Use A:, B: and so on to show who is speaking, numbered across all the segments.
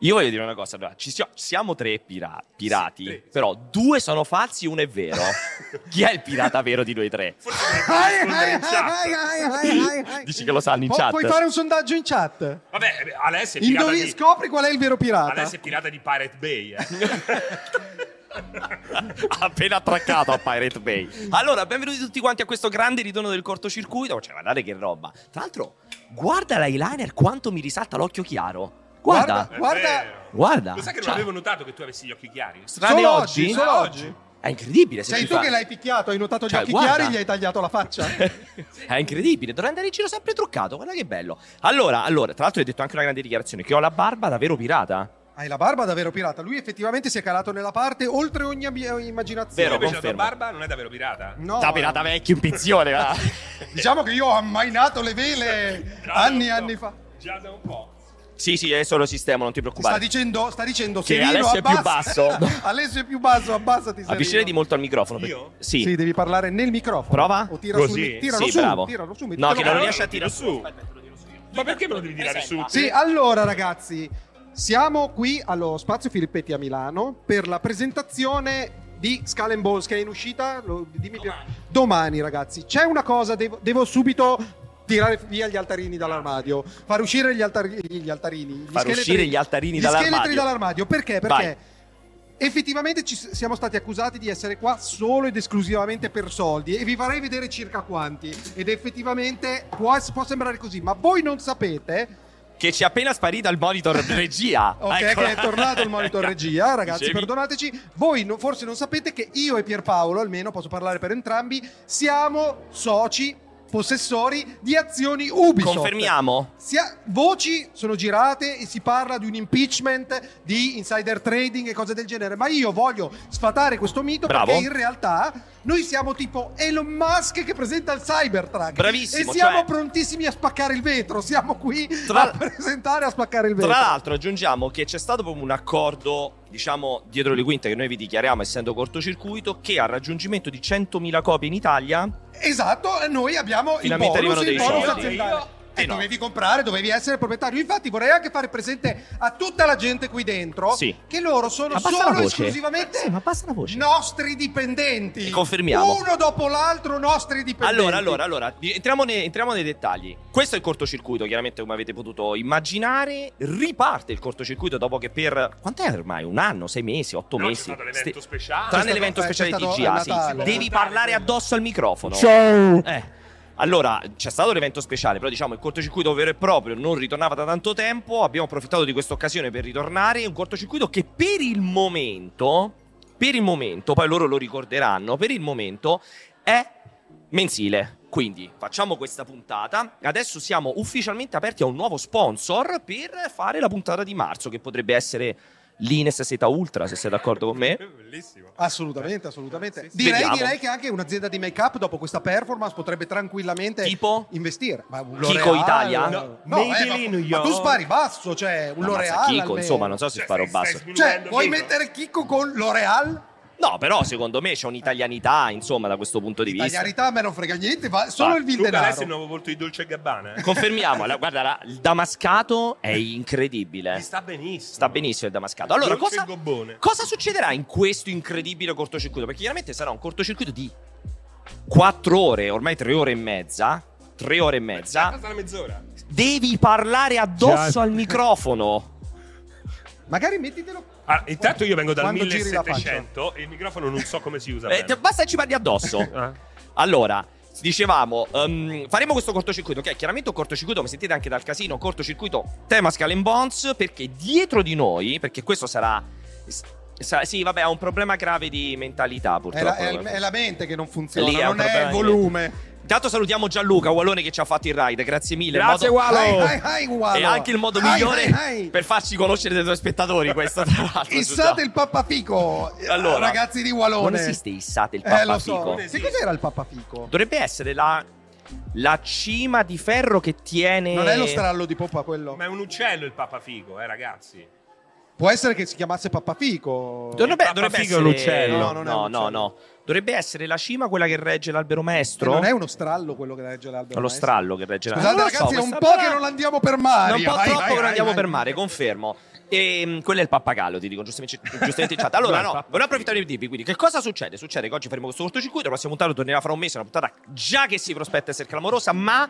A: Io voglio dire una cosa, allora, ci sio- siamo tre pira- pirati,
B: Sì, tre, sì.
A: però due sono falsi, uno è vero. Chi è il pirata vero di noi tre?
B: Forse
C: Ai,
B: dovrei rispondere in chat.
C: ai, ai, ai, ai, ai, ai.
A: Dici che lo sanno in
D: Pu-
A: chat.
D: Puoi fare un sondaggio in chat.
B: Vabbè, Alessia Eh, è pirata
D: Indovi-
B: di...
D: scopri qual è il vero pirata.
B: Alessia è pirata di Pirate Bay, eh.
A: appena attraccato a Pirate Bay. Allora, benvenuti tutti quanti a questo grande ritorno del cortocircuito. Cioè, guardate che roba. Tra l'altro, guarda l'eyeliner quanto mi risalta l'occhio chiaro. Guarda,
B: È
A: guarda.
D: Guarda-
B: vero.
A: guarda.
B: Lo sai che non
A: Cioè,
B: avevo notato che tu avessi gli occhi chiari?
A: Tranne
D: Solo
A: oggi,
D: solo
B: Ah,
D: oggi.
B: oggi.
A: è incredibile. Se
D: Sei
A: ci
D: tu
A: fa-
D: che l'hai picchiato, hai notato gli
A: Cioè,
D: occhi
A: guarda.
D: chiari e gli hai tagliato la faccia.
A: è incredibile, dovrei andare in giro sempre truccato, guarda che bello. Allora, allora, tra l'altro hai detto anche una grande dichiarazione, che ho la barba da vero pirata.
D: Hai la barba da vero pirata. Lui effettivamente si è calato nella parte oltre ogni abbi- immaginazione.
A: Vero,
B: Invece la tua
A: confermo.
B: barba non è davvero pirata?
D: No,
A: da pirata vecchio, in pizzione. va.
D: Diciamo che io ho ammainato le vele
B: Già da
D: anni e
B: un po'.
D: anni fa.
B: Già da un po'.
A: sì, sì, adesso lo sistema, non ti
D: Sta
A: preoccupare.
D: dicendo, sta dicendo
A: Che
D: Serino,
A: Alessio è più
D: abbassa-
A: basso.
D: Alessio è più basso, abbassati. Serino.
A: Avvicinati molto al microfono. per-
B: Io?
A: Sì.
D: Sì, devi parlare nel microfono.
A: Prova?
D: O tira
B: Così?
D: sul- tiralo
A: Sì,
D: su,
A: bravo.
D: tiralo su.
A: No, che
B: Allora,
A: non
D: mettitelo-
A: riesce a
B: lo tiro
A: tirare
B: su. Ma perché me lo devi tirare su?
A: Presenta.
D: Sì, allora ragazzi, siamo qui allo Spazio Filippetti a Milano per la presentazione di Skull and Bones che è in uscita lo- dimmi più- domani. ragazzi. C'è una cosa, devo, devo subito tirare via gli altarini dall'armadio, far uscire gli, altari- gli altarini, gli
A: Far
D: scheletri-
A: uscire gli altarini
D: Gli scheletri
A: dall'armadio.
D: dall'armadio, perché? Perché
A: Vai.
D: effettivamente ci s- siamo stati accusati di essere qua solo ed esclusivamente per soldi e vi farei vedere circa quanti ed effettivamente può, es- può sembrare così, ma voi non sapete
A: Che ci è appena sparito il monitor regia.
D: Ok,
A: Ah, Eccola.
D: che è tornato il monitor regia, ragazzi,
A: Dicevi?
D: perdonateci. Voi no- forse non sapete che io e Pierpaolo, almeno posso parlare per entrambi, siamo soci possessori di azioni Ubisoft.
A: Confermiamo?
D: Sia- voci sono girate e si parla di un impeachment, di insider trading e cose del genere, ma io voglio sfatare questo mito
A: Bravo.
D: perché in realtà noi siamo tipo Elon Musk che presenta il Cybertruck.
A: Bravissimo,
D: E siamo
A: cioè-
D: prontissimi a spaccare il vetro, siamo qui
A: Tra-
D: a presentare e a spaccare il vetro.
A: Tra l'altro aggiungiamo che c'è stato proprio un accordo, diciamo, dietro le quinte che noi vi dichiariamo essendo cortocircuito, che al raggiungimento di 100.000 copie in Italia...
D: Esatto, e noi abbiamo il
A: Finalmente
D: bonus,
A: arrivano
D: il
A: dei
D: bonus
A: soldi.
D: aziendale.
A: Sì,
D: E
A: no.
D: dovevi comprare, dovevi essere proprietario. Infatti, vorrei anche fare presente a tutta la gente qui dentro
A: Sì.
D: che loro sono
A: Abbassa la
D: solo
A: voce.
D: esclusivamente
A: Sì, ma abbassa la voce.
D: nostri dipendenti.
A: E confermiamo.
D: Uno dopo l'altro, nostri dipendenti.
A: Allora, allora, allora, di- entriamo, nei- entriamo nei dettagli. Questo è il cortocircuito, chiaramente come avete potuto immaginare. Riparte il cortocircuito dopo che per... Quant'è ormai? Un anno, sei mesi, otto
B: No, c'è
A: mesi?
B: stato l'evento
A: Ste-
B: speciale.
A: Tranne
D: C'è
A: l'evento
D: stato-
A: speciale
D: eh, c'è
A: TGA,
D: stato
A: sì.
D: a Natale.
A: Devi parlare addosso al microfono.
D: Ciao!
A: Eh. Allora, c'è stato l'evento speciale, però diciamo il cortocircuito vero e proprio non ritornava da tanto tempo, abbiamo approfittato di questa occasione per ritornare, un cortocircuito che per il momento, per il momento, poi loro lo ricorderanno, per il momento è mensile. Quindi facciamo questa puntata, adesso siamo ufficialmente aperti a un nuovo sponsor per fare la puntata di marzo, che potrebbe essere l'Ines Seta Ultra, se sei d'accordo con me.
B: Bellissimo.
D: Assolutamente, assolutamente.
B: Sì, sì.
D: Direi,
A: Vediamo.
D: direi che anche un'azienda di make up dopo questa performance potrebbe tranquillamente
A: Tipo?
D: investire. Ma un
A: Kiko
D: L'Oreal,
A: Italia?
D: No, no,
B: Maybelline
D: eh,
B: New
D: ma, ma
B: York.
D: tu spari basso, cioè un
A: Ammazza
D: L'Oreal.
A: Chico,
D: almeno.
A: insomma, non so se sparo basso.
D: Cioè, vuoi mettere Chicco con L'Oreal?
A: No, però secondo me c'è un'italianità, insomma, da questo punto di vista.
D: Italianità me non frega niente, va solo
A: Va.
D: il vil
B: Luca, Alessio è il
D: denaro.
B: nuovo volto di Dolce Gabbana. eh?
A: Confermiamo, la- guarda, la- il damascato è incredibile.
B: Gli sta benissimo.
A: Sta benissimo il damascato. Allora,
B: Dolce
A: cosa,
B: gobbone.
A: cosa succederà in questo incredibile cortocircuito? Perché chiaramente sarà un cortocircuito di 4 ore, ormai 3 ore e mezza. 3 ore e mezza.
B: Basta una mezz'ora.
A: Devi parlare addosso al microfono.
D: Magari mettitelo.
B: Ah, intanto io vengo dal
D: Quando giri la faccia.
B: 1700 e il microfono non so come si usa.
A: Eh,
B: bene.
A: basta che ci parli addosso.
B: Ah.
A: Allora, dicevamo, ehm, faremo questo cortocircuito, che è chiaramente un cortocircuito, come sentite anche dal casino, cortocircuito tema Skull and Bones, perché dietro di noi, perché questo sarà... sa- sì, vabbè, ha un problema grave di mentalità
D: È
A: purtroppo.
D: la, è- è la mente che non funziona,
A: Lì è un
D: non è
A: problema
D: il
A: di
D: volume.
A: Intanto salutiamo Gianluca Wallone che ci ha fatto il ride, grazie mille.
E: Grazie,
A: Il modo-
E: Walo.
D: Ai, ai, ai, guarda.
A: È anche il modo
D: Ai,
A: migliore
D: ai, ai.
A: per farci conoscere dai tuoi spettatori, questo tra l'altro.
D: Issate il pappafico,
A: Allora,
D: Ah, ragazzi di Walone.
A: Non esiste issate il
D: Eh,
A: pappafico.
D: lo so. Che cos'era il pappafico?
A: Dovrebbe essere la la cima di ferro che tiene.
D: Non è lo strallo di Poppa quello.
B: Ma è un uccello il papafigo, eh, ragazzi.
D: Può essere che si chiamasse Pappafico.
A: Ah, Dovrebbe,
B: Il
A: dovrebbe
B: pappafigo
A: essere
B: è l'uccello.
A: No,
D: No, non è
A: no,
D: un uccello.
A: no, no. Dovrebbe essere la cima quella che regge l'albero
D: E
A: maestro.
D: Non è uno strallo quello che regge l'albero.
A: No, lo
D: maestro.
A: strallo che regge
D: Scusate,
A: l'albero.
D: ragazzi, è un
A: Non lo so,
D: po'
A: questa-
D: che non andiamo per mare.
A: Non un po'
D: Vai,
A: troppo
D: vai,
A: che non
D: vai,
A: andiamo
D: vai.
A: per mare, confermo. Ehm, quello è il pappagallo, ti dico giustamente, giustamente in chat. Allora, no, volevo approfittare di dirvi quindi che cosa succede? Succede che oggi faremo questo cortocircuito, la prossima puntata tornerà fra un mese, una puntata già che si prospetta essere clamorosa, ma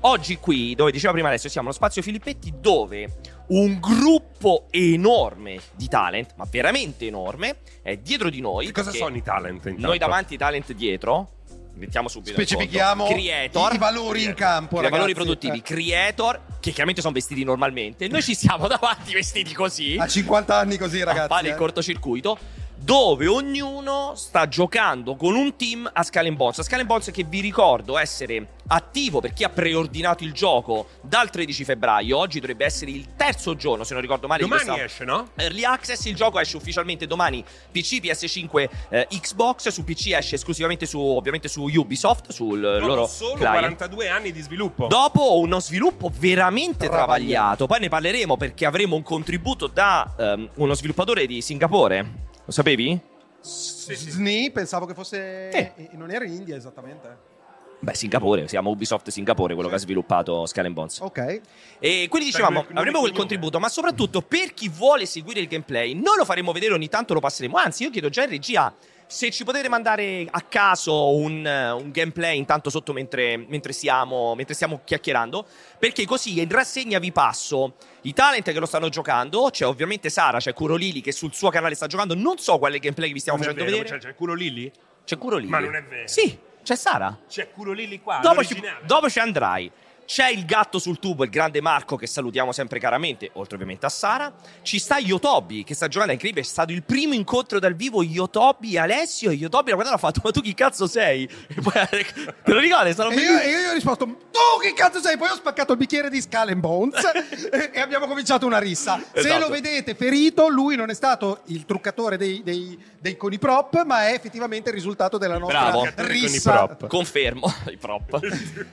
A: oggi qui, dove diceva prima adesso, siamo allo spazio Filippetti, dove un gruppo enorme di talent, ma veramente enorme, è dietro di noi.
B: Che cosa
A: perché
B: sono i talent intanto?
A: Noi davanti, i talent dietro. Mettiamo subito. in
D: Specifichiamo
A: conto. creator,
D: i- i valori in campo,
A: I
D: ragazzi.
A: valori produttivi.
D: Eh.
A: Creator, che chiaramente sono vestiti normalmente. Noi ci siamo davanti vestiti così.
D: A 50 anni così,
A: a
D: ragazzi.
A: fare il
D: eh.
A: cortocircuito. Dove ognuno sta giocando con un team a Skull and Bones. A Skull and Bones che vi ricordo essere attivo per chi ha preordinato il gioco dal 13 febbraio. Oggi dovrebbe essere il terzo giorno, se non ricordo male. di
B: Domani
A: questa-
B: esce, no?
A: Early Access, il gioco esce ufficialmente domani PC, PS5, eh, Xbox, su PC esce esclusivamente su, ovviamente su Ubisoft, sul
B: Dopo
A: loro
B: solo
A: client.
B: 42 anni di sviluppo.
A: Dopo uno sviluppo veramente travagliato,
D: Travagliato.
A: poi ne parleremo perché avremo un contributo da ehm, uno sviluppatore di Singapore. Lo sapevi?
B: Sì, sì, sì.
D: Sni, pensavo che fosse.
A: Eh.
D: e- Non era in India esattamente.
A: Beh, Singapore, si chiama Ubisoft Singapore, quello che ha sviluppato Skull and Bones.
D: Ok.
A: E quindi
B: Sai,
A: dicevamo,
B: quel- quel
A: avremo quel
B: cognome.
A: contributo, ma soprattutto per chi vuole seguire il gameplay, noi lo faremo vedere ogni tanto, lo passeremo. Anzi, io chiedo già in regia se ci potete mandare a caso un, eh, un gameplay intanto sotto mentre, mentre siamo, mentre stiamo chiacchierando, perché così in rassegna vi passo i talent che lo stanno giocando, c'è ovviamente Sara, c'è Curo Lili che sul suo canale sta giocando, non so quale gameplay vi stiamo
B: Non è
A: facendo
B: vero,
A: vedere.
B: C'è, c'è culo Lilli?
A: C'è Curo Lili.
B: Ma non è vero.
A: Sì, c'è Sara.
B: C'è culo Lilli qua,
A: Dopo ci,
B: Ah, l'originale.
A: dopo ci andrai. C'è il gatto sul tubo, il grande Marco che salutiamo sempre caramente, oltre ovviamente a Sara. Ci sta Yotobi che sta giocando è incredibile, è stato il primo incontro dal vivo Yotobi e Alessio e Yotobi l'ha guardato e ha fatto "Ma tu chi cazzo sei?" E poi te lo ricordi, sono
D: E io,
A: bellissimo.
D: e io ho risposto: Tu che cazzo sei? Poi ho spaccato il bicchiere di Skull and Bones e, e abbiamo cominciato una rissa. Se
A: Esatto.
D: lo vedete ferito, lui non è stato il truccatore dei, dei, dei coniprop, ma è effettivamente il risultato della nostra
A: Bravo.
D: rissa.
B: Coniprop.
A: Confermo, i prop.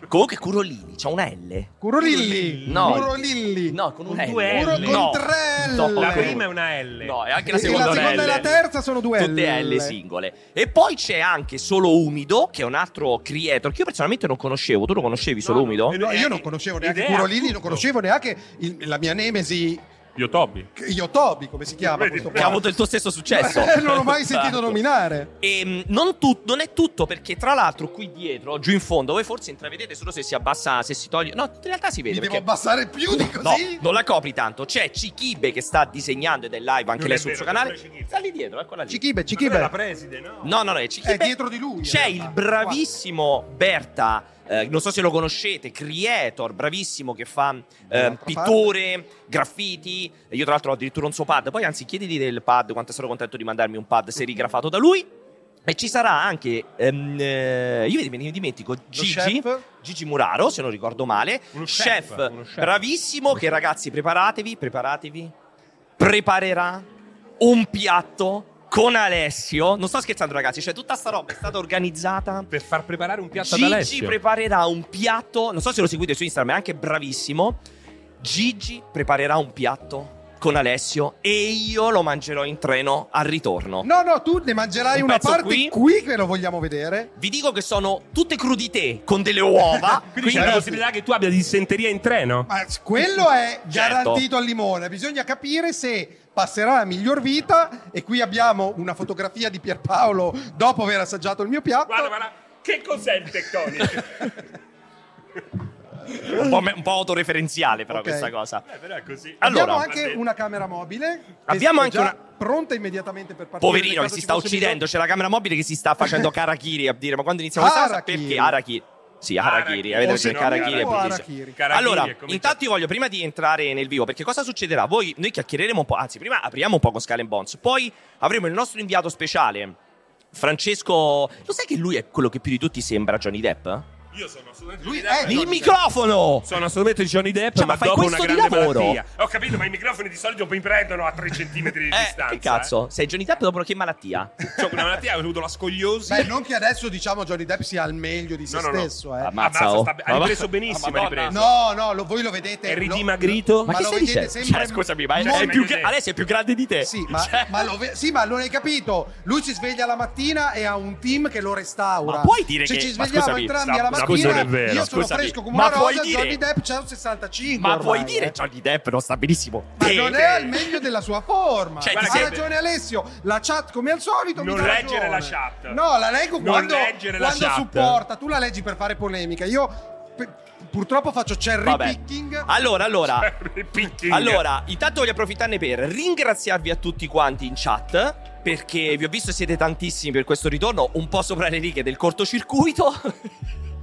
A: Comunque Curolini, c'ha una L.
D: Curolilli,
A: No.
D: Curolilli.
A: No, con una
B: Con due L.
A: L.
D: Curo-
A: No.
D: con tre L.
A: No,
B: La
A: ok.
B: prima è una L.
A: No, e anche
D: E
A: la
D: la
A: seconda,
D: seconda
A: è
D: e
A: L.
D: la terza sono due
A: Tutte
D: L.
A: L singole. E poi c'è anche Solo Umido, che è un altro creator che io personalmente non conoscevo. Tu lo conoscevi Solo
B: No,
A: Umido?
B: no.
D: No, io
A: Eh,
D: non conoscevo neanche
B: Idea,
D: Curolilli, non
B: tutto.
D: conoscevo neanche il- la mia nemesi
B: Yotobi.
D: Yotobi, come si chiama?
B: Vedi,
D: questo
A: Che ha
D: qua?
A: avuto il tuo stesso successo.
D: non l'ho mai sentito
A: Esatto.
D: nominare.
A: E mh, Ehm, non, tu- non è tutto perché tra l'altro qui dietro, giù in fondo, voi forse intravedete solo se si abbassa, se si toglie... No, in realtà si vede.
D: Mi devo
A: perché-
D: abbassare più di
A: No,
D: così?
A: non la copri tanto. C'è Cichibe che sta disegnando ed è live anche
B: Non
A: lei
B: è
A: sul
B: vero,
A: suo
B: c'è
A: canale.
B: pure Cichibe.
A: Sta lì dietro, eccola lì.
D: Cichibe,
B: Ma non è
D: Cichibe.
B: la preside, no?
A: No, no, no, è Cichibe.
D: È dietro di lui, in
A: C'è
D: realtà.
A: il bravissimo Berta, eh, non so se lo conoscete, creator, bravissimo che fa eh,
D: Dall'altra
A: pitture, graffiti. Io tra l'altro ho addirittura un suo pad. Poi anzi chiediti del pad, quanto sarò contento di mandarmi un pad serigrafato da lui. E ci sarà anche, ehm, eh, io mi mi dimentico, Gigi,
D: chef?
A: Gigi Muraro, se non ricordo male,
B: Uno
A: chef,
B: chef, uno chef.
A: bravissimo che ragazzi preparatevi, preparatevi, preparerà un piatto con Alessio. Non sto scherzando, ragazzi. Cioè, tutta sta roba è stata organizzata.
B: Per far preparare un piatto ad
A: Gigi
B: Alessio.
A: preparerà un piatto. Non so se lo seguite su Instagram, è anche bravissimo. Gigi preparerà un piatto con Alessio e io lo mangerò in treno al ritorno.
D: No, no, tu ne mangerai
A: Un
D: una
A: pezzo
D: parte
A: qui.
D: qui. che lo vogliamo vedere.
A: Vi dico che sono tutte crudite con delle uova.
B: Quindi c'è la possibilità che tu abbia dissenteria in treno.
D: Ma Ah, quello è
A: Certo.
D: garantito al limone. Bisogna capire se passerà a miglior vita. E qui abbiamo una fotografia di Pierpaolo dopo aver assaggiato il mio piatto.
B: Guarda, guarda, che cos'è il tettonic?
A: un, po', me- un po' autoreferenziale, però,
D: Ok.
A: questa cosa.
B: Eh, però è così.
A: Allora, eh,
D: abbiamo anche una camera mobile. che
A: Abbiamo
D: è
A: anche
D: già
A: una-
D: pronta immediatamente per partire. nel
A: Poverino, che
D: caso
A: si
D: ci
A: sta
D: fosse
A: uccidendo. C'è la camera mobile che si sta facendo Karakiri a dire, ma quando iniziamo questa cosa?
D: Harakiri.
A: Perché Harakiri? Sì, Harakiri.
B: Harakiri.
A: Avete
B: O
A: visto
B: se Oh,
A: che
B: no,
A: Harakiri è
B: Harakiri
D: o
A: bruttissimo.
D: Harakiri.
B: Carabini
A: allora,
B: è cominciato-
A: intanto io voglio prima di entrare nel vivo, perché cosa succederà? Voi, noi chiacchiereremo un po', anzi, prima apriamo un po' con Scalen Bonds, poi avremo il nostro inviato speciale, Francesco. Lo sai che lui è quello che più di tutti sembra Johnny Depp?
B: Io sono assolutamente
D: Lui
B: Eh, Johnny
D: è
B: Depp.
A: Il microfono!
B: Sono assolutamente Johnny Depp,
A: Cioè,
B: ma,
A: ma fai
B: dopo una
A: questo di
B: grande
A: lavoro?
B: malattia. Ho capito, ma i microfoni di solito mi prendono a 3 cm di
A: Eh,
B: distanza.
A: che cazzo? Sei Johnny Depp dopo che malattia?
B: eh. Cioè, una malattia, ho avuto la scogliosi.
D: Beh, non che adesso diciamo Johnny Depp sia al meglio di se
B: No, no, no.
D: stesso, eh.
A: Ma-
B: Ammazza,
A: Ammazza, oh.
B: sta be- hai
A: Ma-
B: preso benissimo,
A: ma
B: hai
A: Madonna.
B: preso.
D: No, no, lo- voi lo vedete.
B: È
D: lo-
B: ridimagrito?
D: Ma,
A: che
D: lo
A: stai
D: vedete
A: dicendo?
D: sempre.
A: Cioè, scusami, ma è-
D: molto-
A: è più gra-
B: Molto-
A: Alessia è più grande di te.
D: Sì, ma,
A: Cioè,
D: ma lo ve- sì, ma non hai capito. Lui si sveglia la mattina e ha un team che lo restaura.
A: Ma puoi dire
D: Se
A: che-
D: ci
A: ma
D: svegliamo
A: scusami,
D: entrambi
B: sta-
D: alla
B: ma
D: mattina,
B: questo non è vero,
D: io sono
A: scusami.
D: fresco come
A: Ma
D: una
A: puoi
D: rosa,
A: dire-
D: Johnny Depp c'ha un 65.
A: ma puoi
D: ormai,
A: dire
D: eh.
A: Johnny Depp non sta benissimo?
D: Ma
A: Te.
D: non è al meglio della sua forma.
A: Cioè,
D: ha
A: ti sei-
D: ragione Alessio. La chat, come al solito, mi
B: Non
D: dà
B: leggere
D: ragione.
B: la chat.
D: No, la leggo
B: Non
D: quando,
B: leggere la
D: quando
B: chat.
D: supporta. Tu la leggi per fare polemica. Io pe- purtroppo faccio cherry
A: Vabbè.
D: picking.
A: Allora, allora,
D: Cioè,
B: Picking.
A: Allora, intanto voglio approfittarne per ringraziarvi a tutti quanti in chat. Perché vi ho visto siete tantissimi per questo ritorno, un po' sopra le righe del cortocircuito.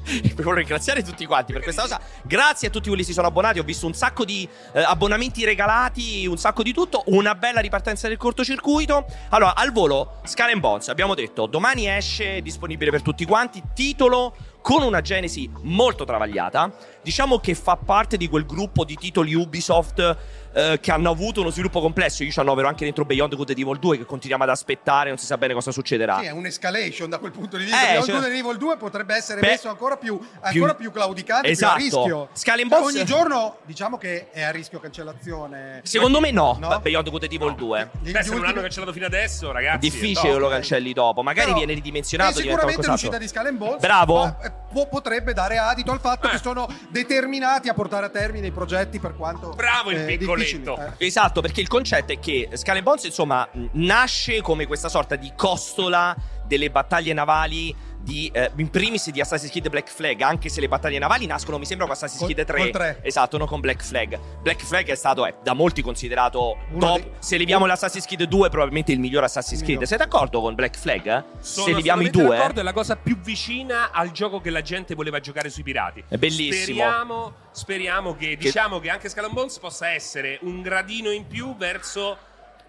A: Vi Voglio ringraziare tutti quanti per questa cosa. Grazie a tutti quelli che si sono abbonati. Ho visto un sacco di eh, abbonamenti regalati, un sacco di tutto. Una bella ripartenza del cortocircuito. Allora, al volo, Scala and Bones, abbiamo detto, domani esce, è disponibile per tutti quanti. Titolo con una genesi molto travagliata. Diciamo che fa parte di quel gruppo di titoli Ubisoft eh, che hanno avuto uno sviluppo complesso. Io ci annovero anche dentro Beyond Good and Evil 2 che continuiamo ad aspettare, non si sa bene cosa succederà.
D: Sì, eh. è un'escalation da quel punto di vista.
A: Eh,
D: Beyond
A: cioè-
D: Good and Evil 2 potrebbe essere
A: Beh,
D: messo ancora più, ancora più claudicante,
A: Esatto.
D: più a rischio.
A: Scala in
D: Cioè,
A: box-
D: Ogni giorno diciamo che è a rischio cancellazione.
A: Secondo me no,
D: No?
A: Beyond Good and Evil 2.
B: Beh, se
D: Gli- gli
B: non
D: ultimi-
B: l'hanno cancellato fino adesso,
A: È
B: ragazzi.
A: difficile
B: no.
A: lo cancelli dopo, magari
D: eh. Però-
A: viene ridimensionato.
D: eh,
A: diventa
D: sicuramente l'uscita
A: qualcos'altro.
D: di Scala and Bones
A: Bravo.
D: fa- eh, può- potrebbe dare adito al fatto
B: Eh.
D: che sono determinati a portare a termine i progetti per quanto
B: Bravo il
D: eh,
B: piccoletto.
D: difficili, eh.
A: Esatto, perché il concetto è che Scala and Bones, insomma, mh, nasce come questa sorta di costola delle battaglie navali di, eh, in primis di Assassin's Creed Black Flag, anche se le battaglie navali nascono, mi sembra, con Assassin's
D: Col-
A: Creed 3.
D: col 3.
A: Esatto, non con Black Flag. Black Flag è stato, eh, da molti considerato
D: Uno
A: top.
D: dei-
A: Se leviamo l'Assassin's Creed 2, probabilmente il miglior
D: Il
A: Assassin's Creed.
D: miglior.
A: Sei d'accordo con Black Flag? eh?
B: Sono
A: se leviamo i
B: assolutamente
A: due... eh.
B: d'accordo, è la cosa più vicina al gioco che la gente voleva giocare sui pirati.
A: È bellissimo.
B: Speriamo, speriamo che, diciamo che anche Skull and Bones possa essere un gradino in più verso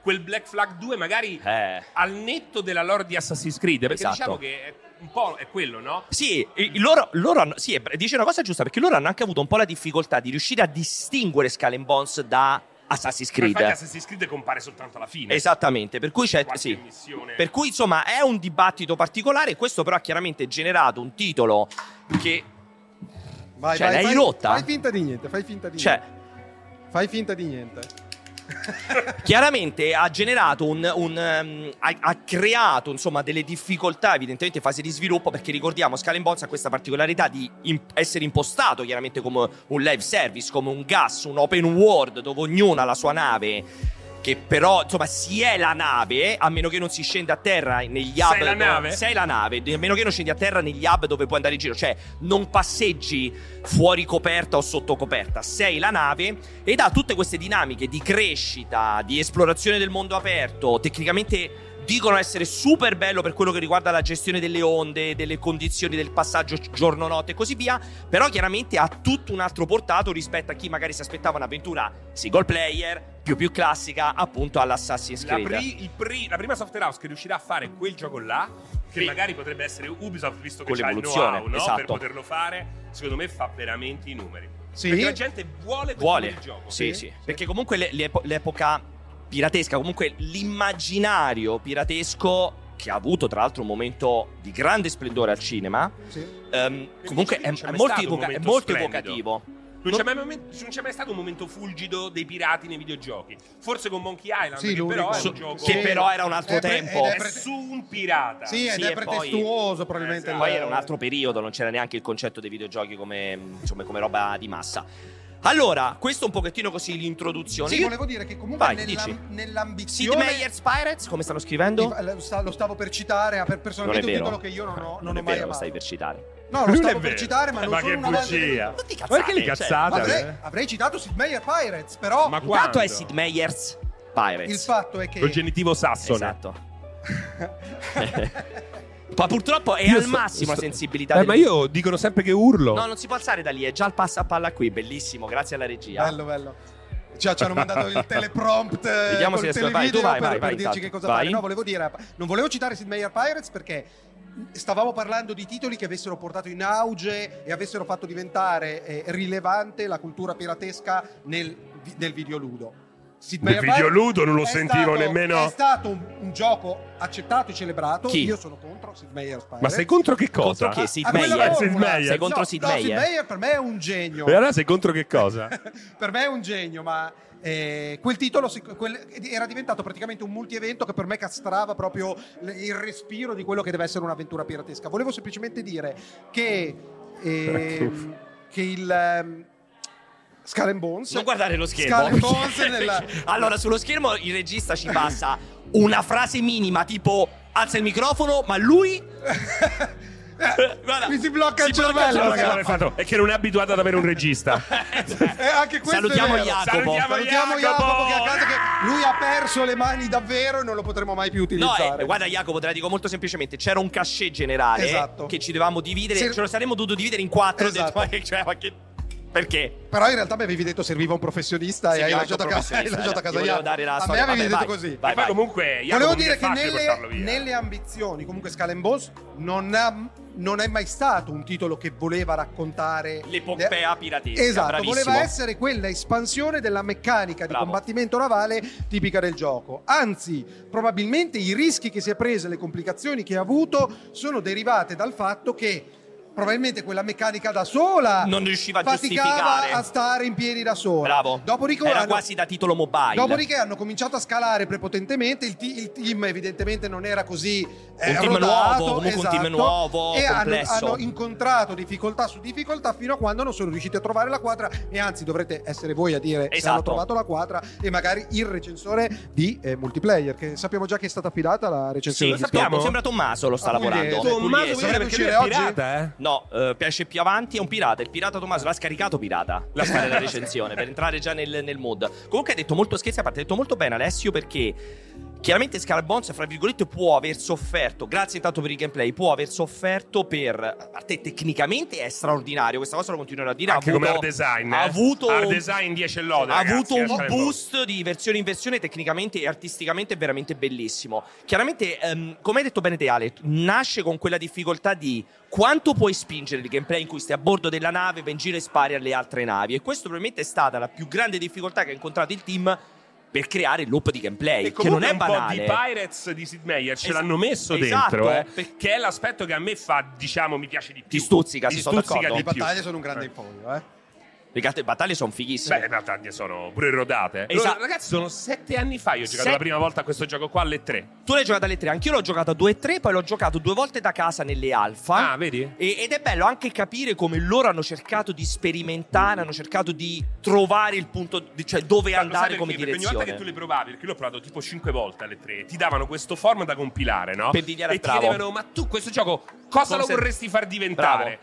B: quel Black Flag 2, magari
A: Eh.
B: al netto della lore di Assassin's Creed, perché
A: Esatto.
B: diciamo che è un po' è quello, no?
A: Sì, i- i loro, loro hanno, sì, è- dice una cosa giusta perché loro hanno anche avuto un po' la difficoltà di riuscire a distinguere Skull and Bones da Assassin's
B: Ma Infatti
A: Creed.
B: Assassin's Creed compare soltanto alla fine.
A: Esattamente, per cui c'è
B: Qualche
A: sì.
B: missione.
A: Per cui insomma è un dibattito particolare, questo però ha chiaramente generato un titolo che
D: Vai,
A: Cioè,
D: vai,
A: l'hai
D: fai-
A: rotta?
D: Fai finta di niente, fai finta di
A: cioè
D: niente. Fai finta di niente.
A: chiaramente ha generato un, un, um, ha, ha creato insomma delle difficoltà evidentemente in fase di sviluppo perché ricordiamo Scala Bones ha questa particolarità di im- essere impostato chiaramente come un live service come un gas un open world dove ognuno ha la sua nave che però insomma si è la nave a meno che non si scenda a terra negli hub
B: Sei la
A: dove-
B: nave?
A: sei la nave a meno che non scendi a terra negli hub dove puoi andare in giro cioè non passeggi fuori coperta o sotto coperta sei la nave ed ha tutte queste dinamiche di crescita di esplorazione del mondo aperto tecnicamente dicono essere super bello per quello che riguarda la gestione delle onde delle condizioni del passaggio giorno-notte e così via però chiaramente ha tutto un altro portato rispetto a chi magari si aspettava un'avventura single player più più classica appunto all'Assassin's
B: La,
A: Creed
B: pri- il pri- la prima software house che riuscirà a fare quel gioco là, che
A: Sì.
B: magari potrebbe essere Ubisoft, visto che
A: Con
B: c'ha il
A: l'evoluzione,
B: know-how no?
A: esatto.
B: per poterlo fare, secondo me fa veramente i numeri.
D: Sì.
B: Perché la gente vuole quel
A: vuole.
B: tipo di gioco.
A: Sì, sì. Perché comunque le- le epo- l'epoca piratesca, comunque l'immaginario piratesco che ha avuto tra l'altro un momento di grande splendore al cinema,
D: Sì.
A: ehm, comunque è,
B: non c'è
A: è
B: mai
A: molto,
B: stato un
A: evoca- è
B: momento
A: molto
B: splendido.
A: evocativo.
B: Non c'è, mai momen- non c'è mai stato un momento fulgido dei pirati nei videogiochi. Forse con Monkey Island,
D: Sì,
B: che
D: l'unico.
B: però è
D: Su-
B: un gioco
A: Che però era un altro
D: È pre-
A: tempo.
D: ed
B: è su un pirata.
D: Sì, ed
A: Sì,
D: è
A: e poi- Eh,
D: pretestuoso probabilmente.
B: Esatto.
D: il-
A: Poi era un altro periodo, non c'era neanche il concetto dei videogiochi come, insomma, come roba di massa. Allora, questo un pochettino così l'introduzione.
D: Sì,
A: Io-
D: volevo dire che comunque
A: Vai,
D: nella-
A: dici. Sid
D: nell'ambizione
A: Meier's Pirates, come stanno scrivendo?
D: Di- lo sta- lo stavo per citare, ha per-
A: Non è
D: personalmente un
A: vero.
D: titolo che io non ho, non
A: è
D: ho mai
A: vero, lo
D: amato.
A: stai per citare.
D: No, lo stavo per citare,
B: Eh,
D: ma non sono una
A: Ma di cazzate,
B: Ma perché li
A: cioè,
D: Ma
B: cazzate? eh.
D: avrei, avrei citato Sid Meier Pirates, però
B: Ma
A: Intanto
B: quando?
A: è Sid Meier's Pirates.
D: il fatto è che
B: Col genitivo sassone.
A: Esatto. Ma purtroppo è
B: Io
A: al
B: sto-
A: massimo la
B: sto-
A: sensibilità.
B: Eh,
A: del-
B: ma io dicono sempre che urlo.
A: No, non si può alzare da lì, è già il passa a palla qui, bellissimo, grazie alla regia.
D: bello bello. Cioè, ci hanno mandato il teleprompt eh,
A: Vediamo
D: col
A: se riesco- vai,
D: televideo
A: tu vai,
D: per,
A: vai,
D: per
A: vai,
D: dirci
A: intanto.
D: che cosa
A: Vai.
D: fare. No, volevo dire, non volevo citare Sid Meier Pirates perché stavamo parlando di titoli che avessero portato in auge e avessero fatto diventare eh, rilevante la cultura piratesca nel, vi- del videoludo. Sid
F: Del
D: Meier Pirates
F: videoludo non lo
D: è
F: sentivo
D: stato-
F: nemmeno.
D: È stato un, un gioco accettato e celebrato.
A: Chi?
D: Io sono contro Sid Meier Pirates.
F: Ma sei contro che cosa?
A: Contro chi? Sid
D: A Ah, quella
A: Meier.
D: formula.
F: Sid Meier.
A: Sei contro
D: No,
A: Sid
D: no,
A: Meier?
D: Sid Meier per me è un genio
F: E allora sei contro che cosa?
D: per me è un genio, ma eh, quel titolo si- quel- era diventato praticamente un multievento che per me castrava proprio l- il respiro di quello che deve essere un'avventura piratesca. Volevo semplicemente dire che, ehm,
A: Ecco.
D: che il ehm, Skull and Bones.
A: Non guardare lo schermo.
D: Skull and Bones nella-
A: Allora, sullo schermo il regista ci passa una frase minima, tipo alza il microfono, ma lui Guarda,
D: Eh, Mi si blocca il
A: si blocca il
D: cervello,
F: Allora,
A: cervello.
F: che
D: ragazzi.
F: l'avrei fatto? È che non è abituato ad avere un regista.
D: Eh, anche questo è
A: Salutiamo
D: vero.
A: Jacopo.
F: Salutiamo
D: Salutiamo
F: Jacopo!
D: Jacopo che, a casa che lui ha perso le mani davvero e non lo potremo mai più
A: No,
D: utilizzare.
A: eh, guarda Jacopo, te la dico molto semplicemente. C'era un cachet generale
D: Esatto.
A: che ci dovevamo dividere,
D: Se-
A: ce lo saremmo dovuto dividere in quattro. ho detto,
D: Esatto.
A: ma che- cioè, ma che- Perché?
D: Però in realtà mi avevi detto serviva un professionista e hai
A: Serviva
D: lasciato a
A: anche un
D: casa. Hai lasciato a
A: professionista,
D: casa
A: eh, ti volevo
D: Jacopo.
A: dare la
D: a me
A: storia.
D: avevi
A: Vabbè,
D: detto
A: vai.
D: così.
A: Vai,
B: e poi
A: vai.
B: comunque Jacopo
D: Volevo
B: non
D: dire
B: è
D: che
B: facile
D: nelle,
B: portarlo via.
D: nelle ambizioni, comunque Skull and Bones non, ha- non è mai stato un titolo che voleva raccontare
A: L'epopea piratesca.
D: Esatto,
A: bravissimo.
D: voleva essere quella espansione della meccanica di
A: Bravo.
D: combattimento navale tipica del gioco. Anzi, probabilmente i rischi che si è preso e le complicazioni che ha avuto sono derivate dal fatto che probabilmente quella meccanica da sola
A: Non riusciva a
D: faticava
A: giustificare.
D: a stare in piedi da sola.
A: Bravo.
D: Dopodiché
A: Era
D: hanno-
A: quasi da titolo mobile.
D: Dopodiché hanno cominciato a scalare prepotentemente, il, ti- il team evidentemente non era così eh,
A: Un team
D: rodato,
A: nuovo, comunque un team
D: esatto,
A: nuovo,
D: e hanno,
A: complesso.
D: hanno incontrato difficoltà su difficoltà fino a quando non sono riusciti a trovare la quadra e anzi dovrete essere voi a dire se
A: Esatto.
D: hanno trovato la quadra e magari il recensore di eh, multiplayer che sappiamo già che è stata affidata la
A: Sì,
D: recensione.
A: lo
D: del
A: sappiamo.
D: gioco.
A: Sembra Tommaso lo sta
D: Ah,
A: lavorando.
D: Pugliese.
B: Tommaso,
A: Pugliese.
D: Dovrebbe
F: Perché lui
D: uscire
F: è
D: oggi?
F: pirata, eh?
A: No, eh, piace più avanti è un pirata. Il pirata Tommaso l'ha scaricato pirata. La fare la recensione per entrare già nel, nel mod. Comunque ha detto molto scherzi a parte, ha detto molto bene Alessio perché chiaramente Scalabons, fra virgolette, può aver sofferto. Grazie intanto per il gameplay, può aver sofferto per. A parte tecnicamente è straordinario. Questa cosa lo continuerò a dire.
F: Anche
A: ha avuto,
F: come art design. eh.
A: Ha avuto
F: art
A: un-
F: design 10 e lode.
A: ha
F: ragazzi,
A: avuto
F: eh,
A: un
F: Skull and Bones.
A: boost di versione in versione tecnicamente e artisticamente è veramente bellissimo. Chiaramente, ehm, come hai detto bene te Ale, nasce con quella difficoltà di quanto puoi spingere il gameplay in cui stai a bordo della nave, vai in giro e spari alle altre navi. E questo probabilmente è stata la più grande difficoltà che ha incontrato il team per creare il loop di gameplay,
B: E
A: che non
B: comunque
A: è
B: un po'
A: banale.
B: di Pirates di Sid Meier ce
A: Esa-
B: l'hanno messo
A: esatto,
B: dentro, eh,
A: per-
B: che è l'aspetto che a me fa, diciamo, mi piace di più.
A: Ti stuzzica,
B: Ti
A: sì, sono
B: stuzzica
A: d'accordo.
B: di
D: Le
B: più.
D: battaglie sono un grande infoglio, eh.
A: Le carte battaglie sono fighissime.
F: Beh, le battaglie sono pure rodate. eh.
A: Esatto.
F: Allora, ragazzi, sono sette anni fa. Io ho giocato
A: Sette-
F: la prima volta a questo gioco qua alle tre.
A: tu l'hai giocata alle 3, anch'io l'ho giocato a 2-3, poi l'ho giocato due volte da casa nelle alfa.
F: Ah, vedi?
A: E- ed è bello anche capire come loro hanno cercato di sperimentare, hanno cercato di trovare il punto, di- cioè dove
B: Ma lo sai
A: andare
B: perché?
A: come
B: Perché ogni volta che tu
A: direzione.
B: le provavi, perché l'ho provato tipo 5 volte alle 3, ti davano questo form da compilare, no?
A: Per dichiarare
B: e ti
A: bravo.
B: chiedevano, ma tu questo gioco cosa
A: Come
B: lo
A: se-
B: vorresti far diventare?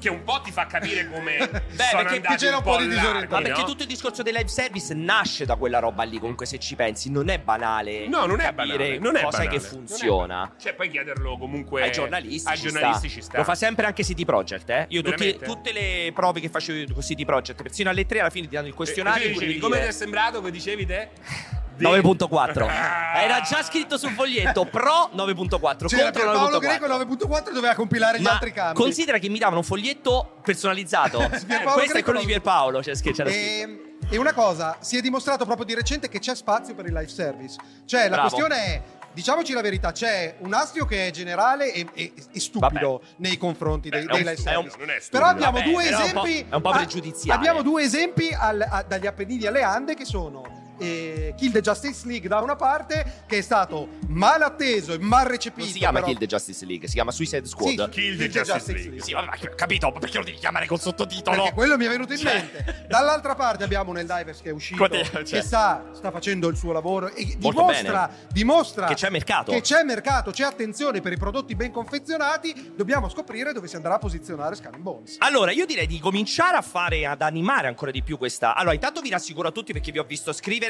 B: Che un po' ti fa capire come sono
A: perché
B: andati
D: c'era un po' di
B: larghi,
D: disorientazione.
A: Ma
B: no?
A: perché tutto il discorso dei live service nasce da quella roba lì, comunque se ci pensi, non è banale
B: No, non è
A: capire
B: banale, non è
A: cosa
B: banale.
A: che funziona.
B: Non è- Cioè, poi chiederlo comunque
A: ai giornalisti,
B: ai
A: ci
B: giornalisti
A: sta.
B: ci sta.
A: Lo fa sempre anche City Project, eh. Io tutti-
B: Veramente?
A: tutte le prove che facevo io con City Project, persino alle 3 alla fine ti danno il questionario
B: E- e
A: in
B: tu
A: cui
B: dicevi,
A: devi
B: Eh, come ti
A: dire-
B: è sembrato che dicevi te? Di-
A: 9.4
B: Ah.
A: Eh, Era già scritto sul foglietto Pro 9.4
D: C'era
A: contro
D: per Paolo Greco
A: 9.4
D: 9.4 doveva compilare gli
A: Ma
D: altri campi.
A: considera che mi davano un foglietto personalizzato
D: Pierpaolo
A: Questo è
D: Greco Eh,
A: quello di
D: non-
A: Pierpaolo cioè, che c'era scritto.
D: E, Ehm, e una cosa, si è dimostrato proprio di recente che c'è spazio per il live service. Cioè, la
A: Bravo.
D: questione è. Diciamoci la verità, c'è un astio che è generale e, e- e stupido nei confronti dei,
A: Beh, è
D: dei
A: un-
D: live
A: è un-
D: service.
B: non è stupido.
D: eh, però abbiamo
A: Vabbè,
D: due
A: però è un po'-
D: esempi.
A: è un po'
D: ah,
A: pregiudiziale.
D: abbiamo due esempi al- a- dagli Appennini alle Ande che sono eh, Kill the Justice League da una parte, che è stato mal atteso e mal recepito.
A: Non si chiama
D: però-
A: Kill the Justice League Si chiama Suicide
D: Sì,
A: Squad
F: Kill the Justice League.
A: Sì, vabbè, ma capito ma Perché lo devi chiamare col
D: Perché
A: sottotitolo
D: quello mi è venuto in
A: Cioè.
D: mente. Dall'altra parte abbiamo Nel Divers che è uscito,
A: Quante- cioè.
D: che sa, sta facendo il suo lavoro e
A: Molto
D: dimostra, dimostra
A: Che c'è mercato.
D: che c'è mercato, c'è attenzione per i prodotti ben confezionati. Dobbiamo scoprire dove si andrà a posizionare Skull and Bones.
A: Allora, io direi di cominciare a fare, ad animare ancora di più questa. Allora, intanto vi rassicuro a tutti perché vi ho visto scrivere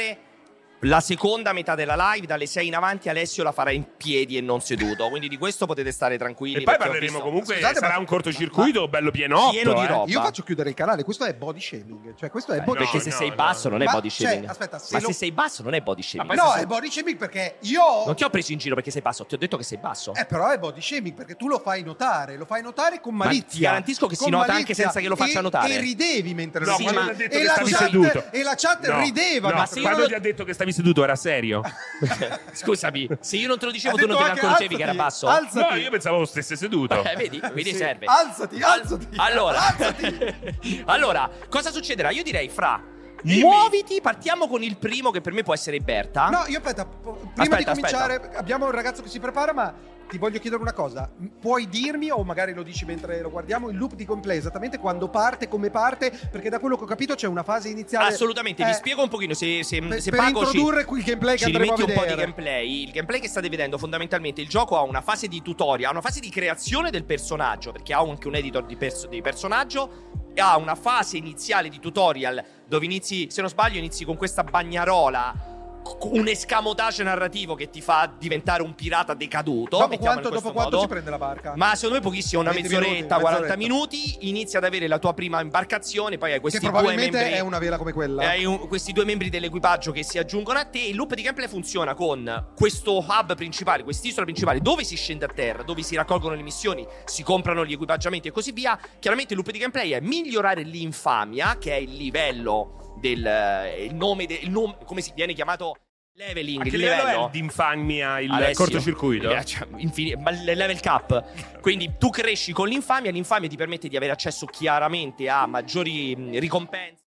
A: La seconda metà della live, dalle 6 in avanti, Alessio la farà in piedi e non seduto. Quindi di questo potete stare tranquilli.
F: E poi
A: perché ho
F: parleremo
A: visto-
F: comunque,
D: Scusate,
F: sarà
D: ma-
F: un cortocircuito bello pienotto.
A: Pieno di
F: eh.
A: roba.
D: Io faccio chiudere il canale, questo è body shaming. Cioè, questo è
A: Eh,
F: no,
D: body
A: perché se sei basso non è
D: Ma-
A: body
D: cioè,
A: shaming.
D: aspetta, se
A: Ma
D: lo-
A: se sei basso non è body shaming.
D: No, è body shaming perché io.
A: Non ti ho preso in giro perché sei basso, ti ho detto che sei basso.
D: Eh, però è body shaming perché tu lo fai notare, lo fai notare con
A: Ma
D: malizia.
A: ti garantisco che si
D: con
A: nota
D: malizia,
A: anche senza che lo faccia
D: e-
A: notare.
D: E ridevi mentre
F: No,
D: lo
A: Sì,
F: quando
D: facevi.
F: ti
A: ma-
F: ha detto
D: e,
F: che
D: la
F: stavi
D: chat,
F: seduto.
D: e la chat
F: No,
D: rideva.
F: no,
A: Ma se io
F: quando
A: non-
F: ti ha detto che stavi seduto era serio?
A: Scusami, se io non te lo
D: Ha
A: dicevo, tu non
D: detto
A: te ne
D: anche,
A: accorgevi che era
D: alzati,
A: basso?
D: Alzati.
F: No, io pensavo stesse seduto.
A: Eh, vedi, vedi
D: Sì.
A: serve. Ah?
D: Alzati, alzati.
A: Allora,
D: Alzati.
A: allora, cosa succederà? Io direi, fra, muoviti, partiamo con il primo che per me può essere Berta.
D: No, io aspetta, po- prima di
A: Aspetta,
D: cominciare, abbiamo un ragazzo che si prepara, ma ti voglio chiedere una cosa. M- Puoi dirmi, o magari lo dici mentre lo guardiamo, il loop di gameplay, esattamente quando parte, come parte? Perché da quello che ho capito c'è una fase iniziale.
A: Assolutamente,
D: Eh,
A: vi spiego un pochino se, se,
D: Per,
A: se
D: per
A: Paco ci-
D: introdurre qui il gameplay che
A: ci
D: andremo a
A: rimetti un
D: vedere.
A: po' di gameplay. Il gameplay che state vedendo, fondamentalmente, il gioco ha una fase di tutorial, ha una fase di creazione del personaggio, perché ha anche un editor di, perso- di personaggio. e Ha una fase iniziale di tutorial dove inizi, se non sbaglio, inizi con questa bagnarola. c- Un escamotage narrativo che ti fa diventare un pirata decaduto.
D: dopo
A: mettiamolo
D: quanto,
A: in
D: dopo
A: questo
D: quanto
A: modo.
D: ci prende la barca?
A: Ma secondo me pochissimo, una
D: 20
A: mezz'oretta,
D: minuti,
A: 40
D: mezz'oretta.
A: minuti, inizi ad avere la tua prima imbarcazione, poi hai
D: che
A: questi due
D: probabilmente
A: membri
D: è una vela come quella.
A: e Eh, Hai un- questi due membri dell'equipaggio che si aggiungono a te. Il loop di gameplay funziona con questo hub principale, quest'isola principale, dove si scende a terra, dove si raccolgono le missioni, si comprano gli equipaggiamenti e così via. Chiaramente il loop di gameplay è migliorare l'infamia, che è il livello del eh, il nome, de- il nome- come si viene chiamato leveling,
F: A che
A: il
F: livello
A: livello.
F: è d'infamia il
A: Alessio.
F: cortocircuito?
A: Eh, cioè, infini- ma le- level cap. Quindi tu cresci con l'infamia, l'infamia ti permette di avere accesso chiaramente a maggiori mh, ricompense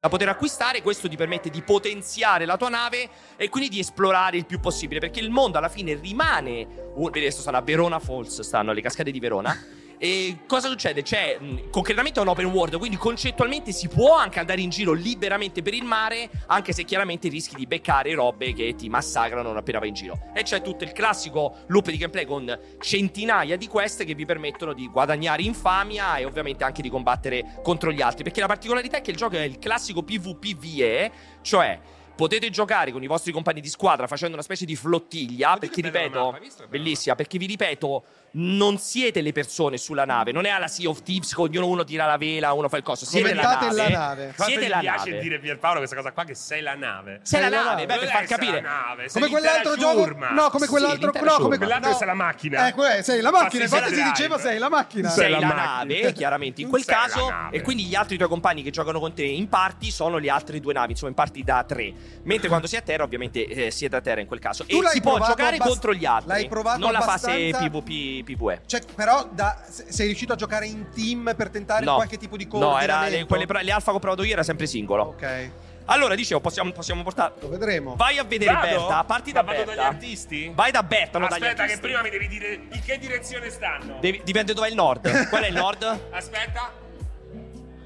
A: da poter acquistare, questo ti permette di potenziare la tua nave e quindi di esplorare il più possibile, perché il mondo alla fine rimane, un- vedi, adesso stanno a Verona Falls, stanno le cascate di Verona. E cosa succede? Cioè, mh, concretamente è un open world, quindi concettualmente si può anche andare in giro liberamente per il mare, anche se chiaramente rischi di beccare robe che ti massacrano non appena vai in giro. E c'è tutto il classico loop di gameplay con centinaia di quest che vi permettono di guadagnare infamia e ovviamente anche di combattere contro gli altri. Perché la particolarità è che il gioco è il classico PvPVE, cioè potete giocare con i vostri compagni di squadra facendo una specie di flottiglia,
B: Oddio, che
A: perché
B: bella la
A: ripeto,
B: mappa, hai visto che bella
A: bellissima, perché vi ripeto, non siete le persone sulla nave, non è alla Sea of Thieves che ognuno uno tira la vela, uno fa il coso, siete la
D: Commentate
A: nave.
D: la nave.
F: Quanto
A: Siete
F: gli
A: la
F: piace
A: nave.
F: dire Pierpaolo questa cosa qua che sei la nave.
A: Sei la
D: Sei la
A: nave,
D: nave.
A: beh, per
F: Dov'è
A: far
F: che sei
A: capire.
F: la nave? Sei
D: come
F: l'intera
D: quell'altro gioco.
F: ciurma.
D: No, come
A: Sì,
D: quell'altro.
A: l'intera
D: no, come
A: ciurma.
F: Quell'altro
D: no.
F: sei la macchina.
D: Eh, que- sei la macchina.
F: Passi
D: Infatti
F: sei
D: si
F: la
D: diceva
F: drive.
D: sei la macchina.
F: Sei
A: sei la,
F: la
A: nave, eh,
F: macchina.
A: chiaramente in
F: Tu
A: quel
F: sei la
A: caso,
F: nave.
A: e quindi gli altri tuoi compagni che giocano con te in parti sono le altre due navi, insomma in parti da tre. Mentre quando si è a terra, ovviamente eh, si è da terra in quel caso.
D: Tu
A: e
D: l'hai
A: si può
D: provato
A: giocare
D: abbast-
A: contro gli altri.
D: l'hai provato
A: non la fase
D: abbastanza?
A: PvP PvE.
D: Cioè, però da- se- sei riuscito a giocare in team per tentare qualche tipo di
A: No,
D: coordinamento?
A: era le, quelle, pra- le alfa che ho provato io era sempre singolo.
D: Ok,
A: Allora, dicevo, possiamo, possiamo portare.
D: lo vedremo.
A: Vai a vedere
F: Vado?
A: Berta, parti da
F: Ma vado
A: Berta.
F: dagli artisti?
A: Vai da Berta, non dagli
F: Aspetta, che
A: artisti.
F: prima mi devi dire in che direzione stanno.
A: Devi- dipende dov'è il nord. Qual è il nord?
F: Aspetta.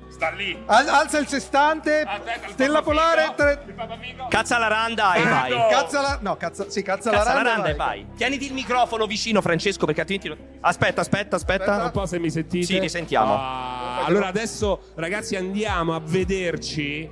F: Sta lì.
D: Al- alza il sestante,
F: Aspetta, il
D: stella
F: Papa
D: polare.
F: Figo,
D: tre-
F: Il Ecco. Papa Figo.
A: Cazza la randa e vai.
F: Vado.
D: Cazza la. No, cazza. Sì, cazza,
A: Cazza
D: la
A: la
D: randa.
A: randa e vai. Tieniti il microfono vicino, Francesco, perché altrimenti. non- Aspetta, aspetta, aspetta.
D: Aspetta.
B: Non so se mi sentite.
A: Sì, ti sentiamo.
B: Ah, allora adesso, ragazzi, andiamo a vederci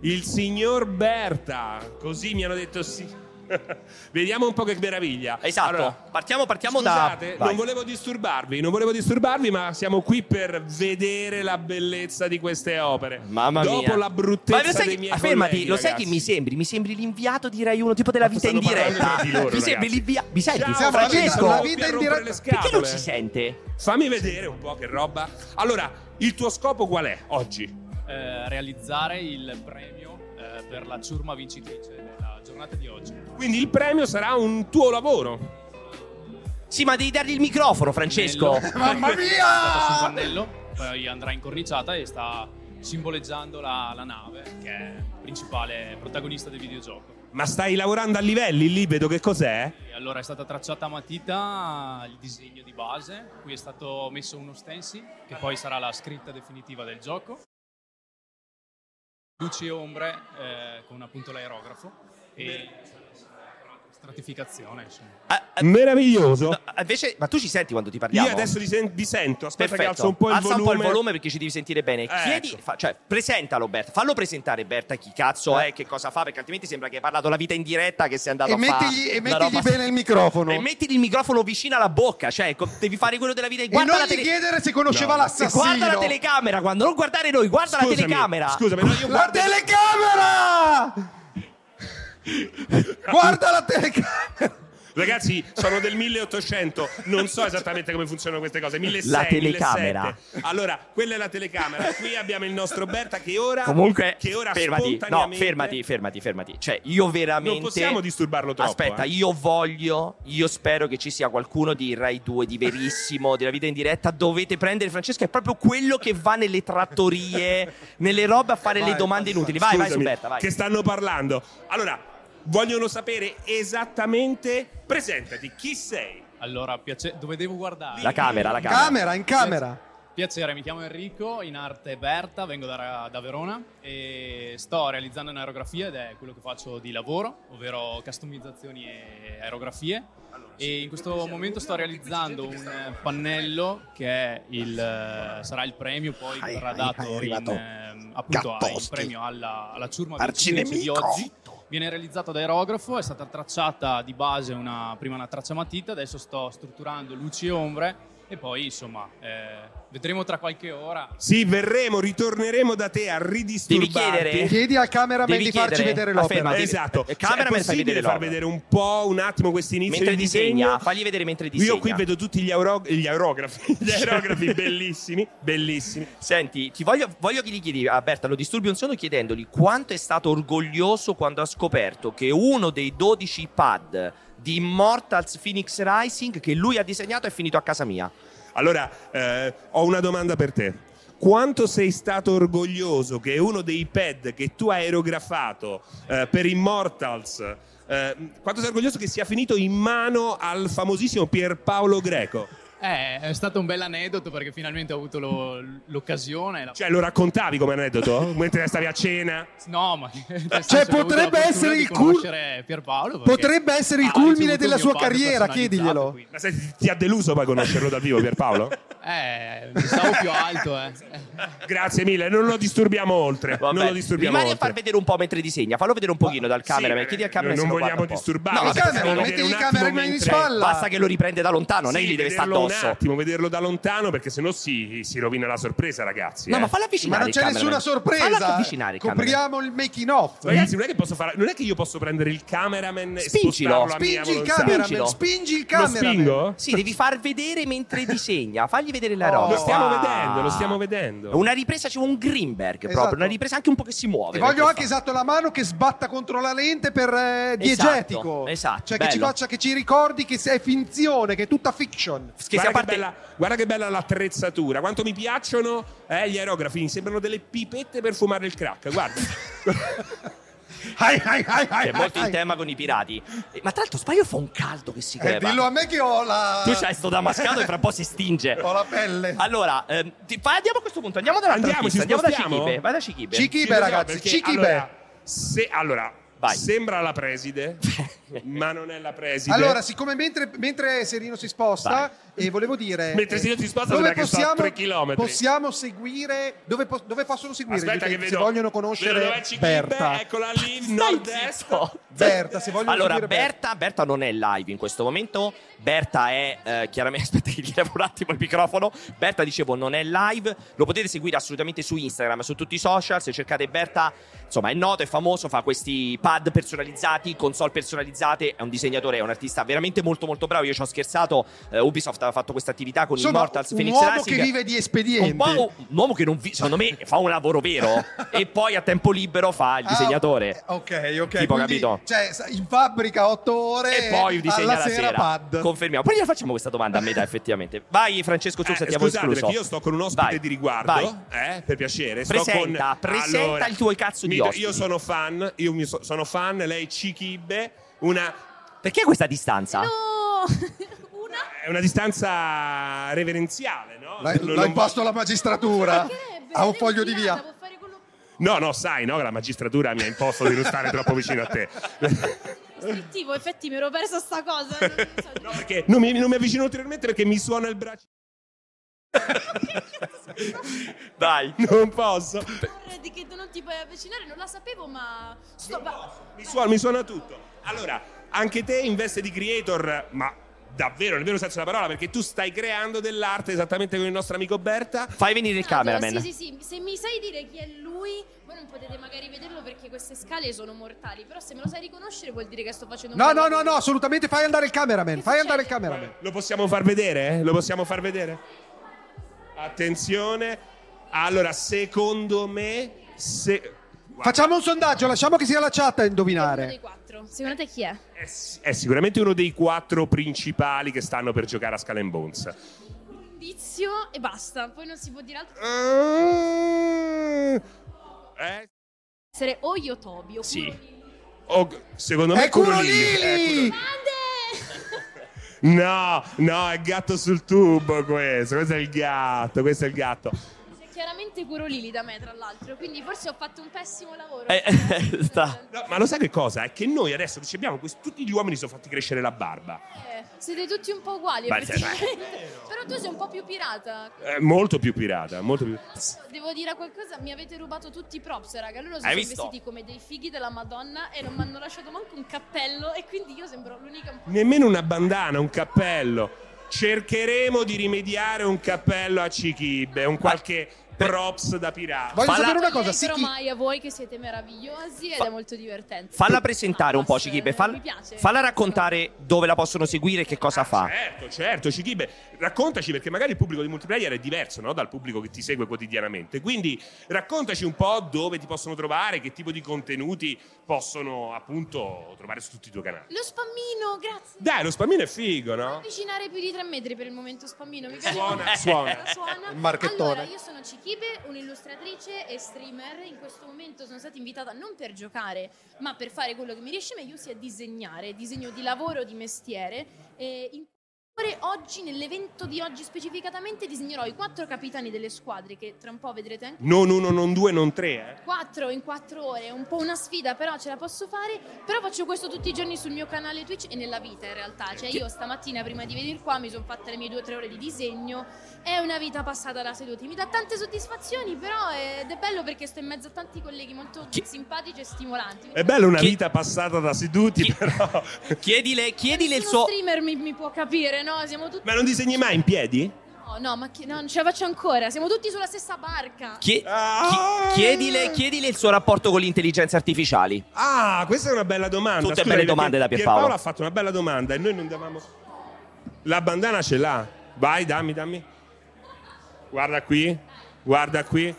B: il signor Berta. Così mi hanno detto sì. Vediamo un po' che meraviglia.
A: Esatto.
B: Allora,
A: partiamo partiamo
B: Scusate,
A: da.
B: non volevo disturbarvi, non volevo disturbarvi, ma siamo qui per vedere la bellezza di queste opere.
A: Mamma
B: Dopo
A: mia.
B: la
A: Ma lo
B: bruttezza
A: sai
B: dei
A: che-
B: miei
A: ah,
B: colleghi,
A: fermati, lo sai
B: ragazzi.
A: che mi sembri? Mi sembri l'inviato di Rai 1, tipo della
F: Ma
A: vita in
F: stanno parlando
A: diretta.
F: tra di loro,
A: mi sembri
F: ragazzi.
A: l'invia- Mi senti?
D: Ciao,
A: Francesco,
D: la vita- in diretta.
A: perché non si sente?
B: Fammi vedere un po' che roba. Allora, il tuo scopo qual è oggi?
G: eh, realizzare il premio eh, per la ciurma vincitrice della giornata di oggi.
B: Quindi il premio sarà un tuo lavoro.
A: Sì, ma devi dargli il microfono, Francesco.
G: Nello-
D: Mamma mia!
G: è stato sul pannello, poi andrà incorniciata e sta simboleggiando la, la nave, che è il principale protagonista del videogioco.
B: Ma stai lavorando a livelli lì, vedo che cos'è?
G: E allora è stata tracciata a matita il disegno di base, qui è stato messo uno stencil, che poi sarà la scritta definitiva del gioco. Luci e ombre eh, con appunto l'aerografo. E stratificazione. Insomma.
A: Ah, ah,
B: Meraviglioso.
A: no, invece, Eh, ma tu ci senti quando ti parliamo?
B: Io adesso ti, sen- vi sento. Aspetta,
A: Perfetto.
B: che alzo un po' il
A: Alza
B: volume.
A: un po' il volume perché ci devi sentire bene.
B: Eh,
A: Chiedi,
B: ecco.
A: fa- cioè, presentalo Berta, fallo presentare Berta chi cazzo
B: Eh.
A: è, che cosa fa, perché altrimenti sembra che hai parlato la vita in diretta, che sei andato
H: E
A: a fare
H: mettigli, e
A: una
H: mettigli
A: roba-
H: bene il microfono.
A: E
H: E,
A: mettiti il microfono vicino alla bocca, cioè co- devi fare quello della vita in
H: non
A: guarda la
H: gli
A: tele-
H: chiedere se conosceva
B: No.
H: l'assassino.
A: Guarda la telecamera quando, non guardare noi, guarda
B: Scusami,
A: la telecamera.
B: Scusami, no, io
H: La
B: guardo-
H: telecamera! Guarda la telecamera!
B: Ragazzi, sono del 1800, non so esattamente come funzionano queste cose. 1600,
A: La telecamera.
B: 1700. Allora, quella è la telecamera. Qui abbiamo il nostro Berta che ora
A: Comunque,
B: che ora
A: fermati, no,
B: spontaneamente-
A: fermati, fermati, fermati. Cioè, io veramente.
B: Non possiamo disturbarlo troppo,
A: Aspetta,
B: eh.
A: io voglio, io spero che ci sia qualcuno di Rai 2, di Verissimo, della vita in diretta. Dovete prendere Francesca, è proprio quello che va nelle trattorie, nelle robe a fare le domande inutili. Vai, vai,
B: Scusami,
A: Superta, vai.
B: Che stanno parlando. Allora, vogliono sapere esattamente presentati chi sei.
G: Allora, piace- dove devo guardare?
A: La camera, la camera.
H: Camera, in camera.
G: Piacere, mi chiamo Enrico, in arte Berta, vengo da, da Verona e sto realizzando un'aerografia ed è quello che faccio di lavoro, ovvero customizzazioni e aerografie. E in questo momento sto realizzando un eh, pannello che è il, eh, sarà il premio poi che verrà dato in, ehm, appunto a- il premio alla, alla ciurma vincitrice di oggi. Viene realizzato da aerografo, è stata tracciata di base una, prima una traccia matita, adesso sto strutturando luci e ombre e poi insomma eh, vedremo tra qualche ora.
B: Sì, verremo, ritorneremo da te a
A: Devi
B: ridisturbarti.
A: chiedere.
H: Chiedi al cameraman
A: Devi
H: di farci
A: chiedere.
H: vedere
A: Aspetta,
H: l'opera.
A: devi-
B: Esatto, Cioè,
A: eh,
B: è
A: cameraman, fai
B: possibile
A: vedere
B: far
A: l'opera.
B: vedere un po' un attimo questi inizi
A: Mentre
B: di
A: disegna,
B: disegno?
A: fagli vedere mentre disegna.
B: Io qui vedo tutti gli, auro- gli aerografi, gli aerografi bellissimi, bellissimi.
A: Cioè. Senti, ti voglio, voglio che gli chiedi a Berta, lo disturbi un sono chiedendogli quanto è stato orgoglioso quando ha scoperto che uno dei 12 pad di Immortals Phoenix Rising che lui ha disegnato è finito a casa mia.
B: Allora, eh, ho una domanda per te. Quanto sei stato orgoglioso che uno dei pad che tu hai aerografato eh, per Immortals, eh, quanto sei orgoglioso che sia finito in mano al famosissimo Pierpaolo Greco?
G: Eh, è stato un bel aneddoto perché finalmente ho avuto lo- l'occasione. la-
B: Cioè, lo raccontavi come aneddoto mentre stavi a cena?
G: No, ma
H: Cioè, potrebbe essere il cul-
A: Certo,
G: Pierpaolo perché
H: Potrebbe essere
A: Ah,
H: il
G: ha
H: culmine
G: ricevuto
H: della
G: il
H: sua
G: mio pad
H: carriera,
G: personalizzato,
H: chiediglielo.
G: quindi-
B: Ma sai, ti- ti ha deluso poi conoscerlo dal vivo, Pierpaolo?
G: Eh, mi stavo più alto, eh.
B: Grazie mille, non lo disturbiamo oltre.
A: Vabbè,
B: Non lo disturbiamo
A: Rimani a
B: oltre.
A: far vedere un po' mentre disegna, fallo vedere un pochino dal cameraman,
B: beh,
A: chiedi al
B: eh, non
A: cameraman se lo guarda
B: vogliamo
A: un po'.
B: disturbarlo.
A: No,
H: Il
A: aspetta,
H: cameraman,
B: dobbiamo
H: metti
B: vedere
H: il
B: un attimo
H: cameraman in
B: mentre-
H: spalla.
A: Basta che lo riprende da lontano, non è
B: Sì,
A: che gli deve stare
B: vederlo
A: addosso.
B: un attimo, vederlo da lontano perché sennò si, si rovina la sorpresa, ragazzi.
A: No,
B: eh.
A: ma fallo avvicinare
H: Ma non c'è
A: il cameraman.
H: nessuna
A: Fallo
H: sorpresa.
A: avvicinare il cameraman.
H: Copriamo il making off.
B: Ragazzi, non è che posso fare, non è che io posso prendere il cameraman e
A: Spingilo.
B: spostarlo a mia
H: Spingi il
B: volontà.
H: cameraman,
A: Spingilo.
H: spingi il
B: Lo
H: cameraman.
B: spingo?
A: Sì, devi far vedere mentre disegna, fagli vedere la
H: Oh.
A: roba.
B: Lo stiamo
A: Ah.
B: vedendo, lo stiamo vedendo.
A: Una ripresa, c'è un Greenberg proprio,
H: Esatto.
A: una ripresa anche un po' che si muove.
H: E voglio
A: perché
H: anche
A: fa-
H: esatto la mano che sbatta contro la lente per eh, diegetico.
A: esatto,
H: Cioè che ci,
A: bello.
H: faccia, che ci ricordi che è finzione, che è tutta fiction.
A: Che
B: guarda,
A: sia parte...
B: che bella, guarda che bella l'attrezzatura, quanto mi piacciono eh, gli aerografi, mi sembrano delle pipette per fumare il crack, guarda.
H: Ai, ai, ai, ai,
A: È molto in
H: ai.
A: tema con i pirati. Eh, Ma tra l'altro Spaio fa un caldo che si
H: Eh,
A: crema.
H: dillo a me che ho la,
A: Tu c'hai sto damascato e fra un po' si stinge.
H: ho la pelle.
A: Allora, ehm, ti- fa- andiamo a questo punto, andiamo da un'altra
B: Andiamo,
A: pista,
B: ci
A: andiamo da
B: spostiamo?
A: Cichibe. Vai da Cichibe.
H: Cichibe,
B: Ci
H: ragazzi,
B: esatto, perché,
H: Cichibe.
B: Allora, se, allora
A: Vai.
B: sembra la preside, ma non è la preside.
H: Allora, siccome mentre, mentre Serino si sposta, e volevo dire.
B: Mentre
H: eh,
B: Serino si sposta
H: dove
B: sembra che sta a
H: possiamo,
B: tre chilometri.
H: Possiamo seguire. Dove, po- dove possono seguire? gli
B: Aspetta che
H: utenti,
B: vedo.
H: se vogliono
B: vedo dov'è
H: conoscere
B: Cichibe,
H: Berta.
B: Eccola lì,
A: Stai
B: nord-est.
A: zitto.
H: Berta, se vogliono
A: Allora,
H: seguire
A: Berta, Berta non è live in questo momento. Berta è eh, chiaramente. Aspetta, che gli levo un attimo il microfono. Berta, dicevo, non è live. Lo potete seguire assolutamente su Instagram, su tutti i social. Se cercate Berta, insomma, è noto, è famoso. Fa questi pad personalizzati, console personalizzate. È un disegnatore, è un artista veramente molto, molto bravo. Io ci ho scherzato. eh, Ubisoft ha fatto questa attività con
H: Insomma,
A: Immortals
H: un
A: Phoenix
H: uomo
A: Rising.
H: che vive di
A: Un
H: espedienti.
A: uomo, un uomo che non vi- secondo me fa un lavoro vero e poi a tempo libero fa il
H: Ah,
A: disegnatore.
H: ok, ok.
A: Tipo,
H: quindi,
A: capito?
H: Cioè, sa- in fabbrica 8 ore
B: Eh,
A: e poi disegna
H: alla
A: la sera,
H: pad.
A: confermiamo poi gliela facciamo questa domanda a metà effettivamente vai Francesco tu
B: Eh,
A: se ti avevo
B: scusate,
A: escluso
B: perché io sto con un ospite
A: Vai,
B: di riguardo,
A: vai.
B: eh, per piacere. Sto
A: Presenta,
B: con-
A: presenta il tuo cazzo di
B: mi do-
A: ospiti.
B: Io sono fan, io mi so- sono fan, lei Cichibe, una,
A: perché questa distanza?
I: No, una.
B: è una distanza reverenziale, no?
H: L'ha,
B: Non-
H: l'ha
B: non-
H: imposto la magistratura.
I: Perché?
H: Ha un
I: Beh,
H: foglio di
I: Milano,
H: via.
I: può fare quello-
B: No, no, sai, no, che la magistratura mi ha imposto di non stare troppo vicino a te.
I: Istruttivo, effetti, mi ero persa sta cosa. Non so.
B: No, perché non mi, non mi avvicino ulteriormente perché mi suona il braccio.
A: Dai.
B: Non posso.
I: Corre, Di che non ti puoi avvicinare, non la sapevo, ma. Sto... ma-
B: Mi suona, mi suona tutto. Allora, anche te in veste di creator, ma davvero, nel vero senso della parola, perché tu stai creando dell'arte esattamente come il nostro amico Berta.
A: Fai venire il
I: Allora,
A: cameraman.
I: Eh, Sì, sì, sì, se mi sai dire chi è lui, voi non potete magari vederlo perché queste scale sono mortali, però se me lo sai riconoscere vuol dire che sto facendo un
D: No, no,
I: bel
D: no, no,
I: lavoro.
D: assolutamente fai andare il cameraman.
I: Che
D: Fai andare il
I: succede?
D: cameraman.
B: Lo possiamo far vedere? eh? Lo possiamo far vedere? Attenzione. Allora, secondo me... Se...
D: Facciamo un sondaggio, lasciamo che sia la chat a
I: È uno dei
D: indovinare.
I: quattro. Secondo te chi è?
B: È, si- è sicuramente uno dei quattro principali che stanno per giocare a Skull and Bones.
I: Indizio e basta, poi non si può dire altro.
D: Eh.
B: Mm. Eh,
I: Essere o Yotobi o
B: sì. eh, O- secondo me
D: È
B: è Kuro
D: Kuro
B: Lili.
D: Lili!
B: È Kuro-
I: Grande!
B: No, no, è gatto sul tubo questo. Questo è il gatto, questo è il gatto.
I: C'è chiaramente Curolili da me, tra l'altro, quindi forse ho fatto un pessimo lavoro.
A: Eh, sta.
B: No, ma lo sai che cosa? È che noi adesso che ci abbiamo, quest- tutti gli uomini sono fatti crescere la barba.
I: Eh, siete tutti un po' uguali,
A: Beh, sì,
I: effettivamente. Però tu sei un po' più pirata.
B: Eh, molto più pirata, molto più...
I: Devo dire qualcosa, mi avete rubato tutti i props, raga. Loro si
A: Hai
I: sono
A: visto?
I: vestiti come dei fighi della Madonna e non mi hanno lasciato manco un cappello e quindi io sembro l'unica un po'.
B: Nemmeno una bandana, un cappello. Cercheremo di rimediare un cappello a Cichibbe, un qualche
A: Ah,
B: props da pirata.
D: Voglio
A: Fa la-
D: sapere una cosa,
I: Io
D: sì,
I: però
D: chi-
I: mai a voi che siete meravigliosi ed
A: Fa-
I: è molto divertente.
A: Falla presentare un po',
I: Basta,
A: Cichibe.
I: eh,
A: Falla,
I: mi piace.
A: falla raccontare dove la possono seguire e che cosa fa.
B: Certo, certo, Cichibbe, raccontaci perché magari il pubblico di multiplayer è diverso no, dal pubblico che ti segue quotidianamente. Quindi raccontaci un po' dove ti possono trovare, che tipo di contenuti possono appunto trovare su tutti i tuoi canali.
I: Lo spammino, grazie.
B: Dai, lo spammino è figo, no?
I: avvicinare più di tre metri per il momento spammino mi piace
B: Suona,
I: molto.
B: suona.
I: suona.
D: Il marchettone.
I: allora io sono Cichibe un'illustratrice e streamer in questo momento sono stata invitata non per giocare ma per fare quello che mi riesce meglio sia disegnare disegno di lavoro di mestiere e in particolare oggi nell'evento di oggi specificatamente disegnerò i quattro capitani delle squadre che tra un po' vedrete anche
B: Non uno, non due, non tre, eh.
I: Quattro in quattro ore, è un po' una sfida, però ce la posso fare. Però faccio questo tutti i giorni sul mio canale Twitch e nella vita in realtà. Cioè, io stamattina prima di venire qua mi sono fatta le mie due o tre ore di disegno. È una vita passata da seduti. Mi dà tante soddisfazioni, però eh, ed è bello perché sto in mezzo a tanti colleghi molto
A: Chi-
I: simpatici e stimolanti.
B: È bella una
A: Chi-
B: vita passata da seduti,
A: Chi-
B: però.
A: Chiedile, chiedile il
I: Nessuno
A: suo.
I: streamer mi, mi può capire, no? Siamo tutti.
B: Ma non disegni mai in piedi?
I: No, no, ma chi- no, non ce la faccio ancora. Siamo tutti sulla stessa barca.
A: chie-
B: Ah!
A: chi- chiedile, chiedile il suo rapporto con le intelligenze artificiali.
B: Ah, questa è una bella domanda.
A: Tutte belle
B: perché
A: domande da Pierpaolo.
B: ha fatto una bella domanda e noi non davamo. La bandana ce l'ha. Vai, dammi, dammi. Guarda qui, guarda qui.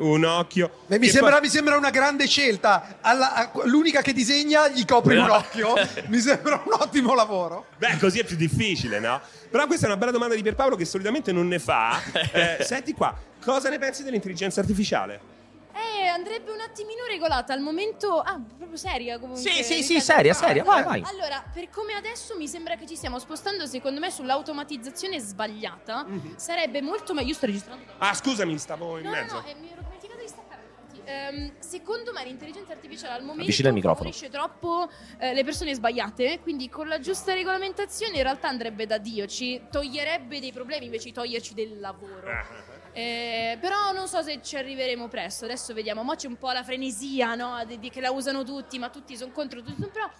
B: Un occhio.
D: Beh, mi,
B: Che
D: sembra,
B: poi-
D: mi sembra una grande scelta. Alla- a- l'unica che disegna gli copre un
A: No.
D: occhio. mi sembra un ottimo lavoro.
B: Beh, così è più difficile, no? Però questa è una bella domanda di Pierpaolo che solitamente non ne fa. Eh, senti qua, cosa ne pensi dell'intelligenza artificiale?
I: Eh, andrebbe un attimino regolata al momento. Ah, proprio seria comunque.
A: Sì, sì, sì,
I: ripeto.
A: seria, seria, vai, vai.
I: Allora, per come adesso mi sembra che ci stiamo spostando, secondo me, sull'automatizzazione sbagliata.
A: Mhm.
I: Sarebbe molto meglio. Io sto registrando.
B: Ah, scusami, stavo in
I: No, no,
B: mezzo.
I: no, eh, mi ero dimenticata di staccare. infatti. Ehm, secondo me l'intelligenza artificiale al momento
A: Avvicina il microfono.
I: favorisce troppo eh, le persone sbagliate, quindi con la giusta regolamentazione in realtà andrebbe da Dio, ci toglierebbe dei problemi invece di toglierci del lavoro.
B: Ah.
I: Eh, però non so se ci arriveremo presto, adesso vediamo, mo c'è un po' la frenesia no? di, di- che la usano tutti, ma tutti sono contro, tutti sono pro.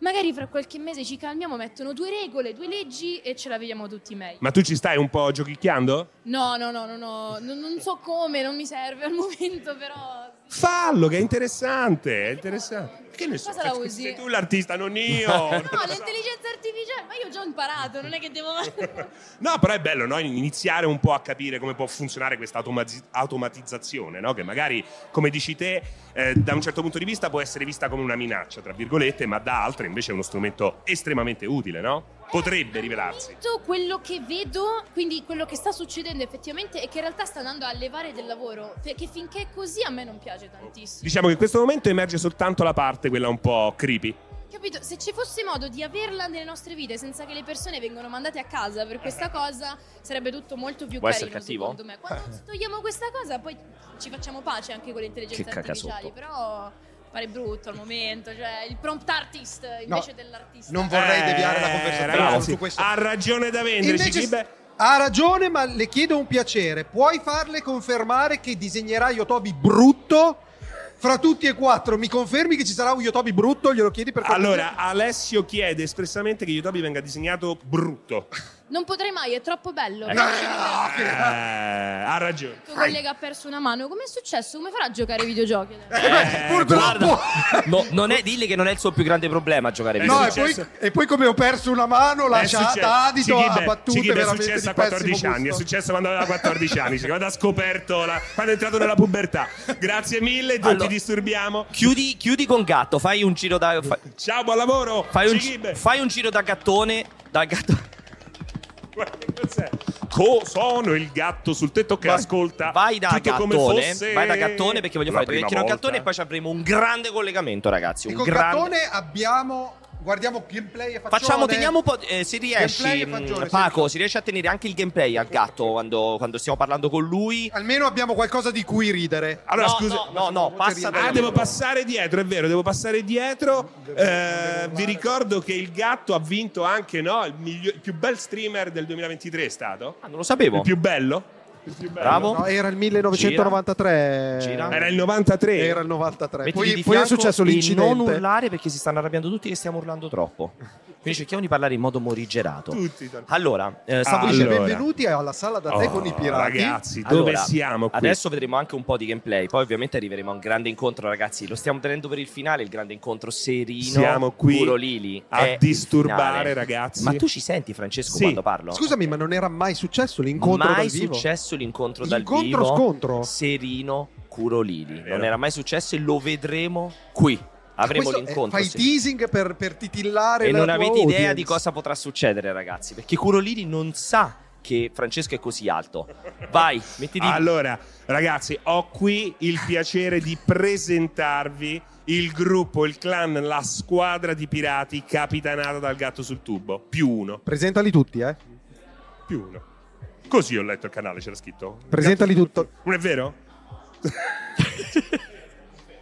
I: Magari fra qualche mese ci calmiamo, mettono due regole, due leggi e ce la vediamo tutti meglio.
B: Ma tu ci stai un po' giochicchiando?
I: No, no, no, no, no, non, non so come, non mi serve al momento, però.
B: Fallo, che è interessante, è interessante. Che ne so,
I: Cosa la
B: se-
I: usi?
B: sei tu l'artista, non io. non
I: No,
B: lo so.
I: l'intelligenza artificiale, ma io già ho imparato, non è che devo.
B: No, però è bello no? iniziare un po' a capire come può funzionare questa automazzi- automatizzazione, no? che magari, come dici te, eh, da un certo punto di vista può essere vista come una minaccia, tra virgolette, ma da altre invece è uno strumento estremamente utile, no? Potrebbe rivelarsi.
I: Tutto quello che vedo, quindi quello che sta succedendo effettivamente, è che in realtà sta andando a levare del lavoro. Perché finché è così a me non piace tantissimo.
B: Diciamo che in questo momento emerge soltanto la parte, quella un po' creepy.
I: Capito? Se ci fosse modo di averla nelle nostre vite senza che le persone vengano mandate a casa per questa cosa, sarebbe tutto molto più
A: Può essere
I: carino,
A: cattivo?
I: secondo me. Quando togliamo questa cosa, poi ci facciamo pace anche con l'intelligenza
A: Che cacasotto.
I: artificiale, però pare brutto al momento, cioè il prompt artist invece dell'artista.
D: non vorrei
B: Eh,
D: deviare la conversazione
B: ragazzi,
D: su questo.
B: Ha ragione da vendere.
D: Invece-
B: Cichibe.
D: Ha ragione, ma le chiedo un piacere. Puoi farle confermare che disegnerai Yotobi brutto? Fra tutti e quattro, mi confermi che ci sarà un Yotobi brutto? Glielo chiedi per cortesia?
B: Allora, Alessio chiede espressamente che Yotobi venga disegnato brutto.
I: Non potrei mai, è troppo bello.
B: Eh, ha ragione.
I: Il tuo collega ha perso una mano. Com'è successo? Come farà a giocare ai videogiochi? adesso?
B: Eh,
D: Purtroppo.
A: No, non è, dilli che non è il suo più grande problema a giocare ai
B: Eh, No,
D: No,
B: è
D: e poi,
B: successo.
D: e poi come ho perso una mano, lasciata adito a
B: Cichibe-
D: battute
B: Cichibe è
D: veramente
B: successo
D: di
B: a 14
D: pessimo
B: anni, è
D: gusto.
B: successo quando aveva 14 anni, cioè, quando ha scoperto, la- quando è entrato nella pubertà. Grazie mille, non
A: Allora-
B: ti disturbiamo.
A: Chiudi, chiudi con gatto, fai un giro da. fa-
B: Ciao, buon lavoro.
A: fai, un,
B: Cichibe.
A: fai un giro da gattone. Da gatto.
B: Guarda che cos'è. Co- sono il gatto sul tetto che ascolta.
A: Vai da
B: tutto come
A: gattone.
B: fosse
A: Vai da gattone perché voglio
B: la
A: fare due
B: prima
A: chiacchiere con
B: volta.
A: gattone e poi ci avremo un grande collegamento, ragazzi.
D: E
A: Un
D: con
A: grande.
D: Gattone abbiamo. Guardiamo gameplay e faccione.
A: Facciamo, teniamo un po'. eh, se riesci,
D: Gameplay e fagione,
A: mh,
D: sì.
A: Paco, si riesce a tenere anche il gameplay al gatto quando, quando stiamo parlando con lui.
D: Almeno abbiamo qualcosa di cui ridere.
B: Allora,
A: no,
B: scusa.
A: no, no, no, passa da
B: Ah, devo passare dietro, è vero, devo passare dietro. Eh, vi ricordo che il gatto ha vinto anche no, il, miglio- il più bel streamer del 2023 è stato.
A: Ah, non lo sapevo.
B: Il più bello? Il più bello.
A: Bravo.
D: No, era il 1993.
A: Gira.
B: Era il 93.
D: Era il 93.
A: Mettiti di
D: Poi, poi è
A: fianco
D: successo
A: e Non
D: l'incidente.
A: urlare perché si stanno arrabbiando tutti che stiamo urlando troppo. Quindi cerchiamo di parlare in modo morigerato.
B: Tutti.
A: Allora, eh, stavo
B: Ah, Allora.
D: Dice,
A: dicendo.
D: Benvenuti alla sala da te
B: Oh,
D: con i pirati.
B: Ragazzi, dove
A: Allora,
B: siamo qui?
A: Adesso vedremo anche un po' di gameplay. Poi, ovviamente, arriveremo a un grande incontro, ragazzi. Lo stiamo tenendo per il finale. Il grande incontro serino.
B: Siamo qui
A: puro Lili.
B: a
A: È il
B: disturbare,
A: finale.
B: ragazzi.
A: Ma tu ci senti, Francesco,
B: Sì.
A: quando parlo?
D: Scusami, ma non era mai successo l'incontro
A: mai
D: dal vivo?
A: successo l'incontro dal
D: Incontro
A: vivo
D: scontro?
A: Serino Curolini
B: vero.
A: non era mai successo e lo vedremo qui avremo
D: Cioè, Questo è-
A: l'incontro
D: Fai
A: sì.
D: teasing per, per titillare
A: e
D: la
A: non
D: tua
A: avete idea
D: audience.
A: di cosa potrà succedere ragazzi perché Curolini non sa che Francesco è così alto vai mettiti
B: Allora, ragazzi, ho qui il piacere di presentarvi il gruppo, il clan, la squadra di pirati capitanata dal gatto sul tubo. Più uno,
D: Presentali tutti, eh.
B: più uno. Così ho letto il canale, c'era scritto.
D: Presentali tutto.
B: Non è vero?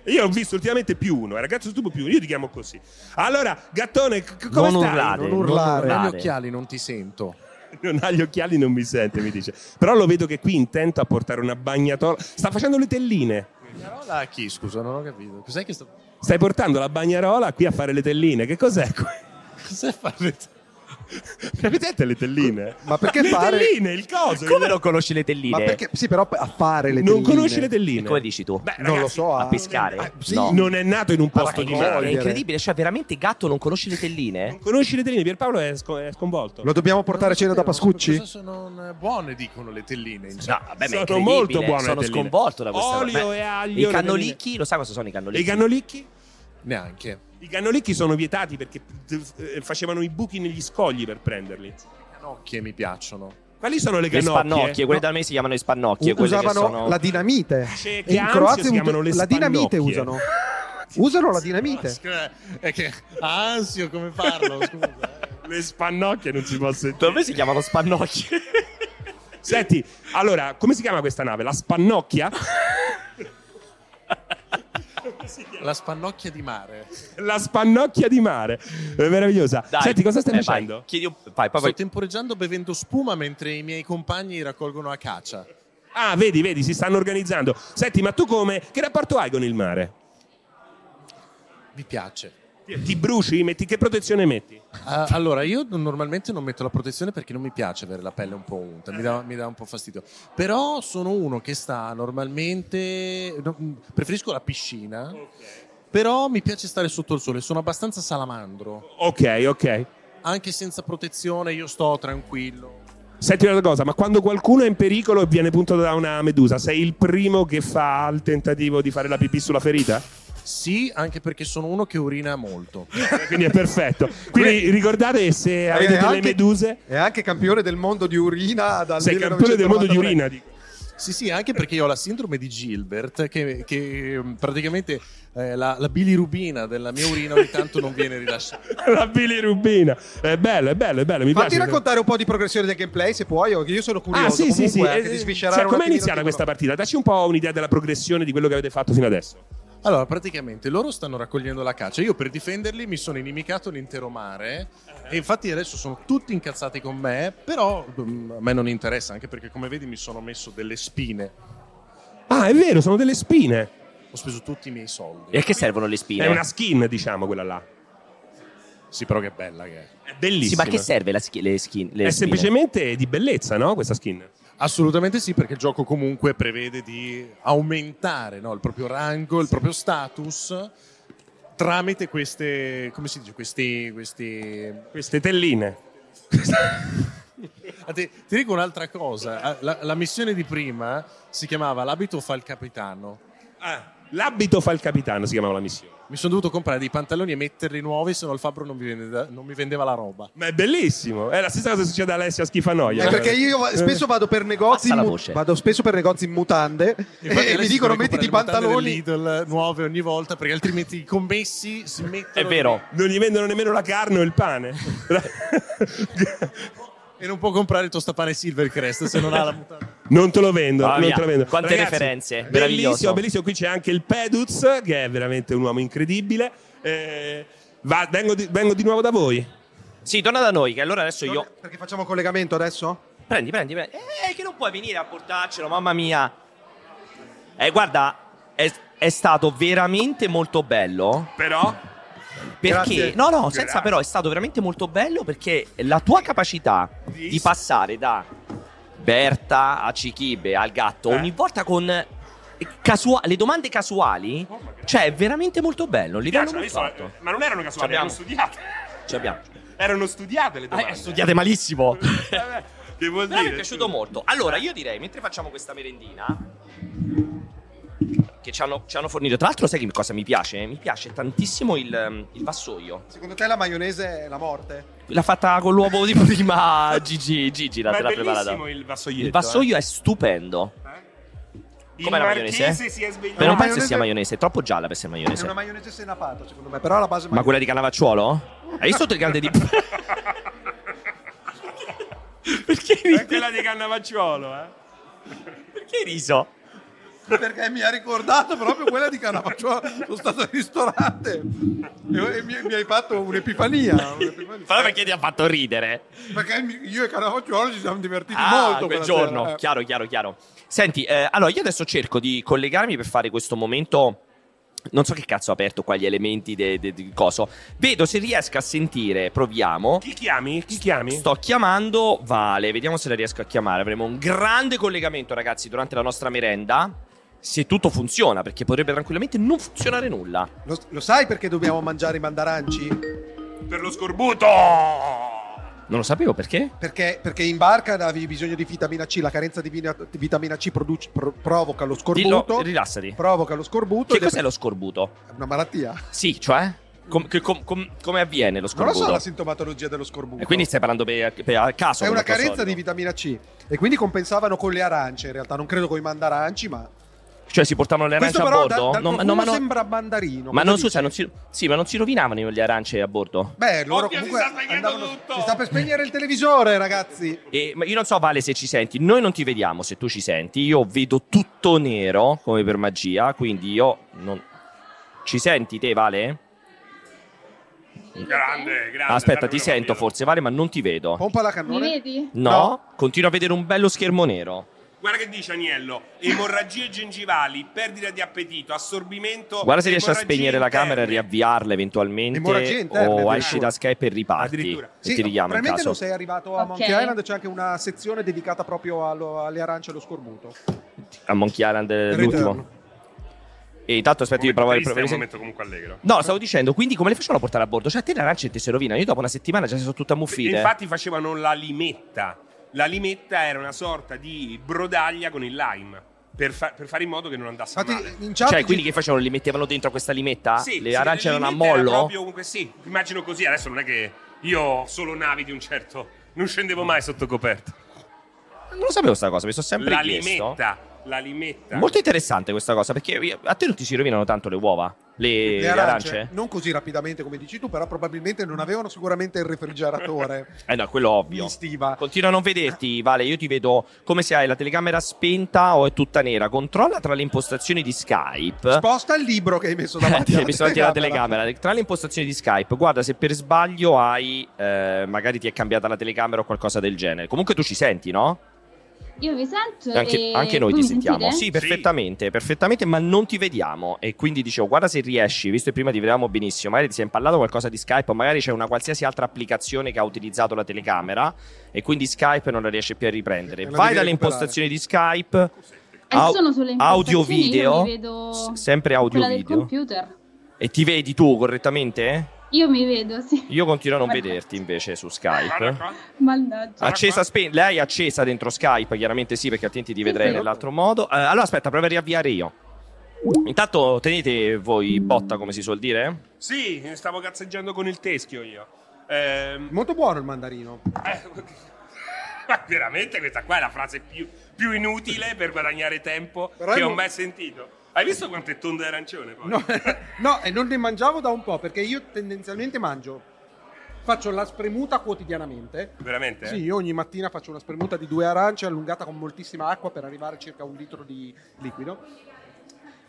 B: Io ho visto ultimamente più uno, era gatto sul tubo più uno, io ti chiamo così. Allora, gattone, c- c- come
J: non
B: stai?
J: urlare,
D: Non urlare.
J: Non
A: urlare.
J: gli occhiali, non ti sento.
B: Non ha gli occhiali, non mi sente, mi dice. Però lo vedo che qui intento a portare una bagnatola. Sta facendo le telline.
J: Parola a chi, scusa, non ho capito. Cos'è che sto...
B: Stai portando la bagnarola qui a fare le telline. Che cos'è?
J: Cos'è fare?
B: Le Vedete le telline?
D: Ma perché
B: le
D: fare-
B: telline, il coso.
A: come
B: il-
A: non conosci le telline
D: Ma perché? Sì, però a fare le
B: Non
D: telline.
B: conosci le telline?
A: E come dici tu
B: Beh,
D: Non lo so.
A: a
D: ah.
A: pescare
B: eh, sì,
A: no
B: Non è nato in un
A: Ma
B: posto
A: è
B: di
A: incredibile,
B: mare.
A: è incredibile cioè veramente gatto non conosci le telline
B: Non conosci le telline? Pierpaolo è, sco- è sconvolto.
D: Lo dobbiamo portare a cena da Pascucci?
J: Cosa sono eh, buone, dicono le telline. in
A: No,
J: genere.
A: vabbè, ma è
B: Sono
A: incredibile,
B: molto buone le
A: Sono
B: telline.
A: sconvolto da questa
B: Olio
A: roba.
B: e
A: Beh,
B: aglio,
A: I
B: le
A: cannolicchi, lo sai cosa sono i cannolicchi?
B: E i cannolicchi?
J: Neanche.
B: I cannolicchi sono vietati perché eh, facevano i buchi negli scogli per prenderli.
J: Le canocchie mi piacciono.
B: Quali sono le
A: le
B: cannocchie?
A: spannocchie, quelle da me si chiamano le spannocchie. quelle che
D: Usavano
A: sono...
D: la dinamite.
B: C'è
D: E
B: che
D: in
B: anzi
D: Croazia
B: si chiamano
D: ut-
B: le
D: la dinamite
B: spannocchie.
D: usano. Usano la dinamite.
J: Ah, È che ansio come parlo, scusa. eh.
B: Le spannocchie non si può
A: Da
B: sentire.
A: me si chiamano spannocchie.
B: Senti, allora, come si chiama questa nave? La spannocchia?
J: La spannocchia di mare.
B: La spannocchia di mare. È meravigliosa.
A: Dai.
B: Senti, cosa stai
A: Eh, vai,
B: facendo?
A: chiedi un... Vai, poi
J: Sto
A: vai.
J: temporeggiando bevendo spuma mentre i miei compagni raccolgono a caccia.
B: Ah, vedi, vedi, si stanno organizzando. Senti, ma tu come? Che rapporto hai con il mare?
J: Mi
B: Ah,
J: piace.
B: Ti bruci? Metti, che protezione metti?
J: Ah, allora, io normalmente non metto la protezione perché non mi piace avere la pelle un po' unta, mi dà, mi dà un po' fastidio. Però sono uno che sta normalmente. no, mm, preferisco la piscina, però mi piace stare sotto il sole, sono abbastanza salamandro.
B: Ok, ok.
J: Anche senza protezione io sto tranquillo.
B: Senti una cosa, ma quando qualcuno è in pericolo e viene puntato da una medusa, sei il primo che fa il tentativo di fare la pipì sulla ferita?
J: Sì, anche perché sono uno che urina molto.
B: Quindi è perfetto. Quindi ricordate se avete
D: È
B: delle
D: anche-
B: meduse,
D: È anche campione del mondo di urina dal
B: sei campione del mondo di
D: 1993.
B: urina. dico.
J: Sì, sì, anche perché io ho la sindrome di Gilbert, che, che, mm, praticamente eh, la, la bilirubina della mia urina ogni tanto non viene rilasciata.
B: la bilirubina. È bello, è bello, è bello. Mi
D: Fatti
B: piace.
D: raccontare un po' di progressione del gameplay se puoi, o- io sono curioso
B: Ah, sì, sì,
D: comunque
B: sì.
D: anche
B: Eh,
D: di sviscerare
B: cioè,
D: un
B: com'è
D: attimino
B: iniziata
D: il
B: questa
D: titolo.
B: partita? Dacci un po' un'idea della progressione di quello che avete fatto fino adesso.
J: Allora, praticamente loro stanno raccogliendo la caccia. Io per difenderli mi sono inimicato l'intero mare. E infatti adesso sono tutti incazzati con me. Però mm, a me non interessa, anche perché come vedi mi sono messo delle spine.
K: Ah, è vero, sono delle spine.
J: Ho speso tutti i miei soldi.
A: E a che servono le
K: È
A: spine?
K: una skin, diciamo, quella là.
J: Sì, però che bella che è.
K: È bellissima.
A: Sì, ma a che serve la schi- le skin? le
K: È
A: spine?
K: semplicemente di bellezza, no? Questa skin.
J: Assolutamente sì, perché il gioco comunque prevede di aumentare no, il proprio rango, il proprio status tramite queste, come si dice, questi, questi...
K: Queste telline.
J: Ah, Ti, ti dico un'altra cosa, Ah, la, la missione di prima si chiamava L'abito fa il capitano,
K: Ah, l'abito fa il capitano, si chiamava la missione.
J: mi sono dovuto comprare dei pantaloni e metterli nuovi, se no il fabbro non mi, vende- non mi vendeva la roba.
K: Ma è bellissimo. È la stessa cosa che succede ad Alessia Schifanoia.
D: Eh, perché io va- spesso vado per negozi,
A: Basta
D: in
A: la
D: mu-
A: voce.
D: vado spesso per negozi in mutande
J: Infatti
D: e
J: adesso
D: mi dicono
J: dovrei
D: mettiti i
J: comprare le
D: pantaloni.
J: mutande del Lidl nuove ogni volta perché altrimenti i commessi si mettono...
A: È vero.
K: Non gli vendono nemmeno la carne o il pane.
J: E non può comprare il tostapane Silvercrest se non ha la mutanda.
K: non te lo vendono.
A: Mamma
K: non
A: mia,
K: te lo vendono.
A: quante referenze, meraviglioso.
K: Bellissimo, bellissimo. Qui c'è anche il Peduz, che è veramente un uomo incredibile. Eh, va- vengo, di, vengo di nuovo da voi.
A: Sì, torna da noi, che allora adesso io...
D: Perché facciamo collegamento adesso?
A: Prendi, prendi, prendi. Eh, che non puoi venire a portarcelo, mamma mia. Eh, guarda, è, è stato veramente molto bello.
K: Però,
A: Perché,
D: Grazie.
A: no, no, senza
K: Grazie.
A: però, è stato veramente molto bello perché la tua capacità di passare da Berta a Cichibe al gatto
K: Eh.
A: ogni volta con casua- le domande casuali, cioè è veramente molto bello.
B: Oh Mi
A: Livello
B: piacciono,
A: molto
B: visto?
A: alto.
B: Ma non erano casuali, erano
A: Ci
B: studiate.
A: Ci abbiamo.
B: Erano studiate le domande.
A: Eh, studiate malissimo.
B: Vabbè, che vuol
A: Però
B: dire?
A: mi è piaciuto molto. Allora, io direi, mentre facciamo questa merendina, che ci hanno, ci hanno fornito. Tra l'altro, sai che cosa mi piace? Mi piace tantissimo il, ehm, il vassoio.
D: Secondo te la maionese è la morte?
A: L'ha fatta con l'uovo di prima Gigi, Gigi l'ha
B: Ma è
A: te l'ha preparata.
B: bellissimo il vassoietto.
A: Il vassoio è stupendo.
B: eh.
A: com'è
B: il
A: la maionese?
B: marchese si è svegliato.
A: Però
D: una
A: non penso
D: maionese-
A: sia maionese, è troppo gialla per essere
D: È
A: maionese.
D: una maionese senapata, secondo me, però la base è
A: Ma
D: maionese.
A: quella di Cannavacciuolo? Hai visto tutto il grande di. Perché
B: È
A: ridi?
B: quella di Cannavacciuolo, eh.
A: Perché hai riso?
D: Perché mi ha ricordato proprio quella di Canavacciuolo. Sono stato al ristorante e, e mi, mi hai fatto un'epifania. un'epifania.
A: Però perché ti ha fatto ridere?
D: Perché mi- io e Canavacciuolo ci siamo divertiti
A: Ah,
D: molto
A: quel
D: quella
A: giorno.
D: sera, eh.
A: Chiaro, chiaro, chiaro. Senti, eh, allora io adesso cerco di collegarmi per fare questo momento. Non so che cazzo ho aperto qua gli elementi de- de- di coso. Vedo se riesco a sentire, proviamo.
K: chi chiami? Chi chiami?
A: Sto chiamando Vale, vediamo se la riesco a chiamare. Avremo un grande collegamento, ragazzi, durante la nostra merenda. Se tutto funziona, perché potrebbe tranquillamente non funzionare nulla.
D: Lo, lo sai perché dobbiamo mangiare i mandaranci?
B: Per lo scorbuto!
A: Non lo sapevo perché.
D: Perché, perché in barca avevi bisogno di vitamina C, la carenza di vina- di vitamina C produce- pro- provoca lo
A: Dillo,
D: scorbuto.
A: rilassati.
D: provoca lo scorbuto.
A: Che
D: ed è-
A: cos'è lo scorbuto?
D: È una malattia.
A: Sì, cioè? Com- che- com- com- come avviene lo
D: Non
A: scorbuto?
D: lo so la sintomatologia dello scorbuto.
A: E quindi stai parlando per, per a caso?
D: è
A: come
D: una
A: cosa
D: carenza di
A: solito.
D: vitamina C e quindi compensavano con le arance in realtà, non credo con i mandaranci, ma
A: Cioè si portavano le arance
D: questo però
A: a bordo?
D: da, dal
A: No, ma-
D: profumo
A: no, ma no-
D: sembra mandarino.
A: ma
D: cosa
A: non
D: dici?
A: scusa, non si, sì, ma non si rovinavano le arance a bordo?
D: Beh, loro
B: Oddio, si
D: comunque
B: sta spegnendo tutto!
D: si sta per spegnere il televisore, ragazzi.
A: E, ma io non so, Vale, se ci senti. Noi non ti vediamo se tu ci senti. Io vedo tutto nero, come per magia, quindi io non... Ci senti te, Vale?
B: Grande,
D: Ah,
B: grande.
A: Aspetta,
B: date
A: ti
B: una
A: sento
B: manina.
A: forse, Vale, ma non ti vedo.
D: Pompa la
E: Mi
D: cannone.
E: vedi?
A: No?
D: no.
A: Continua a vedere un bello schermo nero.
B: Guarda che dice Agnello, emorragie gengivali, perdita di appetito, assorbimento...
A: Guarda se riesci a
B: emorragie
A: spegnere la camera e
B: interne.
A: riavviarla eventualmente.
D: Emorragie interne,
A: o
D: addirittura.
A: esci da Skype e riparti.
B: eh, Addirittura.
A: E
D: Sì,
A: ti richiamo in
D: probabilmente
A: caso.
D: non sei arrivato a
E: Ok.
D: Monkey Island, c'è anche una sezione dedicata proprio allo- alle arance e allo scorbuto.
A: A Monkey Island eh,
D: Ritorno.
A: l'ultimo. E intanto aspetta, io
B: Momento
A: provo a
B: triste, è un
A: provo-
B: momento comunque allegro.
A: No, stavo dicendo, quindi come le facevano a portare a bordo? Cioè, a te le arance ti si rovinano. Io dopo una settimana già sono tutte ammuffite.
B: Infatti facevano la limetta. La limetta era una sorta di brodaglia con il lime, per, fa- per fare in modo che non andasse male.
D: Infatti, in chat
A: Cioè,
D: ci-
A: quindi che facevano? Li mettevano dentro a questa limetta?
B: Sì,
A: le
B: sì,
A: arance erano a
B: limetta era
A: mollo?
B: proprio comunque sì, immagino così. Adesso non è che io ho solo navi di un certo... Non scendevo mai sotto coperta.
A: Non lo sapevo questa cosa, mi sono sempre
B: La
A: chiesto.
B: limetta, la limetta.
A: Molto interessante questa cosa, perché a te non ti si rovinano tanto le uova. le, le arance?
D: non così rapidamente come dici tu, però probabilmente non avevano sicuramente il refrigeratore
A: Eh no, quello ovvio.
D: in stiva.
A: Continuo a non vederti, Vale. Io ti vedo come se hai la telecamera spenta o è tutta nera. Controlla tra le impostazioni di Skype.
D: Sposta il libro che hai messo
A: Eh,
D: davanti
A: ti-
D: alla
A: mi sono tirato la
D: telecamera.
A: telecamera. Tra le impostazioni di Skype, guarda se per sbaglio hai. eh, magari ti è cambiata la telecamera o qualcosa del genere. Comunque tu ci senti, no?
L: Io vi sento.
A: Anche,
L: e- mm,
A: anche noi
L: voi
A: ti
L: mi eh?
A: sentiamo.
L: sentite?
A: Sì, perfettamente, perfettamente, ma non ti vediamo. E quindi dicevo, guarda se riesci, visto che prima ti vedevamo benissimo, magari ti sei impallato qualcosa di Skype, o magari c'è una qualsiasi altra applicazione che ha utilizzato la telecamera e quindi Skype non la riesce più a riprendere.
D: E la
A: Vai
D: devi
A: dalle
D: recuperare.
A: impostazioni di Skype,
L: Eh,
A: Au-
L: sono sulle
A: audio
L: impostazioni, Io
A: video,
L: mi vedo
A: s- sempre audio
L: quella del
A: video.
L: computer.
A: E ti vedi tu correttamente?
L: Io mi vedo, sì.
A: Io continuo a non
L: Guarda.
A: vederti invece su
F: Guarda
A: Skype.
F: qua.
L: Mannaggia.
A: Accesa, spe- lei è accesa dentro Skype, chiaramente sì, perché altrimenti ti vedrei nell'altro modo. Eh, allora aspetta, provo a riavviare io. Intanto tenete voi botta, come si suol dire?
F: Sì, stavo cazzeggiando con il teschio io. Ehm,
D: Molto buono il mandarino.
F: eh, ma veramente questa qua è la frase più, più inutile per guadagnare tempo
D: Però
F: che
D: è
F: ho
D: mo-
F: mai sentito. Hai visto quanto è tonda arancione poi?
D: No, no, e non ne mangiavo da un po' perché io tendenzialmente mangio. Faccio la spremuta quotidianamente.
F: Veramente? eh?
D: Sì, io ogni mattina faccio una spremuta di due arance allungata con moltissima acqua per arrivare a circa un litro di liquido.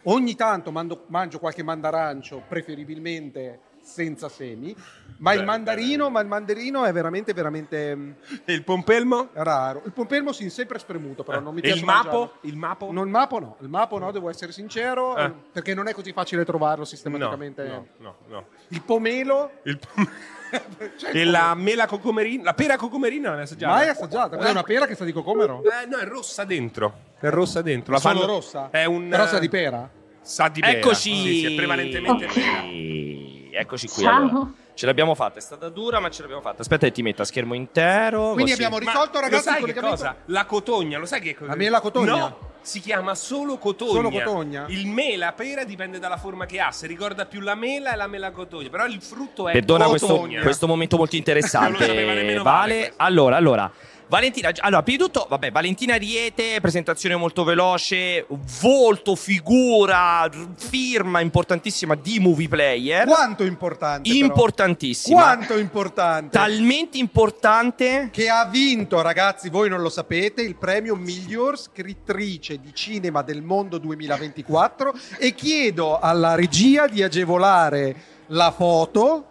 D: Ogni tanto mando- mangio qualche mandarancio, preferibilmente senza semi, ma il
F: Beh,
D: mandarino, ma il mandarino è veramente veramente mm,
F: E il pompelmo? Eh.
D: raro. Il pompelmo sì, sempre spremuto, però non mi
F: E
D: piace
F: il mapo?
D: mangiarlo.
F: Il mapo?
D: No, il mapo no, il mapo no, devo essere sincero,
F: Eh.
D: eh, perché non è così facile trovarlo sistematicamente.
F: No, no, no.
D: Il pomelo
F: Il-
D: Cioè,
F: e la mela cocomerina? La pera cocomerina l'hai assaggiata?
D: mai assaggiata, quella è una pera che sta di cocomero.
F: Eh, no, è rossa dentro. È rossa dentro. La
D: Solo
F: fanno
D: rossa?
F: È un...
D: Però sa di pera?
F: Sa di pera.
A: Eccoci!
F: Sì, sì, è prevalentemente
L: Ok.
F: pera.
A: Eccoci qui.
L: Ciao.
A: allora. Ce l'abbiamo fatta, è stata dura, ma ce l'abbiamo fatta. Aspetta che ti metta schermo intero.
D: Quindi
A: così.
D: abbiamo
F: Ma
D: risolto,
F: lo
D: ragazzi,
F: sai
D: il
F: che
D: collegamento-
F: cosa? La cotogna, lo sai che cosa?
D: La mela cotogna?
F: No, si chiama solo cotogna.
D: Solo cotogna?
F: Il mela pera dipende dalla forma che ha, se ricorda più la mela e la mela cotogna, però il frutto è
A: Perdona questo,
F: cotogna.
A: questo momento molto
F: Non lo sapeva
A: interessante,
F: nemmeno Vale,
A: Vale.
F: questo.
A: Allora, allora. Valentina, allora, prima di tutto, vabbè, Valentina Riete, presentazione molto veloce, volto, figura, r- firma importantissima di Movie Player.
D: Quanto importante però.
A: importantissima.
D: Quanto importante.
A: Talmente importante
D: che ha vinto, ragazzi, voi non lo sapete, il premio miglior scrittrice di cinema del mondo 2024 e chiedo alla regia di agevolare la foto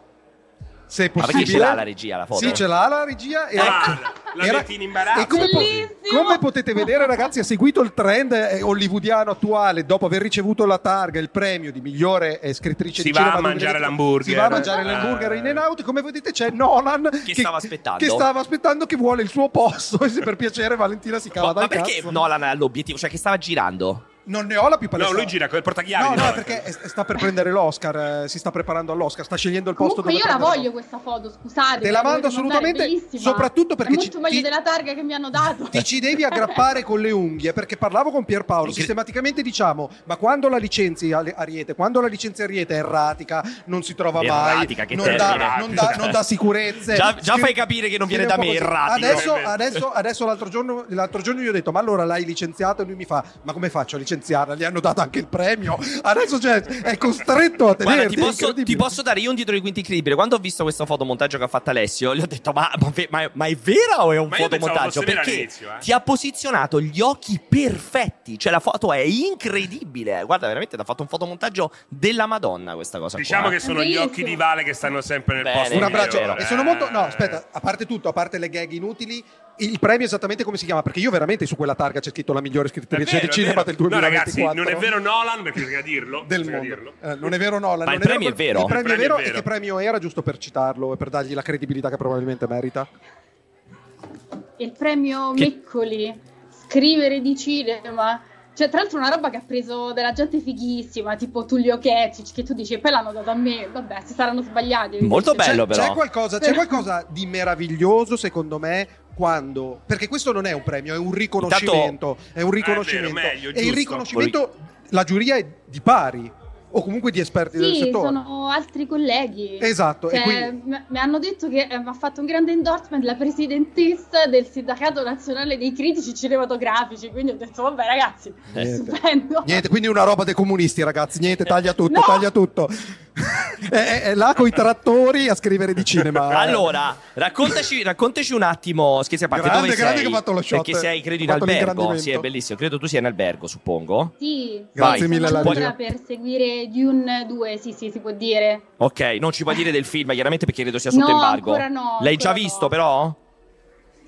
D: se
A: Ma
D: possibile.
A: perché ce l'ha la regia la foto?
D: Sì, ce l'ha la regia.
B: Ah,
D: e-
F: Guarda,
E: ecco,
F: la
D: era-
F: metti in imbarazzo.
D: E come, po-
L: Bellissimo!
D: come potete vedere, ragazzi, ha seguito il trend eh, hollywoodiano attuale dopo aver ricevuto la targa, il premio di migliore eh, scrittrice
F: Si
D: di
F: va
D: cinema.
F: a mangiare
D: 2024.
F: l'hamburger.
D: Si va a mangiare
F: Eh.
D: l'hamburger in and out. Come vedete, c'è Nolan
A: Che stava aspettando.
D: Che stava aspettando che vuole il suo posto. E se per piacere, Valentina si cava
A: Ma, ma
D: dal
A: perché
D: cazzo.
A: Nolan ha l'obiettivo? Cioè, che stava girando?
D: Non ne ho la più
F: No,
D: palestra.
F: lui gira col portachiavi.
D: No,
F: di
D: no,
F: Nolan.
D: perché eh, sta per prendere l'Oscar. eh, Si sta preparando all'Oscar. Sta scegliendo il posto
L: Comunque io
D: dove
L: la
D: prendere
L: voglio questa foto, scusate.
D: Te la
L: dovete
D: mando
L: mandare,
D: assolutamente,
L: bellissima.
D: soprattutto perché
L: è
D: ci-
L: molto meglio
D: ti-
L: della targa che mi hanno dato.
D: Ti ci devi aggrappare con le unghie perché parlavo con Pierpaolo. Sistematicamente diciamo: ma quando la licenzi a Ariete, quando la licenza Ariete è erratica, non si trova
A: Erratica,
D: mai,
A: che
D: non dà,
A: termine.
D: non, dà, non dà sicurezze.
A: Già- già
D: Scrive-
A: fai capire che non viene
D: scrive
A: da
D: un po'
A: me
D: così.
A: erratico.
D: Adesso,
F: Eh beh.
D: adesso- adesso l'altro, giorno, l'altro giorno gli ho detto: ma allora l'hai licenziato? E lui mi fa: ma come faccio a licenziarla? Gli hanno dato anche il premio. Adesso cioè, è costretto a tenerti.
A: Guarda, ti
D: è
A: posso,
D: incredibile.
A: ti posso dare io un dietro di quinti incredibile. Quando ho visto questo fotomontaggio che ha fatto Alessio, gli ho detto: Ma, ma ve- ma- ma è vera o è un
F: Ma io
A: fotomontaggio?
F: pensavo fosse vera
A: Perché
F: all'inizio, eh.
A: ti ha posizionato gli occhi perfetti. Cioè, la foto è incredibile. Guarda, veramente ti ha fatto un fotomontaggio della Madonna questa cosa.
F: Diciamo
A: qua.
F: che sono gli
L: Bellissimo.
F: occhi di Vale che stanno sempre nel
A: Bene,
F: posto.
D: un abbraccio
F: migliore.
D: e sono molto no aspetta a parte tutto a parte le gag inutili il premio è esattamente come si chiama perché io veramente su quella targa c'è scritto la migliore
F: È
D: scrittrice
F: vero,
D: di
F: è
D: cinema
F: vero.
D: del
F: No,
D: 2024
F: ragazzi, non è vero Nolan perché bisogna dirlo.
D: del
F: bisogna
D: mondo
F: dirlo.
D: Eh, non è vero Nolan
A: Ma il
D: non
A: premio è vero?
D: il premio è
F: Il premio
D: vero
F: è
D: e
F: vero.
D: che premio era giusto per citarlo e per dargli la credibilità che probabilmente merita
L: Il premio
A: Che-
L: Miccoli, scrivere di cinema. Cioè, tra l'altro una roba che ha preso della gente fighissima, tipo Tullio Ketic, che tu dici, poi l'hanno dato a me, vabbè, si saranno sbagliati.
A: Molto
L: Invece-
A: bello,
D: c'è,
A: però.
D: c'è qualcosa, c'è qualcosa di meraviglioso secondo me quando perché questo non è un premio è un
F: Eh,
D: riconoscimento è un riconoscimento
F: meglio,
D: e il
F: giusto.
D: riconoscimento la giuria è di pari o comunque di esperti del
L: Sì,
D: settore.
L: sono altri colleghi.
D: Esatto, e
L: Cioè,
D: quindi-
L: m- mi hanno detto che eh, mi ha fatto un grande endorsement la presidentessa del sindacato nazionale dei critici cinematografici, quindi ho detto vabbè ragazzi,
D: Niente.
L: stupendo.
D: Niente, quindi una roba dei comunisti, ragazzi. Niente, taglia tutto,
L: No!
D: taglia tutto. è, è- è là con i trattori a scrivere di cinema.
A: Allora, raccontaci, raccontaci un attimo, scherzi a parte,
D: Grande,
A: dove
D: grande
A: sei?
D: che ha fatto lo shot.
A: Perché sei, credo, in
D: Ha fatto
A: albergo.
D: l'ingrandimento.
A: Sì, è bellissimo. Credo tu sia in albergo, suppongo.
L: Sì,
D: Grazie
L: sì,
D: mille,
L: sono
D: Laura.
L: ancora per seguire Dune 2, sì sì, si può dire.
A: Ok, non ci puoi dire del film, chiaramente, perché credo sia sotto
L: No,
A: embargo.
L: ancora no,
A: L'hai già
L: ancora
A: visto,
L: no.
A: però?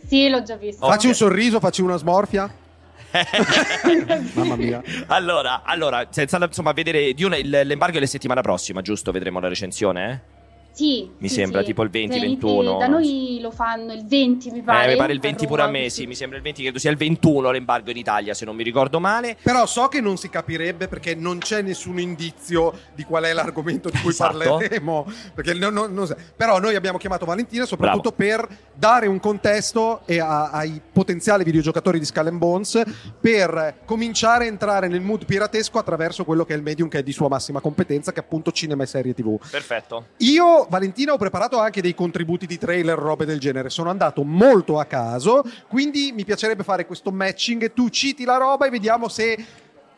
L: Sì, l'ho già visto.
A: Oh,
D: Facci un sorriso, facci una smorfia. Mamma mia.
A: allora, allora, senza insomma vedere Dune, il- l'embargo è la settimana prossima, giusto? Vedremo la recensione? eh?
L: Sì,
A: Mi
L: sì,
A: sembra
L: sì.
A: tipo il 20,
L: Cioè,
A: 21.
L: Da noi lo fanno il 20, mi
A: Eh,
L: pare.
A: mi pare il
L: a
A: 20 pure a
L: Roma,
A: me,
L: sì.
A: sì, mi sembra il 20, credo sia il 21 l'embargo in Italia, se non mi ricordo male.
D: Però so che non si capirebbe perché non c'è nessun indizio di qual è l'argomento di cui
A: Esatto.
D: parleremo. Perché non- non- non sa- Però noi abbiamo chiamato Valentina soprattutto per dare un contesto e a- ai potenziali videogiocatori di Skull and Bones per cominciare a entrare nel mood piratesco attraverso quello che è il medium che è di sua massima competenza, che è appunto cinema e serie TV.
A: Perfetto.
D: Io, Valentina, ho preparato anche dei contributi di trailer, robe del genere. Sono andato molto a caso, quindi mi piacerebbe fare questo matching. Tu citi la roba e vediamo se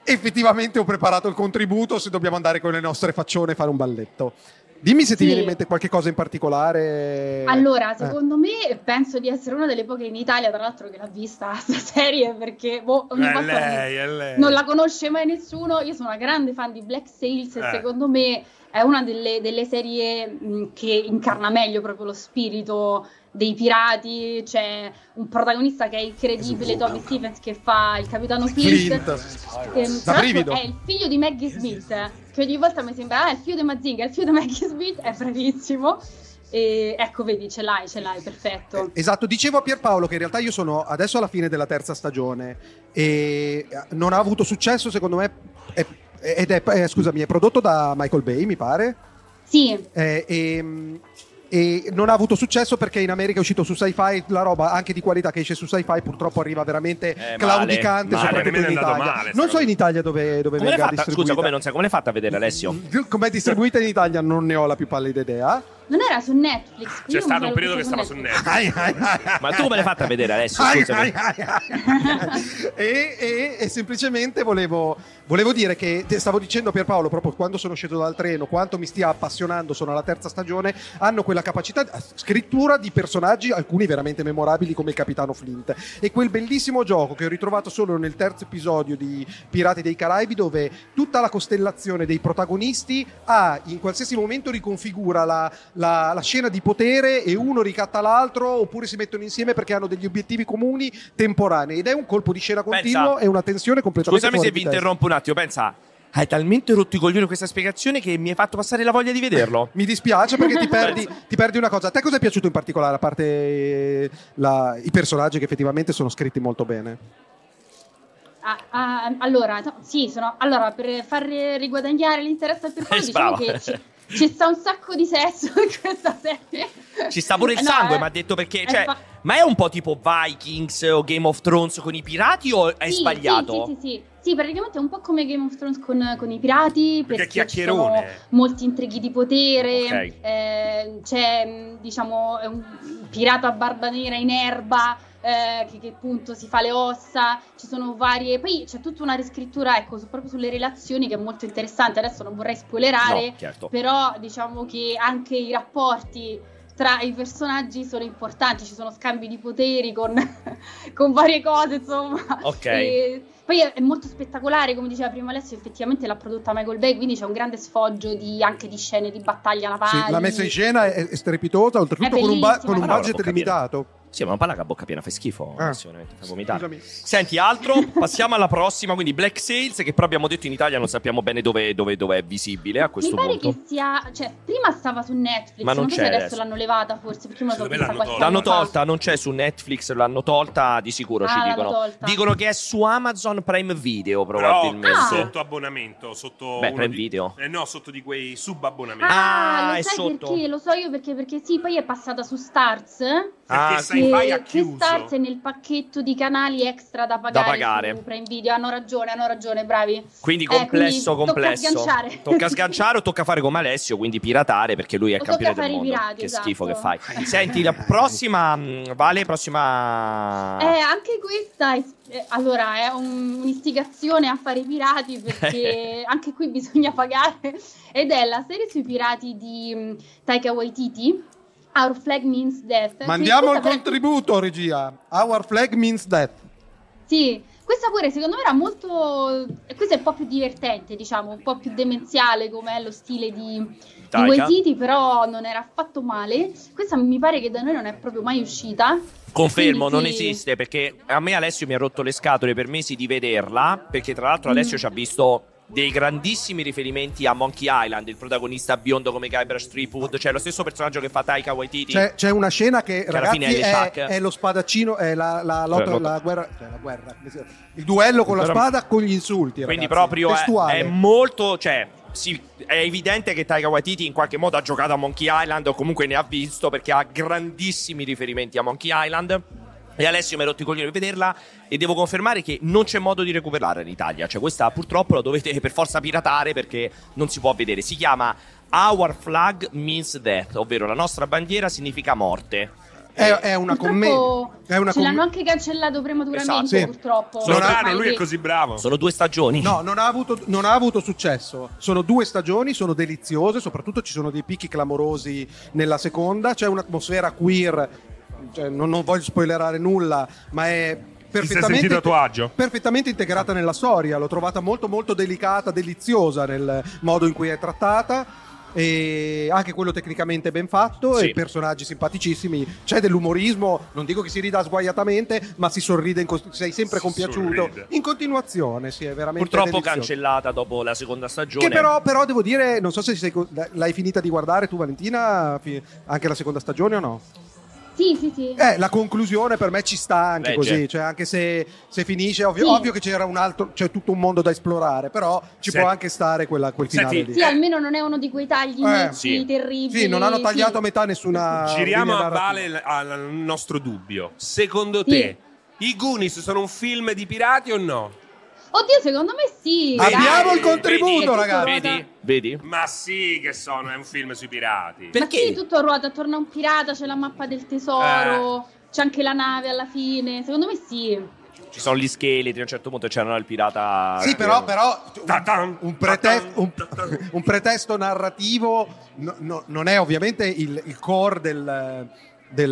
D: effettivamente ho preparato il contributo, se dobbiamo andare con le nostre faccione e fare un balletto. Dimmi se ti
L: Sì.
D: viene in mente qualche cosa in particolare.
L: Allora,
D: Eh.
L: secondo me penso di essere una delle poche in Italia, tra l'altro, che l'ha vista questa serie perché boh, ogni
D: Eh,
F: È
L: volta
F: lei, è lei.
L: non la conosce mai nessuno. Io sono una grande fan di Black Sails e
F: Eh.
L: secondo me è una delle, delle serie mh, che incarna meglio proprio lo spirito dei pirati. C'è un protagonista che è incredibile, Tommy Stevens, che fa il capitano Flint.
D: Flint.
L: Che,
D: Da
L: tra l'altro, Esatto,
D: brivido.
L: è il figlio di Maggie Smith, eh, che ogni volta mi sembra, ah, è il figlio di Mazinga, è il figlio di Maggie Smith, è bravissimo. E ecco, vedi, ce l'hai, ce l'hai, perfetto.
D: Eh, Esatto, dicevo a Pierpaolo che in realtà io sono adesso alla fine della terza stagione e eh, non ha avuto successo secondo me è- ed è, eh, scusami, è prodotto da Michael Bay mi pare
L: Sì,
D: Eh, e, e non ha avuto successo perché in America è uscito su sci-fi la roba anche di qualità che esce su sci-fi purtroppo arriva veramente
A: Eh, male,
D: claudicante
A: male,
D: soprattutto
F: nemmeno
D: in
F: è andato
D: Italia
F: male,
D: non so
F: secondo
D: in
F: me.
D: Italia dove, dove
A: Come l'hai
D: venga
A: fatta?
D: distribuita Mm,
A: Scusa, come non sai come l'hai fatta a vedere Alessio?
D: com'è distribuita in Italia non ne ho la più pallida idea
L: non era su Netflix.
F: C'è stato un periodo che stava su Netflix.
A: Ma tu come l'hai fatta a vedere Alessio? Scusami.
D: Ai, ai, ai. e, e- e semplicemente volevo, volevo dire che te stavo dicendo Pierpaolo proprio quando sono sceso dal treno quanto mi stia appassionando sono alla terza stagione hanno quella capacità di scrittura di personaggi alcuni veramente memorabili come il capitano Flint e quel bellissimo gioco che ho ritrovato solo nel terzo episodio di Pirati dei Caraibi dove tutta la costellazione dei protagonisti ha in qualsiasi momento riconfigura la, la- la scena di potere e uno ricatta l'altro oppure si mettono insieme perché hanno degli obiettivi comuni temporanei ed è un colpo di scena continuo
A: Pensa.
D: e una tensione completamente
A: Scusami
D: fuori
A: se vi
D: di testa.
A: interrompo un attimo, pensa. Hai talmente rotto i coglioni con questa spiegazione che mi hai fatto passare la voglia di vederlo.
D: Mi dispiace perché ti perdi, ti perdi una cosa. A te cosa è piaciuto in particolare, a parte eh, la- i personaggi che effettivamente sono scritti molto bene?
L: Ah, ah, allora, no, sì, sono, allora, per far riguadagnare l'interesse al
A: Eh,
L: percorso, diciamo
A: brava.
L: che ci, ci sta un sacco di sesso in questa serie.
A: Ci sta pure il
L: Eh, no,
A: sangue,
L: eh,
A: ma ha detto perché.
L: eh,
A: Cioè,
L: fa-
A: ma è un po' tipo Vikings o Game of Thrones con i pirati o è
L: sì,
A: sbagliato?
L: Sì, sì, sì, sì. Sì, praticamente è un po' come Game of Thrones con, con i pirati,
F: Perché è
L: perché, ci
F: chiacchierone.
L: sono molti intrighi di potere,
A: Ok.
L: eh, c'è mh, diciamo è un pirata a barba nera in erba eh, che, che appunto si fa le ossa, ci sono varie, poi c'è tutta una riscrittura ecco, su- proprio sulle relazioni che è molto interessante, adesso non vorrei spoilerare,
A: No, certo.
L: però diciamo che anche i rapporti tra i personaggi sono importanti, ci sono scambi di poteri con, con varie cose, insomma.
A: Ok.
L: E poi è, è molto spettacolare, come diceva prima Alessio, effettivamente l'ha prodotta Michael Bay, quindi c'è un grande sfoggio di- anche di scene di battaglia navali.
D: Sì, la messa in scena è, è strepitosa, oltretutto con un, ba-
L: bellissima.
D: con un
A: Allora,
D: budget
A: può capire.
D: limitato.
A: Sì, ma non parla che a bocca piena, fai schifo.
D: Ah.
A: Alessio, veramente, fai vomitare.
D: Scusami.
A: Senti, altro, passiamo alla prossima. Quindi, Black Sales, che però abbiamo detto in Italia non sappiamo bene dove, dove- dove è visibile a
L: Mi
A: questo
L: pare
A: punto.
L: che sia, cioè, prima stava su Netflix,
A: Ma non
L: so
A: c'è
L: se adesso,
A: adesso.
L: l'hanno levata forse, perché me la sono
F: Secondo me
L: vista qualche
A: L'hanno
F: l'hanno
L: anno fa.
A: tolta, non c'è su Netflix, l'hanno tolta di sicuro,
L: Ah,
A: ci
L: l'hanno
A: dicono.
L: tolta.
A: Dicono che è su Amazon Prime Video,
F: Però
A: probabilmente.
L: Ah.
F: sotto abbonamento, sotto
A: Beh,
F: uno
A: Prime
F: di-
A: Video.
F: Eh, no, sotto di quei subabbonamenti.
A: Ah,
L: Ah,
A: è
L: lo sai
A: sotto.
L: perché? Lo so io perché, perché sì, poi è passata su Stars.
F: Perché
A: Ah,
F: sai Sci-Fi ha
L: che
F: chiuso.
L: Stars è nel pacchetto di canali extra da pagare,
A: pagare.
L: su Prime Video. Hanno ragione, hanno ragione, bravi.
A: Quindi
L: Eh,
A: complesso,
L: quindi
A: complesso.
L: Tocca sganciare.
A: Tocca sganciare o tocca fare come Alessio, quindi piratare, perché lui è il
L: O
A: campione
L: tocca
A: del mondo.
L: fare i pirati,
A: che schifo che
L: esatto.
A: fai.
D: Eh,
A: Senti, la prossima, mh, Vale, prossima...
L: Eh, anche questa è- eh, allora, è un- un'istigazione a fare i pirati perché anche qui bisogna pagare ed è la serie sui pirati di mh, Taika Waititi, Our Flag Means Death. che
D: Mandiamo il
L: questa per-
D: contributo, regia. Our flag means death.
L: Sì, questa pure secondo me era molto. e Questa è un po' più divertente, diciamo, un po' più demenziale come è lo stile di, di
A: Taika.
L: Waititi, però non era affatto male. Questa mi pare che da noi non è proprio mai uscita.
A: Confermo,
L: Quindi
A: non
L: sì.
A: esiste perché a me Alessio mi ha rotto le scatole per mesi di vederla, perché tra
L: Mm.
A: l'altro Alessio ci ha visto dei grandissimi riferimenti a Monkey Island, il protagonista biondo come Guybrush Threepwood, cioè lo stesso personaggio che fa Taika Waititi.
D: C'è, c'è una scena che,
A: alla
D: ragazzi
A: fine è
D: è,
A: Isaac.
D: è lo spadaccino, è la, la lotta-
A: Eh, lotta.
D: la guerra, cioè, la guerra, il duello con la
A: Però-
D: spada con gli insulti.
A: Quindi
D: ragazzi.
A: proprio è,
D: Testuale.
A: è molto, cioè sì, è evidente che Taika Waititi in qualche modo ha giocato a Monkey Island o comunque ne ha visto perché ha grandissimi riferimenti a Monkey Island. E Alessio mi ha rotto i coglioni per vederla e devo confermare che non c'è modo di recuperarla in Italia. Cioè questa purtroppo la dovete per forza piratare perché non si può vedere. Si chiama Our Flag Means Death, ovvero la nostra bandiera significa morte.
D: È- è una commedia.
L: Purtroppo
D: È una
L: ce l'hanno
D: commedia.
L: anche cancellato prematuramente,
A: Esatto, sì.
L: purtroppo.
A: Sono
F: Sono
L: Ormai
F: raro, lui è
L: che-
F: così bravo.
A: Sono due stagioni.
D: No, non ha, avuto, non ha avuto successo. Sono due stagioni, sono deliziose, soprattutto ci sono dei picchi clamorosi nella seconda. C'è un'atmosfera queer, cioè, non, non voglio spoilerare nulla, ma è perfettamente,
F: sentito a tuo agio?
D: perfettamente integrata nella storia. L'ho trovata molto, molto delicata, deliziosa nel modo in cui è trattata. E anche quello tecnicamente ben fatto
A: Sì.
D: e personaggi simpaticissimi. C'è dell'umorismo, non dico che si rida sguaiatamente, ma si sorride, in cost- sei sempre
F: Si
D: compiaciuto.
F: sorride.
D: In continuazione, sì, è veramente
A: Purtroppo
D: delizioso.
A: cancellata dopo la seconda stagione.
D: Che però, però devo dire, non so se sei co- l'hai finita di guardare tu Valentina, fi- anche la seconda stagione o no?
L: Sì, sì, sì.
D: Eh, la conclusione per me ci sta anche
A: Legge.
F: certo.
D: così, cioè anche se, se finisce, ovvio,
L: Sì.
D: ovvio che c'era un altro, c'è tutto un mondo da esplorare, però ci
F: Sì.
D: può anche stare quella- quel finale
F: Senti,
D: lì.
L: Sì, almeno non è uno di quei tagli
D: Eh,
L: mezzi
A: sì.
L: terribili.
D: Sì, non hanno tagliato
L: sì.
D: a metà nessuna
F: Giriamo
D: Ah, linea
F: a
D: narrativa.
F: Vale l- al al nostro dubbio. Secondo te, i Goonies sono un film di pirati o no?
L: Oddio, secondo me sì. dai.
D: Abbiamo il
F: Vedi, vedi,
D: contributo, ragazzi.
A: Vedi? Vedi?
F: Ma sì che sono, è un film sui pirati.
L: Ma sì, tutto ruota attorno a un pirata, c'è la mappa del tesoro, c'è anche la nave alla fine. Secondo me sì.
A: Ci sono gli scheletri, a un certo punto c'era il pirata.
D: Sì, però, però
F: Ta-tan,
D: un, un prete- un-
F: ta-tan.
D: un pretesto narrativo no- no- non è ovviamente il, il core del-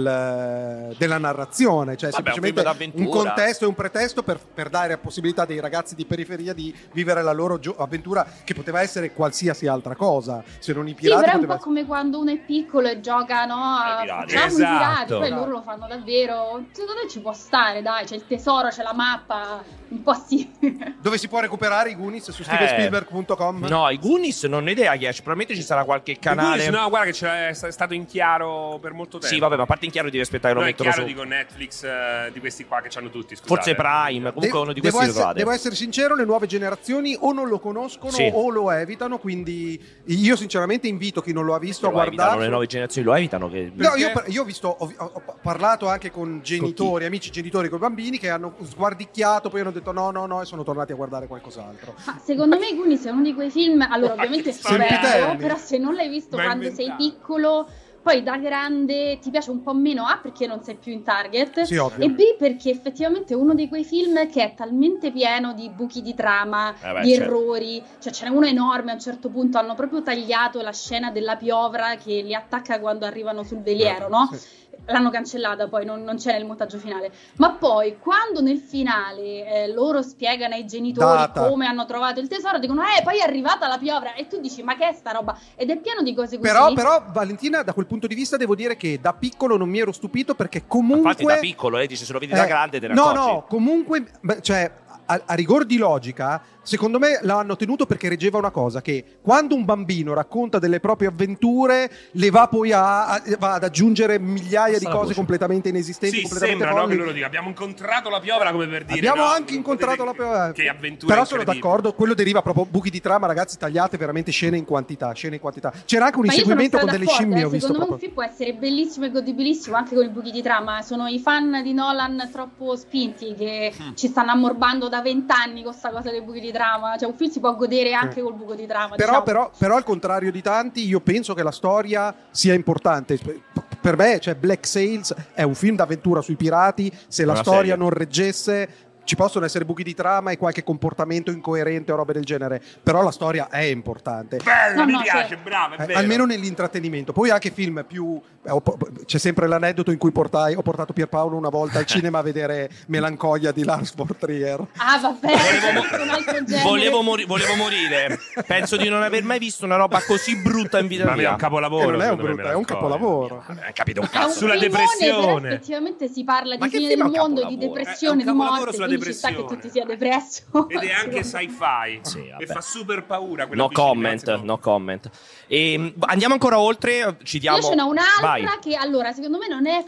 D: del- della narrazione, cioè
A: Vabbè, un
D: semplicemente
A: film d'avventura.
D: un contesto e un pretesto per, per dare la possibilità dei ragazzi di periferia di vivere la loro gio- avventura che poteva essere qualsiasi altra cosa, se non i
L: Sì, però
D: pirati
L: è un
D: poteva
L: po'
D: essere...
L: come quando uno è piccolo e gioca, no? a-
A: Ai pirati.
L: Facciamo i pirati,
F: Esatto.
L: poi loro lo fanno davvero. Secondo me ci può stare, dai, c'è il tesoro, c'è la mappa, un po' sì.
D: Dove si può recuperare i Goonies su stevenspielberg.com?
A: Eh, No, i Goonies non ho idea chi esce, probabilmente ci sarà qualche canale.
F: I Goonies, no, guarda che c'è è stato in chiaro per molto tempo.
A: Sì, vabbè, ma a parte in chiaro di aspettare lo
F: No, è
A: mettono
F: chiaro,
A: su.
F: dico Netflix eh, di questi qua che c'hanno tutti, scusate.
A: Forse Prime, comunque
D: De-
A: uno
D: devo
A: di questi lo
D: essere-
A: trovate.
D: Devo essere sincero, le nuove generazioni o non lo conoscono
A: Sì.
D: o lo evitano, quindi io sinceramente invito chi non lo ha visto
A: Lo
D: a
A: evitano,
D: guardarlo.
A: le nuove generazioni lo evitano. Che...
D: No,
F: Perché?
D: io, par- io ho, visto, ho, ho- ho parlato anche con genitori, amici genitori, con bambini che hanno sguardicchiato, poi hanno detto no, no, no e sono tornati a guardare qualcos'altro.
L: Ma secondo me Goonies è uno di quei film, allora
F: Ma
L: ovviamente è
F: che storia.
L: bello,
D: Sempiterni.
L: però se non l'hai visto
F: Ma
L: quando sei
F: inventato.
L: piccolo, poi da grande ti piace un po' meno A perché non sei più in target.
D: Sì,
L: E
D: ovvio.
L: B perché effettivamente è uno di quei film che è talmente pieno di buchi di trama,
A: Eh beh,
L: di
A: certo.
L: errori, cioè ce n'è uno enorme a un certo punto, hanno proprio tagliato la scena della piovra che li attacca quando arrivano sul veliero, no? L'hanno cancellata poi, non, non c'è nel montaggio finale. Ma poi quando nel finale eh, loro spiegano ai genitori
D: Data.
L: come hanno trovato il tesoro, dicono eh poi è arrivata la piovra e tu dici ma che è sta roba? Ed è pieno di cose così.
D: Però, però, Valentina, da quel punto di vista devo dire che da piccolo non mi ero stupito perché comunque...
A: Infatti, da piccolo, lei dice se lo vedi da
D: Eh,
A: grande, te ne
D: No,
A: accorgi.
D: no, comunque, beh, cioè, a, a rigor di logica, secondo me l'hanno tenuto perché reggeva una cosa, che quando un bambino racconta delle proprie avventure, le va poi a, a- va ad aggiungere migliaia
M: Passa
D: di
M: la
D: cose
M: voce.
D: completamente inesistenti,
F: Sì,
D: completamente
F: sembra no,
D: folli.
F: che loro dica, abbiamo incontrato la piovra come per dire.
D: Abbiamo
F: no,
D: anche incontrato la
F: potete-
D: prima
F: Che avventura.
D: Però sono
F: incredibile.
D: d'accordo, quello deriva proprio buchi di trama, ragazzi, tagliate veramente scene in quantità, scene in quantità. C'era anche un
L: Ma io sono
D: inseguimento
L: stata
D: con delle
L: d'accordo,
D: scimmie,
L: eh,
D: ho visto
L: Secondo me
D: proprio.
L: un film può essere bellissimo e godibilissimo anche con i buchi di trama. Sono i fan di Nolan troppo spinti che
A: Mm.
L: ci stanno ammorbando da vent'anni con sta cosa dei buchi di trama. Cioè, un film si può godere anche col buco di trama.
D: Mm. Però,
L: diciamo.
D: però- però, al contrario di tanti, io penso che la storia sia importante. P- Per me, cioè, Black Sails è un film d'avventura sui pirati. Se la
A: Una
D: storia
A: serie.
D: non reggesse, ci possono essere buchi di trama e qualche comportamento incoerente o robe del genere. Però la storia è importante.
F: Bella,
L: No,
F: mi
L: no, cioè
F: piace,
L: sì.
F: brava, è
D: Eh,
F: vero.
D: almeno nell'intrattenimento. Poi anche film più. eh, ho po- c'è sempre l'aneddoto in cui portai, ho portato Pierpaolo una volta al cinema a vedere Melancolia di Lars von Trier.
L: Ah, vabbè,
A: Volevo,
L: è un altro genere.
A: volevo mori- volevo morire. Penso di non aver mai visto una roba così brutta in vita
F: Ma è
A: mia.
F: un capolavoro.
D: che Eh, non è un
F: secondo me,
D: brutto, è un
F: Melanconia.
D: capolavoro.
A: Eh, capito un
L: È un
A: cazzo.
F: Ah, Sulla
L: filmone,
F: depressione.
L: però effettivamente si parla
A: Ma
L: di
A: che
L: fine
A: film è
L: del
A: un
L: mondo, di
A: capolavoro?
L: depressione,
F: È
L: di
F: un capolavoro
L: morte,
F: sulla
L: quindi ci sta che
F: depressione.
L: tu ti sia depresso.
F: Ed è anche sci-fi.
A: Sì, vabbè.
F: e fa super paura. quella
A: No
F: piscina,
A: comment,
F: anzi,
A: no comment. Ehm, andiamo ancora oltre, ci diamo...
L: Io ce n'ho un'altra
A: Vai.
L: che allora secondo me non è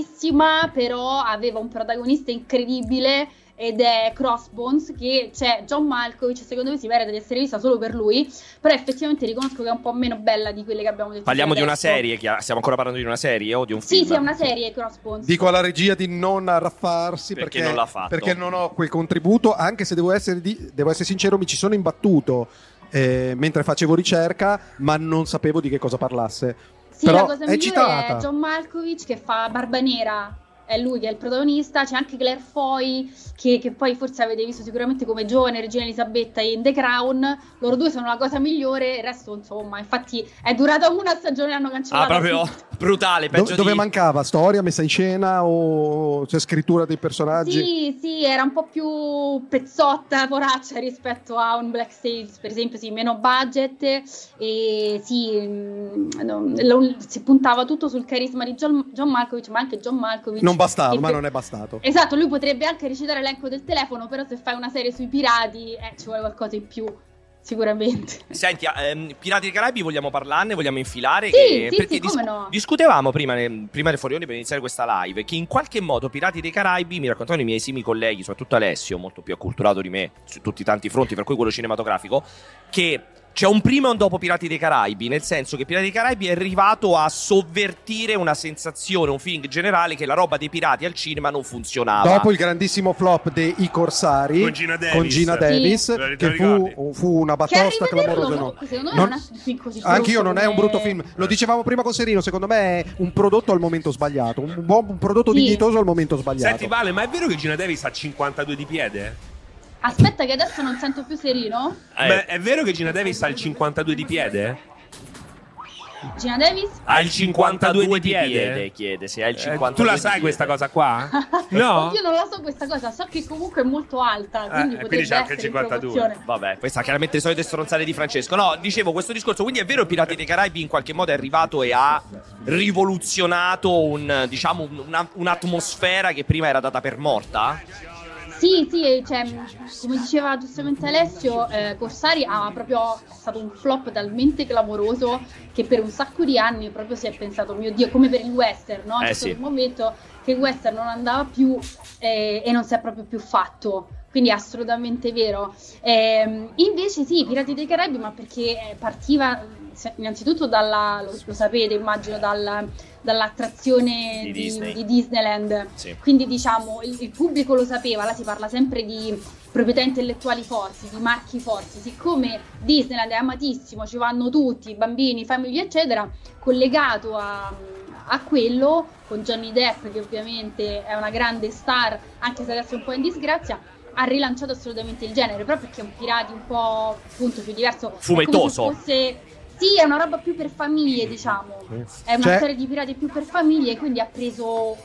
L: fortissima, però aveva un protagonista incredibile ed è Crossbones che c'è John Malkovich, secondo me si merita di essere vista solo per lui, però effettivamente riconosco che è un po' meno bella di quelle che abbiamo detto.
A: Parliamo di
L: fino
A: una
L: adesso.
A: serie, chiaro- stiamo ancora parlando di una serie o di un film?
L: Sì, sì, è una serie Crossbones.
D: Dico alla regia di non arraffarsi
A: Perché
D: perché,
A: non l'ha fatto.
D: perché non ho quel contributo, anche se devo essere, di- devo essere sincero, mi ci sono imbattuto eh, mentre facevo ricerca, ma non sapevo di che cosa parlasse.
L: Sì,
D: però
L: la cosa
D: è
L: migliore
D: citata.
L: è John Malkovich che fa Barba Nera, è lui che è il protagonista, c'è anche Claire Foy che, che poi forse avete visto sicuramente come giovane Regina Elisabetta in The Crown, loro due sono la cosa migliore, il resto insomma, infatti è durata una stagione e hanno
A: Ah,
L: cancellato.
A: proprio
L: tutto.
A: brutale,
D: Do-
A: peggio
D: dove
A: di...
D: mancava? Storia, messa in scena o cioè, scrittura dei personaggi?
L: Sì, sì, era un po' più pezzotta, poraccia rispetto a un Black Sales, per esempio, sì, meno budget e sì, mm, no, lo- si puntava tutto sul carisma di John, John Malkovich, ma anche John Malkovich
D: Non bastava,
L: E
D: ma
L: per-
D: non è bastato.
L: Esatto, lui potrebbe anche recitare l'elenco del telefono, però se fai una serie sui pirati eh, ci vuole qualcosa in più, sicuramente.
A: Senti, ehm, Pirati dei Caraibi vogliamo parlarne, vogliamo infilare?
L: Sì,
A: che-
L: sì,
A: perché
L: sì, come no.
A: discutevamo prima, ne- prima del fuorione per iniziare questa live che in qualche modo Pirati dei Caraibi, mi raccontavano i miei esimi colleghi, soprattutto Alessio, molto più acculturato di me su tutti i tanti fronti, per cui quello cinematografico, che c'è un prima e un dopo Pirati dei Caraibi, nel senso che Pirati dei Caraibi è arrivato a sovvertire una sensazione, un feeling generale che la roba dei pirati al cinema non funzionava.
D: Dopo il grandissimo flop dei I Corsari
F: Con Gina Davis.
D: con Gina
F: Sì.
D: Davis,
F: Te lo
D: che
F: ricordi?
D: fu, fu una
L: Che
D: batosta
L: arrivederlo,
D: clamorosa. no?
L: comunque, secondo me
D: Non-
L: non è un film così
D: Anch'io
L: brutto
D: non è un
L: come-
D: brutto film.
L: Eh.
D: Lo dicevamo prima con Serino, secondo me è un prodotto al momento sbagliato, un, buon, un prodotto
L: Sì.
D: dignitoso al momento sbagliato.
F: Senti, Vale, ma è vero che Gina Davis ha 52 di piede?
L: Aspetta che adesso non sento più Serino.
A: Eh,
F: Ma è vero che Gina Davis ha il 52 di piede?
L: Gina Davis?
F: Ha il 52 di piede?
A: chiede, se hai il
F: Eh,
A: 52
F: tu la
A: di
F: sai
A: piede.
F: questa cosa qua? No? Eh,
L: Io non la so questa cosa, so che comunque è molto alta, Eh, quindi
F: quindi
L: potrebbe
F: c'è anche
L: essere in
F: 52.
L: proporzione.
A: Vabbè, questa è chiaramente le solite stronzate di Francesco. No, dicevo questo discorso. Quindi è vero, Pirati dei Caraibi in qualche modo è arrivato e ha rivoluzionato un, diciamo, un- una- un'atmosfera che prima era data per morta.
L: Sì, sì, e cioè, come diceva giustamente Alessio, eh, Corsari ha proprio è stato un flop talmente clamoroso che per un sacco di anni proprio si è pensato, mio Dio, come per il western, no?
A: Eh,
L: C'è
A: sì.
L: stato un momento che il western non andava più eh, e non si è proprio più fatto. Quindi è assolutamente vero. Ehm, invece sì, Pirati dei Caraibi, ma perché eh, partiva se- innanzitutto dalla, lo, lo sapete immagino, dalla- dall'attrazione
A: Di
L: di,
A: Disney.
L: di Disneyland.
A: Sì.
L: Quindi diciamo il, il pubblico lo sapeva, là si parla sempre di proprietà intellettuali forti, di marchi forti, siccome Disneyland è amatissimo, ci vanno tutti, bambini, famiglie eccetera, collegato a, a quello con Johnny Depp che ovviamente è una grande star, anche se adesso è un po' in disgrazia, ha rilanciato assolutamente il genere, proprio perché è un pirati un po' appunto più diverso, È come se
A: Fumettoso.
L: fosse- sì, è una roba più per famiglie, diciamo. È una
D: Cioè-
L: storia di pirati più per famiglie, quindi ha preso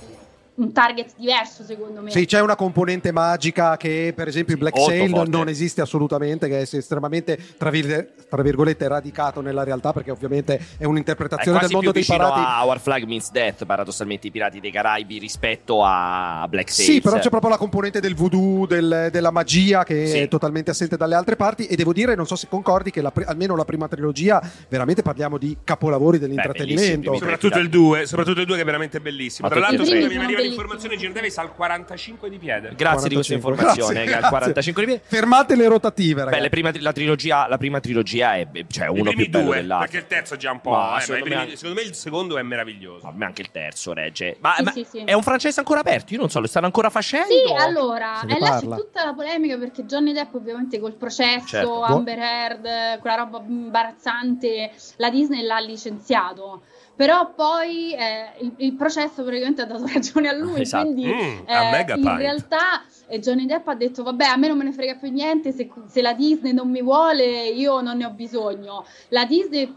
L: un target diverso, secondo me.
D: Sì, c'è una componente magica che, per esempio, in Black
A: molto
D: Sail
A: forte.
D: non esiste assolutamente, che è estremamente, tra, vir- tra virgolette, radicato nella realtà, perché ovviamente è
A: È
D: un'interpretazione del
A: quasi
D: mondo
A: più
D: dei
A: vicino
D: parati.
A: a Our Flag Means Death, paradossalmente, i Pirati dei Caraibi rispetto a Black Sails.
D: Sì, però c'è proprio la componente del voodoo, del- della magia che
A: certo. Sì.
D: è totalmente assente dalle altre parti. E devo dire, non so se concordi, che la pri- almeno la prima trilogia, veramente parliamo di capolavori dell'intrattenimento.
A: bellissimi,
F: Soprattutto il 2, soprattutto il 2 che è veramente bellissimo.
A: Ma
F: Tra
A: tutti
F: l'altro,
A: i primi
F: scusami, mi
L: sono
F: arriva
L: bellissimi.
F: l'informazione Gino Davis al 45 di piede.
A: Grazie di questa
D: 45.
A: informazione,
D: Grazie,
A: che al
D: grazie.
A: 45 di piede.
D: Fermate le rotative,
A: Beh, le
D: ragazzi.
A: prime tri- la, trilogia, la prima trilogia è beh, cioè,
F: I
A: uno
F: primi
A: più bello
F: due,
A: dell'altro.
F: perché il terzo è già un po'.
A: Ma
F: eh, ma i
A: secondo,
F: primi-
A: me, anche-
F: secondo me il secondo è meraviglioso.
A: secondo me anche il terzo regge. Ma,
L: Sì,
A: ma
L: sì, sì.
A: è un francese ancora aperto? Io non so, lo stanno ancora facendo?
L: Sì, allora,
D: Se ne
L: e là c'è
D: parla.
L: tutta la polemica perché Johnny Depp ovviamente col processo,
D: Boh.
A: Certo.
L: Amber Heard, quella roba imbarazzante, la Disney l'ha licenziato. Però poi eh, il, il processo praticamente ha dato ragione a lui,
A: Esatto.
L: quindi
F: Mm,
L: eh,
F: a Mega
L: in
F: Pint.
L: realtà eh, Johnny Depp ha detto vabbè a me non me ne frega più niente, se, se la Disney non mi vuole io non ne ho bisogno. La Disney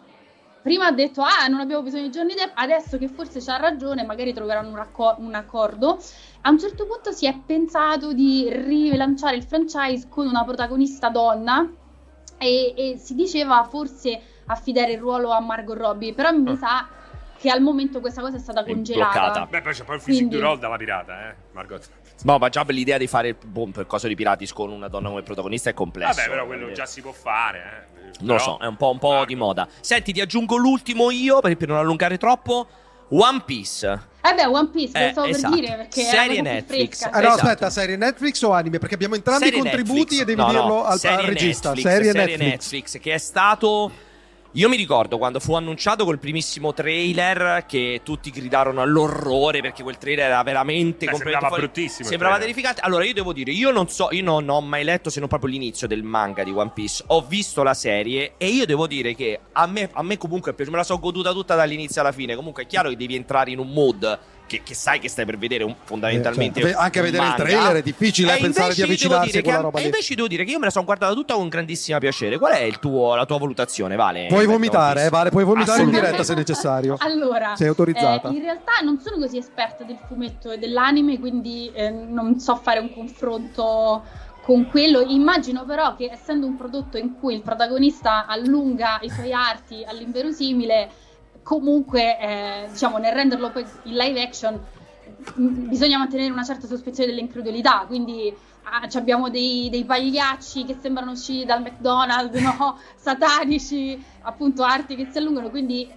L: prima ha detto ah non abbiamo bisogno di Johnny Depp, adesso che forse c'ha ragione magari troveranno un, racco- un accordo. A un certo punto si è pensato di rilanciare il franchise con una protagonista donna e, e si diceva forse affidare il ruolo a Margot Robbie, però
F: Ah.
L: mi sa che al momento questa cosa è stata
A: È
L: congelata.
A: bloccata.
F: Beh, poi c'è poi il physique
L: Quindi-
F: du roll dalla pirata, eh, Margot.
A: No, Boh, ma già l'idea di fare il boom per cosa di pirati con una donna come protagonista è complessa.
F: Vabbè, però quello già si può fare. Eh.
A: Non
F: Però-
A: lo so, è un po', un po'
F: Margot.
A: di moda. Senti, ti aggiungo l'ultimo io, per, per non allungare troppo. One Piece.
L: Eh beh, One Piece, lo
A: Eh,
L: stavo
A: esatto.
L: per dire perché è
A: Serie
L: una cosa più
A: Netflix.
L: fresca.
D: Ah, no,
A: Esatto.
D: aspetta, serie Netflix o anime? Perché abbiamo entrambi
A: Serie
D: i contributi
A: Netflix.
D: e devi
A: No, no,
D: dirlo al- al,
A: serie
D: regista.
A: Netflix,
D: serie,
A: serie
D: Netflix.
A: Netflix, che è stato io mi ricordo quando fu annunciato col primissimo trailer che tutti gridarono all'orrore perché quel trailer era veramente
F: Beh,
A: completamente
F: sembrava
A: fuori-
F: bruttissimo il
A: Sembrava
F: trailer.
A: terrificante. Allora io devo dire, io non so, io non, non ho mai letto se non proprio l'inizio del manga di One Piece. Ho visto la serie e io devo dire che a me, a me comunque è piaciuta, me la sono goduta tutta dall'inizio alla fine. Comunque è chiaro che devi entrare in un mood che, che sai che stai per vedere un- fondamentalmente
D: Eh, cioè, anche
A: un
D: vedere il
A: manga.
D: trailer è difficile,
A: E
D: eh, pensare di
A: invece devo
D: avvicinarsi
A: dire
D: a quella
A: che-
D: roba
A: e
D: lì.
A: invece devo dire che io me la sono guardata tutta con grandissimo piacere. Qual è il tuo- la tua valutazione, Vale?
D: Puoi
A: Rispetto a
D: vomitare, eh,
A: One Piece?
D: Vale, puoi vomitare in
A: Assolutamente.
D: diretta se necessario.
L: Allora,
D: Sei autorizzata.
L: eh, in realtà non sono così esperta del fumetto e dell'anime, quindi eh, non so fare un confronto con quello. Immagino però che essendo un prodotto in cui il protagonista allunga i suoi arti all'inverosimile, comunque eh, diciamo nel renderlo poi in live action m- bisogna mantenere una certa sospensione dell'incredulità, quindi ah, ci abbiamo dei, dei pagliacci che sembrano usciti dal McDonald's, no? satanici, appunto arti che si allungano, quindi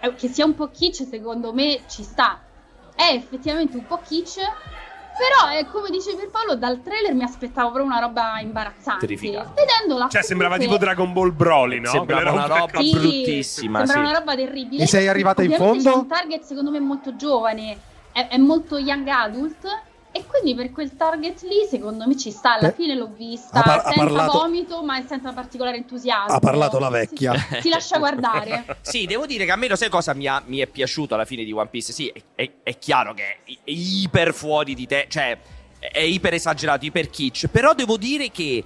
L: eh, che sia un po' kitsch secondo me ci sta. È effettivamente un po' kitsch, però eh, come dice Pierpaolo dal trailer mi aspettavo proprio una roba imbarazzante.
A: Terrificante.
L: Vedendola
F: Cioè, sembrava tipo
L: comunque-
F: Dragon Ball Broly, no?
A: Sembrava
F: Quella
A: una roba
F: che-
L: Sì,
A: bruttissima,
L: Sembra
A: sì.
L: una roba terribile.
D: E sei arrivata in
L: Ovviamente
D: fondo?
L: C'è un target secondo me molto giovane, è, è molto young adult. E quindi per quel target lì, secondo me ci sta. Alla
D: Eh,
L: fine l'ho vista
D: ha par- ha
L: senza
D: parlato-
L: vomito, ma senza particolare entusiasmo.
D: Ha parlato la vecchia.
L: Si, si lascia guardare.
A: Sì, devo dire che a me lo sai cosa mi, ha- mi è piaciuto alla fine di One Piece. Sì, è, è- è chiaro che è, i- è iper fuori di te, cioè è, è iper esagerato, iper kitsch. Però devo dire che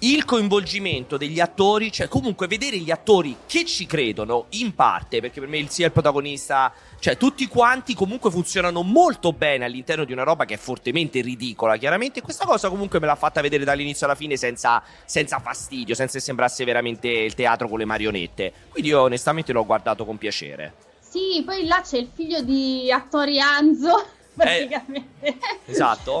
A: il coinvolgimento degli attori, cioè comunque vedere gli attori che ci credono in parte, perché per me il sia il protagonista, cioè tutti quanti comunque funzionano molto bene all'interno di una roba che è fortemente ridicola, chiaramente. Questa cosa comunque me l'ha fatta vedere dall'inizio alla fine senza, senza fastidio, senza che sembrasse veramente il teatro con le marionette. Quindi io onestamente l'ho guardato con piacere.
L: Sì, poi là c'è il figlio di attori Anzo,
D: Eh.
L: praticamente.
A: esatto.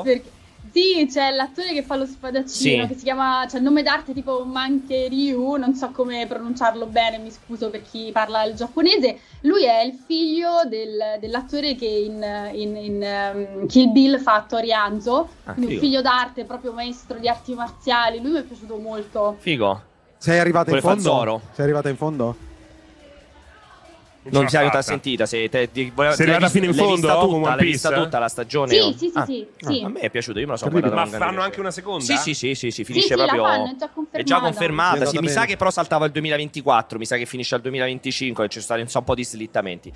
L: Perché- sì, c'è l'attore che fa lo spadaccino,
A: Sì.
L: che si chiama, cioè nome d'arte tipo Manke Ryu, non so come pronunciarlo bene, mi scuso per chi parla il giapponese. Lui è il figlio del- dell'attore che in, in- in, um, Kill Bill fa attori Anzo,
A: Ah,
L: quindi un
A: figo.
L: figlio d'arte, proprio maestro di arti marziali, lui mi è piaciuto molto.
A: Figo.
D: Sei arrivata in
A: Vuole
D: fondo?
A: Fazzoro.
D: Sei arrivata in fondo?
F: ce
A: Non
F: l'ha
A: si è
F: fatta.
A: sentita. Se te, ti,
F: Sei arrivata fino in
A: l'hai
F: fondo,
A: Vista
F: con
A: tutta,
F: One
A: l'hai vista
F: Piece?
A: tutta la stagione?
L: Sì, sì, sì,
A: Ah,
L: sì,
A: ah,
L: sì.
A: A me è piaciuto, io me la sono
D: Terribile.
F: Ma
A: guardata. con grande
F: fanno anche
A: piacere.
F: una seconda?
A: Sì, sì, sì, sì, sì, finisce
L: sì, la
A: proprio.
L: fanno, è già
A: È
L: confermata.
D: È
A: già confermata. Sì,
D: andata
A: mi sa
D: bene.
A: che però saltava il 2024, mi sa che finisce al 2025 e ci sono stati un so- un po' di slittamenti.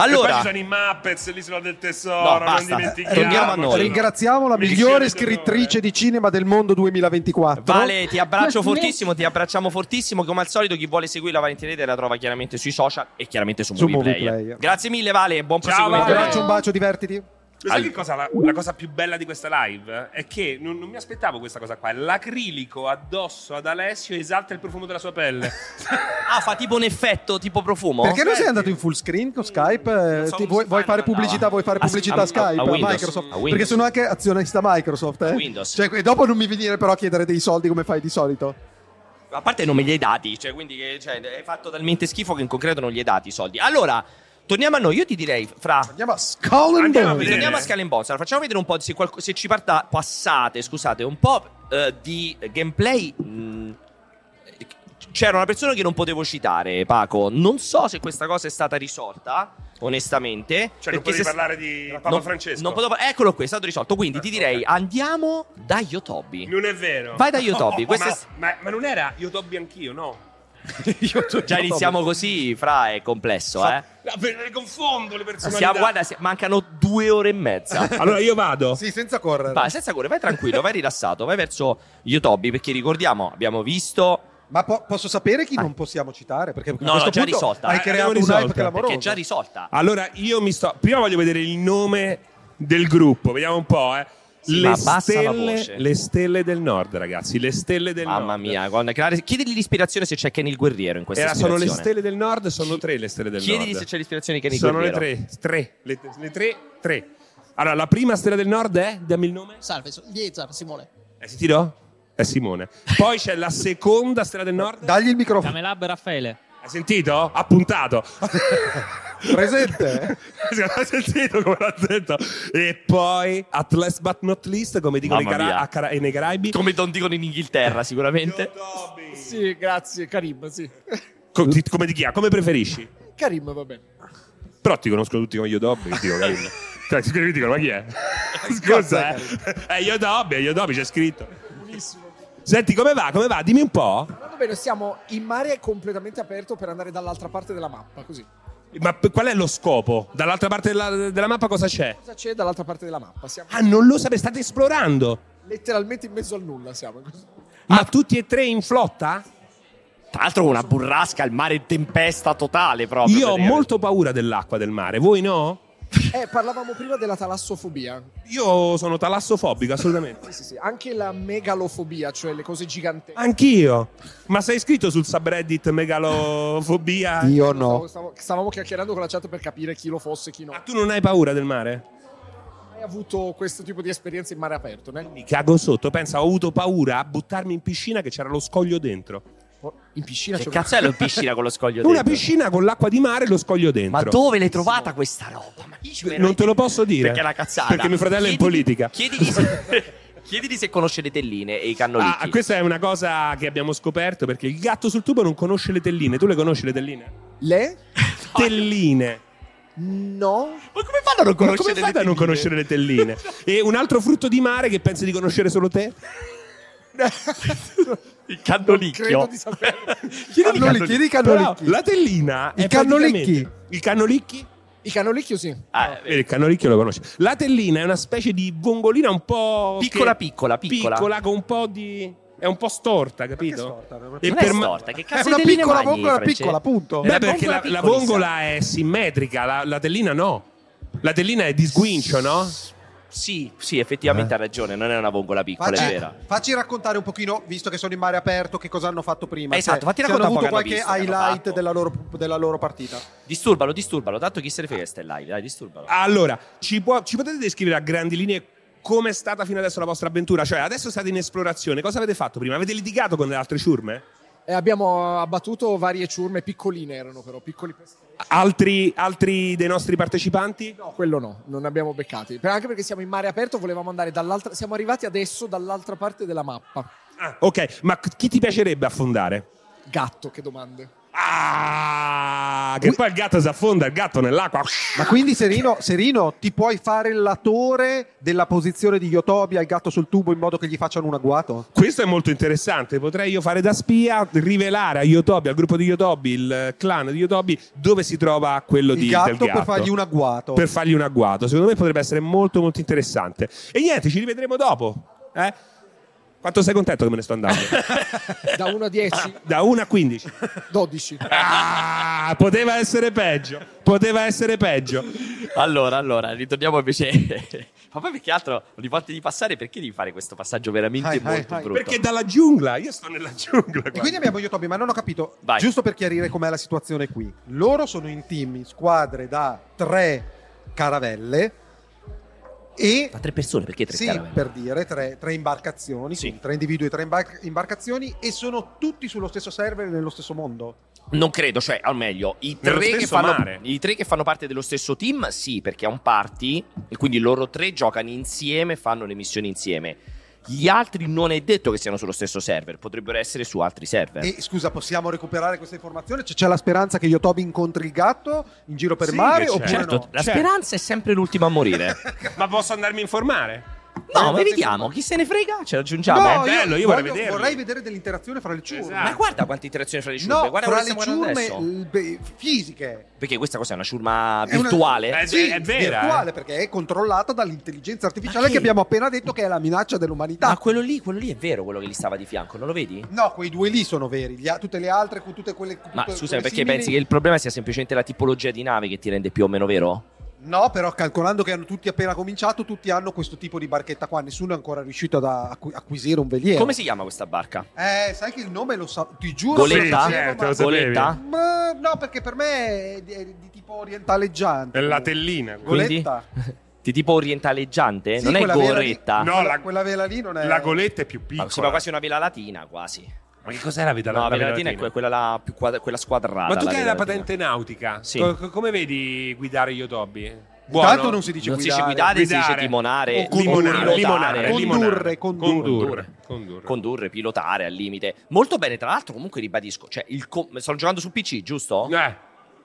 A: Allora,
F: E poi ci sono i Muppets, l'isola del tesoro,
A: No,
F: non
A: basta.
F: dimentichiamo.
A: Torniamo a noi.
D: Ringraziamo la
F: Missione
D: migliore
F: del terrore.
D: scrittrice di cinema del mondo 2024.
A: Vale, ti abbraccio
L: Ma smetti.
A: fortissimo, ti abbracciamo fortissimo. Come al solito, chi vuole seguire la Valentina Rete la trova chiaramente sui social e chiaramente su,
D: Su
A: Movie
D: Movie
A: Player.
D: Player.
A: Grazie mille, Vale, e buon
F: Ciao,
D: Un
A: proseguimento.
F: Vale.
D: abbraccio, un bacio, divertiti.
F: Lo sai che cosa, la, la cosa più bella di questa live è che non, non mi aspettavo questa cosa qua. L'acrilico addosso ad Alessio esalta il profumo della sua pelle.
A: Ah, fa tipo un effetto, tipo profumo?
D: Perché non sei andato in full screen con Skype? Eh,
A: so
D: ti-
A: come
D: vuoi,
A: si
D: vuoi
A: fa,
D: fare
A: non
D: pubblicità?
A: andava.
D: Vuoi fare
A: A-
D: pubblicità
A: Ah, a-
D: a Skype?
A: a Windows.
D: Microsoft?
A: A
D: Perché
A: Windows.
D: sono anche azionista Microsoft. Eh?
A: A Windows.
D: Cioè, e dopo non mi venire però a chiedere dei soldi come fai di solito.
A: A parte non me li hai dati, cioè, quindi che, cioè, hai fatto talmente schifo che in concreto non gli hai dati i soldi. Allora, torniamo a noi. Io ti direi, fra.
D: Andiamo a Skull and
F: Andiamo a
D: Bones.
F: vedere.
A: Torniamo a Scala in Bones. Allora, facciamo vedere un po' se, qualco- se ci parta- passate, scusate, un po' eh, di gameplay. mh, c'era una persona che non potevo citare, Paco. Non so se questa cosa è stata risolta, onestamente.
F: Cioè, non
A: perché
F: potevi
A: se-
F: parlare di Papa
A: non-
F: Francesco.
A: non potevo- Eccolo qui, è stato risolto. Quindi ti
F: Eh,
A: direi,
F: ok.
A: andiamo da Yotobi.
F: Non è vero.
A: Vai da Yotobi,
F: ma,
A: questo è-
F: ma, ma non era Yotobi anch'io, no?
A: Già iniziamo così, Fra, è complesso, eh.
F: No, ve- le confondo le personalità.
A: Siamo, guarda, si- mancano due ore e mezza.
B: Allora io vado.
D: Sì, senza correre.
A: Vai, senza cuore, vai tranquillo, vai rilassato, vai verso Yotobi, perché ricordiamo, abbiamo visto
D: Ma po- posso sapere chi
A: Vai.
D: non possiamo citare? Perché a
A: Ah. No,
D: questo
A: no, già
D: punto
A: risolta.
D: hai
A: Eh,
D: creato
B: abbiamo
D: un hype
B: risolta,
D: che è
A: perché
D: clamoroso.
A: è già risolta.
B: Allora io mi sto. Prima voglio vedere il nome del gruppo, vediamo un po', eh.
A: Sì, ma abbassa la voce.
B: le stelle del nord, ragazzi. Le stelle del nord.
A: Mamma mia, guarda, chiedili chiedigli l'ispirazione se c'è Kenny il guerriero in questa
B: Era- sono
A: situazione.
B: le stelle del nord, sono tre le stelle del
A: Chiedigli
B: nord.
A: se c'è l'ispirazione di Kenny il
B: Sono le
A: guerriero.
B: tre, tre, le, le tre, tre. Allora, la prima stella del nord è, dammi il nome.
N: Salve, sono Liezar Simone.
B: Hai sentito? È Simone. Poi c'è la seconda stella del nord.
D: Dagli il microfono.
O: Camelab Raffaele.
B: Hai sentito? Ha puntato.
D: Presente.
B: Hai sentito come l'ha detto? E poi, at last but not least, come dicono i
A: Mamma
B: cara-
A: mia.
B: a cara- nei Caraibi,
A: Come non dicono in Inghilterra, sicuramente.
N: Sì, grazie, Karim, sì.
B: co- ti- come ti chiama? Come preferisci?
N: Karim, va bene.
B: Però ti conoscono tutti con Yodobi, ti dico, Karim. Cioè, ti scrivi, dicono, ma chi è? Scusa, eh. È Yodobi, è Yodobi, c'è scritto.
N: Buonissimo.
B: Senti, come va? Come va? Dimmi un po'.
N: Andando bene, siamo in mare completamente aperto per andare dall'altra parte della mappa, così.
B: Ma p- qual è lo scopo? Dall'altra parte della, della mappa cosa c'è?
N: Cosa c'è dall'altra parte della mappa? Siamo
B: Ah, non lo sapete, state esplorando.
N: letteralmente in mezzo al nulla, siamo.
B: Ma tutti e tre in flotta?
A: Tra l'altro una burrasca, il mare in tempesta totale proprio.
B: Io ho
A: praticamente.
B: molto paura dell'acqua del mare, voi no?
N: Eh, parlavamo prima della talassofobia.
B: Io sono talassofobico, assolutamente.
N: Sì, sì, sì. Anche la megalofobia, cioè le cose gigantesche.
B: Anch'io. Ma sei iscritto sul subreddit megalofobia?
D: Io
N: Stavo-
D: Oh, no.
N: stavo- stavamo chiacchierando con la chat per capire chi lo fosse e chi no.
B: Ma tu non hai paura del mare?
N: Hai avuto questo tipo di esperienza in mare aperto, né?
B: Mi cago sotto, pensa, ho avuto paura a buttarmi in piscina che c'era lo scoglio dentro.
N: In piscina
A: Che
N: c'è
A: cazzo è la piscina con lo scoglio
B: Una
A: dentro?
B: piscina con l'acqua di mare e lo scoglio dentro.
A: Ma dove l'hai trovata questa roba? Ma io ci
B: Non te lo posso dire.
A: Perché è una cazzata.
B: Perché mio fratello è in
A: Chiedigli-
B: politica.
A: Chiedigli se, chiedigli se conosce le telline e i cannolicchi.
B: Ah, questa è una cosa che abbiamo scoperto perché il gatto sul tubo non conosce le telline. Tu le conosci le telline?
N: Le?
B: Telline.
N: No.
A: Ma come fanno a non
B: Ma
A: conoscere
B: come fate
A: le
B: a non
A: telline?
B: conoscere le telline? e un altro frutto di mare che pensi di conoscere solo te?
A: Il cannolicchio.
N: Credo di sapere.
A: Chiedili
D: Cannolicchi, chiedi i cannolicchi.
B: Però la tellina
D: I
B: è
D: cannolicchi.
B: praticamente- Il cannolicchi?
N: I canolicchio sì.
A: Ah,
B: Vedi, il cannolicchio lo conosce. La tellina è una specie di vongolina un po'...
A: Piccola,
B: che-
A: piccola, piccola.
B: con un po' di... È un po' storta, capito? E
A: non è
B: per ma-
A: storta, che
D: È
A: cazzo
D: una
A: di telline
D: piccola
A: magni,
D: vongola
A: Francesco?
D: piccola, punto.
B: Beh,
A: È una
B: perché
A: vongola
B: la, la
A: piccolissima.
B: vongola è simmetrica, la, la tellina no. La tellina è di sguincio, no?
A: Sì, sì, effettivamente ha ragione, non è una vongola piccola,
B: ah,
A: è
D: Facci,
B: eh,
A: vera.
D: facci raccontare un pochino, visto che sono in mare aperto, che cosa hanno fatto prima.
A: Esatto,
D: se-
A: fatti
D: se hanno
A: raccontare
D: avuto
A: un po'
D: qualche
A: che hanno visto, che hanno
D: highlight
A: fatto.
D: della loro, della loro partita.
A: Disturbalo, disturbalo, tanto chi se ne frega sta in live, dai, disturbalo.
B: Allora, ci, può- ci potete descrivere a grandi linee com'è stata fino adesso la vostra avventura? Cioè, adesso state in esplorazione, cosa avete fatto prima? Avete litigato con le altre ciurme?
N: E Eh, abbiamo abbattuto varie ciurme, piccoline erano però, piccoli pescatori.
B: Altri, altri dei nostri partecipanti?
N: No, quello no, non ne abbiamo beccati. Per- anche perché siamo in mare aperto, volevamo andare dall'altra... Siamo arrivati adesso dall'altra parte della mappa.
B: Ah, ok, ma c- chi ti piacerebbe affondare?
N: Gatto, che domande.
B: Ah, che poi il gatto si affonda, il gatto nell'acqua.
D: Ma quindi, Serino, Serino, ti puoi fare il latore della posizione di Yotobi al gatto sul tubo in modo che gli facciano un agguato?
B: Questo è molto interessante, potrei io fare da spia, rivelare a Yotobi, al gruppo di Yotobi, il clan di Yotobi, dove si trova quello
D: Il
B: di,
D: gatto,
B: del gatto
D: per fargli un agguato.
B: per fargli un agguato. Secondo me potrebbe essere molto molto interessante. E niente, ci rivedremo dopo. eh? Quanto sei contento che me ne sto andando?
N: da 1 a 10,
B: da 1 a 15.
N: 12.
B: Ah, poteva essere peggio. Poteva essere peggio.
A: Allora, allora, ritorniamo invece. Ma poi perché altro, ogni volta di passare, perché devi fare questo passaggio veramente
D: Hai, hai,
A: molto
D: hai.
A: brutto?
B: Perché dalla giungla, io sto nella giungla.
D: E
B: guarda.
D: quindi abbiamo io Toby, ma non ho capito,
A: Vai.
D: giusto per chiarire com'è la situazione qui. Loro sono in team, squadre da tre caravelle e
A: Ma tre persone, perché tre
D: sì,
A: caravelle?
D: per dire, tre, tre imbarcazioni,
A: Sì.
D: quindi tre individui e tre imbar- imbarcazioni e sono tutti sullo stesso server e nello stesso mondo.
A: Non credo, cioè, al meglio, i
B: Nello
A: tre, che
B: stesso
A: fanno,
B: mare.
A: i tre che fanno parte dello stesso team, sì, perché è un party, e quindi loro tre giocano insieme, fanno le missioni insieme. Gli altri non è detto che siano sullo stesso server, potrebbero essere su altri server.
D: E scusa, possiamo recuperare questa informazione? Cioè, c'è la speranza che io Toby incontri il gatto in giro per
B: Sì,
D: mare
B: che c'è.
D: oppure
A: certo,
D: no?
A: la
B: Cioè-
A: speranza è sempre l'ultima a morire.
B: Ma posso andarmi a informare?
A: no, ma
D: Eh,
A: vediamo, chi se ne frega, ce la aggiungiamo. eh.
D: no,
B: bello, io vorrei vederli.
D: vorrei vedere dell'interazione fra le ciurme.
F: Esatto.
A: Ma guarda quante interazioni fra le ciurme,
D: No,
A: guarda
D: fra
A: quella
D: le
A: stiamo guardando
D: ciurme
A: adesso.
D: l- beh, fisiche.
A: Perché questa cosa è una ciurma
D: È una-
A: virtuale.
F: Eh,
D: Sì,
F: è vera,
D: virtuale perché è controllata dall'intelligenza artificiale
A: Ma
D: che?
A: che?
D: abbiamo appena detto che è la minaccia dell'umanità.
A: Ma quello lì, quello lì è vero, quello che gli stava di fianco, non lo vedi?
D: No, quei due lì sono veri, gli a- tutte le altre, cu- tutte quelle.
A: Ma
D: tutte
A: scusami,
D: quelle
A: perché
D: simili-
A: pensi che il problema sia semplicemente la tipologia di nave che ti rende più o meno vero?
D: No, però calcolando che hanno tutti appena cominciato, tutti hanno questo tipo di barchetta qua, nessuno è ancora riuscito ad acqu- acquisire un veliero.
A: Come si chiama questa barca?
D: Eh, sai che il nome lo so, ti giuro. che
A: Goletta?
D: lo sapevo,
B: certo,
D: ma-
B: lo sapevi.
A: Goletta?
D: Ma no, perché per me è di, è di tipo orientaleggiante.
B: È la tellina. quella.
A: Quindi?
D: Goletta?
A: Di tipo orientaleggiante?
D: Sì,
A: non è
D: quella vera
A: goretta.
D: lì-
B: No,
D: quella,
B: la-
D: quella vela lì non è.
B: La goletta è più piccola.
A: Ma sembra quasi una vela latina, quasi.
F: Ma che cos'è la vita?
A: no, la vela latina è que- quella, là più quadra- quella squadrata.
F: Ma tu che hai
A: vela
F: la
A: latina.
F: patente nautica?
A: Ah, Sì.
F: Co- co- come vedi guidare io Toby? Buono.
D: Tanto non si dice
A: Non si dice
D: guidare.
A: guidare, si dice
F: guidare.
A: timonare,
F: O limonare,
A: pilotare,
F: limonare,
D: Condurre,
F: limonare.
D: condurre.
F: condurre.
A: condurre, pilotare al limite. Molto bene, tra l'altro, comunque ribadisco, cioè il com- sto giocando su PC, giusto?
F: Eh,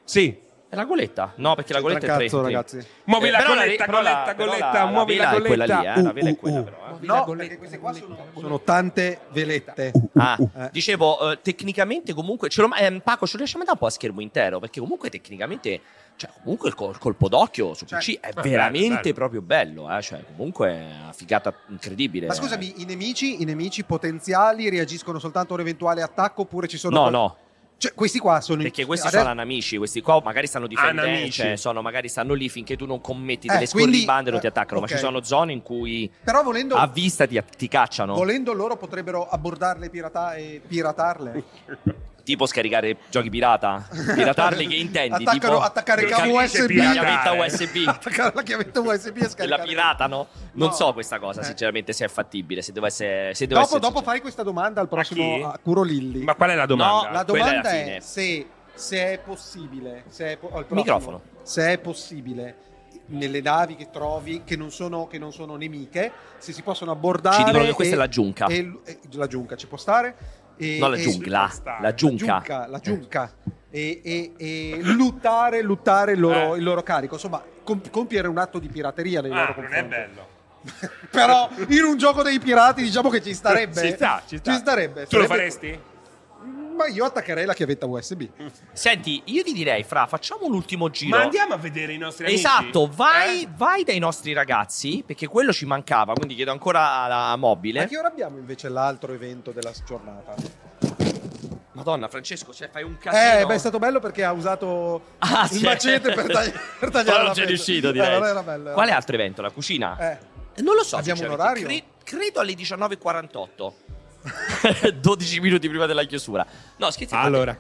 F: sì.
A: È la goletta? No, perché la goletta è
D: Cioè,
A: tre,
D: Cazzo,
A: tre.
D: ragazzi.
F: Muovi
A: Eh,
F: la
A: però la-
F: goletta,
A: però la-
F: goletta,
A: però la-
F: goletta,
A: la
F: muovi la
A: vela è quella
F: goletta.
A: lì, eh, la vela è quella, però, eh.
D: Uh, No, perché queste qua sono, sono tante velette.
A: Ah,
D: eh.
A: dicevo, eh, tecnicamente comunque, ce lo, ehm, Paco, ce lo lasciamo andare un po' a schermo intero, perché comunque tecnicamente, cioè comunque il, col- colpo d'occhio su
D: Cioè,
A: PC è
F: bello,
A: veramente
F: bello.
A: proprio bello, eh, cioè comunque è una figata incredibile.
D: Ma scusami, i nemici, i nemici potenziali reagiscono soltanto a un eventuale attacco oppure ci sono...
A: No,
D: qual-
A: no,
D: Cioè, questi qua sono... in- cioè,
A: perché questi
D: adesso-
A: sono anamici, questi qua magari stanno difendendo,
F: Ah, Anamici.
A: cioè, sono, magari stanno lì finché tu non commetti
D: Eh,
A: delle
D: quindi-
A: scorribande e non ti
D: eh,
A: attaccano,
D: ok.
A: ma ci sono zone in cui
D: Però volendo,
A: a vista ti, ti cacciano,
D: volendo loro potrebbero abbordarle e pirata- e piratarle.
A: tipo scaricare giochi pirata, piratarli che intendi?
D: Attaccano-
A: tipo,
D: attaccare il
A: che-
D: cavo
A: che-
D: USB.
A: la chiavetta
F: Piratare.
A: USB.
D: Attaccare la chiavetta USB e
A: la
D: scaricare.
A: piratano? Non
D: No.
A: so questa cosa,
D: Eh.
A: sinceramente, se è fattibile. Se dovesse. Se
D: Dopo,
A: dovesse
D: dopo
A: succedere.
D: fai questa domanda al
F: chi?
D: prossimo a Curo Lilli.
F: Ma qual è la domanda?
D: La
A: quella è la
D: domanda è,
A: fine.
D: se, se è possibile, se è po- al prossimo.
A: Microfono.
D: se è possibile nelle navi che trovi che non sono, che non sono nemiche, se si possono abbordare
A: Ci dicono che questa
D: e-
A: è la giunca.
D: e- e- la giunca ci può stare e,
A: no, la
D: e-
A: giungla. La giunca.
D: la giunca e, e- e luttare, luttare il loro,
F: Eh.
D: il loro carico insomma com- compiere un atto di pirateria nei loro
F: Ah, non è
D: confronti.
F: bello.
D: però in un gioco dei pirati diciamo che ci starebbe eh.
F: Ci sta, ci sta.
D: starebbe
F: Tu lo
D: Sarebbe-
F: faresti?
D: ma io attaccherei la chiavetta USB
A: Senti, io ti direi, Fra, facciamo l'ultimo giro.
F: Ma andiamo a vedere i nostri amici.
A: Esatto, vai,
F: Eh?
A: vai dai nostri ragazzi, perché quello ci mancava. Quindi chiedo ancora alla
D: a
A: mobile.
D: che ora abbiamo invece l'altro evento della giornata
A: Madonna, Francesco, cioè, fai un casino.
D: Eh, beh, è stato bello perché ha usato
A: Ah,
D: il
A: sì.
D: macete per, tagli- per tagliare
A: Però
D: la
A: non
D: pezza.
A: c'è riuscito,
D: Eh,
A: direi.
D: non era bello.
A: Quale altro evento? La cucina?
D: Eh,
A: Non lo so.
D: Abbiamo un
A: sinceramente.
D: orario?
A: Cre- credo alle 19.48. 12 minuti prima della chiusura. No, scherzi. a parte.
B: Allora.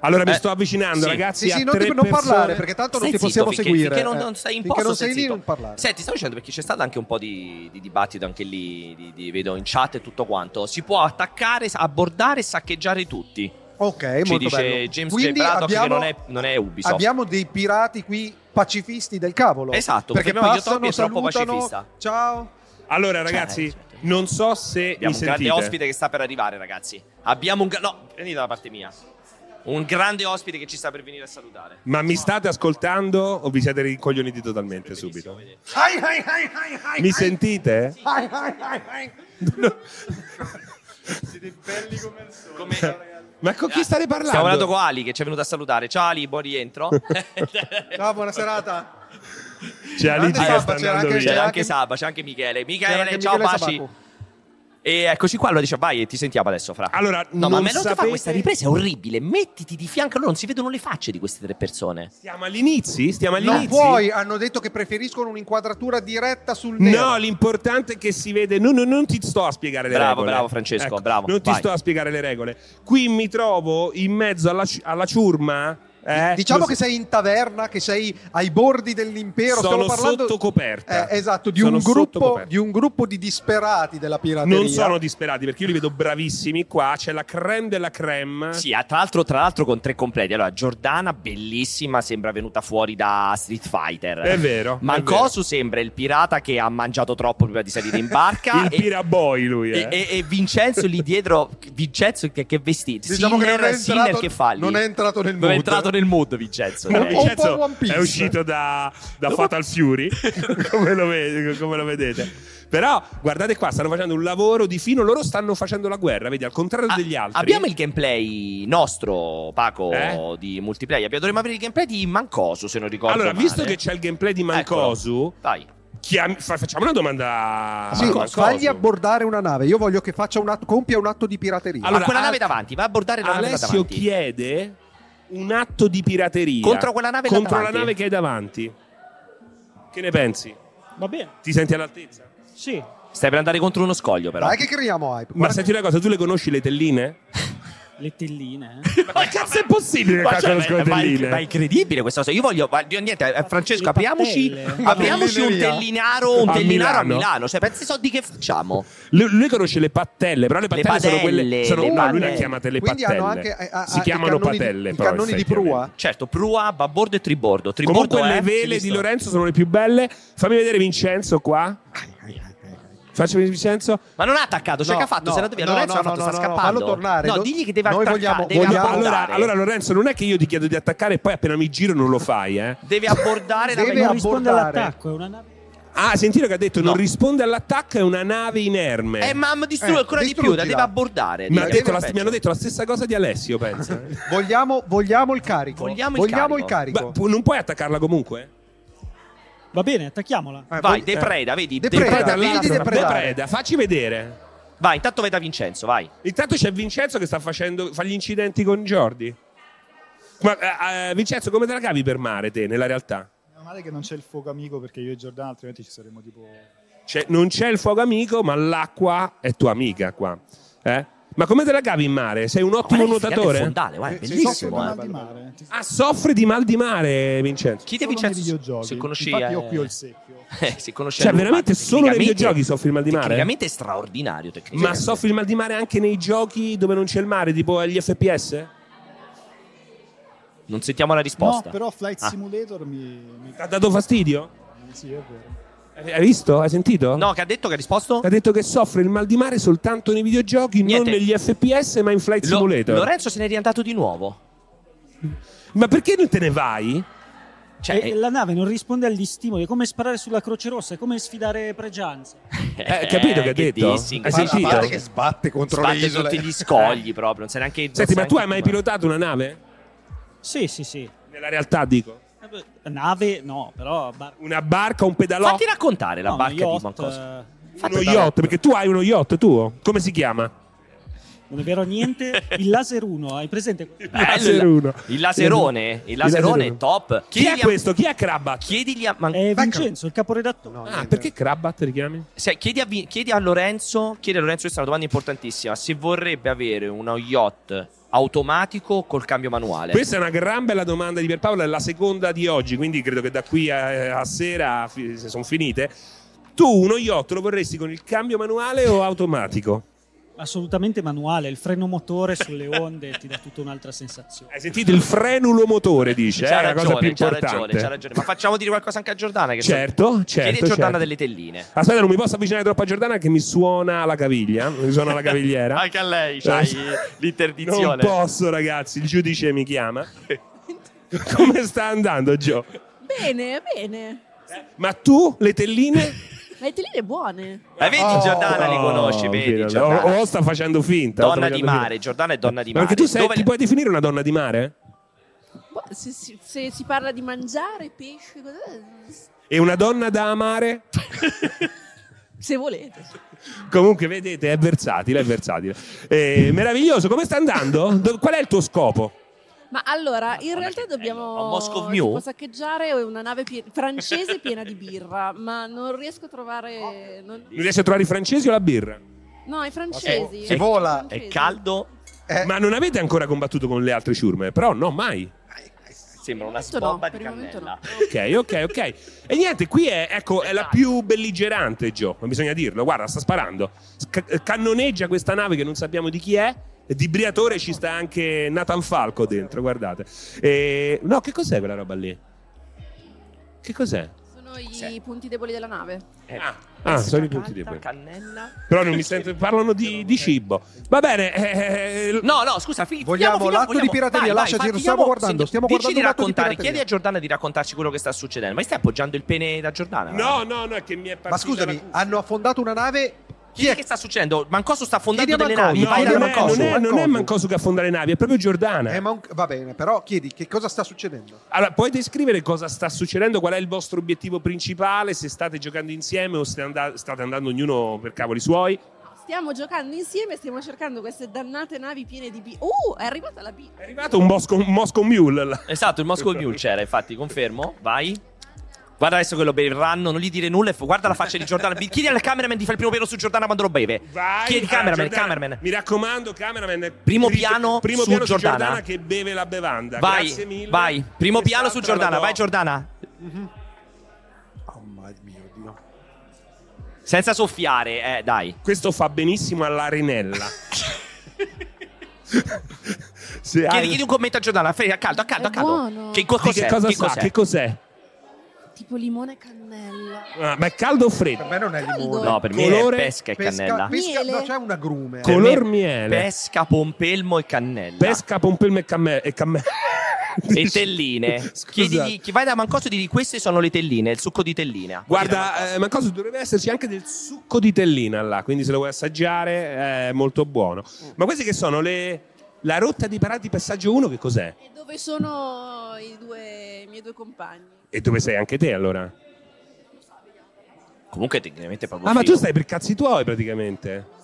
B: Allora mi
A: Eh,
B: sto avvicinando,
A: sì.
B: ragazzi.
D: Sì, sì,
B: a
D: non, ti-
B: tre
D: non
B: persone.
D: parlare perché tanto non
A: Stai
D: ti possiamo
A: zitto,
D: seguire.
A: finché, finché non,
D: eh.
A: non stai in
D: Finché
A: posto.
D: non sei lì,
A: zitto.
D: non parlare.
A: Senti, stavo dicendo perché c'è stato anche un po' di, di dibattito anche lì, di, di- vedo in chat e tutto quanto. Si può attaccare, abbordare e saccheggiare tutti.
D: Ok,
A: Ci
D: molto
A: dice
D: bello.
A: James J.
D: Quindi
A: Braddock
D: abbiamo,
A: che non è, non è Ubisoft.
D: abbiamo dei pirati qui pacifisti del cavolo.
A: Esatto,
D: perché
A: confermiamo che
D: passano,
A: Toby è troppo
D: salutano,
A: pacifista. Cioè,
D: Ciao.
B: Allora, ragazzi,
A: aspetta.
B: non so se
A: Abbiamo
B: mi
A: un grande
B: sentite.
A: ospite che sta per arrivare, ragazzi. Abbiamo un... gra- No, venite da parte mia. Un grande ospite che ci sta per venire a salutare.
B: Ma mi state ascoltando o vi siete rincoglioniti totalmente subito? Mi sentite? Ma con chi state parlando?
A: Stiamo parlando con Ali che ci è venuto a salutare. Ciao Ali, buon rientro.
D: Ciao, buona serata.
B: C'è Aligi
D: Grande
B: che
D: Samba,
B: sta
D: c'era
B: andando
D: anche-
B: via.
A: C'era
D: C'era
A: anche Saba, c'è anche Michele. Michele,
D: C'era anche
A: ciao
D: Michele
A: baci.
D: Sabaco.
A: E eccoci qua, allora dice vai e ti sentiamo adesso, Fra.
B: Allora,
O: No,
B: non
O: ma a me non ti fa
B: sapete-
O: questa ripresa, è orribile. Mettiti di fianco a loro, non si vedono le facce di queste tre persone.
B: Stiamo all'inizio? Stiamo
D: Non
B: all'inizio?
D: puoi, hanno detto che preferiscono un'inquadratura diretta sul nero.
B: No, l'importante è che si vede. No, no, non ti sto a spiegare le
A: Bravo,
B: regole. Ecco,
A: bravo, Francesco, bravo,
B: Non ti
A: vai.
B: sto a spiegare le regole. Qui mi trovo in mezzo alla, ci- alla ciurma. eh,
D: Diciamo
B: lo-
D: che sei in taverna, che sei ai bordi dell'impero.
B: Sono
D: Stiamo parlando
B: sotto coperta.
D: Eh, esatto, di
B: Sono
D: un,
B: sotto
D: gruppo,
B: coperta.
D: di un gruppo di disperati della pirateria.
B: Non sono disperati perché io li vedo bravissimi qua. C'è la creme della creme.
A: Sì, ah, tra l'altro, tra l'altro con tre completi. Allora, Giordana, bellissima, sembra venuta fuori da Street Fighter.
B: È vero. è vero.
A: Mancosu sembra il pirata che ha mangiato troppo prima di salire in barca.
B: Il
A: e-
B: piraboy lui. eh.
A: E, e- e Vincenzo lì dietro, Vincenzo che, che vestito?
D: Diciamo che non è
A: Sinner
D: entrato-
A: che fa lì?
D: non è entrato nel
A: Non è
D: mood.
A: entrato nel mood, Vincenzo.
B: Allora,
D: Un po'
B: Eh, Vincenzo
D: One Piece.
B: è uscito da, da Fatal Fury, come lo, ve- come lo vedete. Però guardate qua, stanno facendo un lavoro di fino, loro stanno facendo la guerra, vedi, al contrario
A: Ah,
B: degli altri.
A: Abbiamo il gameplay nostro, Paco,
B: Eh?
A: di multiplayer. Abbiamo- Dovremmo avere il gameplay di Mancoso, se non ricordo
B: Allora,
A: male. eh.
B: visto che c'è il gameplay di Mancosu,
A: Eccolo. Vai.
B: chiam- fa- facciamo una domanda a
D: Sì,
B: Mancosu.
D: fagli abbordare una nave. Io voglio che faccia un atto, compia un atto di pirateria.
A: Allora,
B: Allora,
A: quella
B: a-
A: nave davanti, va a abbordare la nave
B: Alessio
A: davanti.
B: chiede un atto di pirateria
A: Contro quella nave là
B: contro la
A: davanti.
B: nave che hai davanti. Che ne pensi?
O: Va bene,
B: Ti senti all'altezza?
O: sì.
A: Stai per andare contro uno scoglio, però.
D: Dai, che creiamo hype.
B: Ma
D: Guarda-
B: senti una cosa, tu le conosci le telline?
O: Le telline.
B: Ma che cazzo è possibile che
A: Ma, cioè,
B: facciano
A: ma- ma-
B: scondelline?
A: ma è incredibile questa cosa. Io voglio. ma- niente, eh, Francesco,
O: Le
A: apriamoci,
O: pappelle.
A: apriamoci un
D: Patelleria.
A: tellinaro, un
B: A
A: tellinaro a
B: Milano.
A: Milano. Cioè, pensi i soldi che facciamo?
B: Lui, lui conosce le pattelle, però le pattelle, sono
A: padelle,
B: quelle. Sono,
A: le
B: no, lui le
A: padelle.
B: ha chiamate le
D: Quindi
B: pattelle.
D: hanno anche eh, ah,
B: si
D: ah, i
B: chiamano
D: cannoni di-
B: patelle.
D: i
B: però,
D: cannoni di
B: effettivamente.
D: prua.
A: Certo, prua, babbordo e tribordo. tribordo
B: Comunque, le
A: è-
B: vele di
A: sinistro.
B: Lorenzo sono le più belle. Fammi vedere Vincenzo qua. Faccio vedere Vincenzo.
A: Ma non ha attaccato, cioè
D: No,
A: che ha fatto?
D: no,
A: Se l'ha via.
D: no,
A: Lorenzo
D: no,
A: ha fatto,
D: no,
A: sta
D: no, no,
A: scappando.
D: fallo tornare.
A: No,
D: Do-
A: digli che deve
D: Noi
A: attaccare.
D: vogliamo-
A: deve
D: vogliamo-
A: abbordare.
B: Allora, allora, Lorenzo, non è che io ti chiedo di attaccare, poi appena mi giro non lo fai, eh.
A: Deve abbordare la
D: Deve
A: vele.
O: non risponde
D: abbordare.
O: all'attacco, è una nave.
B: Ah, sentito che ha detto:
A: No.
B: non risponde all'attacco, è una nave inerme.
A: Eh, ma distrugge
D: Eh,
A: ancora di più, la
D: distruggila.
A: deve abbordare.
B: mi, ha
A: Deve-
B: detto la-
A: peggio.
B: mi hanno detto la stessa cosa di Alessio, penso.
D: Vogliamo, vogliamo il carico.
A: Vogliamo il
D: il
A: carico.
D: carico.
B: Ma pu- non puoi attaccarla comunque?
O: Va bene, attacchiamola.
D: Eh,
A: Vai,
D: vog-
A: depreda, vedi?
D: Depreda,
A: depreda,
D: vedi,
A: vedi,
D: depreda. depredare.
B: Depreda, facci vedere.
A: Vai, intanto veda Vincenzo, vai.
B: Intanto c'è Vincenzo che sta facendo fa gli incidenti con Jordi. Ma eh, eh, Vincenzo, come te la cavi per mare te nella realtà?
E: Meno male che non c'è il fuoco amico perché io e Giordano altrimenti ci saremmo tipo...
B: Cioè, non c'è il fuoco amico, ma l'acqua è tua amica qua. Eh? Ma come te la cavi in mare? Sei un ottimo
A: Guarda che figata il
B: nuotatore?
A: fondale, guarda, è
D: Sì, sì,
E: Soffro
A: bellissimo.
E: di
D: sì,
A: eh.
D: sì,
E: mal di
D: bello,
E: mare. Ti-
B: Ah, soffri di mal di mare, Vincenzo.
A: Chi te
E: solo nei
A: Vincenzo?
E: videogiochi.
A: Se conosci,
E: Infatti io
A: eh,
E: qui ho il secchio.
A: eh, se conosci
B: Cioè,
A: Allumat,
B: veramente solo nei
A: tecnicamente-
B: videogiochi soffri il mal di mare?
A: Tecnicamente è straordinario.
B: Ma
A: Tecnicamente.
B: soffri il mal di mare anche nei giochi dove non c'è il mare, tipo agli FPS?
A: Non sentiamo la
E: No,
A: risposta.
E: però Flight
A: Ah.
E: Simulator mi... mi-
B: Ti ha dato fastidio?
E: Sì, è vero.
B: Hai visto? Hai sentito?
A: No, che ha detto che ha risposto?
B: Ha detto che soffre il mal di mare soltanto nei videogiochi,
A: Niente.
B: non negli FPS, ma in Flight
A: Lo-
B: Simulator.
A: Lorenzo se n'è riandato di nuovo.
B: Ma perché non te ne vai? eh.
A: Cioè,
O: E Eh, la nave non risponde agli stimoli, è come sparare sulla Croce Rossa, è come sfidare Pregianza.
B: Eh, capito che ha detto?
A: dissing,
B: Hai
A: guarda,
D: A
B: sentito?
D: parte
A: guarda
D: che
A: che
D: sbatte contro le
A: Sbatte
D: isole. Eh.
A: tutti gli scogli proprio, non sai neanche non
B: Senti,
A: sai
B: ma tu hai
A: neanche
B: mai
A: come-
B: pilotato una nave?
O: Sì, sì, sì.
B: Nella realtà dico.
O: Eh, beh, Nave, no, però... bar-
B: Una barca, un pedalò,
A: Fatti raccontare la
O: no,
A: barca
O: uno yacht,
A: di Mancoso.
O: eh,
B: uno yacht, perché tu hai uno yacht tuo. Come si chiama?
O: Non è vero niente. Il laser 1, hai presente?
B: Laser
A: Bello.
B: uno.
A: Il laserone, il laserone è
B: uno.
A: top.
B: Chi è
A: Chiedigli a-
B: questo? Chi è Crabbat?
A: Chiedigli a, man-
O: È Eh, Vincenzo, il caporedattore.
D: Eh.
B: Ah, perché Crabbat li chiami?
A: se- chiedi, a Vi- chiedi a Lorenzo, chiedi a Lorenzo questa è una domanda importantissima, se vorrebbe avere uno yacht automatico col cambio manuale.
B: Questa è una gran bella domanda di Pierpaolo, è la seconda di oggi, quindi credo che da qui a, a sera fi- se sono finite. Tu uno yacht lo vorresti con il cambio manuale o automatico?
O: Assolutamente manuale, il freno motore sulle onde ti dà tutta un'altra sensazione.
B: Hai sentito il frenulo motore, dice, eh,
A: c'ha
B: è la cosa più
A: ragione, c'ha
B: importante.
A: ragione, c'ha ragione. Ma facciamo dire qualcosa anche a Giordana che
B: Certo,
A: so-
B: certo,
A: Chiedi a Giordana
B: certo.
A: delle telline.
B: Aspetta, non mi posso avvicinare troppo a Giordana che mi suona la caviglia, mi suona la cavigliera.
A: Anche a lei
B: Eh,
A: c'hai
B: sì. Non
A: l'interdizione.
B: posso, ragazzi, il giudice mi chiama. Come sta andando, Gio?
P: Bene, bene.
B: Ma tu le telline?
P: Le telline buone.
A: Ma vedi Giordana li conosci,
B: Oh,
A: vedi
B: Ah. vedi,
A: Giordana.
B: o, o sta facendo finta. o sta
A: Donna di
B: facendo finta.
A: mare, Giordana è donna di
B: Ma
A: mare.
B: Perché tu sei,
A: Dove
B: ti
A: le-
B: puoi definire una donna di mare?
P: Bu- Se, si- se si parla di mangiare, pesce, cosa-
B: E una donna da amare?
P: se volete.
B: Comunque, vedete, è versatile, è versatile. Eh, meraviglioso, come sta andando? Do- Qual è il tuo scopo?
P: Ma allora, in realtà dobbiamo
B: un Moscow Mule?
P: tipo, saccheggiare una nave pie- francese piena di birra, ma non riesco a trovare... non-
B: Non riesci a trovare i francesi o la birra?
P: No, i
A: Eh,
P: francesi.
B: Si vola.
P: I francesi.
A: caldo.
B: Ma non avete ancora combattuto con le altre ciurme? Però no, mai.
A: Sembra una
P: Per il momento
A: spomba
P: no,
A: di
P: per il momento
A: cannella.
B: Ok, ok, ok. E niente, qui è, ecco, è la
A: Esatto.
B: più belligerante, Joe. Non bisogna dirlo. Guarda, sta sparando. Ca- cannoneggia questa nave che non sappiamo di chi è. Di Briatore ci sta anche Nathan Falco dentro, guardate. E- No, che cos'è quella roba lì? Che cos'è?
P: Sono i punti deboli della nave.
B: Ah, sono i punti di
A: Cannella.
B: Però non mi sento. Parlano di, di cibo. Va bene. eh,
A: No, no, scusa, fi-
D: Vogliamo
A: finiamo,
D: l'atto di
A: finiamo,
D: pirateria,
A: vai, vai,
D: lasciaci,
A: fai-
D: non stiamo
A: finiamo,
D: guardando,
A: se-
D: stiamo
A: dici
D: guardando
A: di
D: l'atto di
A: raccontare,
D: pirateria.
A: chiedi a Giordana di raccontarci quello che sta succedendo. Ma stai appoggiando il pene da Giordana?
B: No, no, no, è che mi è partita
D: Ma scusami, hanno affondato una nave.
A: Chi è che sta succedendo? Mancoso sta affondando
D: Chiedi a
A: delle
D: Mancoso.
A: navi.
D: No,
A: vai da
D: non è-
A: Mancoso.
B: Non è,
D: Ecco.
B: non è Mancoso che affonda le navi, è proprio Giordana.
D: Eh, ma un- va bene, però chiedi che cosa sta succedendo.
B: Allora, puoi descrivere cosa sta succedendo? Qual è il vostro obiettivo principale? Se state giocando insieme o se anda- state andando ognuno per cavoli suoi?
P: Stiamo giocando insieme, stiamo cercando queste dannate navi piene di birra. Uh, è arrivata la birra. È
B: arrivata un Moscow, un Moscow Mule. là.
A: Esatto, il Moscow Mule c'era, infatti, confermo. Vai. Guarda adesso che lo berranno, non gli dire nulla. e f- Guarda la faccia di Giordana. Chiedi al cameraman di fare il primo piano su Giordana quando lo beve.
B: Vai,
A: Chiedi
B: ah,
A: cameraman,
B: Giordana,
A: cameraman.
B: Mi raccomando, cameraman.
A: Primo
B: dritto-
A: piano
B: primo
A: su
B: piano
A: Giordana.
B: che beve la bevanda. Grazie
A: Vai,
B: mille.
A: vai. Primo piano su
B: Quest'altra la
A: Giordana,
B: do.
A: vai Giordana.
D: Oh mio Dio.
A: Senza soffiare, eh, dai.
B: Questo fa benissimo all'arenella. Se hai-
A: Chiedi, chiedi un commento a Giordana, fai a caldo, a caldo, a caldo.
P: buono.
A: Che, co-
B: Di
A: cos'è?
B: che cosa
A: Che
B: sa?
A: cos'è?
B: Che cos'è?
P: Tipo limone e cannella.
B: Ah, ma è caldo o freddo?
D: Per me non è limone.
A: No, per me è
B: Colore?
A: pesca e cannella.
D: pesca-
P: Miele.
D: no, c'è Cioè, un agrume.
A: Per
B: Color
A: me-
B: miele.
A: Pesca, pompelmo e cannella.
B: Pesca, pompelmo e camme- e camme-
A: e telline.
B: Scusate.
A: Chiedigli, chi vai da Mancoso e digli queste sono le telline, il succo di tellina.
B: Guarda, eh, Mancoso dovrebbe esserci anche del succo di tellina là, quindi se lo vuoi assaggiare è molto buono. Ma queste che sono le la rotta dei parati passaggio 1 che cos'è?
P: E dove sono i, due, i miei due compagni?
B: E dove sei anche te allora?
A: Comunque tecnicamente è proprio
B: Ah, ma
A: figo.
B: tu stai per cazzi tuoi praticamente.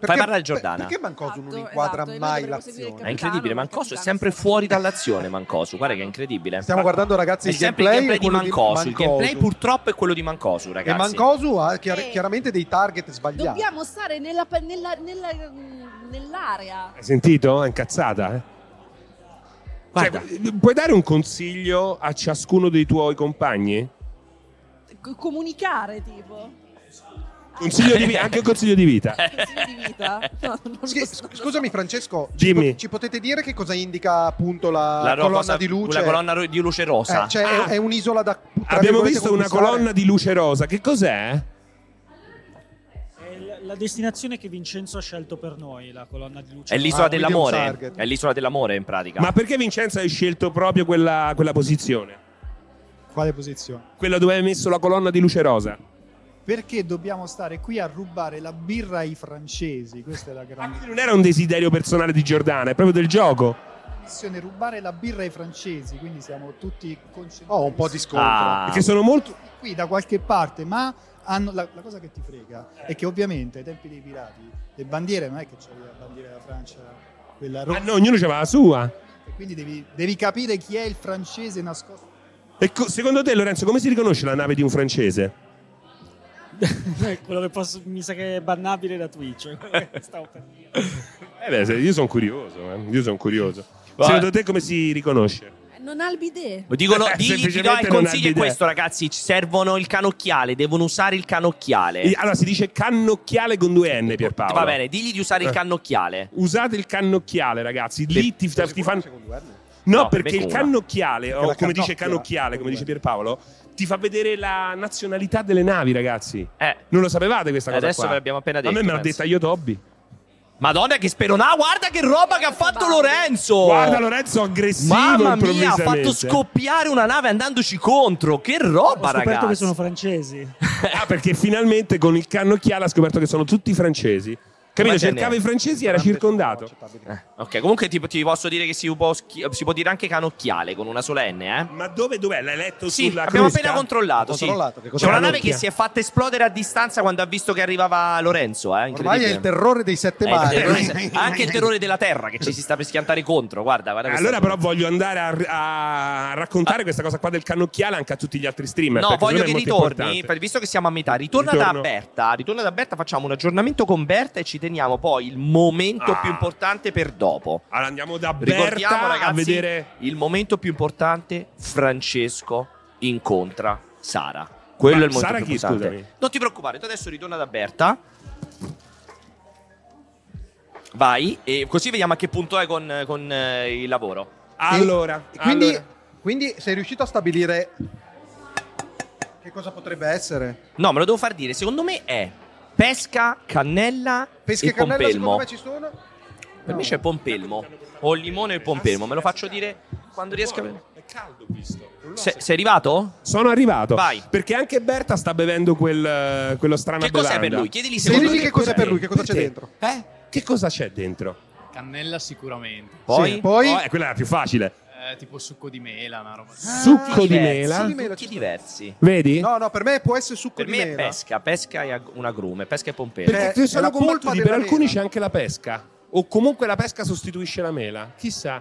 A: Fai parlare Giordana.
D: Perché Mancoso
P: Esatto,
D: non inquadra mai l'azione?
A: È incredibile, Mancoso è sempre fuori dall'azione, Mancoso. Guarda che è incredibile.
D: Stiamo guardando, ragazzi,
A: È
D: il
A: sempre
D: gameplay
A: il
D: e quello
A: gameplay
D: di
A: di Mancoso. Il
D: Mancoso.
A: gameplay purtroppo è quello di Mancoso,
D: E
A: ragazzi.
D: Mancosu ha chiar-
P: Eh.
D: chiaramente dei target sbagliati.
P: Dobbiamo stare nella, pa- nella- nella- mm, nell'area.
B: Hai sentito? È incazzata, eh?
A: Guarda.
B: Cioè, puoi dare un consiglio a ciascuno dei tuoi compagni?
P: C- comunicare, tipo.
B: Consiglio di vi- anche un consiglio di vita.
P: Consigli di vita. No, non lo
D: Schi-
P: so.
D: sc- scusami Francesco,
B: Dimmi.
D: ci, ci potete dire che cosa indica appunto la,
A: La
D: colonna
A: cosa-
D: di luce?
A: La colonna ro- di luce rosa. Ah,
D: Eh, cioè, è- è un'isola da... tra
B: Ah. Abbiamo
D: virgolette,
B: visto una
D: conquistare?
B: colonna di luce rosa. Che cos'è?
O: È la- la destinazione che Vincenzo ha scelto per noi, la colonna di luce.
A: È l'isola
O: Ah, quindi è un
A: dell'amore.
O: target.
A: È l'isola dell'amore, in pratica.
B: Ma perché Vincenzo hai scelto proprio quella, quella posizione?
E: Quale posizione?
B: Quella dove hai messo la colonna di luce rosa?
E: Perché dobbiamo stare qui a rubare la birra ai francesi? Questa è la grande
B: Non era un desiderio personale di Giordana, è proprio del gioco.
E: missione, rubare la birra ai francesi, quindi siamo tutti concentrati.
D: Oh, un po' di scontro.
B: Ah. Perché sono molto-
E: qui da qualche parte, ma hanno la, la cosa che ti frega è che ovviamente ai tempi dei pirati le bandiere non è che c'era la bandiera della Francia, quella rossa,
B: Ah, no, ognuno aveva la sua.
E: quindi devi, devi capire chi è il francese nascosto.
B: E co- secondo te, Lorenzo, come si riconosce la nave di un francese?
O: Quello che posso, mi sa che è bannabile da Twitch. è quello che Stavo per dire.
B: Eh beh, se- io sono curioso, eh, io sono curioso.
A: Vabbè.
B: Secondo te come si riconosce?
P: Eh, Non ha il bidet.
A: Dicono,
B: Eh,
A: digli, ti do
B: semplicemente
A: il
B: non
A: consiglio
B: hanno
A: è
B: idea.
A: questo, ragazzi. Ci servono il canocchiale, devono usare il canocchiale.
B: E- Allora, si dice cannocchiale con due N, Pierpaolo.
A: Va bene, digli di usare il
B: Eh.
A: cannocchiale.
B: Usate il cannocchiale, ragazzi. Lì ti, ti fanno... No,
A: No, per
B: perché
A: me
B: il
A: con una.
B: cannocchiale, o
D: Perché la
B: come dice
D: cannocchia-
B: cannocchiale, come dice Pierpaolo, ti fa vedere la nazionalità delle navi, ragazzi.
A: Eh.
B: Non lo sapevate questa cosa
A: Adesso
B: qua?
A: ve l'abbiamo appena
B: A me
A: detto,
B: me l'ha
A: penso.
B: detta io Tobby.
A: Madonna, che speronà! Guarda che roba che ha fatto Lorenzo!
B: Guarda Lorenzo aggressivo
A: Mamma mia, ha
B: improvvisamente.
A: fatto scoppiare una nave andandoci contro. Che roba,
O: Ho scoperto che
A: ragazzi!
O: sono francesi.
B: Ah, perché finalmente con il cannocchiale ha scoperto che sono tutti francesi. Capito?
A: Quanti anni
B: Cercava
A: hai?
B: i francesi era circondato.
A: Ok, comunque ti, ti posso dire che si può, schi- si può dire anche canocchiale con una solenne, eh?
B: Ma dove dov'è? L'hai letto
A: sì,
B: sulla
A: abbiamo
B: crusca?
A: appena controllato,
B: Ho
A: sì.
B: controllato, che cosa
A: C'è una nave
B: canocchia?
A: che si è fatta esplodere a distanza quando ha visto che arrivava Lorenzo, eh?
D: Ormai è
A: incredibile.
D: il terrore dei sette
A: Eh, il
D: mari.
A: terrore- anche il terrore della terra che ci si sta per schiantare contro. Guarda, guarda questa
B: Eh, Allora
A: cosa. Ah.
B: però voglio andare a, a raccontare questa cosa qua del cannocchiale anche a tutti gli altri streamer.
A: No,
B: perché
A: voglio che
B: secondo me è molto
A: ritorni,
B: importante.
A: per- visto che siamo a metà, ritorna
B: Ritorno.
A: da Berta, ritorna da Berta, facciamo un aggiornamento con Berta e ci teniamo poi il momento
B: Ah.
A: più importante per dopo.
B: Allora andiamo da
A: Ricordiamo
B: Berta
A: ragazzi
B: a vedere...
A: il momento più importante, Francesco incontra Sara. Quello
B: Ma
A: è il momento
B: Sara
A: più
B: chi,
A: importante.
B: scusami?
A: Non ti preoccupare, tu adesso ritorna da Berta. Vai, e così vediamo a che punto è con, con, eh, il lavoro.
B: Allora,
D: E quindi, quindi sei riuscito a stabilire che cosa potrebbe essere?
A: No, me lo devo far dire. Secondo me è pesca, cannella
D: Pesche
A: e
D: e cannella
A: pompelmo.
D: secondo me ci sono.
A: Per me c'è pompelmo. O limone e pompelmo. Me lo faccio dire quando riesco a...
B: È caldo visto.
A: Se- sei arrivato?
B: Sono arrivato.
A: Vai.
B: Perché anche Berta sta bevendo quel, eh, quello strano
A: Che cos'è per lui? Chiedili se
G: Chiedili che cos'è per lui, che cosa c'è
B: dentro. Eh? Che cosa c'è dentro?
G: Cannella sicuramente.
B: Sì. Oh, eh, quella è la più facile.
G: Eh, tipo succo di mela, una roba
B: Succo di mela.
A: Tutti diversi.
B: Vedi?
D: No, no, per me può essere succo
A: Per
D: di
A: me è
D: mela.
A: pesca, pesca e ag- un agrume, pesca e pompelmo.
G: eh,
B: Perché sono combattuti, per
D: della
B: alcuni
D: mela.
B: c'è anche la pesca. O comunque la pesca sostituisce la mela. Chissà.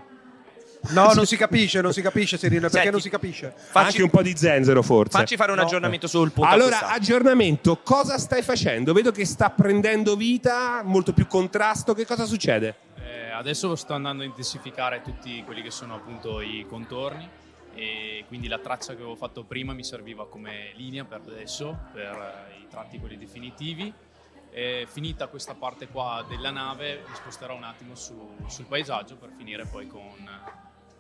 D: No, non si capisce, non si capisce, Serino, perché
B: Senti,
D: non si capisce?
B: Anche un po' di zenzero forse.
A: Facci fare un aggiornamento sul punto
B: Allora,
A: acquistato.
B: aggiornamento, cosa stai facendo? Vedo che sta prendendo vita, molto più contrasto, che cosa succede?
G: Eh, adesso sto andando a intensificare tutti quelli che sono appunto i contorni e quindi la traccia che avevo fatto prima mi serviva come linea per adesso, per eh, i tratti quelli definitivi. E finita questa parte qua della nave mi sposterò un attimo su- sul paesaggio per finire poi con...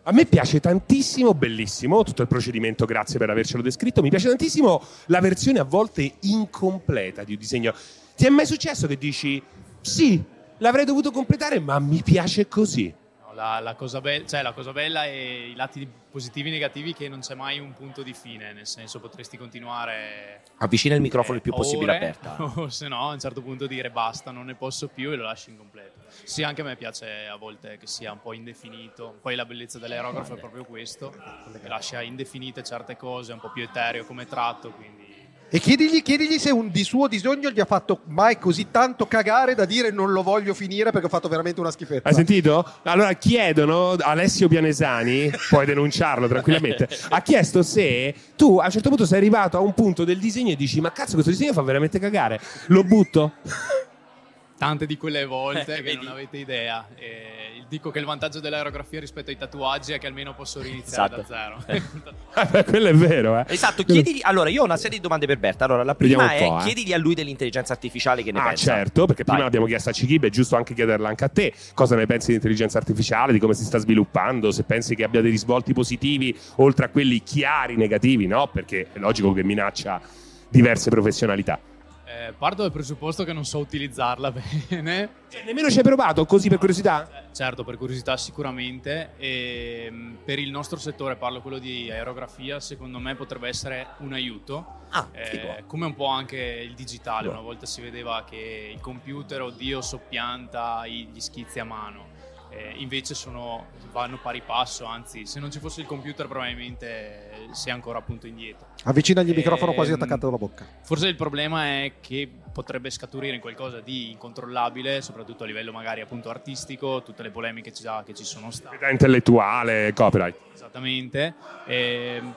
B: A me piace tantissimo, bellissimo tutto il procedimento, grazie per avercelo descritto. Mi piace tantissimo la versione a volte incompleta di un disegno. Ti è mai successo che dici sì, l'avrei dovuto completare, ma mi piace così?
G: no, La, la cosa be- cioè, la cosa bella è i lati positivi e negativi che non c'è mai un punto di fine, nel senso potresti continuare
A: Avvicina il microfono il più
G: eh,
A: possibile
G: ore,
A: aperta.
G: O se no, a un certo punto dire basta, non ne posso più e lo lasci incompleto. Sì, anche a me piace a volte che sia un po' indefinito. Poi la bellezza dell'aerografo è proprio questo: che lascia indefinite certe cose, è un po' più etereo come tratto. Quindi
D: E chiedigli, chiedigli se un di suo disogno gli ha fatto mai così tanto cagare da dire non lo voglio finire perché ho fatto veramente una schifezza.
B: Hai sentito? Allora chiedono, Alessio Pianesani, puoi denunciarlo tranquillamente, ha chiesto se tu a un certo punto sei arrivato a un punto del disegno e dici ma cazzo questo disegno fa veramente cagare, lo butto?
G: tante di quelle volte che non avete idea. E dico che il vantaggio dell'aerografia rispetto ai tatuaggi è che almeno posso riniziare da zero.
B: Quello è vero, eh.
A: Esatto, chiedigli. Allora, io ho una serie di domande per Berta. Allora, la prima
B: Vediamo un
A: è
B: po', eh.
A: chiedigli a lui dell'intelligenza artificiale che ne
B: Ah,
A: pensa.
B: certo, perché prima
A: Vai.
B: l'abbiamo chiesto a Cichib, è giusto anche chiederla anche a te. Cosa ne pensi di intelligenza artificiale, di come si sta sviluppando, se pensi che abbia dei risvolti positivi, oltre a quelli chiari negativi, no? Perché è logico che minaccia diverse professionalità.
G: Eh, parto dal presupposto che non so utilizzarla bene.
D: Cioè,
B: nemmeno ci hai provato, così per curiosità?
G: Certo, per curiosità sicuramente. E, mh, per il nostro settore, parlo quello di aerografia, secondo me potrebbe essere un aiuto.
D: Ah,
G: Eh, come un po' anche il digitale,
A: Figo.
G: una volta si vedeva che il computer, oddio, soppianta i- gli schizzi a mano. Eh, invece sono- vanno pari passo, anzi, se non ci fosse il computer probabilmente eh, si è ancora appunto indietro.
D: Avvicinagli il
G: Ehm,
D: microfono quasi attaccato alla bocca.
G: Forse il problema è che potrebbe scaturire in qualcosa di incontrollabile, soprattutto a livello magari appunto artistico, tutte le polemiche già che ci sono state.
B: Da intellettuale, copyright.
G: Esattamente. Ehm,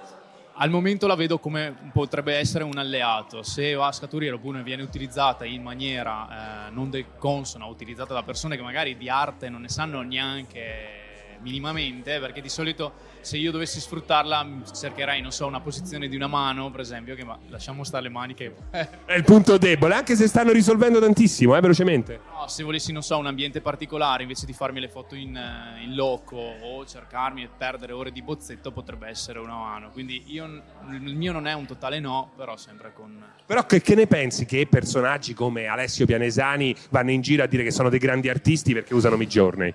G: al momento la vedo come potrebbe essere un alleato. Se va a scaturire oppure viene utilizzata in maniera eh, non del consona, utilizzata da persone che magari di arte non ne sanno neanche minimamente, perché di solito se io dovessi sfruttarla mh, cercherei, non so, una posizione di una mano, per esempio, che ma lasciamo stare le mani che...
B: È il punto debole, anche se stanno risolvendo tantissimo, eh, velocemente.
G: No, se volessi, non so, un ambiente particolare, invece di farmi le foto in, eh, in loco o cercarmi e perdere ore di bozzetto, potrebbe essere una mano. Quindi io, n- il mio non è un totale no, però sempre con...
B: Però che, che ne pensi che personaggi come Alessio Pianesani vanno in giro a dire che sono dei grandi artisti perché usano Midjourney?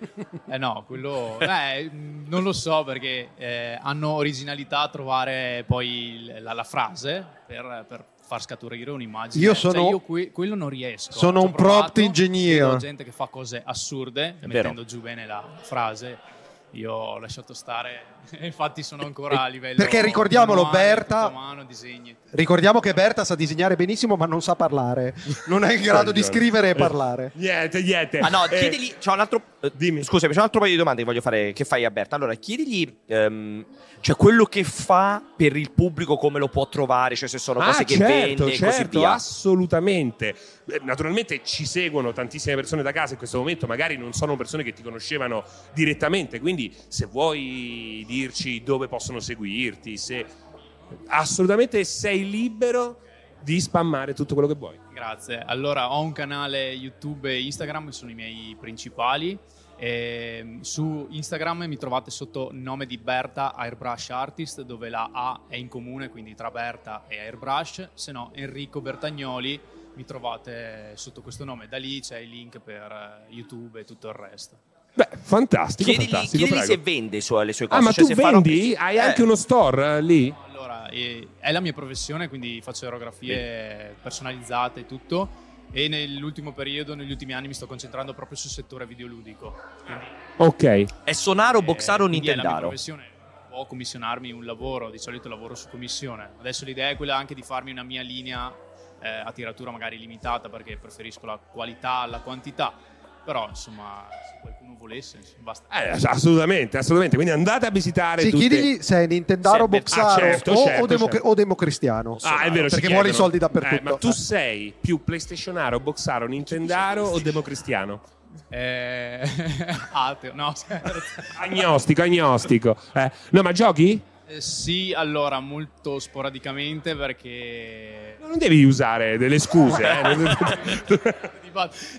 G: Eh no, quello... beh, mh, non lo so eh, perché eh, hanno originalità a trovare poi il- la, la frase per, per far scaturire un'immagine.
D: Io sono-
G: cioè, io qui- quello non riesco.
D: sono
G: Ci ho
D: un prompt
G: provato,
D: engineer.
G: vedo gente che fa cose assurde,
D: È
G: mettendo
D: vero.
G: giù bene la frase. Io ho lasciato stare, infatti sono ancora a livello
D: Eh, Perché ricordiamolo,
G: manuale,
D: Berta-
G: tutto a mano, disegni.
D: Ricordiamo che Berta sa disegnare benissimo, ma non sa parlare. Non è in grado di scrivere e parlare.
B: Niente, niente.
A: Ah no,
D: Eh,
A: chiedigli. C'ho un altro. eh, Scusami, c'è un altro paio di domande che voglio fare. Che fai a Berta? Allora, chiedigli. ehm, cioè, quello che fa per il pubblico, come lo può trovare, cioè se sono
B: Ah,
A: cose che
B: certo,
A: vende e così
B: certo,
A: via.
B: assolutamente. Eh, Naturalmente ci seguono tantissime persone da casa in questo momento, magari non sono persone che ti conoscevano direttamente, quindi se vuoi dirci dove possono seguirti, se assolutamente sei libero di spammare tutto quello che vuoi.
G: Grazie. Allora, ho un canale YouTube e Instagram, sono i miei principali. Ehm, su Instagram mi trovate sotto nome di Berta Airbrush Artist, dove la A è in comune, quindi tra Berta e Airbrush. Se no, Enrico Bertagnoli mi trovate sotto questo nome. Da lì c'è il link per eh, YouTube e tutto il resto.
B: Beh, fantastico,
A: Chiedigli,
B: fantastico,
A: chiedigli
B: prego.
A: se vende i suoi- le sue cose.
B: Ah, ma
A: cioè,
B: tu
A: se fa roba-
B: vendi? Hai
A: Eh,
B: anche uno store eh, lì?
G: Allora, eh, è la mia professione, quindi faccio aerografie personalizzate e tutto. E nell'ultimo periodo, negli ultimi anni, mi sto concentrando proprio sul settore videoludico. Quindi
B: Ok.
A: È sonaro, boxaro o
G: Eh, quindi è la mia
A: nintendaro?
G: professione può commissionarmi un lavoro, di solito lavoro su commissione. Adesso l'idea è quella anche di farmi una mia linea eh, a tiratura magari limitata perché preferisco la qualità alla quantità. Però insomma, se qualcuno volesse, insomma, basta.
B: Eh, assolutamente, assolutamente. Quindi andate a visitare
D: Sì,
B: tutte-
D: chiedigli se è Nintendaro,
B: Sì, per- ah,
D: Boxaro
B: certo,
D: o,
B: certo,
D: o democ-
B: certo.
D: o democristiano.
B: Ah, è vero, ci
D: Perché vuole i
B: chiedono.
D: soldi
B: Eh,
D: dappertutto.
B: ma tu sei più PlayStationaro, boxaro, Nintendaro o democristiano?
G: Eh, ateo, no, scherzo.
B: Agnostico, agnostico. Eh, no, ma giochi?
G: Eh, sì, allora, molto sporadicamente perché...
B: Non devi usare delle scuse. eh.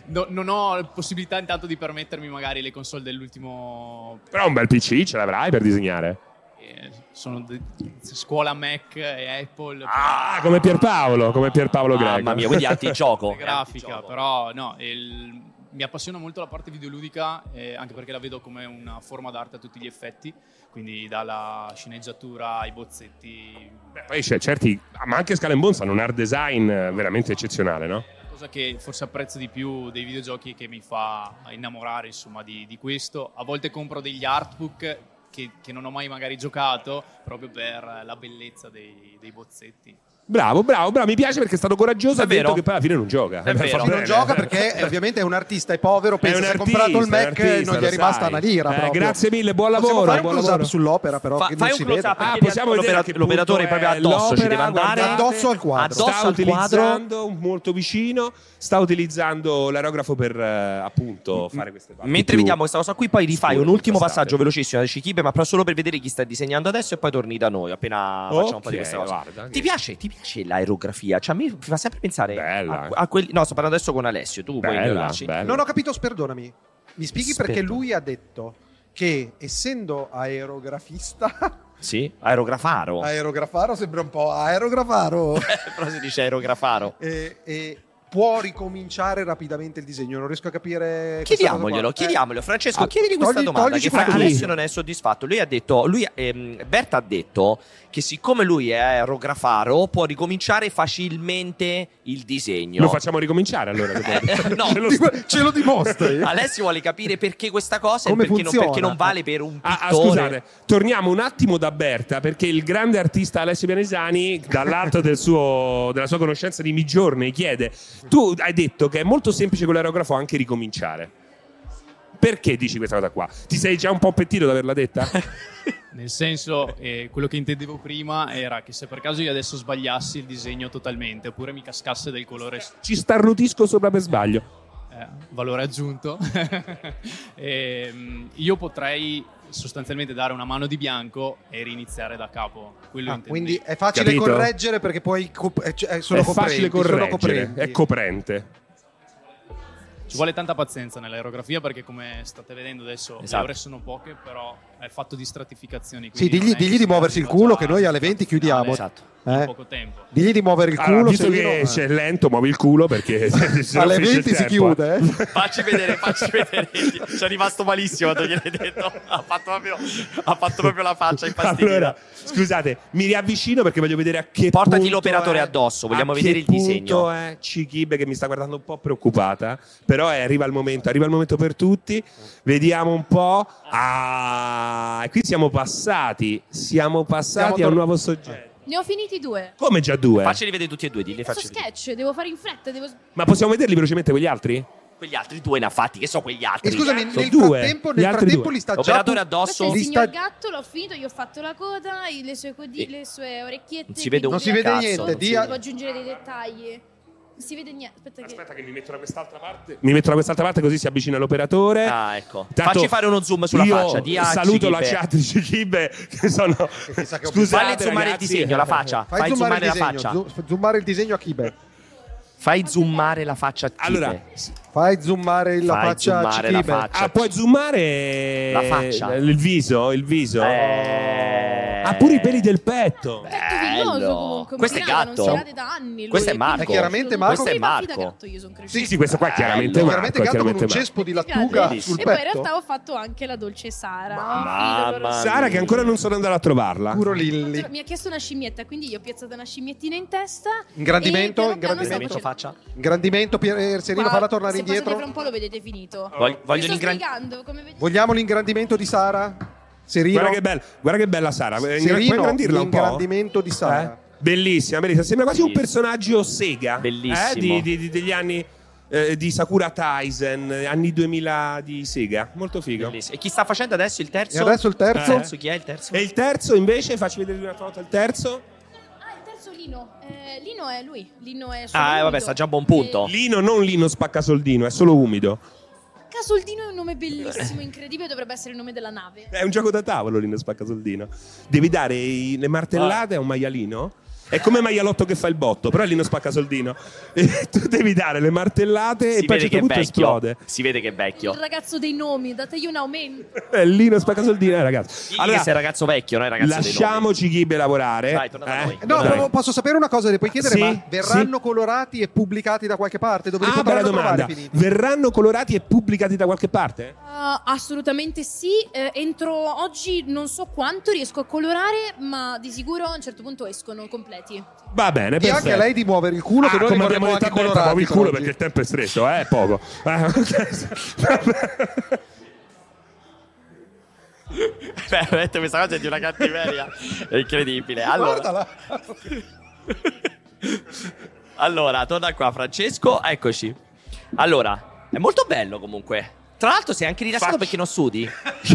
G: No- non ho possibilità intanto di permettermi magari le console dell'ultimo...
B: Però un bel PC ce l'avrai per disegnare.
G: eh, sono de- scuola Mac e Apple.
B: Ah, come Pierpaolo, come Pierpaolo Greco.
A: Mamma mia, quindi antigioco.
G: grafica, però no, il- mi appassiona molto la parte videoludica, eh, anche perché la vedo come una forma d'arte a tutti gli effetti, quindi dalla sceneggiatura ai bozzetti,
B: Poi c'è certi, ma anche Scala Bones hanno un art design eh, veramente eccezionale, no?
G: cosa che forse apprezzo di più dei videogiochi e che mi fa innamorare insomma di, di questo. A volte compro degli artbook che, che non ho mai magari giocato proprio per la bellezza dei, dei bozzetti.
B: Bravo, bravo, bravo. Mi piace perché è stato coraggioso.
G: È
B: ha detto
G: vero.
B: che poi alla fine non gioca.
G: È vero.
B: Fa
G: Non
B: bene.
D: Gioca perché eh, ovviamente è un artista, è povero, pensa
B: un
D: se ha
B: artista,
D: comprato il
B: è un
D: Mac
B: artista,
D: eh, non gli
B: lo
D: è rimasta
B: sai.
D: una lira.
B: Eh,
D: proprio.
B: grazie mille, buon lavoro,
D: Possiamo fare un
B: buon
D: close-up
B: lavoro. Ah,
D: sull'opera però,
A: Fa-
D: che
A: fai
D: non
A: un
D: si
A: close
D: vede.
A: up, chiedi all'opera- l'operatore è proprio addosso, ci deve andare
D: addosso al quadro.
B: sta
A: Addosso al quadro.
B: utilizzando molto vicino, sta utilizzando l'aerografo per eh, appunto fare queste parti. più-
A: Mentre
B: esatto.
A: vediamo questa cosa qui, poi rifai un ultimo
B: passate.
A: passaggio velocissimo da Cichibe, ma però solo per vedere chi sta disegnando adesso e poi torni da noi appena facciamo un po' di
B: Ok,
A: questa cosa.
B: guarda,
A: ti, piace, ti piace l'aerografia? Cioè, a me mi fa sempre pensare a, a quelli... No, sto parlando adesso con Alessio, tu puoi
B: Bella,
A: ignorarci.
B: bella.
D: Non ho capito, perdonami. Mi spieghi perché
A: Aspetta.
D: lui ha detto che essendo aerografista,
A: Sì, aerografaro.
D: aerografaro sembra un po' aerografaro.
A: però si dice aerografaro.
D: e, e può ricominciare rapidamente il disegno. Non riesco a capire. questa cosa
A: Chiediamoglielo,
D: qua.
A: chiediamoglielo.
D: Eh,
A: Francesco,
D: ah,
A: chiedigli questa
D: togli-
A: domanda.
D: toglici
A: Che fra-
D: Franco.
A: Alessio non è soddisfatto. Lui ha detto, lui, ehm, Berta ha detto che siccome lui è aerografaro, può ricominciare facilmente il disegno.
B: Lo facciamo ricominciare allora.
A: Eh, no.
B: Ce lo, ce lo dimostri.
A: Alessio vuole capire perché questa cosa
B: Come
A: e perché non,
B: funziona?
A: perché non vale per un
B: Ah,
A: pittore.
B: ah, scusate, torniamo un attimo da Berta perché il grande artista Alessio Pianesani, dall'alto del suo- della sua conoscenza di Migiorni, chiede: Tu hai detto che è molto semplice con l'aerografo anche ricominciare. Perché dici questa cosa qua? Ti sei già un po' pettito di averla detta?
G: Nel senso, eh, quello che intendevo prima era che se per caso io adesso sbagliassi il disegno totalmente, oppure mi cascasse del colore
B: Ci starrutisco sopra per sbaglio.
G: eh, valore aggiunto, Ehm, io potrei sostanzialmente dare una mano di bianco e riniziare da capo. Quello
D: Ah,
G: intendevo.
D: quindi è facile
B: Capito?
D: correggere perché poi cop- eh, cioè, eh, sono
B: è facile
D: coprenti, sono
B: correggere,
D: coprenti.
B: è coprente.
G: Ci vuole tanta pazienza nell'aerografia perché come state vedendo adesso le
B: Esatto.
G: ore sono poche, però è fatto di stratificazioni.
D: Sì,
G: quindi
D: digli,
G: non è
D: digli
G: che
D: di muoversi il culo, che noi alle 20 chiudiamo.
G: Esatto.
D: Eh?
G: poco tempo.
D: Digli di muovere il
B: Allora,
D: culo.
B: visto
D: se
B: che
D: lui non-
B: c'è lento, muovi il culo perché se- se no
D: Alle
B: finisce il
D: 20 si
B: tempo,
D: chiude. eh.
A: Facci vedere, facci vedere. Ci è rimasto malissimo quando gliel'hai detto. Ha fatto proprio, ha fatto proprio la faccia impastita.
B: Allora, scusate, mi riavvicino perché voglio vedere a che
A: Portati
B: punto
A: l'operatore
B: è-
A: addosso, vogliamo
B: a
A: vedere
B: che
A: il disegno.
B: punto è Cichibe che mi sta guardando un po' preoccupata, però eh, arriva il momento, arriva il momento per tutti. Vediamo un po'. Ah, e qui siamo passati, siamo passati
D: Siamo
B: a un
D: tor-
B: nuovo soggetto.
I: Ne ho finiti due.
B: Come già due? eh.
A: Facceli vedere tutti e due, dilli
I: Questo
A: facci vedere.
I: sketch, devo fare in fretta, devo...
B: Ma possiamo vederli velocemente quegli altri?
A: Quegli altri due, ne ha fatti, che so quegli altri.
D: E Eh, scusami,
B: Sono
D: nel
B: due,
D: frattempo,
B: gli
D: nel
B: altri
D: frattempo
B: due.
D: li sta già.
I: Questo
A: Operatore
I: è
A: addosso.
I: il
D: Li
I: signor
D: sta-
I: gatto, l'ho finito, gli ho fatto la coda, i- le sue, codi- le sue orecchiette.
A: Non si vede un
D: Non si vede
A: cazzo,
D: niente,
A: non si
D: di-
A: vede.
I: Devo aggiungere dei dettagli. Non si vede niente. Aspetta, che...
B: mi metto da quest'altra parte. Mi metto da quest'altra parte così si avvicina l'operatore.
A: Ah, ecco.
B: Tanto
A: Facci fare uno zoom sulla
B: io
A: faccia. Di Acci,
B: saluto la
A: Ghibe.
B: chat di Cichibe che sono
D: sa che ho
B: Scusate,
A: Falli zoomare il
B: ragazzi.
A: disegno, la faccia.
D: Fai,
A: Fai
D: zoomare,
A: zoomare la
D: il disegno,
A: faccia.
D: zo- zoomare il disegno a Kibe.
A: Fai zoomare la faccia. Ghibe.
B: Allora,
D: Fai zoomare la
A: Fai
D: faccia a
A: zoomare la
D: Kibe.
A: faccia.
B: ah, puoi zoomare eh,
A: La faccia.
B: il viso, il viso.
A: Eh.
B: Ah, pure i peli del petto.
I: Gatto villoso
A: Bello.
I: comunque.
A: Questo è
I: bravo,
A: gatto?
I: Non si vede da anni. Lui,
A: Questo è Marco.
D: È chiaramente Marco.
A: Questo è
I: Marco.
A: Marco.
I: gatto io sono cresciuta.
B: Sì, sì, questo qua è chiaramente
A: Bello.
B: Marco.
D: Chiaramente gatto con
B: chiaramente
D: un
B: Marco.
D: cespo di
I: Grazie.
D: lattuga sul
A: Bellissimo.
I: E
D: petto.
I: poi in realtà ho fatto anche la dolce Sara.
A: Mamma
I: Ho finito con-
B: Sara che ancora non sono andato a trovarla.
D: Puro Lilli.
I: Cioè, Mi ha chiesto una scimmietta, quindi io ho piazzato una scimmiettina in testa.
D: Ingrandimento,
I: e piano piano
D: ingrandimento,
I: sto
A: faccia.
I: facendo-
D: Ingrandimento, Pier eh, Serino,
I: Qua,
D: falla tornare
I: se
D: indietro.
I: passate fra un po' lo vedete finito.
A: Voglio,
I: Mi
A: voglio
I: sto
A: l'ingrandimento.
I: spiegando, come vedete.
D: Vogliamo l'ingrandimento di Sara? Serino.
B: Guarda che bella, guarda che bella Sara. Eh,
D: Serino,
B: puoi ingrandirla un po'?
D: l'ingrandimento di Sara.
B: Eh? Bellissima, bellissima. Sembra quasi un
A: Sì.
B: personaggio Sega. eh,
A: Bellissimo.
B: di- di- di- degli anni eh, di Sakura Taisen, eh, anni 2000 di Sega. Molto figo.
A: Bellissimo. E chi sta facendo adesso il terzo?
D: E adesso il terzo?
B: Eh.
A: Chi è il terzo?
B: E il terzo invece, facci vedere una volta il terzo.
I: Ah, il terzo Lino. Eh, Lino è lui. Lino è
A: Ah,
I: nudo.
A: vabbè, sta già a buon punto.
B: Lino, non Lino spaccasoldino, è solo umido.
I: Eh, Casoldino è un nome bellissimo, incredibile, dovrebbe essere il nome della nave.
B: È un gioco da tavolo Lino spaccasoldino. Devi dare i- le martellate a un maialino. È come maialotto che fa il botto, però è Lino spaccasoldino. E tu devi dare le martellate e
A: Si
B: poi a un
A: vede
B: certo
A: che è
B: punto
A: vecchio.
B: esplode.
A: Si vede che è vecchio.
I: Il ragazzo dei nomi, dategli un aumento.
B: È Lino spaccasoldino, eh, ragazzi.
A: Digli che sei ragazzo vecchio, noi ragazzi.
B: Lasciamoci Ghibe lavorare.
A: Dai, torna da noi.
B: eh?
D: No,
B: Dai.
D: volevo- posso sapere una cosa che puoi chiedere?
B: Sì,
D: ma verranno colorati e pubblicati da qualche parte? Dove li
B: Ah, bella
D: potranno
B: domanda.
D: trovare finiti?
B: Verranno colorati e pubblicati da qualche parte?
I: Uh, assolutamente sì, Eh, entro oggi non so quanto riesco a colorare, ma di sicuro a un certo punto escono completi.
B: Va bene,
D: E
B: perfetto.
D: anche a lei di muovere il culo,
B: Ah,
D: che noi
B: come
D: ricordiamo
B: abbiamo detto
D: anche
B: a Berta, muovi
D: colorati.
B: il
D: per
B: culo
D: oggi.
B: perché il tempo è stretto, eh, poco. Eh, ok.
A: Beh, ho detto questa cosa è di una cattiveria. È incredibile. Allora,
D: Guardala.
A: allora, torna qua, Francesco. Eccoci. Allora, è molto bello comunque. Tra l'altro, sei anche rilassato
F: Faccio-
A: perché non sudi.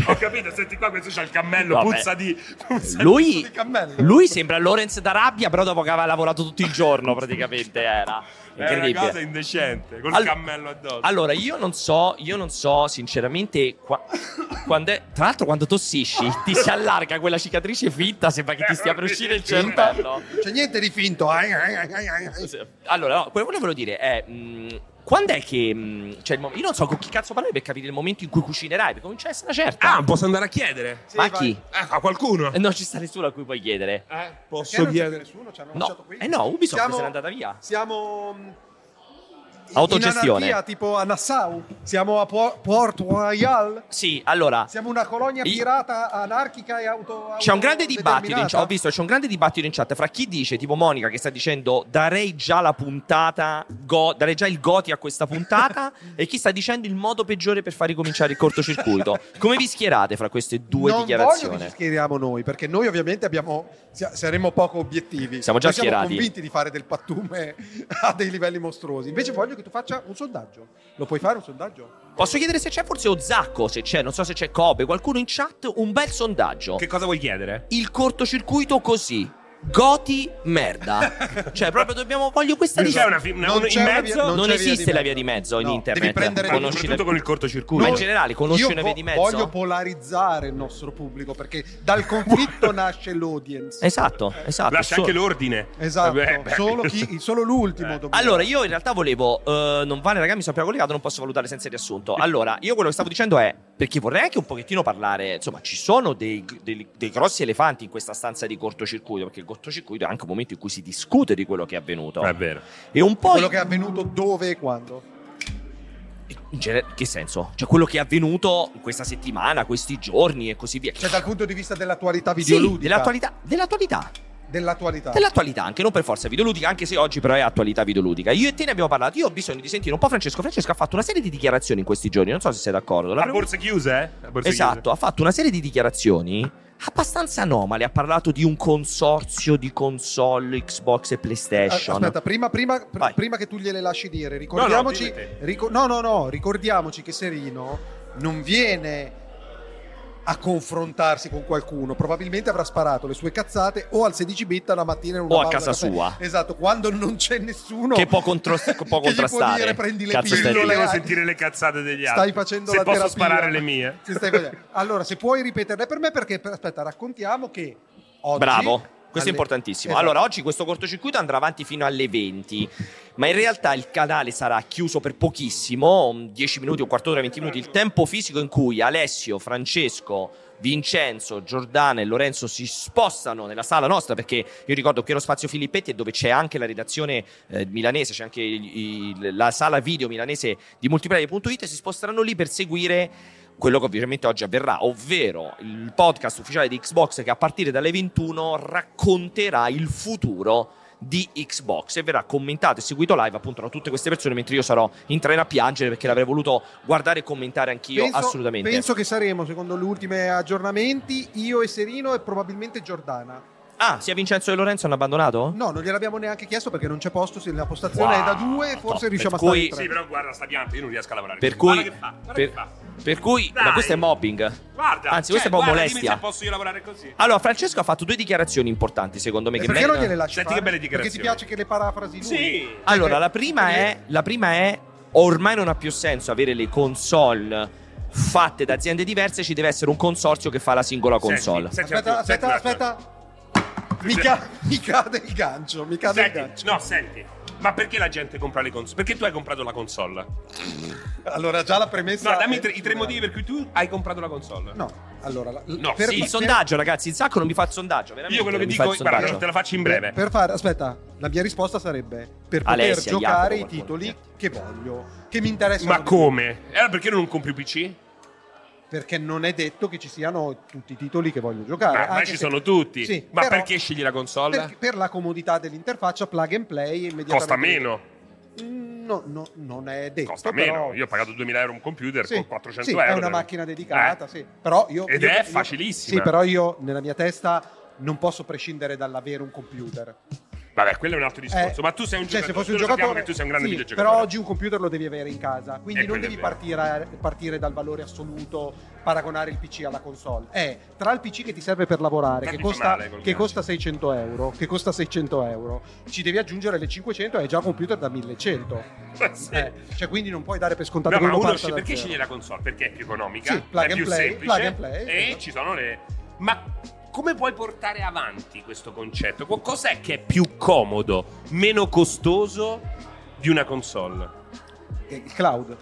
F: Ho capito, senti qua, questo c'ha il cammello,
A: Vabbè.
F: puzza di... puzza di-
A: Lui,
D: di cammello.
A: lui sembra Lorenz d'Arabia, però dopo che aveva lavorato tutto il giorno, praticamente era.
F: È
A: Incredibile.
F: una cosa indecente, col
A: Al-
F: cammello addosso.
A: Allora, io non so, io non so sinceramente qua- quando è- tra l'altro quando tossisci ti si allarga quella cicatrice finta, sembra
B: Eh,
A: che ti
D: Eh,
A: stia per uscire il cervello.
D: C'è niente di finto. eh, ai, ai, ai, ai, ai.
A: Allora, no, quello che volevo dire è mh, quando è che mh, cioè il mo- io non so con chi cazzo parli per capire il momento in cui cucinerai, perché comincia a essere una certa.
B: ah, posso andare a chiedere?
A: Ma chi?
B: Eh, a qualcuno?
A: Eh, Non ci sta nessuno a cui puoi
B: Eh,
A: chiedere.
D: Perché
B: posso
D: non c'è più
B: chiedere?
D: nessuno? Ci hanno lasciato
A: No,
D: qui?
A: eh no, Ubisoft
D: Siamo-
A: se n'è andata via.
D: Siamo mm,
A: Autogestione.
D: In anarchia, tipo a Nassau. Siamo a Po- Port Royal.
A: Sì, allora,
D: Siamo una colonia
A: Io-
D: pirata anarchica e auto.
A: C'è un grande dibattito, in- cioè, ho
D: autodeterminata.
A: visto, c'è un grande dibattito in chat fra chi dice, tipo Monica che sta dicendo darei già la puntata, go- darei già il goti a questa puntata e chi sta dicendo il modo peggiore per far ricominciare il cortocircuito. Come vi schierate fra queste due
D: non voglio che
A: dichiarazioni?
D: ci schieriamo noi, perché noi ovviamente abbiamo, sia- saremmo poco obiettivi.
A: Siamo già
D: Noi siamo
A: schierati.
D: convinti di fare del pattume a dei livelli mostruosi. Invece voglio che tu faccia un sondaggio. Lo puoi fare un sondaggio?
A: Posso chiedere se c'è forse Ozacco, se c'è, non so se c'è Kobe, qualcuno in chat, un bel sondaggio.
B: Che cosa vuoi chiedere?
A: Il cortocircuito così. Goti merda. cioè, proprio dobbiamo. Voglio questa
B: Non
A: di
B: c'è una fi- una- Non un- in c'è una via- mezzo?
A: Non,
B: non c'è
A: esiste
B: via di
A: la via di mezzo in internet. Conosci la-
B: soprattutto con il cortocircuito.
A: Ma in generale, conosci
D: Io
A: una
D: vo-
A: via di mezzo?
D: Voglio polarizzare il nostro pubblico perché dal conflitto nasce l'audience.
A: Esatto, esatto.
B: Lascia anche l'ordine.
D: Esatto,
B: Vabbè, Eh, beh. Eh.
D: solo, chi- solo l'ultimo. dobbiamo-
A: Allora, io in realtà volevo. eh, non vale, ragazzi, mi sono appena collegato, non posso valutare senza il riassunto. Allora, io quello che stavo dicendo è. Perché vorrei anche un pochettino parlare. Insomma, ci sono dei, dei- dei grossi elefanti in questa stanza di cortocircuito. Perché il cortocircuito è anche un momento in cui si discute di quello che è avvenuto. È vero. E un po'.
D: Quello che è avvenuto dove e quando?
A: in genere- che senso? Cioè, quello che è avvenuto questa settimana, questi giorni e così via.
D: Cioè, dal punto di vista dell'attualità
A: Sì,
D: videoludica.
A: dell'attualità, dell'attualità.
D: Dell'attualità.
A: Dell'attualità, anche non per forza videoludica, anche se oggi però è attualità videoludica. Io e te ne abbiamo parlato. Io ho bisogno di sentire un po' Francesco. Francesco ha fatto una serie di dichiarazioni in questi giorni, non so se sei d'accordo. La
B: A borse chiuse, eh? A borse
A: esatto,
B: chiuse.
A: ha fatto una serie di dichiarazioni abbastanza anomale. Ha parlato di un consorzio di console, Xbox e PlayStation.
D: Eh, Aspetta, prima, prima- pr- prima che tu gliele lasci dire, ricordiamoci.
A: No, no, dimmi
D: rico- No, no, no, ricordiamoci che Serino non viene a confrontarsi con qualcuno. Probabilmente avrà sparato le sue cazzate o al 16 bit la mattina in una
A: O a
D: pausa
A: casa
D: caffè.
A: sua.
D: Esatto, quando non c'è nessuno
A: Che può, contro- che può
D: che gli può
A: contrastare.
D: dire, prendi le
A: Cazzo,
D: pillole,
A: Steffi.
B: Non
D: eh,
B: devo sentire le cazzate degli altri.
D: Stai facendo
B: Se
D: la
B: posso
D: terapia.
B: sparare le mie.
D: Se stai facendo- Allora, se puoi ripeterle per me perché per- aspetta, raccontiamo che oggi
A: Bravo, questo
D: alle-
A: è importantissimo.
D: Esatto.
A: Allora, oggi questo cortocircuito andrà avanti fino alle 20, ma in realtà il canale sarà chiuso per pochissimo, 10 minuti, un quarto d'ora, 20 minuti, il tempo fisico in cui Alessio, Francesco, Vincenzo, Giordana e Lorenzo si spostano nella sala nostra perché io ricordo qui allo Spazio Filippetti è dove c'è anche la redazione eh, milanese, c'è anche il- il- la sala video milanese di multiplayer.it e si sposteranno lì per seguire quello che ovviamente oggi avverrà, ovvero il podcast ufficiale di Xbox che a partire dalle 21 racconterà il futuro di Xbox e verrà commentato e seguito live appunto da tutte queste persone mentre io sarò in treno a piangere perché l'avrei voluto guardare e commentare anch'io
D: Penso-
A: assolutamente.
D: Penso che saremo, secondo gli ultimi aggiornamenti, io e Serino e probabilmente Giordana.
A: Ah, sia Vincenzo e Lorenzo hanno abbandonato?
D: No, non gliel'abbiamo neanche chiesto perché non c'è posto, se la postazione
A: Wow,
D: è da due, forse
A: top.
D: riusciamo a stare
A: Per cui-
D: in tre.
B: Sì, però guarda, sta pianta, io non riesco a lavorare.
A: Per
B: Guarda
A: cui
B: che fa, guarda
A: per,
B: che fa.
A: per cui no,
B: Dai.
A: questo è mobbing.
B: Guarda,
A: Anzi,
B: cioè,
A: questa è proprio
B: guarda, dimmi
A: molestia.
B: se posso io lavorare così.
A: Allora, Francesco ha fatto due dichiarazioni importanti, secondo me
D: E
A: che
D: perché non
A: meritano-
D: gliele lasci
B: Senti
D: fare?
B: che belle
D: Perché ti
B: dichiarazioni.
D: piace che le parafrasi lui?
B: Sì.
A: Allora, la prima è, la prima è ormai non ha più senso avere le console fatte da aziende diverse, ci deve essere un consorzio che fa la singola console.
B: senti,
D: aspetta,
B: senti
D: aspetta,
B: un
D: aspetta. Mi, ca- mi cade il gancio, mi cade il gancio.
B: Senti, no, senti. Ma perché la gente compra le console? Perché tu hai comprato la console?
D: Allora, già la premessa.
B: No, dammi
D: è-
B: tre- i tre motivi per cui tu hai comprato la console.
D: No, allora. la-
B: No,
D: per-
B: sì.
A: Il
D: per-
A: sondaggio, ragazzi, il sacco non mi fa il sondaggio, veramente.
B: Io quello che
A: non mi
B: dico,
A: fa il
B: guarda,
A: sondaggio.
B: te la faccio in breve.
D: Per fare, aspetta, la mia risposta sarebbe per poter
B: Alessia,
D: giocare
B: Jacopo,
D: i titoli che voglio, che mi interessano.
B: Ma come? E allora perché non compri un PC?
D: Perché non è detto che ci siano tutti i titoli che voglio giocare.
B: Ma ormai
D: Ah,
B: ci
D: anche se-
B: sono tutti.
D: Sì,
B: Ma
D: però-
B: perché scegli la console?
D: Per, per la comodità dell'interfaccia, plug and play immediatamente.
B: Costa meno.
D: Mm, No, no, non è detto.
B: Costa
D: però-
B: meno. Io ho pagato 2000 euro un computer
D: Sì,
B: con 400
D: sì,
B: euro.
D: È una macchina dedicata,
B: Eh.
D: sì. Però io,
B: Ed
D: io-
B: è
D: io-
B: facilissima.
D: Sì, però io nella mia testa non posso prescindere dall'avere un computer.
B: Vabbè, quello è un altro discorso.
D: Eh,
B: Ma tu sei un
D: cioè,
B: giocatore.
D: se fossi
B: Noi
D: un
B: sappiamo
D: giocatore,
B: che tu sei un grande
D: sì,
B: videogiocatore.
D: Però oggi un computer lo devi avere in casa, quindi
B: Eh,
D: non
B: quello
D: devi
B: è vero.
D: partire, partire dal valore assoluto, paragonare il PC alla console. È tra il PC che ti serve per lavorare,
B: Ma
D: che
B: mi fa
D: costa,
B: male col
D: che
B: gancio.
D: costa 600 euro, che costa 600 euro, ci devi aggiungere le 500 e hai già un computer da 1100. Eh, cioè, quindi non puoi dare per scontato
B: No,
D: che
B: ma
D: uno
B: uno
D: parta
B: sceglie-
D: da
B: perché
D: zero.
B: sceglie la console? Perché è più economica,
D: Sì, plug
B: è
D: and
B: più
D: play,
B: semplice
D: plug and play,
B: e
D: esatto.
B: ci sono le... Ma come puoi portare avanti questo concetto? Co- Cos'è che è più comodo, meno costoso di una console?
D: Eh, Il cloud.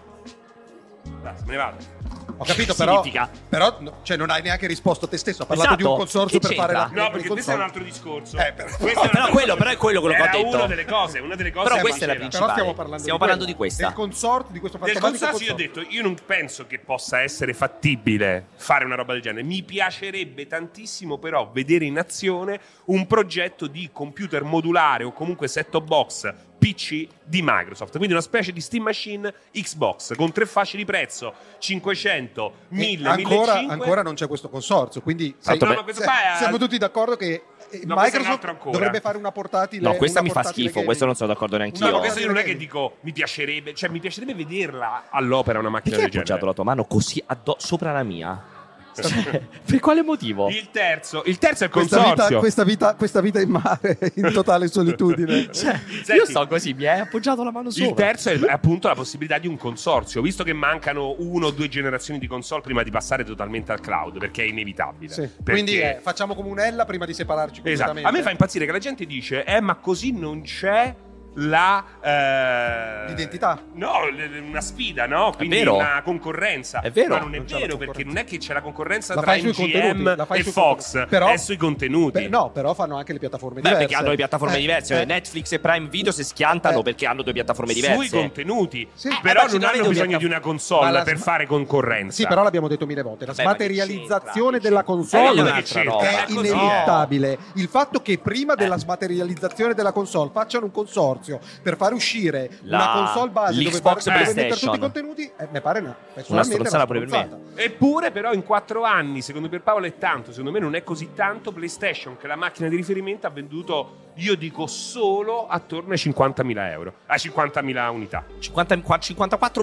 B: Basta, me ne vado.
D: Ho capito,
B: Che
D: però,
B: significa?
D: però no, cioè, non hai neanche risposto a te stesso. Ha parlato
A: Esatto.
D: di un consorzio
A: Che
D: per fare la
B: No,
A: c'entra?
D: per il
B: perché questo è un
D: consorzio.
B: altro discorso.
D: Eh, però-
B: Questo è un
A: No, però
B: altro
A: quello-
B: discorso.
A: però è quello che ho
B: Era
A: detto.
B: una delle cose, una delle cose.
A: Però
B: che
A: questa è la
B: diceva.
D: Però stiamo
A: principale.
D: parlando,
A: Stiamo
D: di,
A: parlando di
D: quella,
A: questa.
D: Del consorzio, di questo
B: Del
D: fantomatico
B: consorzio io ho detto, io non penso che possa essere fattibile fare una roba del genere. Mi piacerebbe tantissimo però vedere in azione un progetto di computer modulare o comunque set-top box PC di Microsoft, quindi una specie di Steam Machine Xbox con tre fasce di prezzo 500,
D: E
B: 1000,
D: ancora,
B: 1500.
D: ancora non c'è questo consorzio, quindi
B: Tanto
D: sei-
B: beh- No, ma questo
D: se-
B: qua è-
D: siamo tutti d'accordo che eh,
B: No, questo è un altro
D: Microsoft
B: ancora.
D: dovrebbe fare una portatile.
A: No, questa
D: una
A: mi fa
D: portatile
A: schifo,
D: gaming.
A: questo non sono d'accordo neanche
B: No, ma
A: io.
B: questo io non è che dico mi piacerebbe, cioè mi piacerebbe vederla all'opera una macchina
A: Perché hai
B: del
A: appoggiato
B: genere.
A: la tua mano così addo- sopra la mia? per quale motivo?
B: Il terzo, il terzo è il
D: Questa vita,
B: consorzio.
D: questa, vita, questa vita in mare, in totale solitudine.
B: Cioè, io
A: sto così, mi hai appoggiato la mano
B: Il terzo è è appunto la possibilità di un consorzio, visto che mancano uno o due generazioni di console prima di passare totalmente al cloud, perché è inevitabile.
D: Sì.
B: Perché-
D: Quindi eh, facciamo come un'ella prima di separarci
B: Esatto.
D: completamente.
B: A me fa impazzire che la gente dice, eh, ma così non c'è la... eh,
D: L'identità.
B: No, le- le- una sfida, no? Quindi
A: vero.
B: una concorrenza.
A: È vero.
B: Ma non è
A: Non c'è la
B: vero, perché non è che c'è la concorrenza
D: La
B: tra
D: fai sui contenuti, la
B: MGM
D: fai
B: e
D: sui
B: Fox,
D: contenuti. Però-
B: è sui contenuti.
D: Beh, no, però fanno anche le piattaforme
A: Beh,
D: diverse.
A: perché hanno due piattaforme
D: Eh,
A: diverse.
D: eh.
A: Netflix e Prime Video si schiantano perché hanno due piattaforme diverse.
B: sui contenuti,
A: Eh,
B: però
A: ma ci
B: non
A: dovete
B: hanno
A: un
B: bisogno
A: piatta-
B: di una console
A: Ma la-
B: per fare concorrenza.
D: Sì, però l'abbiamo detto mille volte. La
B: Vabbè, ma che
D: smaterializzazione
A: c'entra?
D: della
B: Eh,
D: console
B: ma che c'entra?
D: è
B: Ma Eh. cos'è?
D: inevitabile. Il fatto che prima della smaterializzazione della console facciano un consorzio per far uscire
A: La-
D: una console base dove,
A: l'Xbox
D: far- dove mettere
A: PlayStation.
D: tutti i contenuti, eh, mi pare una,
A: Una
D: personalmente
A: stronzata pure
D: una
A: per me.
D: stronzata.
B: Eppure, però, in quattro anni, secondo Pierpaolo è tanto, secondo me non è così tanto. PlayStation, che è la macchina di riferimento, ha venduto, io dico, solo attorno ai 50.000 euro, a 50.000 unità.
A: 50 qua- 54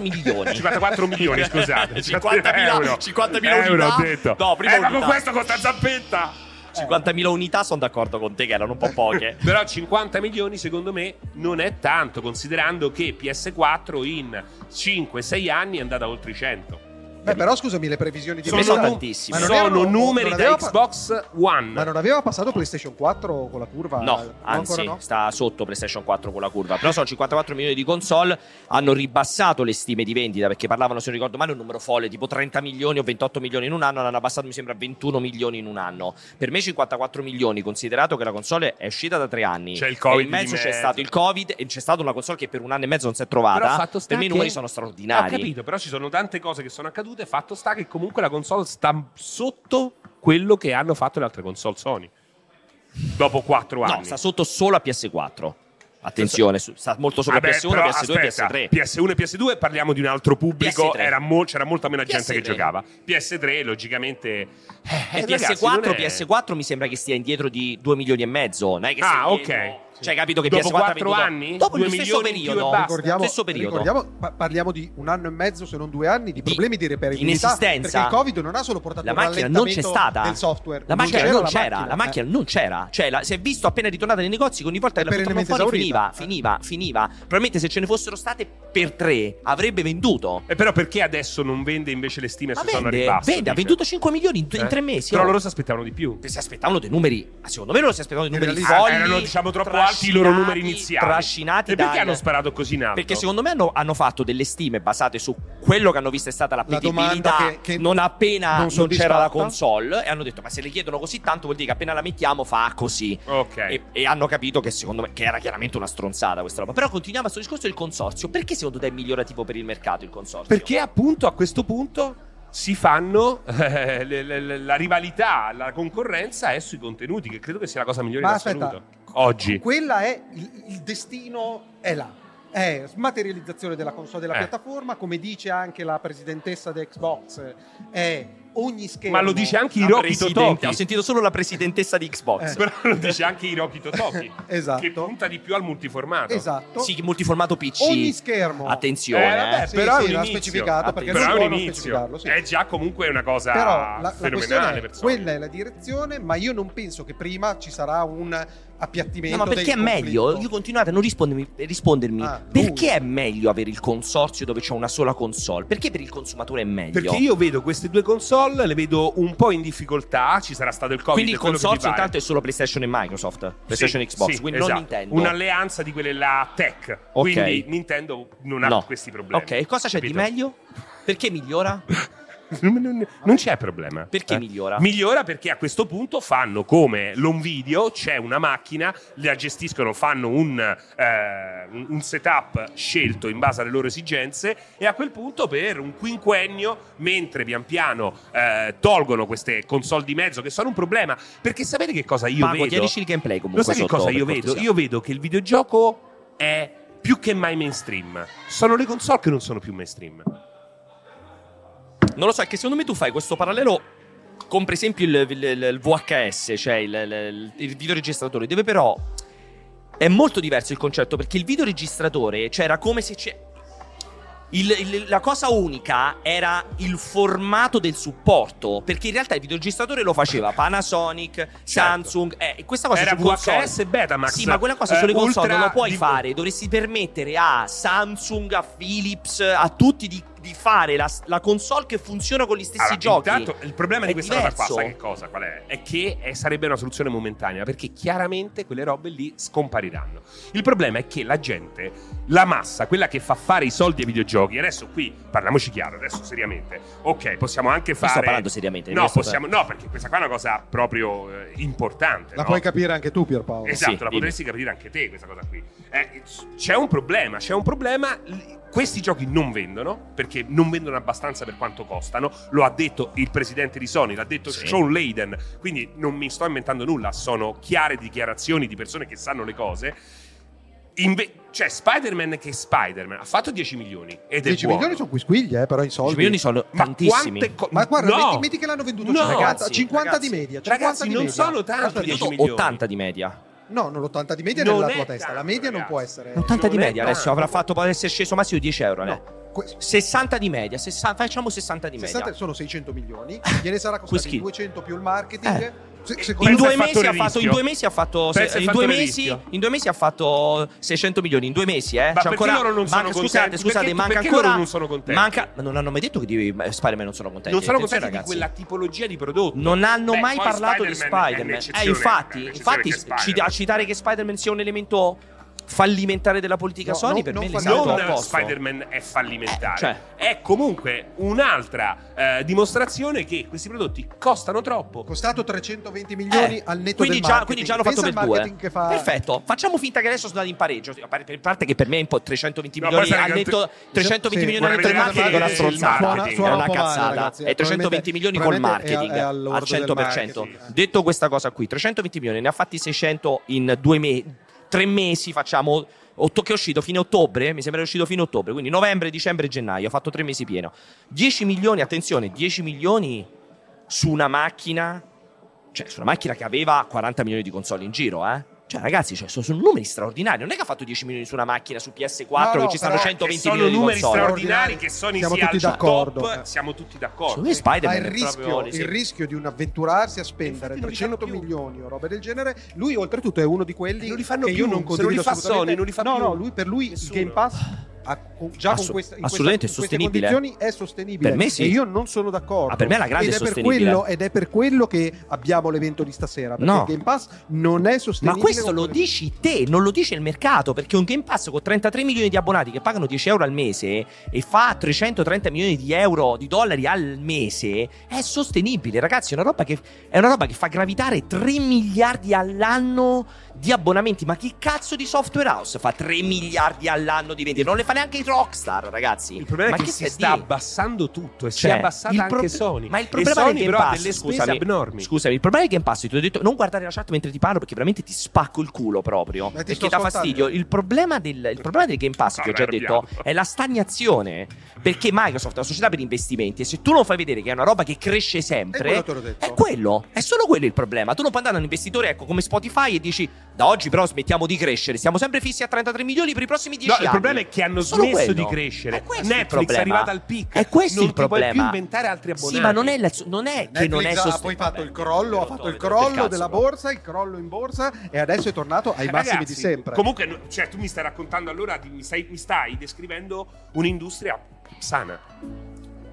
A: milioni.
B: 54 milioni, scusate. Eh,
A: 50.000
B: euro.
A: 50.000
B: Euro,
A: unità.
B: ho detto.
A: No, prima
B: Eh, ma
A: unità.
B: con questo costa zappetta.
A: 50.000 unità sono d'accordo con te che erano un po' poche.
B: Però 50 milioni secondo me non è tanto, considerando che PS4 in 5-6 anni è andata oltre i 100.
D: Beh, però scusami, le previsioni di
B: Sono,
D: vendita-
B: nu-
D: Ma non
B: sono
D: avevano-
B: numeri
D: non
B: da
D: aveva pa-
B: Xbox One.
D: Ma non aveva passato PlayStation 4 con la curva?
A: No, anzi,
D: ancora no?
A: sta sotto PlayStation 4 con la curva. Però sono 54 milioni di console. Hanno ribassato le stime di vendita perché parlavano, se non ricordo male, un numero folle tipo 30 milioni o 28 milioni in un anno. L'hanno abbassato, mi sembra, a 21 milioni in un anno. Per me, 54 milioni, considerato che la console è uscita da tre anni.
B: C'è il Covid
A: E in mezzo
B: di
A: c'è
B: mezzo.
A: stato il COVID e c'è stata una console che per un anno e mezzo non si è
B: Però
A: trovata.
B: fatto sta
A: Per me, i
B: che-
A: numeri sono straordinari.
B: Ho capito, però ci sono tante cose che sono accadute. Fatto sta che comunque la console sta sotto quello che hanno fatto le altre console Sony. Dopo 4 anni.
A: No, sta sotto solo a PS4. Attenzione, su- sta molto sopra
B: Vabbè,
A: PS1,
B: Ah, però,
A: PS2
B: aspetta,
A: e PS3.
B: PS1 e PS2 parliamo di un altro pubblico,
A: PS3.
B: era mol- c'era molta meno gente che
A: PS3.
B: giocava. PS3 logicamente... eh,
A: Eh,
B: ragazzi,
A: PS4,
B: non è-
A: PS4 mi sembra che stia indietro di 2 milioni e mezzo. Non è che
B: Ah,
A: sia
B: ok.
A: indietro. Cioè, capito che
B: Dopo
A: PS4 ha
B: quattro
A: venduto-
B: anni?
A: Dopo
B: Due
A: il stesso
B: milioni in più e
A: periodo.
B: basta.
D: Ricordiamo,
A: stesso periodo.
D: ricordiamo- pa- parliamo di un anno e mezzo, se non due anni, di problemi di, reperibilità.
A: inesistenza.
D: Perché il Covid non ha solo portato
A: la
D: un
A: macchina non c'è
D: rallentamento
A: stata.
D: del software.
A: La macchina non c'era.
D: macchina,
A: La macchina non c'era. Cioè, la- si è visto appena ritornata nei negozi che ogni volta che la buttavano
D: perennemente
A: fuori finiva,
D: esaurita.
A: finiva, finiva. Probabilmente se ce ne fossero state per tre avrebbe venduto.
B: E Eh, però perché adesso non vende invece le stime
A: Ma
B: se sono
A: vende,
B: ribasso?
A: vende, eh, ha
B: dice?
A: venduto 5 milioni in, in
B: Eh?
A: tre mesi.
B: Però
A: oh.
B: loro si aspettavano di più.
A: si aspettavano dei numeri. Secondo me loro si aspettavano dei numeri
B: Ah,
A: folli.
B: erano diciamo troppo alti i loro numeri
A: trascinati-
B: iniziali.
A: Trascinati
B: e perché
A: dal-
B: hanno sparato così in alto?
A: Perché secondo me hanno, hanno fatto delle stime basate su quello che hanno visto è stata
D: eh. La domanda
A: l'appetibilità
D: che- che
A: non appena
D: non
A: non,
D: soddisfatta.
A: c'era la console e hanno detto ma se le chiedono così tanto vuol dire che appena la mettiamo fa così.
B: Ok.
A: E, e hanno capito che secondo me che era chiaramente una stronzata questa roba. Però continuiamo a questo discorso del consorzio. Perché secondo te è migliorativo per il mercato il consorzio?
B: Perché appunto a questo punto si fanno eh, le- le- le- la rivalità, la concorrenza è sui contenuti, che credo che sia la cosa migliore
D: Ma
B: in
D: aspetta.
B: assoluto. Oggi.
D: Quella è il, il destino, è là. È smaterializzazione della console della
B: Eh.
D: piattaforma, come dice anche la presidentessa di Xbox, è ogni schermo.
B: Ma lo dice anche
A: La
B: Hiroki
A: presidente- Ho
B: Totoki.
A: sentito solo la presidentessa di Xbox.
D: Eh.
B: Però lo dice anche Hiroki Totoki.
D: Esatto.
B: Che punta di più al multiformato.
D: Esatto.
A: Sì, multiformato PC.
D: Ogni schermo.
A: Attenzione.
B: Eh, vabbè,
D: Sì,
B: però
D: sì,
B: è un
D: l'ha
B: inizio.
D: specificato perché
B: Però
D: non
B: è
D: può
B: un
D: non
B: inizio.
D: specificarlo. Sì.
B: È già comunque una cosa
D: Però la- la, questione
B: fenomenale.
D: è,
B: per Sony.
D: quella è la direzione, ma io non penso che prima ci sarà un appiattimento.
A: No, ma perché è
D: del
A: meglio?
D: conflitto.
A: Io continuate a non rispondermi, rispondermi.
D: Ah, lui.
A: perché è meglio avere il consorzio dove c'è una sola console? Perché per il consumatore è meglio?
B: Perché io vedo queste due console, le vedo un po' in difficoltà, ci sarà stato il Covid.
A: Quindi il
B: quello che vi
A: consorzio
B: pare.
A: intanto è solo PlayStation e Microsoft, PlayStation e
B: Sì,
A: Xbox,
B: sì,
A: quindi
B: esatto.
A: non Nintendo.
B: Un'alleanza di quelle là tech.
A: Ok.
B: Quindi Nintendo non ha
A: No.
B: questi problemi.
A: Ok, cosa c'è di
B: capito?
A: meglio? Perché migliora?
B: Non, non- non c'è problema.
A: Perché
B: Eh.
A: migliora?
B: Migliora perché a questo punto fanno come l'Onvideo, c'è una macchina, la gestiscono, fanno un, eh, un- un setup scelto in base alle loro esigenze e a quel punto per un quinquennio, mentre pian piano eh, tolgono queste console di mezzo che sono un problema, perché sapete che cosa io
A: Pago,
B: vedo?
A: chiarisci il gameplay comunque.
B: Lo sai che
A: sotto,
B: cosa
A: per
B: io vedo?
A: cortesia.
B: Io vedo che il videogioco è più che mai mainstream. Sono le console che non sono più mainstream.
A: Non lo so, è che secondo me tu fai questo parallelo con per esempio il, il- il- il VHS, cioè il, il, il videoregistratore, dove però è molto diverso il concetto perché il videoregistratore, cioè era come se c'è... il- il- la cosa unica era il formato del supporto, perché in realtà il videogistratore lo faceva Panasonic, Samsung, eh, e questa cosa
B: Certo. Era
A: su console.
B: VHS e Betamax.
A: Sì, ma quella cosa sulle
B: Eh,
A: console non
B: ultra
A: lo puoi
B: di-
A: fare, dovresti permettere a Samsung, a Philips, a tutti di, di fare la, la console che funziona con gli stessi
B: Allora,
A: giochi.
B: Intanto, il problema di
A: È
B: questa cosa qua,
A: diverso.
B: sai che cosa? Qual è? È che eh, sarebbe una soluzione momentanea, perché chiaramente quelle robe lì scompariranno. Il problema è che la gente, la massa, quella che fa fare i soldi ai videogiochi, adesso qui parliamoci chiaro, adesso seriamente. Ok, possiamo anche fare.
A: sto parlando seriamente,
B: No,
A: io sto
B: possiamo- no, perché questa qua è una cosa proprio eh, importante.
D: La
B: no?
D: puoi capire anche tu, Pierpaolo.
B: Esatto, la potresti capire anche te questa cosa qui. Eh, c- c'è un problema, c'è un problema. L- Questi giochi non vendono perché non vendono abbastanza per quanto costano. Lo ha detto il presidente di Sony, l'ha detto
Q: Sì.
B: Sean Layden. Quindi non mi sto inventando nulla, sono chiare dichiarazioni di persone che sanno le cose. Inve- cioè, Spider-Man che Spider-Man ha fatto 10 milioni ed è
D: 10
B: buono.
D: milioni sono quisquiglie, eh, però in soldi.
A: 10 milioni sono
D: Ma
A: tantissimi.
D: quante co- Ma
B: No.
D: guarda, metti, metti che l'hanno venduto
B: No.
D: 50,
B: Ragazzi,
D: 50
B: ragazzi,
D: di media. 50
B: ragazzi,
D: di
B: non
D: media.
B: sono tanti
D: Aspetta,
B: 10
D: tutto-
B: milioni.
A: 80 di media.
D: No, non l'80 di media è
B: Non
D: nella
B: è
D: tua testa. La media non può essere.
A: 80 di
D: Non è
A: media adesso
D: tanto.
A: avrà fatto può essere sceso massimo di 10 euro. eh. 60 di media, 60 facciamo 60 di media.
D: 60 sono 600 milioni, gliene sarà costati
A: Quindi-
D: 200 più il marketing. Se- se-
A: Eh. in
D: pensa
A: due,
D: al
A: mesi
D: fattore
A: ha fatto, in
D: rischio.
A: due mesi ha fatto
D: Pensa
A: se-
D: al
A: in due
D: fattore
A: mesi
D: rischio.
A: in due mesi ha fatto 600 milioni in due mesi eh
B: Ma
A: C'è
B: perché
A: ancora-
B: loro non sono
A: manca-
B: contenti?
A: scusate scusate
B: Perché-
A: manca
B: perché
A: ancora
B: loro non sono contenti?
A: manca ma non hanno mai detto che di eh, Spider-Man non sono contenti
B: Non sono
A: Attenzione,
B: contenti di
A: ragazzi.
B: quella tipologia di prodotto.
A: non hanno
B: Beh,
A: mai
B: poi
A: parlato di
B: Spider-Man è
A: Spider-Man. Eh,
B: un'eccezione,
A: infatti,
B: un'eccezione
A: infati,
B: che è
A: ci-
B: Spider-Man.
A: a citare che Spider-Man sia un elemento fallimentare della politica
B: No,
A: Sony,
B: non-
A: per
B: non
A: me
B: fa-
A: l'esatto
B: non
A: opposto.
B: Spider-Man è fallimentare.
A: Eh, cioè.
B: È comunque un'altra eh, dimostrazione che questi prodotti costano troppo.
D: Costato 320 milioni
A: Eh,
D: al netto del
A: quindi già,
D: marketing.
A: quindi già l'ho fatto
D: Pensa
A: per
D: al
A: due
D: marketing che fa-
A: perfetto facciamo finta che adesso sono andati in pareggio a par- a parte che per me è un po' 320
D: No,
A: milioni
D: poi
A: al
D: sarà che-
A: netto 320
D: Sì,
A: milioni al netto del
D: guarda,
A: marketing è una
D: guarda,
A: stronzata
D: suona-
A: è
D: suona un
A: una
D: po' male,
A: cazzata
D: ragazzi,
A: e 320
D: probabilmente-
A: milioni col
D: probabilmente è-
A: marketing
D: è
A: al
D: all'orlo del
A: 100%
D: marketing.
A: detto questa cosa qui 320 milioni ne ha fatti 600 in due mesi tre mesi facciamo otto- che è uscito fine ottobre mi sembra che è uscito fino ottobre quindi novembre dicembre e gennaio ha fatto tre mesi pieno 10 milioni attenzione 10 milioni su una macchina cioè su una macchina che aveva 40 milioni di console in giro eh cioè ragazzi cioè, sono, sono numeri straordinari non è che ha fatto 10 milioni su una macchina su PS4
B: No, no,
A: che ci stanno
B: però
A: 120
B: eh, sono
A: milioni di
B: numeri
A: console
B: straordinari che Sony
D: eh, Siamo
B: sia
D: tutti
B: al
D: d'accordo.
B: top, eh, siamo tutti d'accordo.
D: Ma
A: Spider-Man
D: il
A: è
D: rischio,
A: proprio-
D: il
A: sì.
D: rischio di un avventurarsi a spendere 300 milioni o robe del genere, lui oltretutto è uno di quelli che io
B: più,
D: non
B: se non li
D: condivido
B: fa
D: assolutamente.
B: Sony, non li fa
D: no,
B: più
D: no, lui, per lui
B: nessuno.
D: il Game Pass ha con- già
A: Assu-
D: con questa, in
A: assolutamente
D: questa- in
A: sostenibile.
D: queste condizioni è sostenibile.
A: Per me sì.
D: E io non sono d'accordo.
A: Ah, per me la grande
D: ed
A: è
D: è, per
A: sostenibile.
D: quello, ed è per quello che abbiamo l'evento di stasera, perché
A: No.
D: il Game Pass non è
A: Ma
D: sostenibile.
A: questo
D: con
A: lo
D: quelle-
A: dici te, non lo dice il mercato, perché un Game Pass con 33 milioni di abbonati che pagano 10 euro al mese e fa 330 milioni di euro, di dollari al mese, è sostenibile, ragazzi, è una roba che, è una roba che fa gravitare 3 miliardi all'anno di abbonamenti. Ma che cazzo di software house fa 3 miliardi all'anno di vendite? Non le fa neanche i Rockstar, ragazzi.
B: Il problema
A: ma
B: è che si
A: stai
B: sta
A: a dire?
B: abbassando tutto e si è
A: Cioè,
B: abbassata
A: il
B: anche
A: prob-
B: Sony.
A: Ma il
B: e
A: problema
B: Sony
A: del Game
B: però ha
A: Pass,
B: delle spese
A: scusami,
B: abnormi.
A: Scusami, il problema del Game Pass, ti ho detto non guardare la chat mentre ti parlo perché veramente ti spacco il culo proprio,
D: Ma ti
A: perché
D: sto
A: dà
D: ascoltando.
A: fastidio. Il problema del, il problema del Game Pass, che ho già
B: arrabbiato.
A: detto, è la stagnazione, perché Microsoft è una società per investimenti e se tu non fai vedere che è una roba che cresce sempre,
D: quello te l'ho detto.
A: è quello, è solo quello il problema. Tu non puoi andare a un investitore ecco, come Spotify e dici da oggi però smettiamo di crescere, siamo sempre fissi a 33 milioni per i prossimi 10
B: No,
A: anni.
B: il problema è che hanno
A: Solo
B: smesso
A: quello.
B: di crescere.
A: È questo il
B: Netflix è
A: problema.
B: arrivata al picco.
A: È questo
B: non ti
A: il
B: puoi
A: problema.
B: più inventare altri abbonati.
A: Sì, ma non è, la- non è che non è
D: Netflix ha
A: sostenibile.
D: poi fatto il crollo, ha fatto il
A: del
D: crollo
A: cazzo,
D: della
A: però.
D: borsa, il crollo in borsa e adesso è tornato ai massimi
B: Eh, Ragazzi,
D: di sempre.
B: Comunque, no- cioè, tu mi stai raccontando allora, di- mi, stai, mi stai descrivendo un'industria sana.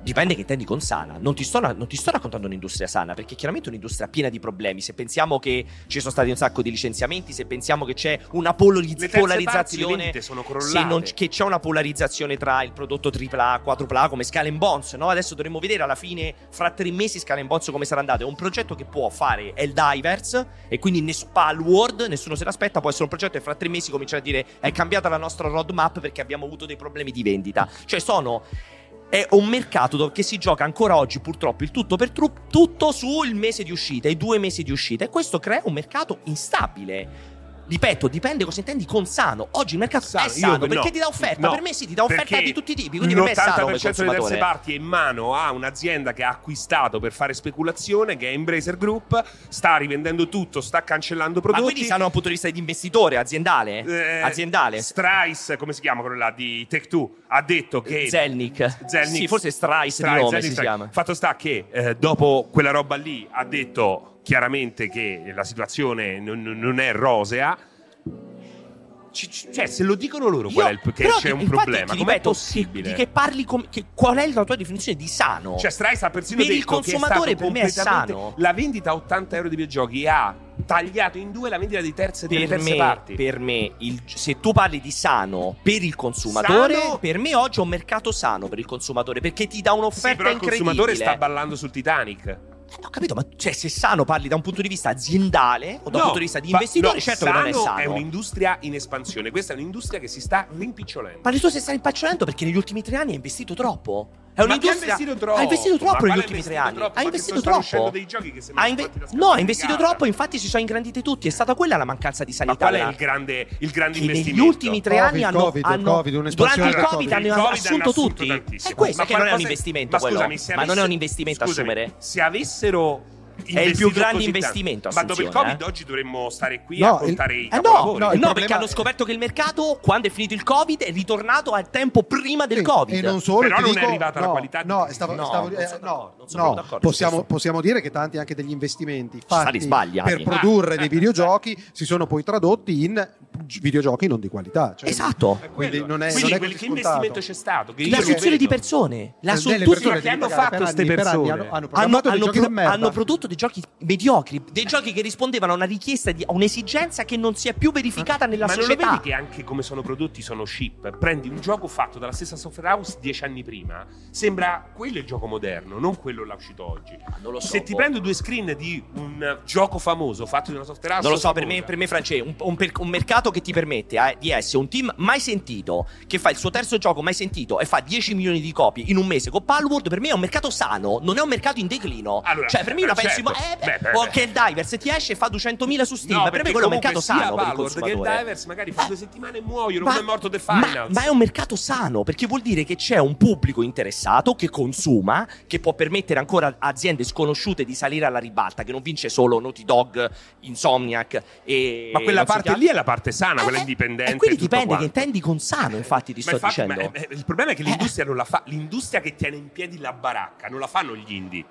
A: Dipende che intendi con sana. Non ti, sto, non ti sto raccontando un'industria sana, perché è chiaramente un'industria piena di problemi. Se pensiamo che ci sono stati un sacco di licenziamenti, se pensiamo che c'è una polariz-
B: Le terze parti, le
A: polarizzazione.
B: vendite sono
A: se non
B: crollate.
A: c- che c'è una polarizzazione tra il prodotto AAA, 4A come Scala Bonds. No? Adesso dovremmo vedere alla fine, fra tre mesi, Scala Bonds come sarà andato. È un progetto che può fare Divers e quindi ness- Palworld, nessuno se l'aspetta. Può essere un progetto e fra tre mesi comincia a dire è cambiata la nostra roadmap perché abbiamo avuto dei problemi di vendita. Cioè sono è un mercato dove- che si gioca ancora oggi purtroppo il tutto per tru- tutto sul mese di uscita, i due mesi di uscita e questo crea un mercato instabile. Ripeto, dipende cosa intendi con sano. Oggi il mercato è
B: Io-
A: sano perché
B: no,
A: ti dà offerta.
B: no,
A: Per me sì, ti dà offerta
B: perché
A: di tutti i tipi. Quindi per me è sano come
B: L'80% delle terze
A: consumatore.
B: parti è in mano a un'azienda che ha acquistato per fare speculazione, che è Embracer Group, sta rivendendo tutto, sta cancellando
A: Ma
B: prodotti.
A: quindi sano dal punto di vista di investitore, aziendale?
B: Eh,
A: aziendale.
B: Strice, come si chiama quello là di Tech Two, ha detto che
A: Zelnick.
B: Zelnick-
A: Sì, forse Strice di
B: Strice,
A: nome
B: Zelnick
A: si
B: Strice.
A: chiama.
B: Fatto sta che eh, dopo quella roba lì ha detto chiaramente che la situazione non, non è rosea. Ci- ci- cioè, se lo dicono loro qual è il, che
A: però
B: c'è
A: ti-
B: un
A: infatti
B: problema,
A: ti
B: com'è
A: ripeto,
B: possibile?
A: Di che parli com- che- qual è la tua definizione di sano?
B: Cioè, Strice ha persino
A: per
B: detto
A: il
B: che è stato
A: consumatore per me è
B: completamente-
A: sano.
B: La vendita a 80 euro di videogiochi ha tagliato in due la vendita di terze, delle
A: Per
B: terze
A: me,
B: parti.
A: per me il- se tu parli di sano per il consumatore,
B: Sano-
A: per me oggi è un mercato sano per il consumatore perché ti dà un'offerta
B: Sì, però il
A: incredibile.
B: consumatore sta ballando sul Titanic.
A: Ho capito, ma cioè, se sano parli da un punto di vista aziendale o da un
B: No,
A: punto di vista di
B: fa-
A: investitore,
B: no,
A: certo che non è sano.
B: È un'industria in espansione, questa è un'industria che si sta rimpicciolendo.
A: Parli tu se stai impacciolento perché negli ultimi tre anni hai investito troppo. È
B: Ma chi ha
A: un'industria.
B: investito troppo?
A: Hai investito
B: Ma
A: troppo negli
B: quale ha
A: ultimi tre
B: investito
A: anni.
B: troppo?
A: Hai
B: Ma che
A: investito
B: sono-
A: troppo.
B: stanno uscendo dei giochi che sembrano
A: Ha inve-
B: fatti da
A: No, ha
B: scartare
A: investito
B: in gara.
A: troppo, infatti si sono ingranditi tutti. È stata quella la mancanza di
B: Ma
A: sanità.
B: qual è
A: là.
B: il grande, il grande
A: Che negli
B: investimento?
A: ultimi tre
D: Covid,
A: anni hanno,
D: Covid,
A: hanno-
D: Covid,
A: durante
D: un'espansione
A: il
D: del
A: Covid,
D: Covid.
A: hanno,
B: Il Covid
A: assunto
B: assunto
A: tutti.
B: tantissimo.
A: È questo
B: Ma
A: che non è un
B: qualcosa-
A: investimento
B: ma
A: quello.
B: scusami, se
A: ma non è
B: avesse-
A: un investimento
B: scusami,
A: assumere.
B: Se avessero
A: È il più
B: investito
A: grande
B: così tanto-
A: investimento,
B: Ma dopo il
A: assunzione,
B: Covid oggi dovremmo stare qui
A: No,
B: a contare i
A: Eh no,
B: capolavori.
A: no, perché hanno scoperto che il mercato, quando è finito il Covid, è ritornato al tempo prima del
D: Sì,
A: Covid.
D: E non solo,
B: Però
D: ti
B: non è
D: dico-
B: arrivata la
D: no,
B: qualità di-
D: No, stavo,
B: No,
D: stavo-
B: non sono
D: eh,
B: d'accordo, non sono
D: no, no,
B: proprio d'accordo su
D: possiamo,
B: questo.
D: possiamo dire che tanti anche degli investimenti
A: stati
D: fatti
A: sbagliati.
D: per
A: Ah.
D: produrre dei videogiochi si sono poi tradotti in gi- videogiochi non di qualità. Cioè,
A: Esatto.
D: Quindi non è,
B: Quindi
D: non è
B: quel-
D: così
B: che
D: scontato.
B: investimento c'è stato? Che io
A: la
B: non
A: assunzione
B: vedo.
A: di persone, la
D: Eh,
A: assun-
D: delle
A: tutti-
D: persone
B: Ma che
D: di
B: hanno
D: pagare
B: fatto
D: per anni-
B: ste
D: per anni
B: persone?
D: Hanno, hanno
A: hanno,
D: programmato dei
A: hanno
D: giochi
A: pro-
D: da merda.
A: hanno prodotto dei giochi mediocri,
B: Eh.
A: dei giochi che rispondevano a una richiesta, di, a un'esigenza che non si è più verificata nella
B: Eh. Ma non lo
A: società.
B: vedi che anche come sono prodotti sono ship? Prendi un gioco fatto dalla stessa software house dieci anni prima, sembra quello il gioco moderno, non quello là uscito oggi.
A: Non lo so.
B: Se ti
A: boh.
B: prendo due screen di un gioco famoso fatto di una software house,
A: Non lo so, per
B: famosa,
A: me, per me Francesco, un, un per- un mercato che ti permette eh, di essere un team mai sentito, che fa il suo terzo gioco mai sentito e fa 10 milioni di copie in un mese con Palworld, per me è un mercato sano, non è un mercato in declino.
B: Allora,
A: cioè, per me è una
B: certo.
A: pessima... Eh, beh,
B: Beh, beh,
A: o
B: beh.
A: anche il Diver, se ti esce e fa 200.000 su Steam, per me
B: perché
A: quello è un
B: comunque
A: mercato
B: sia
A: sano per il
B: Ballard che il
A: consumatore.
B: Divers magari fa due settimane e muoiono,
A: Ma-
B: come è morto The
A: Ma,
B: Finals.
A: ma è un mercato sano perché vuol dire che c'è un pubblico interessato che consuma, che può permettere ancora a aziende sconosciute di salire alla ribalta, che non vince solo Naughty Dog, Insomniac e.
B: Ma quella
A: non so chi
B: parte
A: altro.
B: lì è la parte sana,
A: Eh,
B: quella
A: eh,
B: indipendente.
A: E quindi
B: tutto
A: dipende
B: quanto.
A: che intendi con sano, infatti, ti
B: Ma
A: sto
B: infatti,
A: dicendo.
B: ma- eh, il problema è che l'industria non la fa. L'industria che tiene in piedi la baracca non la fanno gli indie.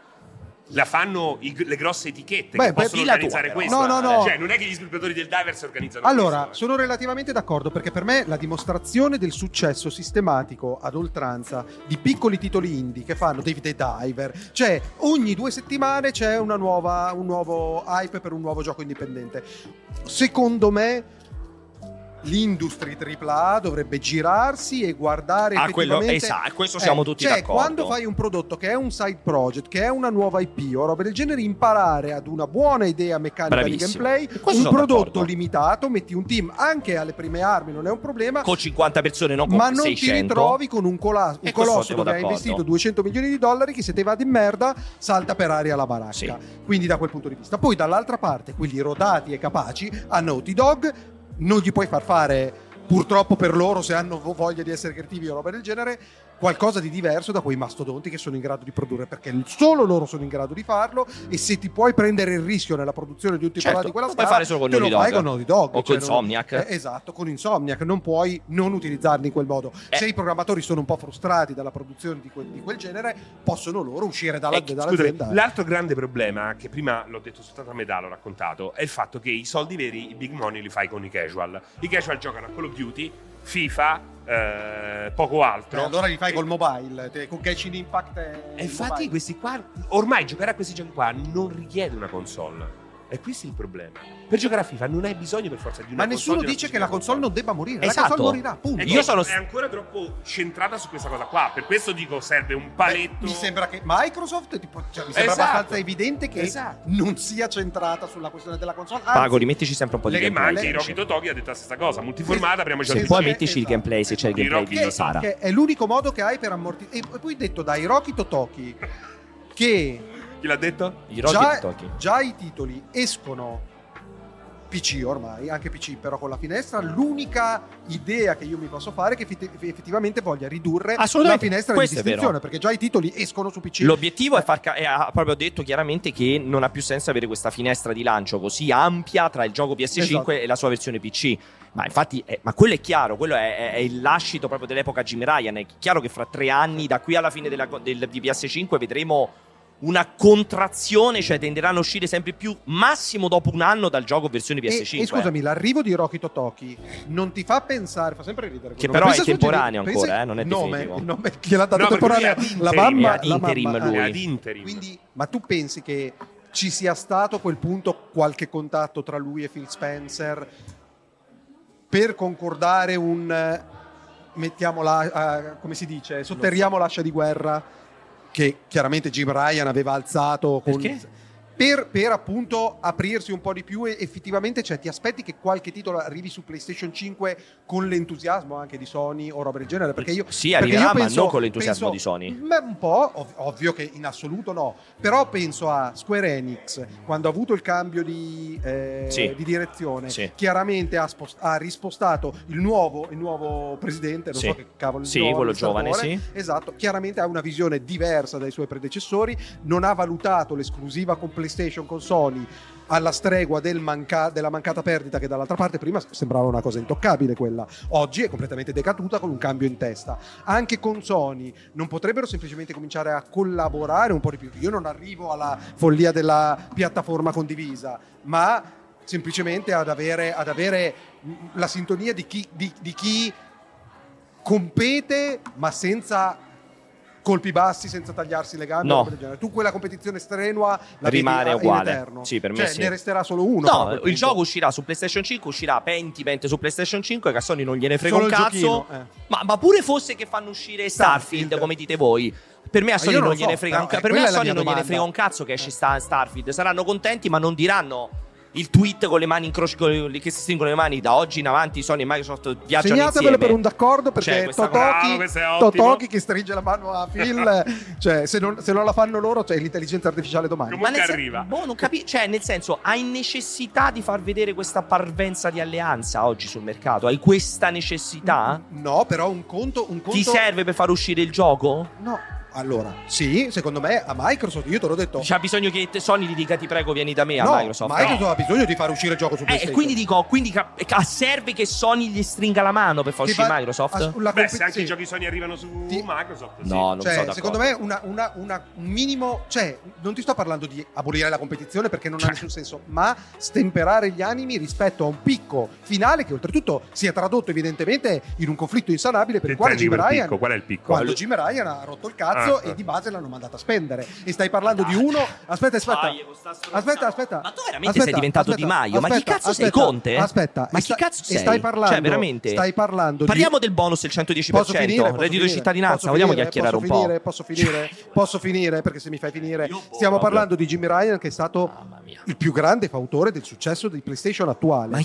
B: La fanno i- le grosse etichette
D: Beh,
B: che
D: beh,
B: possono
D: di la tua,
B: organizzare
D: però.
B: questo.
D: No, no, no.
B: Cioè, non è che gli sviluppatori del Divers organizzano
D: Allora,
A: eh.
B: questo.
D: sono relativamente d'accordo perché per me la dimostrazione del successo sistematico ad oltranza di piccoli titoli indie che fanno David the Diver, cioè ogni due settimane c'è una nuova, un nuovo hype per un nuovo gioco indipendente. Secondo me l'industria AAA dovrebbe girarsi e guardare
A: Ah, quello-
D: effettivamente
A: esatto, questo siamo tutti
D: cioè,
A: d'accordo.
D: quando fai un prodotto che è un side project, che è una nuova IP o roba del genere, imparare ad una buona idea meccanica
A: Bravissimo.
D: di
A: Questo
D: gameplay, un
A: sono
D: prodotto
A: d'accordo.
D: limitato, metti un team anche alle prime armi, non è un problema.
A: Con 50 persone, non con
D: ma non
A: 600.
D: ti ritrovi con un, cola- un
A: E questo
D: colosso
A: siamo
D: dove hai
A: d'accordo.
D: investito 200 milioni di dollari che se te va di merda salta per aria la baracca.
A: Sì.
D: Quindi da quel punto di vista. Poi dall'altra parte, quelli rodati e capaci a Naughty Dog non gli puoi far fare, purtroppo per loro, se hanno vo- voglia di essere creativi o roba del genere, qualcosa di diverso da quei mastodonti che sono in grado di produrre, perché solo loro sono in grado di farlo e se ti puoi prendere il rischio nella produzione di tutti i
A: Certo,
D: parati di quella
A: lo puoi
D: spada,
A: fare solo con
D: te lo
A: Naughty
D: fai
A: Dog.
D: con Naughty Dog.
A: O con
D: non-
A: Insomniac.
D: eh, esatto, con Insomniac, non puoi non utilizzarli in quel modo.
A: Eh.
D: Se i programmatori sono un po' frustrati dalla produzione di quel, di quel genere, possono loro uscire dalla,
B: Eh, scusami,
D: dall'azienda.
B: l'altro grande problema, che prima l'ho detto soltanto a metà, l'ho raccontato, è il fatto che i soldi veri, i big money, li fai con i casual. I casual giocano a Call of Duty, FIFA, eh, poco
D: Eh,
B: altro.
D: allora li fai
B: E-
D: col mobile, te- con Genshin Impact
B: E infatti questi qua, ormai giocare a questi giochi qua non richiede una console. E questo è il problema. Per giocare a FIFA non hai bisogno per forza di una
D: Ma
B: console,
D: nessuno
B: di una
D: dice che la console non debba morire,
A: Esatto.
D: la console morirà, punto.
B: Ecco,
A: Io sono-
B: è ancora troppo centrata su questa cosa qua. Per questo dico serve un paletto.
D: Mi sembra che Microsoft tipo, cioè, mi sembra
B: Esatto.
D: abbastanza evidente che
B: Esatto.
D: non sia centrata sulla questione della console. Anzi,
A: Pago, rimettici sempre un po' di
B: Le che
A: gameplay.
B: mangi, Rocky Totoki ha detto la stessa cosa. Multiformata, apriamoci
D: Sì,
B: al
A: E poi
D: Esatto.
A: mettici il gameplay se c'è il
B: Di
A: gameplay
B: Rocky
A: di
D: che,
A: Sara.
D: che è l'unico modo che hai per ammortizzare. E poi detto dai Rocky Totoki che
B: Chi l'ha detto?
A: I Rocky
D: già,
A: Totoki.
D: già i titoli escono PC ormai, anche PC però con la finestra, l'unica idea che io mi posso fare è che effetti- effettivamente voglia ridurre la
A: Assolutamente,
D: finestra di
A: questo è
D: distinzione,
A: vero.
D: perché già i titoli escono su PC.
A: L'obiettivo è far ca- e ha proprio detto chiaramente che non ha più senso avere questa finestra di lancio così ampia tra il gioco PS5
D: Esatto.
A: e la sua versione PC. Ma infatti, eh, ma quello è chiaro, quello è, è- è il lascito proprio dell'epoca Jim Ryan. È chiaro che fra tre anni, da qui alla fine della co- del, di PS5, vedremo una contrazione, cioè tenderanno a uscire sempre più, massimo dopo un anno dal gioco versione
D: E-
A: PS5.
D: E, scusami, l'arrivo di Rocky Totoki non ti fa pensare, fa sempre ridere.
A: Che
D: quello.
A: però
D: Pensa
A: è
D: solo-
A: temporaneo
D: pensa-
A: ancora, eh, non è
D: il nome,
A: definitivo.
D: il nome che l'ha dato
A: No, perché lui
D: temporanea
A: è ad
D: la
A: interim,
D: mamma,
A: è ad
D: la
A: interim
D: mamma-
A: lui.
D: eh,
A: È ad interim.
D: Quindi, ma tu pensi che ci sia stato a quel punto qualche contatto tra lui e Phil Spencer per concordare un eh, mettiamola eh, come si dice, sotterriamo l'ascia di guerra che chiaramente Jim Ryan aveva alzato con
A: Perché?
D: per, per appunto aprirsi un po' di più e effettivamente cioè, ti aspetti che qualche titolo arrivi su PlayStation 5 con l'entusiasmo anche di Sony o roba del genere perché io,
A: Sì,
D: perché
A: arriverà,
D: io
A: ma
D: penso-
A: non con l'entusiasmo
D: penso-
A: di Sony.
D: ma un po', ov- ovvio che in assoluto no, però penso a Square Enix quando ha avuto il cambio di, eh,
A: Sì.
D: di direzione,
A: Sì.
D: chiaramente ha, spost- ha rispostato il nuovo, il nuovo presidente, non
A: Sì.
D: so che cavolo
A: Sì,
D: il nome,
A: quello
D: il senatore.
A: giovane,
D: Esatto, chiaramente ha una visione diversa dai suoi predecessori, non ha valutato l'esclusiva con PlayStation, con Sony alla stregua del manca- della mancata perdita che dall'altra parte prima sembrava una cosa intoccabile quella oggi è completamente decaduta con un cambio in testa anche con Sony non potrebbero semplicemente cominciare a collaborare un po' di più io non arrivo alla follia della piattaforma condivisa ma semplicemente ad avere, ad avere mh, la sintonia di chi, di- di chi compete ma senza colpi bassi senza tagliarsi le gambe
A: No.
D: roba del genere. tu quella competizione strenua la
A: rimane
D: vedi a- in
A: uguale.
D: eterno.
A: Sì, per me
D: Cioè,
A: sì.
D: ne resterà solo uno. però, a
A: No,
D: quel
A: il
D: punto.
A: gioco uscirà su PlayStation 5, uscirà pentimento su PlayStation 5, che a Sony non gliene frega
D: Solo
A: un
D: il
A: cazzo.
D: giochino, eh.
A: Ma, ma pure fosse che fanno uscire Starfield, come dite voi. Per me a
D: Ma
A: Sony
D: io
A: non,
D: non lo
A: gliene
D: so,
A: frega
D: però,
A: un cazzo.
D: eh,
A: Per me a
D: quella è la mia
A: Sony non gliene
D: domanda.
A: frega un cazzo che esce sta- Starfield. Saranno contenti, ma non diranno il tweet con le mani in croce con le- che si stringono le mani da oggi in avanti Sony e Microsoft viaggiano
D: Segnatevelo
A: insieme.
D: per un d'accordo
A: Cioè,
D: perché
A: questa
F: Bravo,
D: Totoki,
F: questo è ottimo.
D: Totoki che stringe la mano a Phil, cioè, se, non, se non la fanno loro, c'è l'intelligenza artificiale domani.
A: Ma nel sen- boh, non capi- cioè, nel senso, hai necessità di far vedere questa parvenza di alleanza oggi sul mercato? Hai questa necessità?
D: Mm, No, però un conto. Un
A: Ti
D: conto-
A: serve per far uscire il gioco?
D: No. Allora, sì, secondo me a Microsoft, io te l'ho detto.
A: C'ha bisogno che te- Sony gli dica ti prego vieni da me Diciamo, a
D: no,
A: Microsoft. No.
D: ha bisogno di far uscire il gioco su
A: Eh, e
D: PlayStation.
A: quindi dico, quindi ca- ca- serve che Sony gli stringa la mano per far
D: Che
A: uscire
D: fa-
A: Microsoft?
D: ass- la
F: Beh,
D: compe-
F: se anche
D: sì.
F: i giochi Sony arrivano su Microsoft, sì.
A: No, non
D: Cioè,
A: sono d'accordo.
D: secondo me una- una- una- un minimo, cioè, non ti sto parlando di abolire la competizione perché non ha nessun senso, ma stemperare gli animi rispetto a un picco finale che oltretutto si è tradotto evidentemente in un conflitto insanabile per il quale
F: Intendi
D: Jim
F: quel
D: Ryan
F: picco? Qual è il picco?
D: quando Jim Ryan ha rotto il cazzo
F: Ah, ah.
D: e di base l'hanno mandato a spendere e stai parlando di uno aspetta aspetta
A: Dai, con sta stronzata.
D: aspetta aspetta ma tu
A: veramente sei diventato Di Maio? Ma chi cazzo sei, Conte?
D: aspetta
A: Ma
D: E
A: chi
D: sta-
A: cazzo
D: e
A: sei?
D: stai parlando
A: Cioè, veramente?
D: stai parlando di
A: Parliamo del bonus del 110%,
D: Posso finire? Posso
A: reddito
D: finire?
A: di cittadinanza,
D: Posso
A: vogliamo
D: finire?
A: chiacchierare
D: Posso
A: un po'.
D: finire? Posso finire? Posso finire? Perché se mi fai finire,
A: boh,
D: stiamo
A: proprio.
D: parlando di Jimmy Ryan, che è stato il più grande fautore del successo di PlayStation attuale. Ma,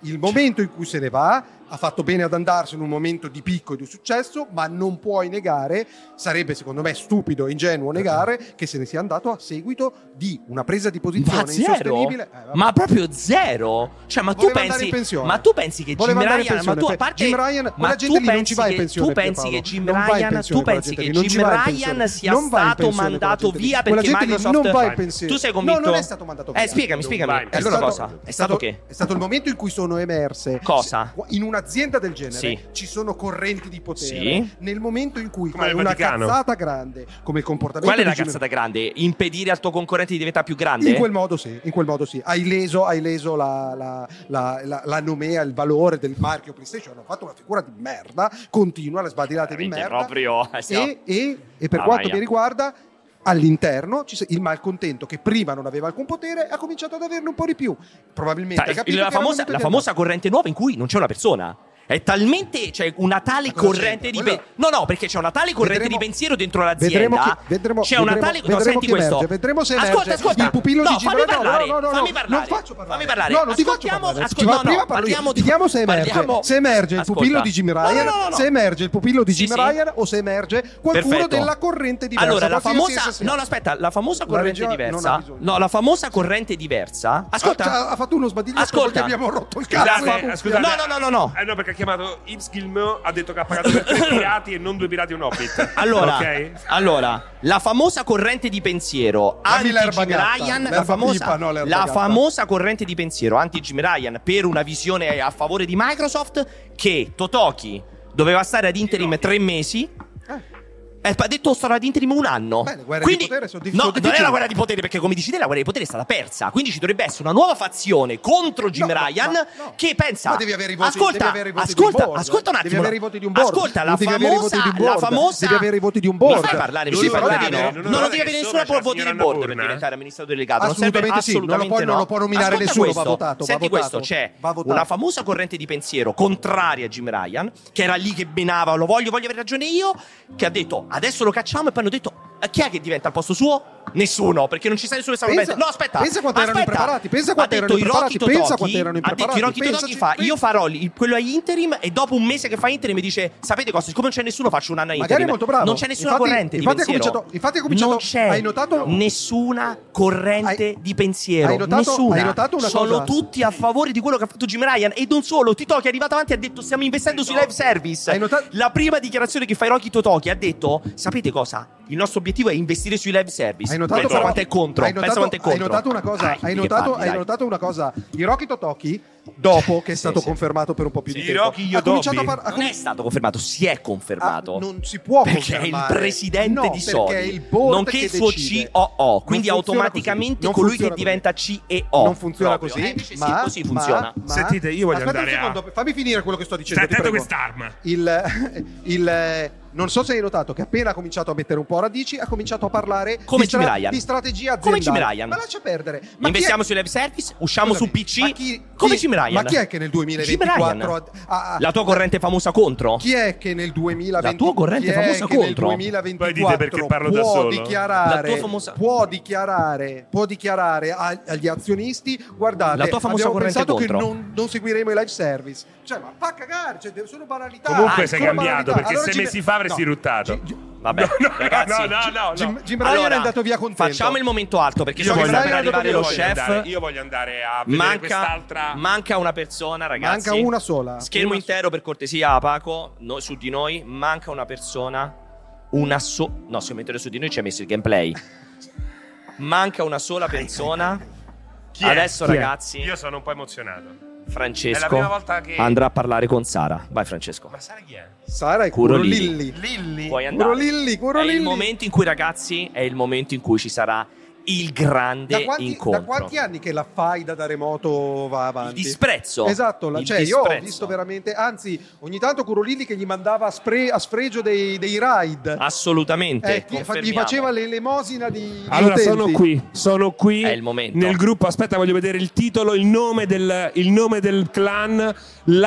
D: il momento in cui se ne va ha fatto bene ad andarsene in un momento di picco e di successo, ma non puoi negare, sarebbe secondo me stupido e ingenuo negare che se ne sia andato a seguito di una presa di posizione
A: Ma zero?
D: insostenibile. Eh, vabbè.
A: ma proprio zero? Cioè, ma tu
D: Voleva andare
A: pensi.
D: in pensione.
A: Ma tu pensi che
D: Voleva
A: Jim
D: andare in
A: Ryan. Ma
D: pensione,
A: tu a
D: per-
A: parte.
D: Jim Ryan,
A: ma
D: quella
A: tu
D: gente lì non
A: pensi
D: ci va in
A: che-
D: pensione,
A: Tu
D: Pier
A: pensi
D: Paolo.
A: che Jim
D: Non va in
A: Ryan. Tu
D: pensione quella
A: pensi
D: gente
A: che
D: lì, non
A: Jim
D: ci va in
A: Ryan
D: pensione.
A: sia
D: Non va in
A: stato
D: pensione quella
A: mandato
D: gente lì.
A: via
D: Quella
A: perché
D: gente lì
A: Microsoft.
D: non va in pensione.
A: Tu sei
D: No,
A: convinto?
D: non è stato mandato
A: Eh,
D: via. Non
A: spiegami,
D: va
A: spiegami.
D: in
A: E allora
D: pensione.
A: cosa? È stato che?
D: È stato il momento in cui sono emerse.
A: Cosa?
D: In un'azienda del genere
A: Sì.
D: ci sono correnti di potere.
A: Sì.
D: Nel momento in cui
A: Come
D: fai
A: nel
D: una
A: Vaticano.
D: cazzata grande, come il comportamento
A: Qual è
D: di
A: la
D: Jimmy-
A: cazzata grande? Impedire al tuo concorrente di diventare più grande?
D: In quel modo sì, in quel modo sì. Hai leso, hai leso la, la, la, la- la nomea, il valore del marchio PlayStation. Hanno fatto una figura di merda, continua, le sbadilate di
A: Veramente
D: merda.
A: proprio, eh, sì, no.
D: e, e- e per
A: Ah,
D: quanto
A: vai,
D: mi
A: eh.
D: riguarda, all'interno ci sa- il malcontento che prima non aveva alcun potere ha cominciato ad averne un po' di più. Probabilmente
A: Sai,
D: ha capito
A: Cioè, la
D: che era il
A: famosa,
D: momento
A: la
D: di
A: famosa corrente nuova in cui non c'è una persona. È talmente. C'è una tale
R: cosa c'entra?
A: corrente di.
R: Quello-
A: pe- No, no, perché c'è una tale corrente
D: Vedremo-
A: di pensiero dentro l'azienda.
D: Vedremo chi- vedremo-
A: c'è una
D: vedremo-
A: tale. no,
D: vedremo
A: senti
D: chi
A: questo.
D: emerge, vedremo se
A: ascolta,
D: emerge
A: ascolta.
D: il pupillo
A: no,
D: di Gibran-
A: fammi
D: no, no,
A: parlare.
D: no, no, no,
A: fammi
D: non
A: parlare.
D: faccio parlare.
A: Fammi parlare.
D: No, non ti faccio
A: Ascoltiamo-
D: parlare.
A: ascolta-
D: Ma
A: no, no,
D: prima parlo io.
A: parliamo di-
D: Vediamo se emerge.
A: parliamo-
D: Se emerge il
A: Ascolta.
D: pupillo di Jim
A: No,
D: Ryan,
A: no, no, no.
D: se emerge il pupillo di
A: Sì,
D: Jim
A: sì.
D: Ryan o se emerge qualcuno
A: Perfetto.
D: della corrente diversa.
A: Allora, la
D: qualsiasi
A: famosa.
D: essa sia.
A: No, no, aspetta, la famosa
D: La
A: corrente
D: regia non ha
A: diversa.
D: bisogno. Ah, cioè,
A: No, la famosa corrente diversa. Ascolta.
D: Ha, ha fatto uno sbadiglio perché
A: Ascolta.
D: abbiamo rotto il
A: Scusate,
D: cazzo.
A: ascolta, No, no, no, no, no.
F: Eh, no, perché ha chiamato Yves Guillemot, ha detto che ha pagato per tre pirati e non due pirati e un hobbit.
A: Allora,
F: Ok?
A: allora, la famosa corrente di pensiero
D: Dammi
A: anti
D: l'erba
A: Jim
D: gatta,
A: Ryan,
D: l'erba
A: la, famosa,
D: pipa, no, l'erba
A: la
D: gatta.
A: famosa corrente di pensiero anti Jim Ryan per una visione a favore di Microsoft che Totoki doveva stare ad interim tre mesi. Eh, ha detto stare ad interim un anno.
D: guerre di
A: Quindi,
D: potere sono dif-
A: no,
D: sono
A: non è
D: difficili.
A: la guerra di potere, perché come dici te, la guerra di potere è stata persa. Quindi ci dovrebbe essere una nuova fazione contro Jim Ryan che pensa.
D: Ma devi avere i voti-
A: ascolta,
D: devi avere i voti di un
A: ascolta,
D: board.
A: ascolta un
D: Devi
A: attimo.
D: avere i voti di un board.
A: Ascolta,
D: Non
A: la
D: devi avere i voti
A: famosa,
D: di un board.
A: la famosa.
D: Devi avere i voti di un board.
A: Mi fai parlare, mi
D: Sì,
A: fai parlare,
D: parlare,
A: no?
D: non
A: No,
D: lo
A: non
D: fai
A: devi avere
D: sopra,
A: nessuna
D: c'è la
A: voto di
D: signora
A: board per
D: Annapurna,
A: diventare amministratore delegato. Non serve
D: Assolutamente sì, non lo puoi-
A: assolutamente
D: non
A: no.
D: lo può nominare
A: Ascolta
D: nessuno, va
A: questo.
D: votato, va
A: Senti
D: votato,
A: questo, c'è
D: va votato.
A: una famosa corrente di pensiero contraria a Jim Ryan, che era lì che benava, lo voglio, voglio avere ragione io, che ha detto adesso lo cacciamo e poi hanno detto "Eh, chi è che diventa al posto suo? Nessuno, perché non ci sta nessuno che stava
D: Pensa-
A: No, aspetta.
D: pensa quanto erano
A: aspetta.
D: impreparati, pensa
A: Ha
D: quanto
A: detto
D: erano
A: i Rocky
D: impreparati, pensa
A: Totoki-
D: quanto erano
A: Ha detto
D: impreparati,
A: i Rocky Totoki
D: pensaci-
A: fa io farò il- quello a interim e dopo un mese che fa interim dice sapete cosa, siccome non c'è nessuno faccio un anno a interim.
D: Magari è molto bravo.
A: Non c'è nessuna
D: Infatti-
A: corrente
D: infatti
A: di
D: ha
A: pensiero.
D: cominciato- infatti ha cominciato-
A: non c'è
D: hai notato-
A: nessuna corrente di pensiero.
D: hai notato-
A: nessuna.
D: hai notato una
A: Sono
D: cosa?
A: tutti a favore di quello che ha fatto Jim Ryan e non solo. Tito che è arrivato avanti e ha detto stiamo investendo sui live service. La prima dichiarazione che fa Rocky Totoki ha detto sapete cosa? Il nostro obiettivo è investire sui live service.
D: Hai notato
A: Pensa
D: però-
A: quanto è contro.
D: Hai
A: Pensa
D: notato,
A: quanto è contro.
D: hai notato una cosa,
A: Dai,
D: hai,
A: di che
D: notato,
A: parli,
D: hai
A: dai.
D: notato una cosa. Hiroki Totoki, dopo che è stato confermato per un po' più di tempo,
A: Hiroki
D: ha cominciato a
A: Yodobi.
D: par- ha Ah,
A: non è stato confermato, si è confermato.
D: non si può
A: perché
D: confermare.
A: è il presidente
D: No,
A: di Sony,
D: perché è il board
A: nonché
D: che
A: il suo
D: decide.
A: COO, quindi
D: Non funziona così.
A: automaticamente
D: Non
A: colui che
D: funziona
A: diventa CEO.
D: Non funziona
A: Proprio,
D: così,
A: eh, invece sì,
D: ma,
A: così funziona.
D: ma- ma- Aspetta un secondo, fammi finire quello che sto dicendo.
F: Stai
D: ti
F: attento
D: prego.
F: quest'arma.
D: Il, il- non so se hai notato che appena ha cominciato a mettere un po' radici, ha cominciato a parlare
A: Come
D: di,
A: Jim Ryan.
D: di strategia
A: Come
D: aziendale.
A: Jim Ryan.
D: Ma lascia perdere. Ma chi è-
A: Investiamo sui live service, usciamo
D: Scusami,
A: su PC.
D: ma chi-
A: come
D: chi-
A: Jim Ryan?
D: ma chi è che nel 2024
A: Jim Ryan.
D: ha- ha-
A: la tua corrente famosa contro?
D: Chi è che nel 2020
A: La tua corrente
D: chi è
A: famosa
D: che nel
A: contro?
D: 2024
A: Poi dite perché parlo da
D: può
A: solo.
D: dichiarare,
A: La tua famosa-
D: può dichiarare, può dichiarare ag- agli azionisti: guardate,
A: La tua famosa
D: abbiamo
A: corrente
D: pensato che
A: contro.
D: non, non seguiremo i live service. Cioè, ma fa cagare, cioè, de- sono banalità. Ah,
F: Comunque sei
D: sono
F: cambiato,
D: banalità.
F: perché
D: Allora,
F: sei
D: Jim-
F: mesi fa avresti
D: no.
F: ruttato.
A: Vabbè, ragazzi,
F: no, no, no, no.
D: Jim- Jim Ryan è andato via contento.
A: Facciamo il momento alto perché
F: Io
A: so che
F: voglio
A: sta per
F: andare-
A: arrivare
F: io
A: lo
F: voglio
A: chef.
F: andare- io voglio andare a vedere quest'altra-
A: manca una persona, ragazzi.
D: Manca una sola.
A: Schermo
D: Una
A: intero per cortesia, Paco. no- su di noi, manca una persona. Una sola. No, schermo intero su di noi ci ha messo il gameplay. Manca una sola persona.
F: Chi è?
A: Adesso,
F: Chi è?
A: ragazzi,
F: Io sono un po' emozionato.
A: Francesco
F: È la prima volta che-
A: andrà a parlare con Sara. Vai, Francesco.
F: Ma sai chi è?
D: Sara e
A: Curo
D: Curo
A: Lilli.
D: Lilli.
A: Puoi
D: Curo
A: andare.
D: Lilli, Curo
A: è il
D: Lilli.
A: momento in cui, ragazzi, è il momento in cui ci sarà il
D: Da
A: grande
D: quanti, da
A: incontro.
D: quanti anni che la faida da remoto va avanti?
A: Il disprezzo.
D: Esatto, la-
A: Il
D: cioè io ho
A: disprezzo.
D: visto veramente, anzi ogni tanto Curolilli che gli mandava a, spre- a sfregio dei, dei ride.
A: Assolutamente.
D: Eh, gli fa- gli
A: confermiamo.
D: faceva l'elemosina di...
B: Allora
D: di utenti.
B: sono qui, sono qui nel gruppo, aspetta voglio vedere il titolo, il nome, del, il nome del clan,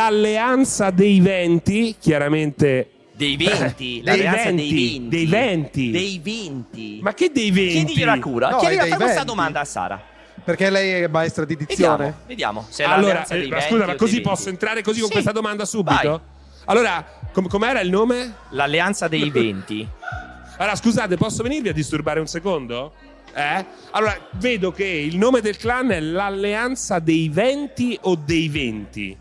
B: l'alleanza dei venti, chiaramente...
A: Dei venti,
B: dei
A: l'alleanza dei
B: venti,
A: venti.
B: dei venti.
A: Dei venti.
B: Ma che dei venti?
A: Chiedigli la cura.
D: No,
A: Chiedi
D: è dei
A: fai questa
D: venti.
A: domanda a Sara.
D: Perché lei è maestra di
A: Vediamo,
D: dizione.
A: vediamo se è
B: Allora,
A: l'alleanza dei
B: eh, ma
A: venti
B: scusa,
A: o
B: ma
A: dei
B: così
A: venti.
B: posso entrare così con
A: Sì.
B: questa domanda subito?
A: Vai.
B: Allora, com- com'era il nome?
A: L'alleanza dei venti.
B: Allora, scusate, posso venirvi a disturbare un secondo? Eh? Allora, vedo che il nome del clan è l'alleanza dei venti o dei venti?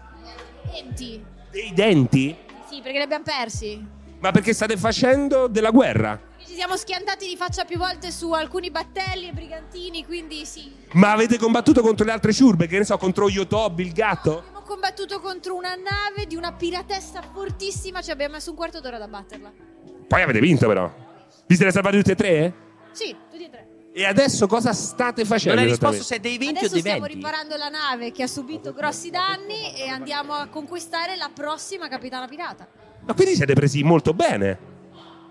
S: Senti,
B: Dei denti?
S: Sì, perché li abbiamo persi.
B: Ma perché state facendo della guerra?
S: Ci siamo schiantati di faccia più volte su alcuni battelli e brigantini, quindi sì.
B: Ma avete combattuto contro le altre ciurbe? Che ne so, contro Yotob, il gatto?
S: Abbiamo combattuto contro una nave di una piratessa fortissima, ci abbiamo messo un quarto d'ora da batterla.
B: Poi avete vinto, però. Vi siete salvati tutti e tre?
S: Sì, tutti e tre.
B: E adesso cosa state facendo?
A: Non hai
B: Cioè,
A: risposto
B: esattamente?
A: se è dei venti o
S: Adesso
A: dei
S: stiamo
A: venti.
S: riparando la nave che ha subito grossi danni e andiamo a conquistare la prossima capitana pirata.
B: Ma quindi siete presi molto bene.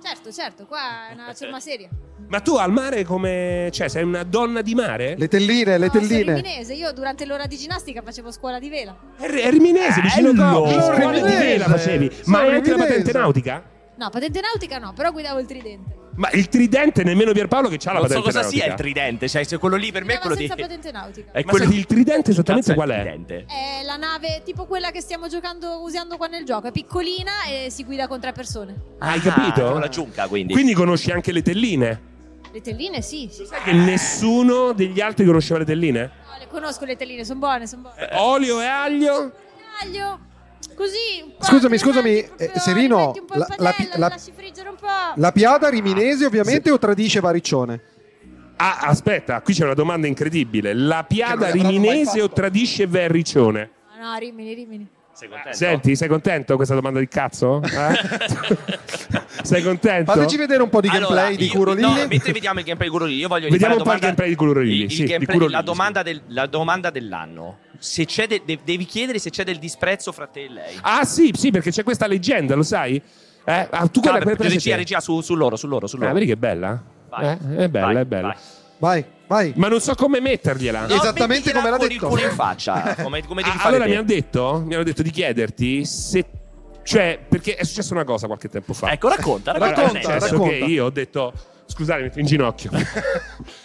S: Certo, certo, qua è una ciurma seria.
B: Ma tu al mare come... Cioè, sei una donna di mare?
H: Le telline, le
S: No, sono riminese, io durante l'ora di ginnastica facevo scuola di vela.
B: È riminese, vicino a
F: Bello!
B: Coppi.
F: Sono
B: Scuole di
F: riminese.
B: vela facevi.
F: Sono
B: Ma hai anche la
F: riminese.
B: patente nautica?
S: No, patente nautica no, però guidavo il tridente.
B: Ma il tridente, nemmeno Pierpaolo che ha la
A: Non so
B: patente
A: cosa
B: nautica.
A: sia il tridente, cioè se quello lì per me è
S: Ma
A: quello di... Eh.
S: senza patente nautica.
A: È
B: Ma
A: quello
B: senti, il tridente esattamente
A: Cazzo è
B: qual
A: il
B: è?
A: tridente?
S: È la nave tipo quella che stiamo giocando, usando qua nel gioco. È piccolina e si guida con tre persone.
B: Hai capito?
A: con la giunca, quindi.
B: Quindi conosci anche le telline?
S: Le telline sì, sì.
A: Ah.
B: Che nessuno degli altri conosceva le telline?
S: No, le conosco le telline, sono buone, sono
A: Eh.
S: buone.
B: Olio e aglio?
S: Taglio, così. un po'
H: Scusami,
S: te le
H: scusami,
S: mangi
H: eh,
S: proprio,
H: Serino,
S: metti un po'
H: la,
S: il
H: la
S: pannello,
H: pi-
S: le
H: la-
S: lasci friggere un po'.
H: la piada riminese ovviamente o tradisce Variccione?
B: Ah, aspetta, qui c'è una domanda incredibile. La piada
H: Che non l'avranno mai
B: riminese o tradisce Verricione?
S: No, no, rimini, rimini.
A: Sei contento?
B: Senti, sei contento con questa domanda di cazzo? Eh? sei contento?
H: Fateci vedere un po' di
A: Allora,
H: gameplay di
A: io-
H: Curolini.
A: No, mentre vediamo il gameplay di Curolini, io voglio
B: Vediamo
A: fare
B: un po' il
A: domanda-
B: gameplay di Curolini,
A: il
B: sì, di
A: gameplay-
B: Curolini,
A: la, domanda del- la domanda dell'anno. Se c'è de- de- devi chiedere se c'è del disprezzo fra te e lei.
B: Ah, sì, sì, perché c'è questa leggenda, lo sai? Eh? Ah, tu quella,
A: No,
B: quella- quella
A: regia,
B: c'è.
A: regia su, su loro, su loro, su loro.
B: Ah, vedi che bella? Eh, è bella, è bella.
H: Vai, vai.
B: Ma non so come mettergliela.
A: No, Esattamente mettigliela come l'ha con il detto. culo in faccia, come- come devi
B: Ah,
A: fare
B: allora
A: te.
B: mi hanno detto, mi hanno detto di chiederti se cioè, perché è successa una cosa qualche tempo fa.
A: Ecco, racconta, racconta.
B: Allora, è successo
A: Racconta.
B: che io ho detto Scusate, mi metto in ginocchio.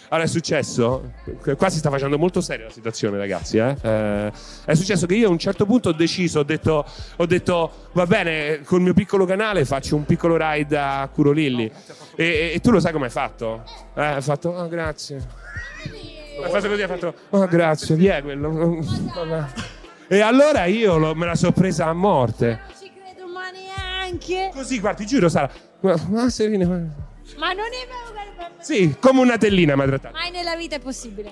B: allora è successo. Qua si sta facendo molto seria la situazione, ragazzi. eh. Eh, è successo che io a un certo punto ho deciso, ho detto, ho detto, va bene, col mio piccolo canale faccio un piccolo ride a Curolilli. e, e- e tu lo sai come hai fatto? Eh, hai fatto, ah, grazie. Ha fatto così, ha fatto, oh grazie, chi è quello? Vabbè. E allora io l'ho- me la sono presa a morte.
S: Ci credo, ma neanche.
B: Così, guarda, ti giuro, Sara. Ma, ma Serena, ma-
S: Ma non è vero, guarda,
B: Sì, come una tellina mi ha trattato.
S: mai nella vita è possibile.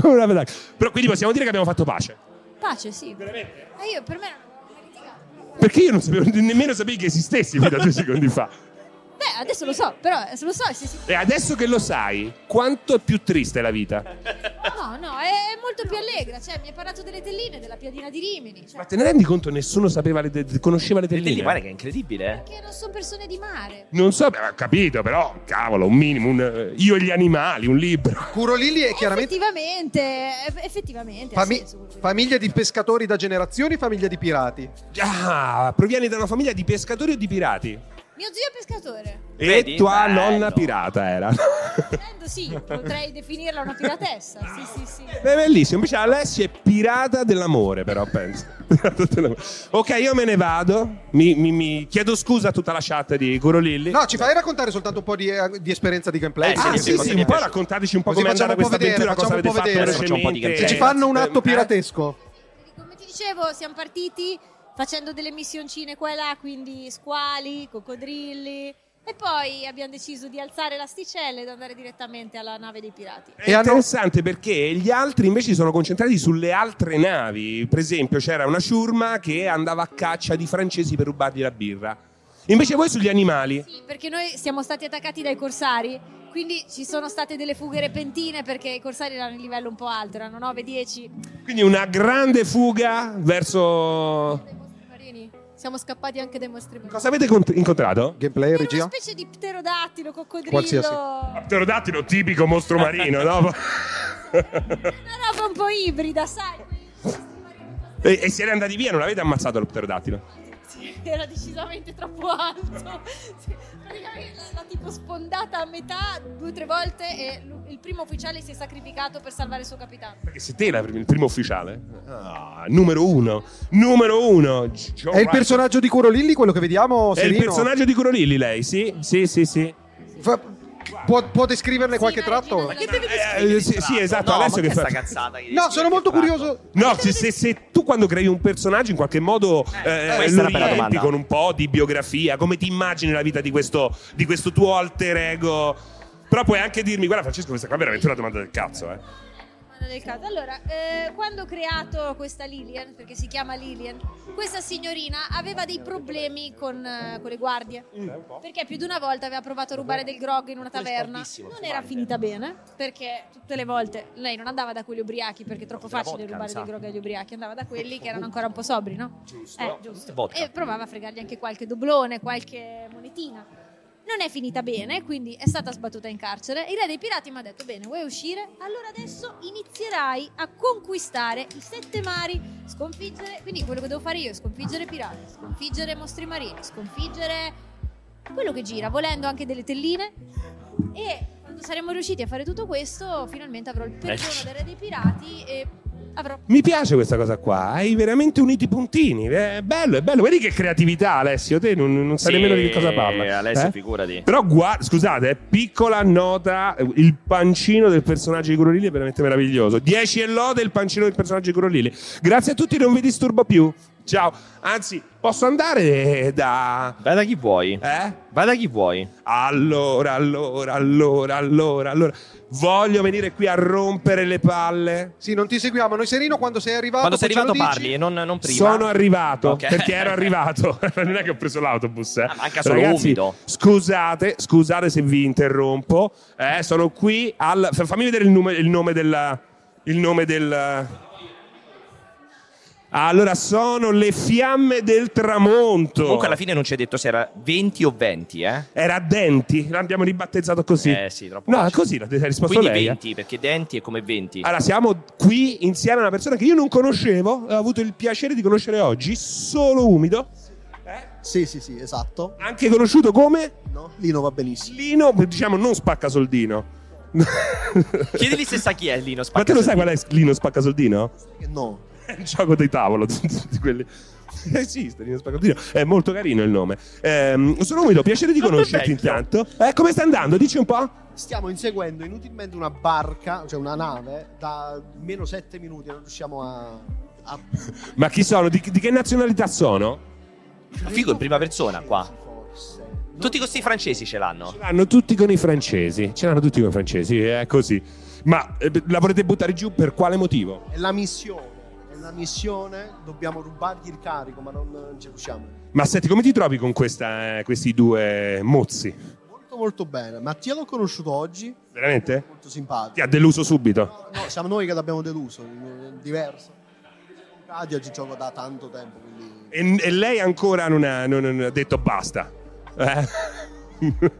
B: Come una medaglia. Però quindi possiamo dire che abbiamo fatto pace.
S: Pace, sì. Veramente? Ma io per me non-
B: Perché io non sapevo, nemmeno sapevi che esistessi fino a due secondi fa.
S: Beh, adesso lo so, però adesso lo so. sì, sì.
B: E adesso che lo sai, quanto è più triste la vita?
S: No, no, è molto più allegra. Cioè, mi hai parlato delle telline, della piadina di Rimini. Cioè,
B: Ma te ne rendi conto? Nessuno sapeva le te- conosceva le telline.
A: Guarda che è incredibile, eh.
S: che non sono persone di mare.
B: Non so, beh, ho capito, però, cavolo, un minimo, un- io e gli animali, un libro.
H: Curolilli è chiaramente
S: Effettivamente, eff- effettivamente. ha
H: fami-
S: senso quello che-
H: famiglia di pescatori da generazioni, famiglia di pirati.
B: Ah, provieni da una famiglia di pescatori o di pirati?
S: Mio zio è pescatore.
B: E
A: Vedi?
B: tua
A: Bello.
B: nonna pirata era.
S: Volendo, sì, potrei definirla una piratessa. Sì, sì, sì.
B: È bellissimo, invece Alessia è pirata dell'amore, però penso. Pirata dell'amore. Ok, io me ne vado. Mi, mi- mi chiedo scusa a tutta la chat di Gorolilli.
H: No, ci fai raccontare soltanto un po' di, di esperienza di gameplay?
B: Eh, sì, sì, sì, sì, un po' raccontateci un po' come è andata questa avventura, cosa avete fatto recentemente.
H: Se ci fanno un atto piratesco.
S: Come ti dicevo, siamo partiti facendo delle missioncine qua e là, quindi squali, coccodrilli. E poi abbiamo deciso di alzare l'asticella ed andare direttamente alla nave dei pirati.
B: È interessante perché gli altri invece si sono concentrati sulle altre navi. Per esempio, c'era una ciurma che andava a caccia di francesi per rubargli la birra. Invece voi sugli animali.
S: Sì, Perché noi siamo stati attaccati dai corsari, quindi ci sono state delle fughe repentine perché i corsari erano in livello un po' alto, erano 9-10.
B: Quindi una grande fuga verso.
S: Marini, siamo scappati anche dai mostri marini.
B: Cosa avete cont- incontrato?
H: Gameplay,
S: Una specie di pterodattilo, coccodrillo.
B: Qualsiasi.
S: Una
B: Pterodattilo tipico mostro marino, no?
S: roba un po' ibrida, sai?
B: e, e siete andati via, non avete ammazzato lo pterodattilo.
S: Sì, Era decisamente troppo alto. Sì, Praticamente l'ha tipo sfondata a metà due o tre volte e l- il primo ufficiale si è sacrificato per salvare il suo capitano.
B: Perché siete la prim- il primo ufficiale. Ah, numero uno. Numero uno. G- Joe
H: È il
B: Biden.
H: personaggio di Curolilli quello che vediamo,
B: È il
H: Serino?
B: personaggio di Curolilli, lei, sì? Sì, sì, sì.
H: Fa- può, può descriverne qualche tratto?
B: Eh, sì, sì, esatto,
A: No,
B: adesso
A: ma
B: che
A: che
B: fa...
A: sta cazzata che
H: No, sono molto curioso.
B: No, se, se- se tu quando crei un personaggio in qualche modo eh,
A: questa è
B: lo
A: una bella
B: riempi
A: domanda.
B: con un po' di biografia, come ti immagini la vita di questo, di questo tuo alter ego. Però puoi anche dirmi, guarda Francesco, questa qua è veramente una domanda del cazzo, eh.
S: domanda del caso. Allora, eh, quando ho creato questa Lilian, perché si chiama Lilian, questa signorina aveva dei problemi con, eh, con le guardie. Perché più di una volta aveva provato a rubare del grog in una taverna. Non era finita bene, perché tutte le volte lei non andava da quelli ubriachi, perché è troppo
A: Della
S: facile
A: vodka,
S: rubare
A: mi sa.
S: del grog agli ubriachi, andava da quelli che erano ancora un po' sobri, no?
A: Giusto.
S: Eh, giusto.
A: Vodka.
S: E provava a fregargli anche qualche doblone, qualche monetina. Non è finita bene, quindi è stata sbattuta in carcere. Il re dei pirati mi ha detto: Bene, vuoi uscire? Allora adesso inizierai a conquistare i sette mari, sconfiggere. Quindi quello che devo fare io è sconfiggere i pirati, sconfiggere i mostri marini, sconfiggere quello che gira, volendo anche delle telline. E quando saremo riusciti a fare tutto questo, finalmente avrò il perdono del re dei pirati e avrò
B: Mi piace questa cosa qua, hai veramente unito i puntini, è bello, è bello, vedi che creatività Alessio, te non, non sai
A: Sì,
B: nemmeno di che cosa parla.
A: Alessio,
B: eh?
A: figurati.
B: Però guarda, scusate, eh, piccola nota, eh, il pancino del personaggio di Corolini è veramente meraviglioso, 10 e lode il pancino del personaggio di Corolini. Grazie a tutti, non vi disturbo più, ciao, anzi posso andare eh, da...
A: Vai da chi vuoi.
B: Eh?
A: Vai da chi vuoi.
B: Allora, allora, allora, allora, allora, voglio venire qui a rompere le palle.
D: Sì, non ti seguiamo. Noi, Serino, quando sei arrivato,
A: Quando sei
D: poi ce lo
A: arrivato
D: dici?
A: parli, non, non prima.
B: Sono arrivato
A: Ok.
B: perché ero arrivato. non è che ho preso l'autobus. Eh.
A: manca solo
B: Ragazzi,
A: umido.
B: Scusate, scusate se vi interrompo. eh, sono qui al. fa- Fammi vedere il nome, il nome della. Il nome del. Allora, sono le fiamme del tramonto.
A: Comunque alla fine non ci hai detto se era 20 o 20, eh?
B: Era Denti, l'abbiamo ribattezzato così.
A: Eh sì, troppo
B: No,
A: facile.
B: così l'ha ha risposto
A: Quindi
B: lei. eh.
A: 20, perché denti è come 20.
B: Allora, siamo qui insieme a una persona che io non conoscevo, ho avuto il piacere di conoscere oggi, solo umido. Eh?
R: Sì, sì, sì, esatto.
B: Anche conosciuto come?
R: No, Lino va benissimo.
B: Lino, diciamo, non spacca soldino.
A: Chiedigli se sa chi è
B: Ma
A: Lino
B: te
A: Spacca.
B: lo sai qual è Lino spacca soldino?
R: Eh, No.
B: È il gioco dei tavolo di di quelli. Esiste Lino Spaccatino, è molto carino il nome. Ehm, sono umido, piacere di
R: Quanto è
B: conoscerti
R: vecchio?
B: intanto. Eh, come sta andando? Dici un po'?
R: Stiamo inseguendo inutilmente una barca, cioè una nave, da meno 7 minuti. Non riusciamo a. a...
B: Ma chi sono? Di, di che nazionalità sono?
A: Figo in prima persona qua. Tutti questi francesi ce l'hanno.
B: L'hanno tutti con i francesi. Ce l'hanno tutti con i francesi, è così. Ma eh, la volete buttare giù per quale motivo?
R: È la missione. È la missione. Dobbiamo rubargli il carico, ma non, non ci riusciamo.
B: Ma senti, come ti trovi con questa, eh, questi due mozzi?
R: Molto, molto bene. Mattia l'ho conosciuto oggi.
B: Veramente?
R: Molto simpatico.
B: Ti ha deluso subito.
R: No, siamo noi che l'abbiamo deluso. è Diverso. Radio ci gioco da tanto tempo. Quindi...
B: E, e lei ancora non ha, non- non ha detto basta. Eh?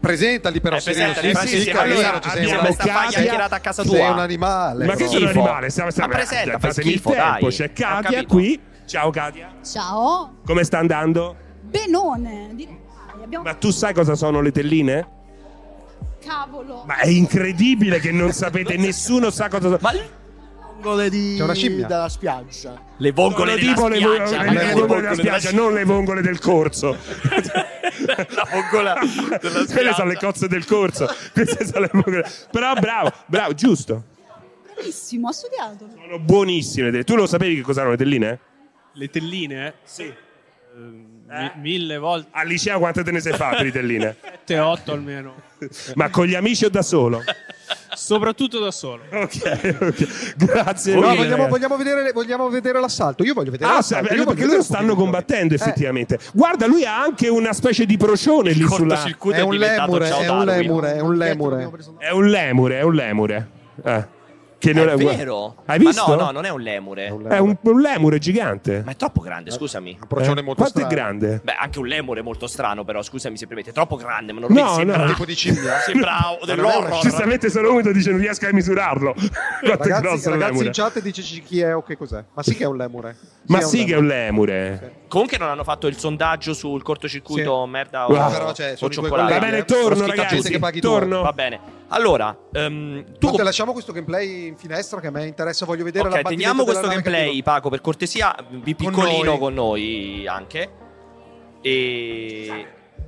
D: Presentali però,
B: Eh,
D: Serino.
B: presentali, Franci, sì, allora,
D: ci sei
B: abbiamo
D: una-
B: questa faglia
D: sei-
B: chiarata a casa
D: Sei
B: tua.
D: un animale.
B: Ma che
D: però.
B: sono animale? Stiamo, stiamo,
D: Ma presenta, fai
B: datemi il
D: schifo,
B: tempo.
D: dai.
B: C'è
D: Ho
B: Katia
D: capito.
B: qui. Ciao Katia.
T: Ciao,
B: Come sta andando?
T: Benone. di- Abbiamo...
B: Ma tu sai cosa sono le telline?
T: Cavolo.
B: Ma è incredibile che non sapete, nessuno sa cosa sono.
R: Vongole di...
B: C'è una scimmia?
R: dalla spiaggia.
A: Le
B: Sono tipo le, vo-
R: non le
B: le vongole
R: vongole
B: della
R: della
B: spiaggia, non le vongole del corso.
A: La vongola
B: Quelle sono le cozze del corso. Queste sono le vongole. Però bravo, bravo, giusto.
T: Bravissimo, ha studiato.
B: Sono buonissime. Tu lo sapevi che cos'erano le telline?
U: Le telline? Sì. Mille volte.
B: Al liceo quante te ne sei fatte di telline?
U: 7-8 almeno.
B: Ma con gli amici o da solo?
U: Soprattutto da solo.
B: Ok, ok. Grazie.
D: No,
B: mille,
D: vogliamo,
B: ragazzi.
D: vogliamo vedere, vogliamo vedere l'assalto. Io voglio vedere
B: Ah, sa-
D: l'assalto. Io voglio
B: perché
D: vedere
B: loro
D: Eh.
B: stanno combattendo effettivamente. Guarda, lui ha anche una specie di procione lì sulla.
D: È un lemure, è un lemure, è un lemure.
B: È un lemure, è un lemure. Eh, Che non
A: è,
B: è, guarda-
A: vero?
B: Hai visto?
A: Ma no, no, non è un lemure. È un,
B: È un, un lemure gigante.
A: Ma è troppo grande, scusami. Un
B: procione Eh, molto quanto è strano. grande?
A: Beh, anche un lemure molto strano, però, scusami se permette. È troppo grande, ma non
B: No,
A: mi sembra
B: no. Tipo di
D: cimbra.
A: sembra o dell'horror.
B: Giustamente solo umido dice non riesco a misurarlo. Quanto è
D: Ragazzi,
B: grosso il
D: ragazzi
B: lemure.
D: in chat diteci chi è o che cos'è. Ma sì che è un lemure.
B: Ma sì che è un lemure.
A: Comunque non hanno fatto il sondaggio sul cortocircuito merda o,
B: Wow. Però, cioè,
A: o
B: sono i due
A: cioccolata.
B: colleghi, Va bene, eh. torno,
A: Sono scritto a
B: ragazzi,
A: tutti.
B: che paghi torno. due.
A: Va bene. Allora, ehm, tu
D: Guarda, lasciamo questo gameplay in finestra che a me interessa, voglio vedere
A: Ok,
D: la
A: teniamo questo gameplay, Paco, per cortesia, vi piccolino con noi, anche. E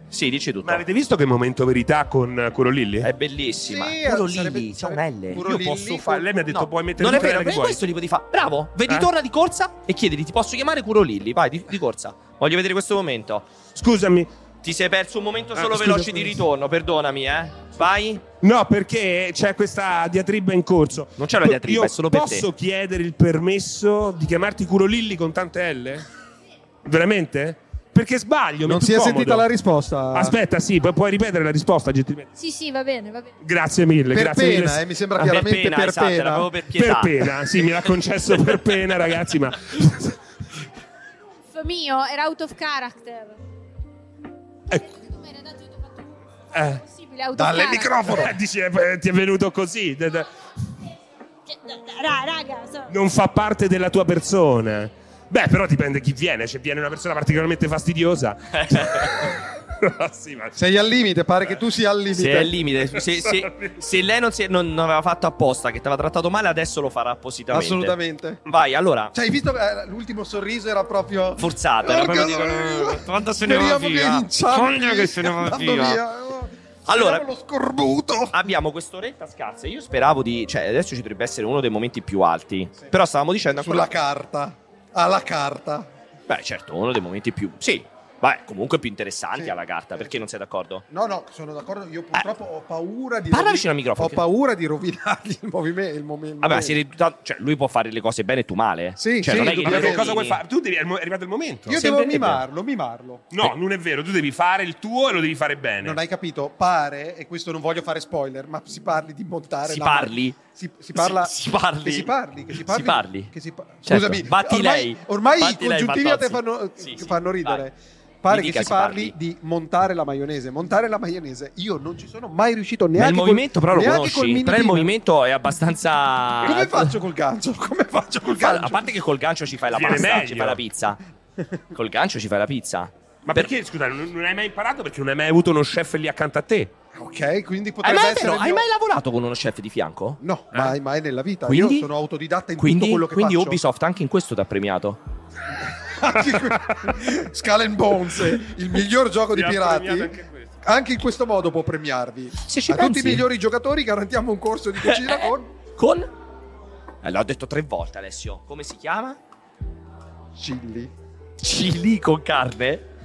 A: sì, dici tutto.
B: Ma avete visto che momento verità con eh, Curo Lilli?
A: È bellissima.
D: Sì,
A: Quello
D: eh, sarebbe-
A: lì, c'è un
D: sarebbe-
A: L.
D: Quello
B: Io posso fare. Lei mi ha detto
A: No,
B: puoi mettere
A: Non è
B: il
A: vero,
B: trailer
A: perché
B: che vuoi.
A: questo li potevi fare. Bravo, vedi,
B: Eh?
A: torna di corsa e chiedili, ti posso chiamare Curo Lilli? Vai, di, di corsa. Voglio vedere questo momento.
B: Scusami.
A: Ti Ti sei perso un momento solo
B: Ah, scusa,
A: veloce di
B: scusa.
A: ritorno, perdonami, eh. Vai.
B: No, perché c'è questa diatriba in corso. Non c'è
A: una diatriba,
B: Io
A: è solo per te.
B: Posso chiedere il permesso di chiamarti Curo Lilli con tante L? Veramente? Perché sbaglio, mi
D: Non
B: più
D: si è
B: comodo.
D: sentita la risposta.
B: Aspetta, sì, pu- puoi ripetere la risposta, gentilmente.
S: Sì, sì, va bene, va bene.
B: Grazie mille,
D: Per
B: grazie
D: pena,
B: mille.
D: eh, mi sembra
B: Ah,
D: chiaramente Per pena, per esatto, pena. era proprio
B: Per
D: per pietà.
B: pena. sì, mi l'ha concesso per pena, ragazzi, ma
S: F mio, era out of character.
B: eh.
S: Possibile, out of
B: Dalle
S: character.
B: microfono. Eh, dici, eh, ti è venuto così. d- d-
S: Ra- raga, so-
B: non fa parte della tua persona. Beh, però dipende chi viene. Se viene una persona particolarmente fastidiosa.
D: Sei al limite, pare che tu sia al limite.
A: Sei al limite. Se, se- se lei non, si è- non- non aveva fatto apposta, che ti aveva trattato male, adesso lo farà appositamente.
D: Assolutamente.
A: Vai, allora.
D: Cioè, hai visto eh, l'ultimo sorriso era proprio
A: Forzato. Era proprio di- Quando se ne va
D: Speriamo che
A: via.
D: inciampi,
A: Sogno che se ne va
D: andando
A: via.
D: via.
A: Allora,
D: lo scorbuto.
A: abbiamo quest'oretta scarsa. Io speravo di. Cioè, adesso ci dovrebbe essere uno dei momenti più alti. Però stavamo dicendo ancora.
D: Sulla carta. Alla carta.
A: Beh, certo, uno dei momenti più. Sì. Vabbè, comunque più interessanti alla carta. Perché non sei d'accordo?
D: No, no, sono d'accordo. Io purtroppo ho paura di.
A: Parla
D: rovi-
A: vicino al microfono.
D: Ho paura di rovinargli il movimento. Il momento.
A: Vabbè, ma siete tutta- cioè, lui può fare le cose bene e tu male.
D: Sì,
A: cioè,
D: sì,
A: non è che
D: ma
A: gli
D: che cosa
A: rovini.
D: vuoi fare?
B: Tu devi, è arrivato il momento.
D: Io devo
A: Sembrerebbe.
D: mimarlo, mimarlo. Eh,
B: No, non è vero. Tu devi fare il tuo e lo devi fare bene.
D: Non hai capito? Pare, e questo non voglio fare spoiler, ma si parli di montare.
A: Si
D: la-
A: parli?
D: Si, si parla.
A: Si- si parli?
D: Che si parli. Che si
A: Si
D: parli.
A: parli?
D: Che si par-
A: Certo.
D: Scusami.
A: Batti
D: ormai,
A: lei.
D: Ormai
A: Batti
D: i
A: lei,
D: congiuntivi a te
A: Fantozzi.
D: fanno,
A: Sì, sì,
D: fanno ridere.
A: vai.
D: Pare
A: Mi
D: che
A: dica
D: si
A: si
D: parli di montare la maionese. Montare la maionese. Io non ci sono mai riuscito
A: Ma
D: neanche
A: il
D: col-
A: movimento, però, lo
D: neanche col
A: conosci. Però il
D: minidino.
A: movimento è abbastanza.
D: Come faccio col gancio? Come faccio col
A: Fa-
D: gancio?
A: A parte che col gancio ci fai la
B: Viene
A: pasta,
B: meglio.
A: ci fai la pizza. Col gancio ci fai la pizza.
B: Ma perché, scusa, non, non hai mai imparato? Perché non hai mai avuto uno chef lì accanto a te.
D: Ok, quindi
A: Hai
D: potrebbe
A: mai,
D: essere.
A: però,
D: il
A: hai
D: mio-
A: mai lavorato con uno chef di fianco?
D: No,
B: Eh.
D: mai, mai nella vita. Io sono autodidatta in
A: quindi,
D: tutto quello che
A: quindi
D: faccio.
A: Ubisoft anche in questo ti ha premiato.
D: Skull and Bones, il miglior gioco di
B: Mi ha
D: pirati.
B: premiato
D: Anche,
B: anche
D: in questo modo può premiarvi.
A: ci
D: A
A: pensi.
D: tutti i migliori giocatori garantiamo un corso di cucina con
A: Con? Eh, l'ho detto tre volte, Alessio. Come si chiama?
D: Chili.
A: Chili con carne?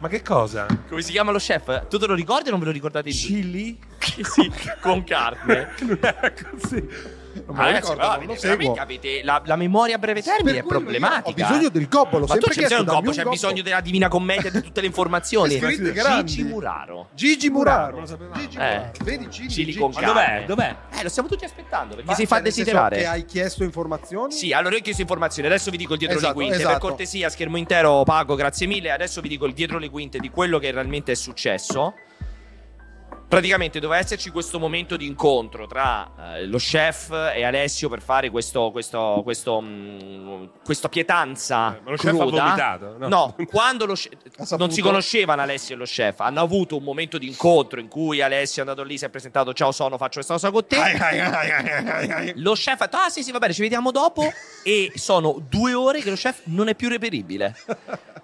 B: Ma che cosa?
A: Come si chiama lo chef? Tu te lo ricordi o non ve lo ricordate? Chili? sì, con carne.
B: non era così.
A: Non
D: me lo ricordo, non lo seguo.
A: Avete la, la memoria a breve termine è
D: Per quello io
A: problematica.
D: Ho bisogno
A: eh.
D: del gobbolo,
A: Ma tu
D: sempre
A: c'è bisogno
D: chiesto
A: del
D: dammi
A: gobbo,
D: un
A: c'è
D: gobbo.
A: bisogno della Divina Commedia e di tutte le informazioni.
D: È scritto in
A: Gigi
D: grandi.
A: Muraro.
D: Gigi Muraro. Gigi
A: Eh.
D: Muraro. Vedi Gigi,
A: Chili
D: Gigi.
A: con
D: Ma
A: carne.
D: dov'è?
A: Eh, lo stiamo tutti aspettando perché
D: Ma
A: si fa
D: nel senso
A: desiderare.
D: Che hai chiesto informazioni?
A: Sì, allora io ho chiesto informazioni, adesso vi dico il dietro
D: Esatto,
A: le quinte.
D: esatto.
A: Per cortesia, schermo intero, pago, grazie mille. Adesso vi dico il dietro le quinte di quello che realmente è successo. Praticamente doveva esserci questo momento di incontro tra eh, lo chef e Alessio per fare questo, questo, questo, mm, questa
D: Eh,
A: pietanza.
B: ma lo chef ha
A: cruda.
B: vomitato, no?
A: quando lo chef- non si conoscevano Alessio e lo chef, hanno avuto un momento di incontro in cui Alessio è andato lì, si è presentato, ciao sono, faccio questa cosa con te. Lo chef ha detto, ah sì sì va bene, ci vediamo dopo e sono due ore che lo chef non è più reperibile.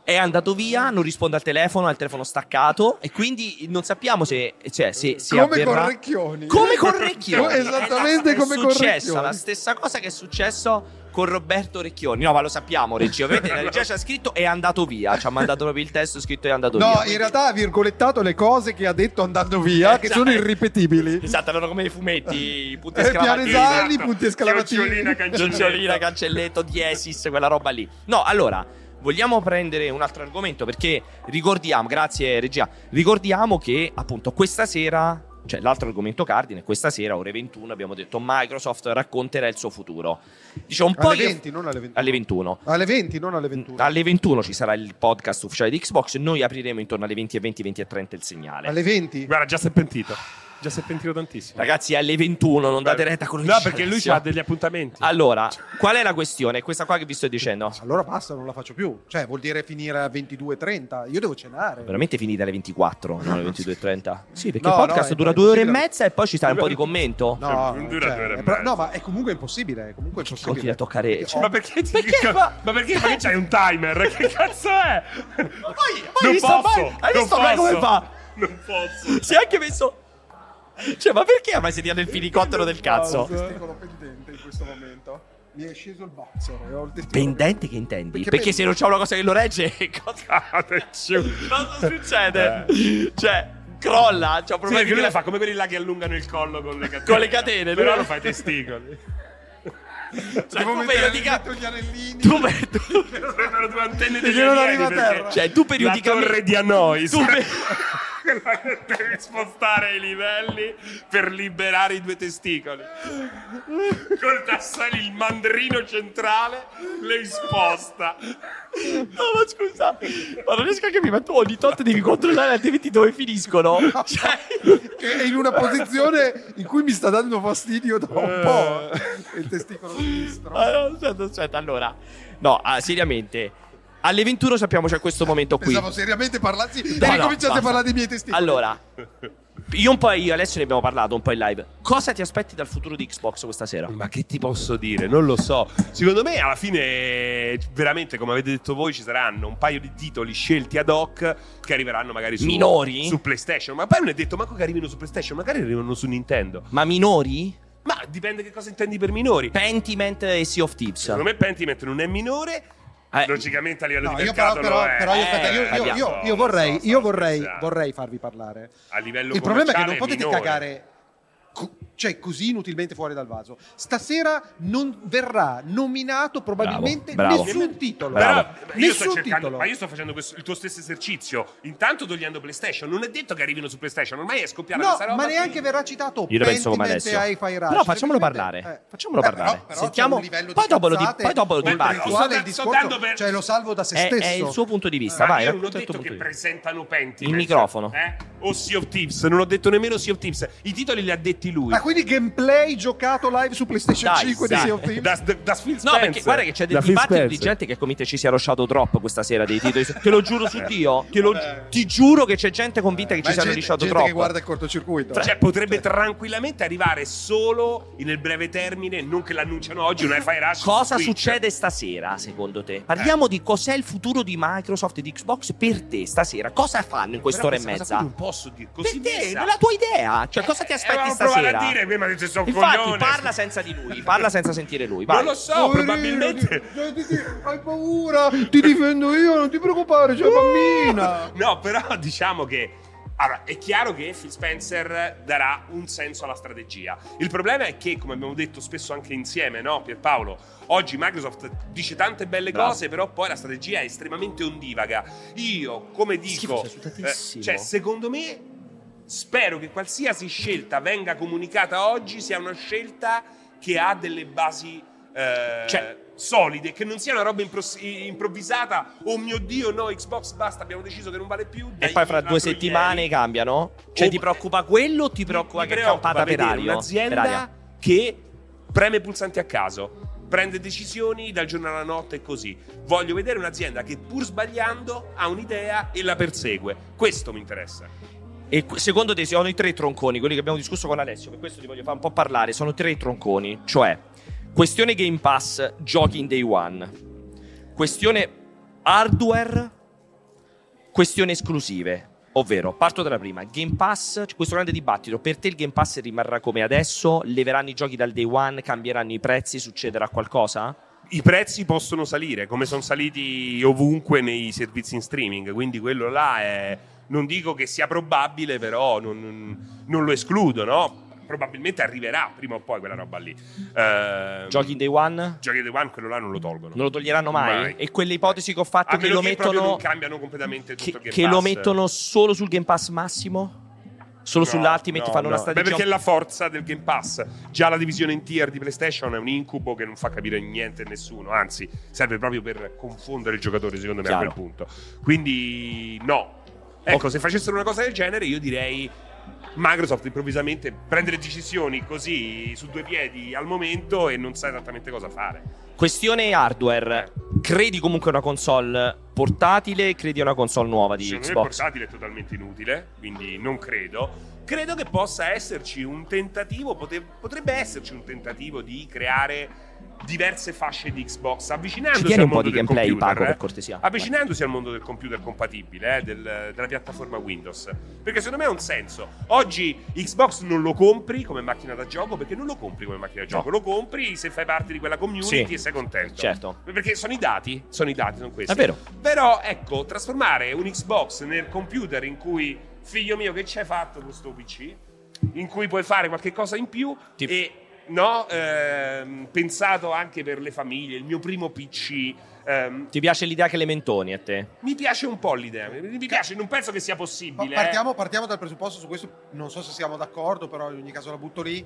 A: È andato via, non risponde al telefono, ha il telefono staccato e quindi non sappiamo se... Cioè, se, se
D: come
A: avverrà-
D: Correcchioni.
A: Come con Recchioni.
D: Esattamente
A: È la-
D: come
A: È
D: con
A: successa
D: Recchioni.
A: la stessa cosa che è successo con Roberto Recchioni. No, ma lo sappiamo, Recchi. Ovviamente la regia ci ha scritto è andato via. Ci ha mandato proprio il testo scritto è andato
D: No,
A: via.
D: in realtà ha virgolettato le cose che ha detto andando via, che sono irripetibili.
A: Esatto, erano come i fumetti, i punti
D: Eh,
A: esclamativi.
D: pianesani, punti esclamativi.
B: Chiocciolina, cancelletto.
A: Chiocciolina, cancelletto, diesis, quella roba lì. No, allora, vogliamo prendere un altro argomento perché ricordiamo, grazie regia, ricordiamo che appunto questa sera, cioè l'altro argomento cardine, questa sera ore 21 abbiamo detto Microsoft racconterà il suo futuro. Dice un po' Mm,
D: Alle
A: che-
D: 20, non alle 21.
A: Alle 21.
D: Alle 20, non alle 21.
A: Alle 21 ci sarà il podcast ufficiale di Xbox. Noi apriremo intorno alle 20 e 20, 20 e 30 il segnale.
D: Alle 20?
B: Guarda, già si è pentito. Già si è pentito tantissimo.
A: Ragazzi, alle 21 non date retta con
B: No, perché lui ha degli appuntamenti.
A: Allora, qual è la questione? Questa qua che vi sto dicendo.
D: Allora basta, non la faccio più. Cioè, vuol dire finire a 22.30. Io devo cenare.
A: Veramente finita alle 24, non alle 22.30? Sì, perché
D: No,
A: il podcast
D: no, è-
A: dura
D: è
A: due ore e
D: possibile.
A: mezza e poi ci sarà un po' di commento.
D: No,
B: Non
D: cioè,
B: dura due ore e
D: è
B: mezza.
D: pro- no, ma è comunque impossibile. È comunque impossibile.
A: Continua a toccare. cioè.
B: Ma perché ti Ma perché? Ma che c'hai un timer? Che cazzo è? Ma poi,
A: hai visto mai- hai visto mai come fa?
B: Non posso.
A: Si è anche messo. Cioè, ma perché mai sentito il filicottero del cazzo?
D: testicolo pendente in questo momento. Mi è sceso il boxer. e ho il testicolo-
A: Pendente che intendi? Perché,
D: Perché pende-
A: se non c'è una cosa che lo regge,
B: Ah,
A: cosa, cosa succede? Cioè, crolla. Cioè,
B: Eh. Sì, perché lui la
A: probabilmente-
B: fa come quelli là che allungano il collo con le catene.
A: Con le catene,
B: Però
A: lui-
B: lo fa ai testicoli.
A: Cioè, tu periodica-
D: gli anellini.
A: Tu per- tu-
B: Prendono due antenne
A: Che
B: degli
A: non
B: alieni
A: arriva a
B: perché-
A: terra. Cioè, tu
B: La
A: periodicamente-
B: torre di Hanoi.
A: Tu per-
B: Quella che Devi spostare i livelli per liberare i due testicoli. Col tassello il mandrino centrale le sposta.
A: No, ma scusa, ma non riesco a capire. Ma tu ogni tot devi controllare altrimenti dove finiscono. Cioè,
D: È in una posizione in cui mi sta dando fastidio da un po'. eh, Il testicolo sinistro.
A: Ah, no, aspetta, aspetta, allora. No, ah, seriamente. Alle 21 sappiamo c'è questo momento qui.
D: Pensavo seriamente parlassi
A: No,
D: e
A: no,
D: ricominciaste
A: basta.
D: a parlare dei miei testicoli.
A: Allora, io un po' io e Alessio ne abbiamo parlato un po' in live. Cosa ti aspetti dal futuro di Xbox questa sera?
B: Ma che ti posso dire? Non lo so. Secondo me, alla fine, veramente, come avete detto voi, ci saranno un paio di titoli scelti ad hoc che arriveranno magari su,
A: Minori?
B: su PlayStation. Ma poi non è detto manco che arrivino su PlayStation, magari arrivano su Nintendo.
A: Ma minori?
B: Ma dipende che cosa intendi per minori.
A: Pentiment e Sea of Thieves. Eh.
B: Secondo me Pentiment non è minore. Logicamente a livello
D: No,
B: di
D: io
B: mercato
D: però, però,
B: lo è.
D: però io, aspetta, io-
B: Eh,
D: io- io-
B: abbiamo-
D: io vorrei,
B: so,
D: io
B: sto
D: vorrei,
B: scherzando.
D: vorrei farvi parlare.
B: A livello
D: Il problema è che
B: commerciale
D: non potete
B: minore.
D: cagare co- cioè, così inutilmente fuori dal vaso. Stasera non verrà nominato probabilmente
A: bravo.
D: nessun titolo.
B: Però io sto
D: Nessun
B: cercando,
D: titolo.
B: ma io sto facendo questo- il tuo stesso esercizio. Intanto togliendo PlayStation, non è detto che arrivino su PlayStation, ormai è scoppiata
D: No,
B: questa roba.
D: ma neanche verrà citato
A: Io la penso come
D: Pentiment e
A: Alessio.
D: Hi-Fi Rush.
A: Però facciamolo
D: Semplicemente-
A: parlare.
D: eh.
A: Facciamolo
D: Beh,
A: parlare.
D: però- però
A: Sentiamo-
D: c'è un livello
A: poi
D: di
A: dopo lo di-
D: cazzate
A: poi dopo lo
D: oltre il
A: dibattiti.
D: quale il
B: Sto
D: discorso-
B: dando per-
D: cioè, lo salvo da se
A: È,
D: stesso.
A: è il suo punto di vista,
B: Ma
A: vai.
B: io non ho
A: racconta il tuo
B: detto che
A: punto di vista.
B: presentano Pentiment.
A: Il microfono.
B: Eh? O Sea of Thieves, non ho detto nemmeno Sea of Thieves. I titoli li ha detti lui.
D: Ah, quindi gameplay giocato live su PlayStation
A: Dai,
D: 5
A: dai.
D: di Sea of Thieves?
B: Da, da, da Phil
A: No,
B: Spencer.
A: perché guarda che c'è del
B: Da Phil
A: dibattito di
B: Spencer.
A: gente che comunque ci sia rosciato troppo questa sera dei titoli. Te lo giuro su Dio, te lo- ti giuro che c'è gente convinta che
D: Ma
A: ci
D: è
A: siano
D: gente-
A: rosciato
D: gente
A: troppo.
D: che guarda il cortocircuito.
B: Cioè, potrebbe tranquillamente arrivare solo nel breve termine, non che l'annunciano oggi, un Hi-Fi Rush. su Eh,
A: Cosa
B: Switch.
A: succede stasera, secondo te? Parliamo di cos'è il futuro di Microsoft e di Xbox per te stasera. Cosa fanno in quest'ora e
B: Però questa cosa qui
A: mezza?
B: Non posso dire così.
A: Per te,
B: messa.
A: non è la tua idea. Cioè, cosa ti
B: Eh,
A: aspetti
B: avevo
A: stasera?
B: provato a dire prima che ci sono
A: Infatti,
B: coglione.
A: parla senza di lui, parla senza sentire lui. Vai.
B: Non lo so, probabilmente.
D: Cioè, ti- ti- Hai paura, ti difendo io, non ti preoccupare, c'è
B: Uh!
D: bambina.
B: No, però diciamo che. Allora, è chiaro che Phil Spencer darà un senso alla strategia. Il problema è che, come abbiamo detto spesso anche insieme, no, Pierpaolo? Oggi Microsoft dice tante belle
A: Bravo.
B: cose, però poi la strategia è estremamente ondivaga. Io, come dico,
A: Schifoso, salutatissimo.
B: cioè, secondo me, spero che qualsiasi scelta venga comunicata oggi sia una scelta che ha delle basi eh,
A: Cioè-
B: solide, che non sia una roba impros- improvvisata. Oh mio dio, no, Xbox basta, abbiamo deciso che non vale più.
A: E poi fra due settimane cambiano? Cioè,
B: Oh,
A: ti preoccupa quello o ti preoccupa
B: qua
A: che è campata per aria? Per aria?
B: un'azienda che preme pulsanti a caso. Prende decisioni dal giorno alla notte e così. Voglio vedere un'azienda che pur sbagliando ha un'idea e la persegue. Questo mi interessa.
A: E qu- secondo te sono i tre tronconi, quelli che abbiamo discusso con Alessio, per questo ti voglio fare un po' parlare, sono tre tronconi, cioè questione Game Pass, giochi in day one, questione hardware, questione esclusive, ovvero parto dalla prima, Game Pass, c'è questo grande dibattito, per te il Game Pass rimarrà come adesso, leveranno i giochi dal day one, cambieranno i prezzi, succederà qualcosa?
B: I prezzi possono salire, come sono saliti ovunque nei servizi in streaming, quindi quello là è... Non dico che sia probabile, però non, non- non lo escludo, no? Probabilmente arriverà prima o poi quella roba lì. Eh,
A: Giochi in day one?
B: Giochi di One, quello là non lo tolgono.
A: Non lo toglieranno mai?
B: Mai.
A: E quelle ipotesi che ho fatto
B: A
A: che
B: meno
A: lo
B: che proprio
A: mettono...
B: non cambiano completamente tutto
A: che,
B: il Game
A: che lo
B: Pass.
A: mettono solo sul Game Pass massimo? Solo
B: No,
A: sull'Ultimate
B: no,
A: fanno una
B: no.
A: strategia?
B: Beh, perché è la forza del Game Pass. Già la divisione in tier di PlayStation è un incubo che non fa capire niente a nessuno. Anzi, serve proprio per confondere il giocatore, secondo me,
A: Chiaro.
B: a quel punto. Quindi, no. Ecco, se facessero una cosa del genere, io direi. Microsoft improvvisamente prendere decisioni così su due piedi al momento e non sa esattamente cosa fare.
A: Questione hardware. Credi comunque a una console portatile? Credi a una console nuova di
B: Secondo me il
A: Xbox?
B: portatile è totalmente inutile, quindi non credo. Credo che possa esserci un tentativo, pote- potrebbe esserci un tentativo di creare diverse fasce di Xbox, avvicinandosi
A: Ci tieni
B: al
A: un po'
B: mondo
A: di
B: del
A: gameplay,
B: computer,
A: Paco,
B: eh,
A: per cortesia?
B: avvicinandosi al mondo del computer compatibile, eh, del- della piattaforma Windows. Perché secondo me ha un senso. Oggi Xbox non lo compri come macchina da gioco perché non lo compri come macchina da gioco, lo compri se fai parte di quella community
A: Sì.
B: e sei contento.
A: Certo.
B: Perché sono i dati, sono i dati, sono questi.
A: È vero.
B: Però ecco, trasformare un Xbox nel computer in cui figlio mio che ci hai fatto questo PC? In cui puoi fare qualche cosa in più e no, ehm, pensato anche per le famiglie, il mio primo PC. ehm,
A: Ti piace l'idea che le mentoni a te?
B: mi piace un po' l'idea, mi mi piace, non penso che sia possibile.
D: Partiamo, partiamo dal presupposto su questo, non so se siamo d'accordo, però in ogni caso la butto lì.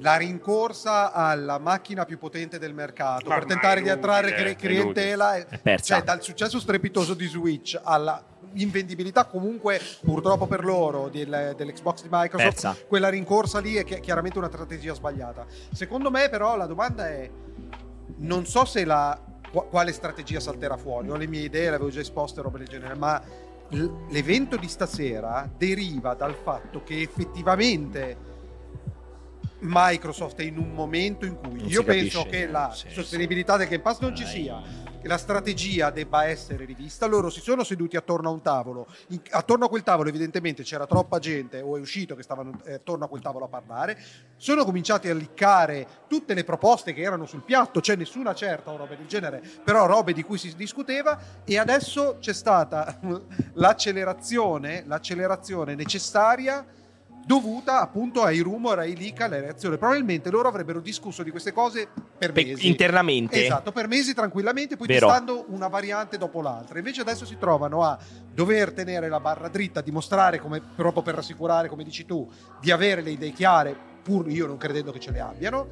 D: La rincorsa alla macchina più potente del mercato
B: Ma
D: per
B: ormai
D: tentare
B: è
D: di
B: inutile,
D: attrarre cre-
B: è
D: clientela,
A: inutile. È persa.
D: cioè dal successo strepitoso di Switch alla invendibilità comunque purtroppo per loro del- dell'Xbox di Microsoft,
A: Persa.
D: quella rincorsa lì è chi- chiaramente una strategia sbagliata. Secondo me però la domanda è non so se la qu- quale strategia salterà fuori, ho le mie idee, le avevo già esposte roba del genere, ma l- l'evento di stasera deriva dal fatto che effettivamente Microsoft è in un momento in cui
J: Non
D: io
J: si capisce,
D: penso che la
J: sì,
D: sostenibilità del Game Pass non ci
J: Dai.
D: sia, che la strategia debba essere rivista. Loro si sono seduti attorno a un tavolo, In- attorno a quel tavolo evidentemente c'era troppa gente o è uscito che stavano eh, attorno a quel tavolo a parlare, sono cominciati a liccare tutte le proposte che erano sul piatto, c'è nessuna certa o robe del genere, però robe di cui si discuteva e adesso c'è stata l'accelerazione, l'accelerazione necessaria dovuta appunto ai rumor, ai leak, alle reazioni. Probabilmente loro avrebbero discusso di queste cose per
A: Pe-
D: mesi.
A: internamente.
D: Esatto, per mesi tranquillamente, poi
A: Vero.
D: testando una variante dopo l'altra. Invece adesso si trovano a dover tenere la barra dritta, dimostrare, come, proprio per rassicurare, come dici tu, di avere le idee chiare, pur io non credendo che ce le abbiano.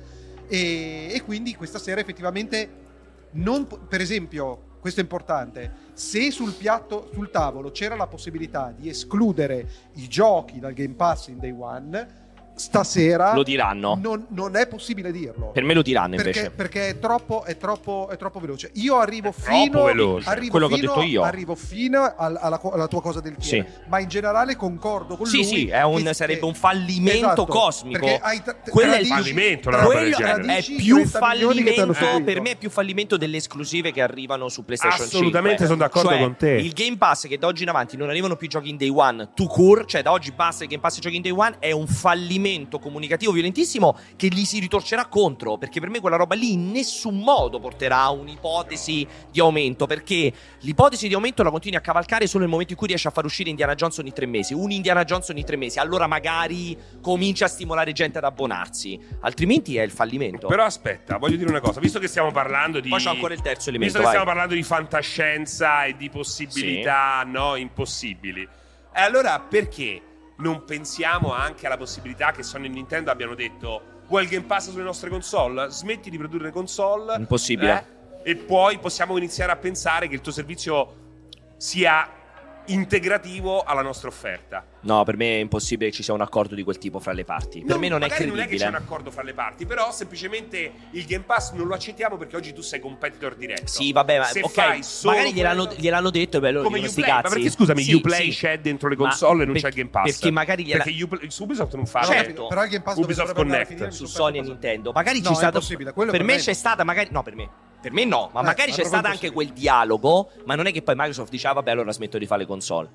D: E, e quindi questa sera effettivamente, non, po- per esempio, questo è importante, se sul piatto, sul tavolo c'era la possibilità di escludere i giochi dal Game Pass in day one, stasera
A: Lo diranno.
D: non- non è possibile dirlo.
A: Per me lo diranno
D: Perché,
A: invece.
D: perché è, troppo, è troppo- è troppo veloce. Io arrivo
A: troppo
D: fino,
A: veloce.
D: arrivo
A: Quello che ho
D: fino-
A: detto io.
D: Arrivo fino al- alla, co- alla tua cosa del
A: Sì.
D: Piero. Ma in generale concordo con
A: Sì,
D: lui.
A: sì, è un-
D: che-
A: sarebbe
D: che-
A: un fallimento
D: Esatto,
A: cosmico.
D: perché hai tra-
A: Quello è il
D: tradisci-
B: Fallimento,
D: tra-
B: una roba del
D: tradisci
B: genere.
A: È più
D: 30 milioni che ti hanno
A: fallimento,
D: seguito.
A: per me è più fallimento delle esclusive che arrivano su PlayStation 5.
B: Assolutamente sono d'accordo
A: Cioè,
B: con te.
A: Il Game Pass che da oggi in avanti non arrivano più giochi in day one, to cure, cioè da oggi basta il Game Pass e giochi in day one, è un fallimento comunicativo violentissimo che gli si ritorcerà contro, perché per me quella roba lì in nessun modo porterà a un'ipotesi di aumento, perché l'ipotesi di aumento la continui a cavalcare solo nel momento in cui riesci a far uscire Indiana Johnson ogni tre mesi, un Indiana Johnson ogni tre mesi, allora magari comincia a stimolare gente ad abbonarsi, altrimenti è il fallimento.
B: Però aspetta, voglio dire una cosa, visto che stiamo parlando di
A: Poi c'ho ancora il terzo
B: Visto
A: elemento,
B: che
A: vai.
B: stiamo parlando di fantascienza e di possibilità no impossibili. E allora perché non pensiamo anche alla possibilità che Sony e Nintendo abbiano detto vuoi il Game Pass sulle nostre console? Smetti di produrre console.
A: Impossibile.
B: eh, e poi possiamo iniziare a pensare che il tuo servizio sia integrativo alla nostra offerta.
A: No, per me è impossibile che ci sia un accordo di quel tipo fra le parti. Per me non è
B: magari
A: credibile.
B: non è che c'è un accordo fra le parti, però semplicemente il Game Pass non lo accettiamo perché oggi tu sei competitor diretto.
A: Sì, vabbè, ma
B: Se
A: ok,
B: fai solo
A: magari gliel'hanno,
B: quello-
A: gliel'hanno detto e bello,
B: come
A: dicono, sti
B: Uplay, ma
A: cazzi.
B: perché scusami,
A: Sì,
B: Uplay
A: sì.
B: c'è dentro le
A: Ma
B: console e non c'è
A: perché-
B: il Game Pass.
A: Perché magari gliela-
B: Perché Uplay- su Ubisoft non fa
A: Certo.
B: certo.
A: Però il Game Pass dove
B: Ubisoft
A: dovrebbe andare a
B: Connect
A: su Sony e Nintendo. Magari
D: No,
A: c'è
D: è
A: stato
D: impossibile, quello
A: per
D: per
A: me
D: me.
A: c'è stata magari no, per me. Per me no, ma
D: Eh,
A: magari
D: è
A: c'è
D: proprio
A: stato anche quel dialogo, ma non è che poi Microsoft diceva vabbè, allora smetto di fare le console.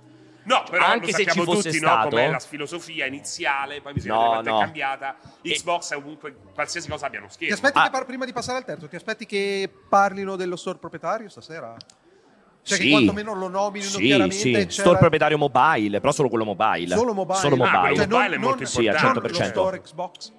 B: No, però
A: Anche
B: lo
A: se ci
B: sappiamo
A: fosse
B: tutti,
A: stato-
B: no, com'è la filosofia iniziale, poi bisogna
A: No,
B: vedere quanto
A: no.
B: è cambiata. Xbox è ovunque, qualsiasi cosa abbia uno
D: Ti
B: schermo.
A: Ah,
D: aspetti che par- prima di passare al terzo, ti aspetti che parlino dello store proprietario stasera? Cioè
A: Sì.
D: che quantomeno lo nominino
A: Sì,
D: chiaramente.
A: sì,
D: c'era-
A: store proprietario mobile, però solo quello mobile.
D: Solo mobile.
A: Solo
D: Ah,
A: mobile. Cioè,
D: quello mobile è molto
A: Sì, al
D: importante.
A: 100%.
D: Lo store Xbox.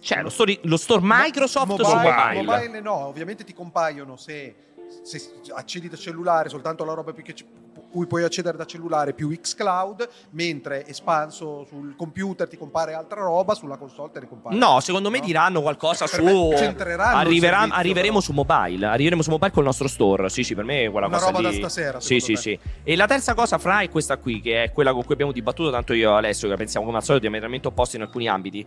A: Cioè, lo store, lo store Microsoft
D: mobile,
A: su mobile.
D: mobile no, ovviamente ti compaiono se, se accedi da cellulare, soltanto la roba più che ci- cui puoi accedere da cellulare più xCloud, mentre espanso sul computer ti compare altra roba, sulla console te ne compare.
A: No, secondo me diranno qualcosa
D: Per
A: su.
D: me centreranno il
A: arriverà-
D: servizio,
A: arriveremo su mobile. Arriveremo su mobile col nostro store. Sì, sì, per me è quella
D: Una
A: cosa
D: roba
A: lì.
D: da stasera,
A: Sì, sì,
D: secondo
A: sì. E la terza cosa, Fra, è questa qui, che è quella con cui abbiamo dibattuto tanto io e Alessio, che pensiamo come al solito diametralmente opposti in alcuni ambiti.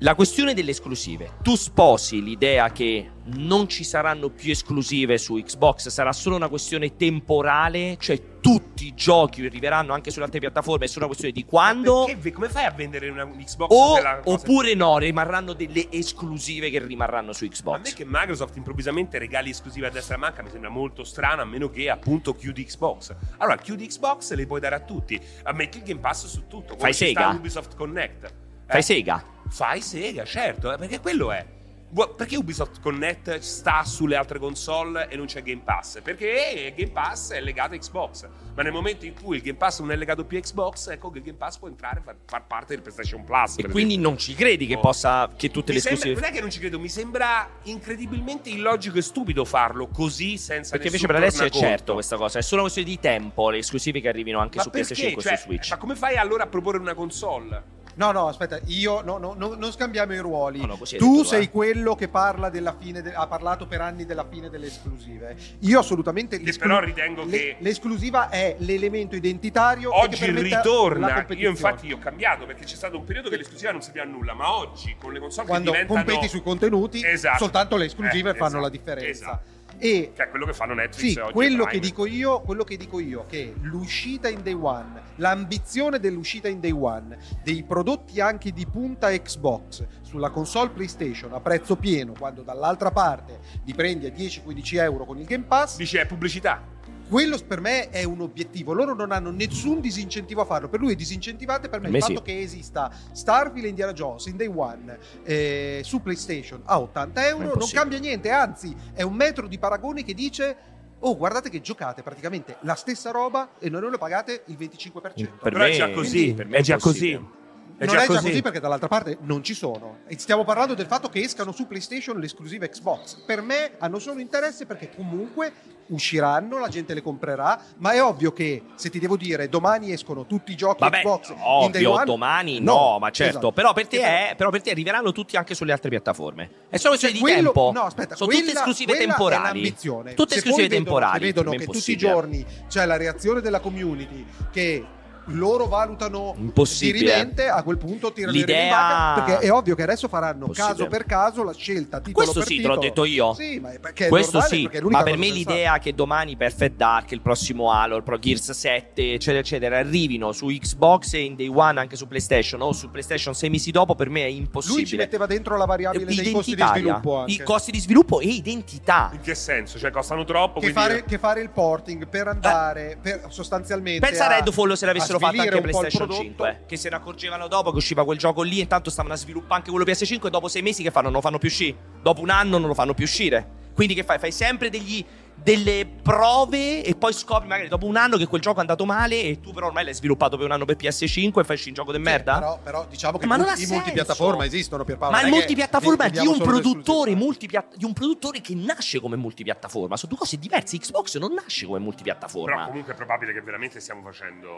A: La questione delle esclusive. Tu sposi l'idea che non ci saranno più esclusive su Xbox, sarà solo una questione temporale, cioè tutti i giochi arriveranno anche sulle altre piattaforme, è solo una questione di quando.
B: Perché ve- come fai a vendere una un Xbox
A: O-
B: se la cosa- Ah,
A: oppure no, rimarranno delle esclusive che rimarranno su
B: A
A: Xbox.
B: me che Microsoft improvvisamente regali esclusive a destra e a manca mi sembra molto strano, a meno che appunto chiudi Xbox. Allora, chiudi Xbox e le puoi dare a tutti. Ah, Metti il Game Pass su tutto. come
A: Fai
B: ci sta
A: Sega?
B: Ubisoft Connect.
A: Fai
B: Eh,
A: sega.
B: Fai Sega, certo, eh, perché quello è. Bu- Perché Ubisoft Connect sta sulle altre console e non c'è Game Pass? Perché Game Pass è legato a Xbox. Ma nel momento in cui il Game Pass non è legato più a Xbox, ecco che il Game Pass può entrare e far, far parte del PlayStation Plus. per Oh.
A: Quindi non ci credi che possa. che tutte le
B: mi sembra-
A: esclusive.
B: non è che non ci credo, mi sembra incredibilmente illogico e stupido farlo così senza
A: Perché
B: nessun
A: invece per adesso è
B: tornaconto.
A: certo questa cosa, è solo una questione di tempo le esclusive che arrivino anche
B: Ma
A: su
B: perché?
A: PS5 e
B: Cioè,
A: su Switch.
B: Ma come fai allora a proporre una console?
D: No, no, aspetta, io no, no, no, non scambiamo i ruoli.
A: hai
D: tu
A: detto tu,
D: sei
A: eh.
D: quello che parla della fine de- ha parlato per anni della fine delle esclusive. Io assolutamente
B: Che però ritengo
D: le-
B: che-
D: l'esclusiva è l'elemento identitario e che
B: Oggi
D: permette la
B: ritorna. Io
D: competizione.
B: infatti io ho cambiato perché c'è stato un periodo che l'esclusiva non serviva a nulla, ma oggi con le console
D: quando
B: che diventano
D: competi sui contenuti,
B: Esatto.
D: soltanto le esclusive
B: Eh,
D: fanno
B: esatto,
D: la differenza.
B: esatto.
D: E
B: che è quello che fanno Netflix
D: Sì,
B: oggi. e
D: quello
B: Prime.
D: che dico io, quello che dico io, che l'uscita in day one, l'ambizione dell'uscita in day one, dei prodotti anche di punta Xbox sulla console PlayStation a prezzo pieno, quando dall'altra parte li prendi a 10-15 euro con il Game Pass.
B: Dice è pubblicità.
D: Quello per me è un obiettivo. Loro non hanno nessun disincentivo a farlo. Per lui è disincentivante per me,
A: Per me
D: il fatto
A: sì.
D: che esista Starfield e Indiana Jones in day one eh, su PlayStation a 80
A: Ma è
D: euro. Non
A: impossibile.
D: cambia niente, anzi, è un metro di paragone che dice. Oh, guardate che giocate praticamente la stessa roba e non lo pagate il 25%.
A: Per
B: Però
A: me-
B: è già così.
A: quindi- per me è
B: è già così.
A: impossibile.
B: È
D: non
B: già
D: è già
B: così.
D: così perché dall'altra parte non ci sono. E Stiamo parlando del fatto che escano su PlayStation le esclusive Xbox. Per me hanno solo interesse perché comunque usciranno, la gente le comprerà, ma è ovvio che se ti devo dire domani escono tutti i giochi
A: Vabbè,
D: Xbox in day
A: ovvio,
D: one,
A: domani no, ma certo.
D: esatto.
A: Però, per te
D: E
A: è- però per te arriveranno tutti anche sulle altre piattaforme. È solo questione Cioè, di
D: Cioè, Quello-
A: tempo.
D: No, aspetta,
A: Sono
D: quella-
A: tutte esclusive
D: quella è
A: temporali.
D: l'ambizione.
A: Tutte
D: Se
A: esclusive
D: poi vedono-
A: temporali.
D: se vedono
A: per me
D: che
A: è
D: tutti i
A: impossibile.
D: giorni c'è la reazione della community che loro valutano
A: Impossibile.
D: dirimente, a quel punto tirano
A: L'idea-
D: in baga, perché è ovvio che adesso faranno
A: Impossibile.
D: caso per caso la scelta titolo
A: Questo
D: per
A: sì, te
D: titolo.
A: l'ho detto io.
D: Sì, ma è perché è
A: Questo
D: normale,
A: sì,
D: perché è l'unica
A: ma per
D: cosa
A: me
D: sensata.
A: l'idea che domani Perfect Dark, il prossimo Halo, il Pro Gears 7, eccetera, eccetera, arrivino su Xbox e in day one anche su PlayStation o su PlayStation sei mesi dopo, per me è impossibile.
D: Lui ci metteva dentro la variabile dei costi di
A: Identitaria.
D: sviluppo anche.
A: I costi di sviluppo e identità.
B: In che senso? Cioè costano troppo.
D: che
B: quindi-
D: fare, che fare il porting per andare per sostanzialmente
A: Eh. Pensa a Redfall se l'avessero fatta
D: fatto
A: anche PlayStation 5, che se ne accorgevano dopo che usciva quel gioco lì e intanto stavano a sviluppare anche quello PS5 e dopo sei mesi che fanno? Non lo fanno più uscire. Dopo un anno non lo fanno più uscire. Quindi che fai? Fai sempre degli- delle prove e poi scopri magari dopo un anno che quel gioco è andato male e tu però ormai l'hai sviluppato per un anno per PS5 e fai uscire un gioco di merda?
D: però, però diciamo che
A: Ma
D: i
A: non
D: multi-
A: ha
D: i
A: senso.
D: multipiattaforma esistono Pierpaolo
A: Ma
D: non
A: il
D: è che
A: multipiattaforma
D: ne-
A: di
D: ne
A: un
D: abbiamo solo
A: produttore, multipia- di un produttore che nasce come multipiattaforma. Sono due cose diverse. Xbox non nasce come
B: Però
A: multipiattaforma.
B: comunque è probabile che veramente stiamo facendo.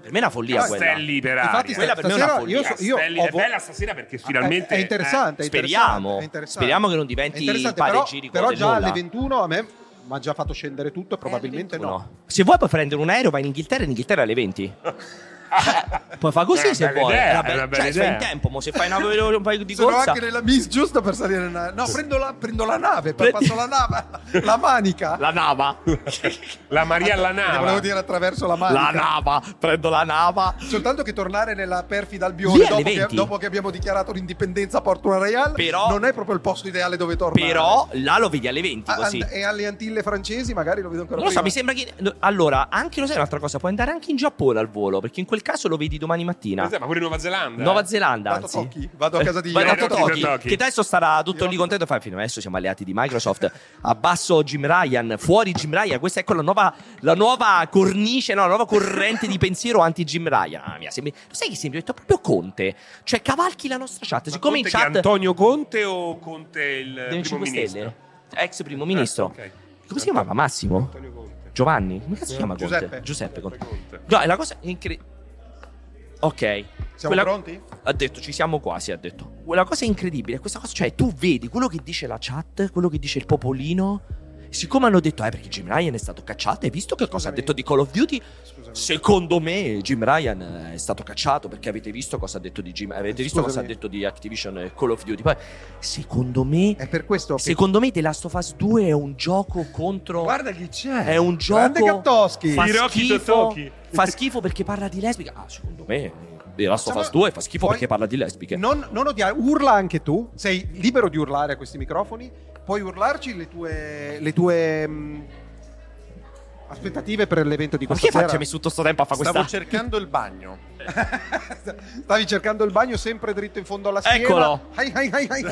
A: Per me è una follia quella.
B: Castelli per
D: Infatti,
B: aria.
D: quella per me è una stasera follia. io so- io
B: Castelli-
D: ho
B: è
D: vo-
B: bella stasera perché
D: Ah,
B: finalmente.
D: è, è interessante, è
A: Eh, Speriamo.
D: interessante, è interessante.
A: Speriamo che non
D: È
A: diventi
D: interessante,
A: pari
D: però,
A: giri
D: però
A: code
D: già
A: nulla.
D: alle 21 a me mi ha già fatto scendere tutto
B: Eh,
D: e probabilmente no.
A: Se vuoi puoi prendere un aereo, vai in Inghilterra, in Inghilterra alle 20. Eh, puoi fare così
B: È una
A: se
B: bella
A: vuoi.
B: idea,
A: Era
B: è una bella
A: cioè,
B: idea.
A: fai in tempo, mo se fai una un paio di
D: Sono
A: corsa.
D: anche nella miss giusta per salire nella... No, prendo la, prendo la nave, poi
A: Prendi-
D: passo la nave, la manica.
A: La nava.
B: La Maria la
D: Te
B: nave.
D: volevo dire attraverso la
A: La
D: manica.
A: nava, prendo la nava.
D: Soltanto che tornare nella perfida
A: Lì
D: Albione
A: alle
D: dopo che,
A: 20.
D: dopo che abbiamo dichiarato l'indipendenza a Porto Real
A: Però-
D: non è proprio il posto ideale dove tornare.
A: Però là lo vedi alle 20
D: Ah,
A: così.
D: and-
B: eh,
D: e alle Antille francesi magari lo vedo ancora
A: Non lo so, mi
D: prima.
A: sembra che. no, Allora, anche lo sai un'altra cosa, puoi andare anche in Giappone al volo, perché in quel caso lo vedi domani mattina.
B: Ma pure in Nuova Zelanda.
A: Nuova
B: eh.
A: Zelanda,
D: Vado a
A: anzi.
D: Tokyo, vado a casa di
A: Vado a
B: Hiroki
A: Totoki,
B: Totoki.
A: che adesso starà tutto lì contento e fa fino adesso siamo alleati di Microsoft abbasso Jim Ryan fuori Jim Ryan questa è ecco la nuova la nuova cornice no, la nuova corrente di pensiero anti Jim Ryan ah, mia, sembri- lo sai che sembri ho detto proprio Conte cioè cavalchi la nostra chat
B: Ma
A: siccome
B: Conte
A: in
B: chi è,
A: chat
B: Antonio Conte o Conte il
A: del
B: primo
A: 5
B: ministro?
A: Stelle ex primo ministro
B: Eh, ok.
A: come si chiamava Massimo?
B: Antonio Conte.
A: Giovanni? come cazzo si chiama Conte?
D: Giuseppe.
A: Giuseppe Conte
B: Conte.
A: no è la cosa incredibile ok
D: Siamo
A: Quella-
D: pronti?
A: ha detto ci siamo quasi, ha detto. La cosa incredibile è questa cosa, cioè tu vedi quello che dice la chat, quello che dice il popolino, siccome hanno detto, eh, perché Jim Ryan è stato cacciato, hai visto che cosa ha detto di Call of Duty? Secondo me Jim Ryan è stato cacciato perché avete visto cosa ha detto di Jim, avete visto
D: Scusami.
A: cosa ha detto di Activision e Call of Duty. Poi, secondo me
D: È per questo che
A: Secondo me The Last of Us 2 è un gioco contro
D: Guarda chi c'è.
A: È un gioco
D: Grande Gattoschi.
A: Fa
D: Hiroki
A: schifo,
D: Totoki.
A: fa schifo perché parla di lesbica. Ah, secondo me The Last of
D: Facciamo-
A: Us 2 fa schifo
D: poi-
A: perché parla di lesbiche.
D: Non, non odiare, urla anche tu, sei libero di urlare a questi microfoni, puoi urlarci le tue, le tue mh, aspettative per l'evento di questa
A: Perché
D: sera.
A: faccia messo tutto sto tempo a fare questa?
D: Stavo cercando il bagno. Stavi cercando il bagno sempre dritto in fondo alla schiena.
A: Eccolo.
D: Ai, ai, ai, ai.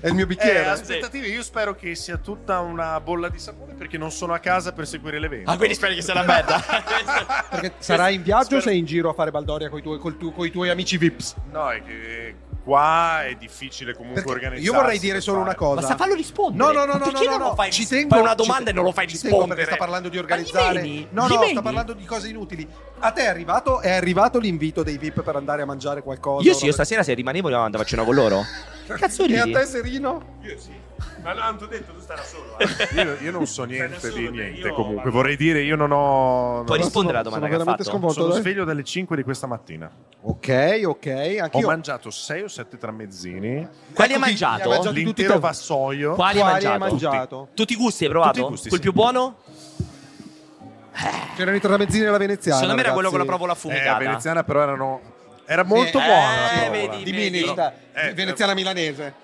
D: È il mio
J: Eh,
D: bicchiere.
J: aspettative, io spero che sia tutta una bolla di sapone perché non sono a casa per seguire l'evento.
D: Ah, quindi speri
A: che sia una merda.
D: Perché sarai in viaggio o sei in giro a fare Baldoria con i tuoi, col tu- coi tuoi amici Vips?
J: No, è che qua è difficile comunque
D: Perché
J: organizzare.
D: Io vorrei dire solo una cosa.
A: Basta fallo
D: No,
A: rispondere.
D: no, no,
A: Ma
D: no,
A: perché
D: no,
A: non
D: no,
A: lo fai
D: ci
A: ris-
D: tengo,
A: fai una
D: ci
A: domanda
D: te-
A: e non lo fai
D: ci tengo perché
A: rispondere.
D: sta parlando di
A: Ma gli
D: organizzare.
A: vedi?
D: No,
A: Gli
D: no,
A: vedi?
D: sta parlando di cose inutili. A te è arrivato, è arrivato l'invito dei VIP per andare a mangiare qualcosa.
A: Io sì, io
D: Roba-
A: stasera se rimanevo andavo a cena con loro. Cazzo
D: E a
A: ridi?
D: te Serino?
J: Io sì. Ma no, hanno detto tu stai da solo.
D: Io-
J: io non so
D: niente
J: di niente
D: comunque.
J: Comunque vorrei dire io non ho...
A: Puoi
J: non-
A: rispondere alla
J: sono-
A: domanda
J: sono
A: che ha
J: veramente
A: fatto?
J: sconvolto, Sono
A: dai.
J: sveglio dalle 5 di questa mattina.
D: Ok, ok. Anch'io.
J: Ho mangiato 6 o 7 tramezzini.
A: Quali
J: Ecco
A: hai
J: chi-
A: mangiato?
J: L'intero vassoio.
A: Quali, hai mangiato?
D: mangiato?
A: Tutti. Tutti i gusti hai provato?
D: Tutti i gusti,
A: Quel
D: sì.
A: più buono?
D: C'erano i tramezzini alla veneziana.
A: Secondo me era quello
D: ragazzi.
A: con la provola
J: Eh,
A: affumicata.
J: veneziana però erano... Era molto
D: Sì.
J: buona la
D: Eh,
J: provola.
D: vedi, Di vedi. Minista, veneziana milanese.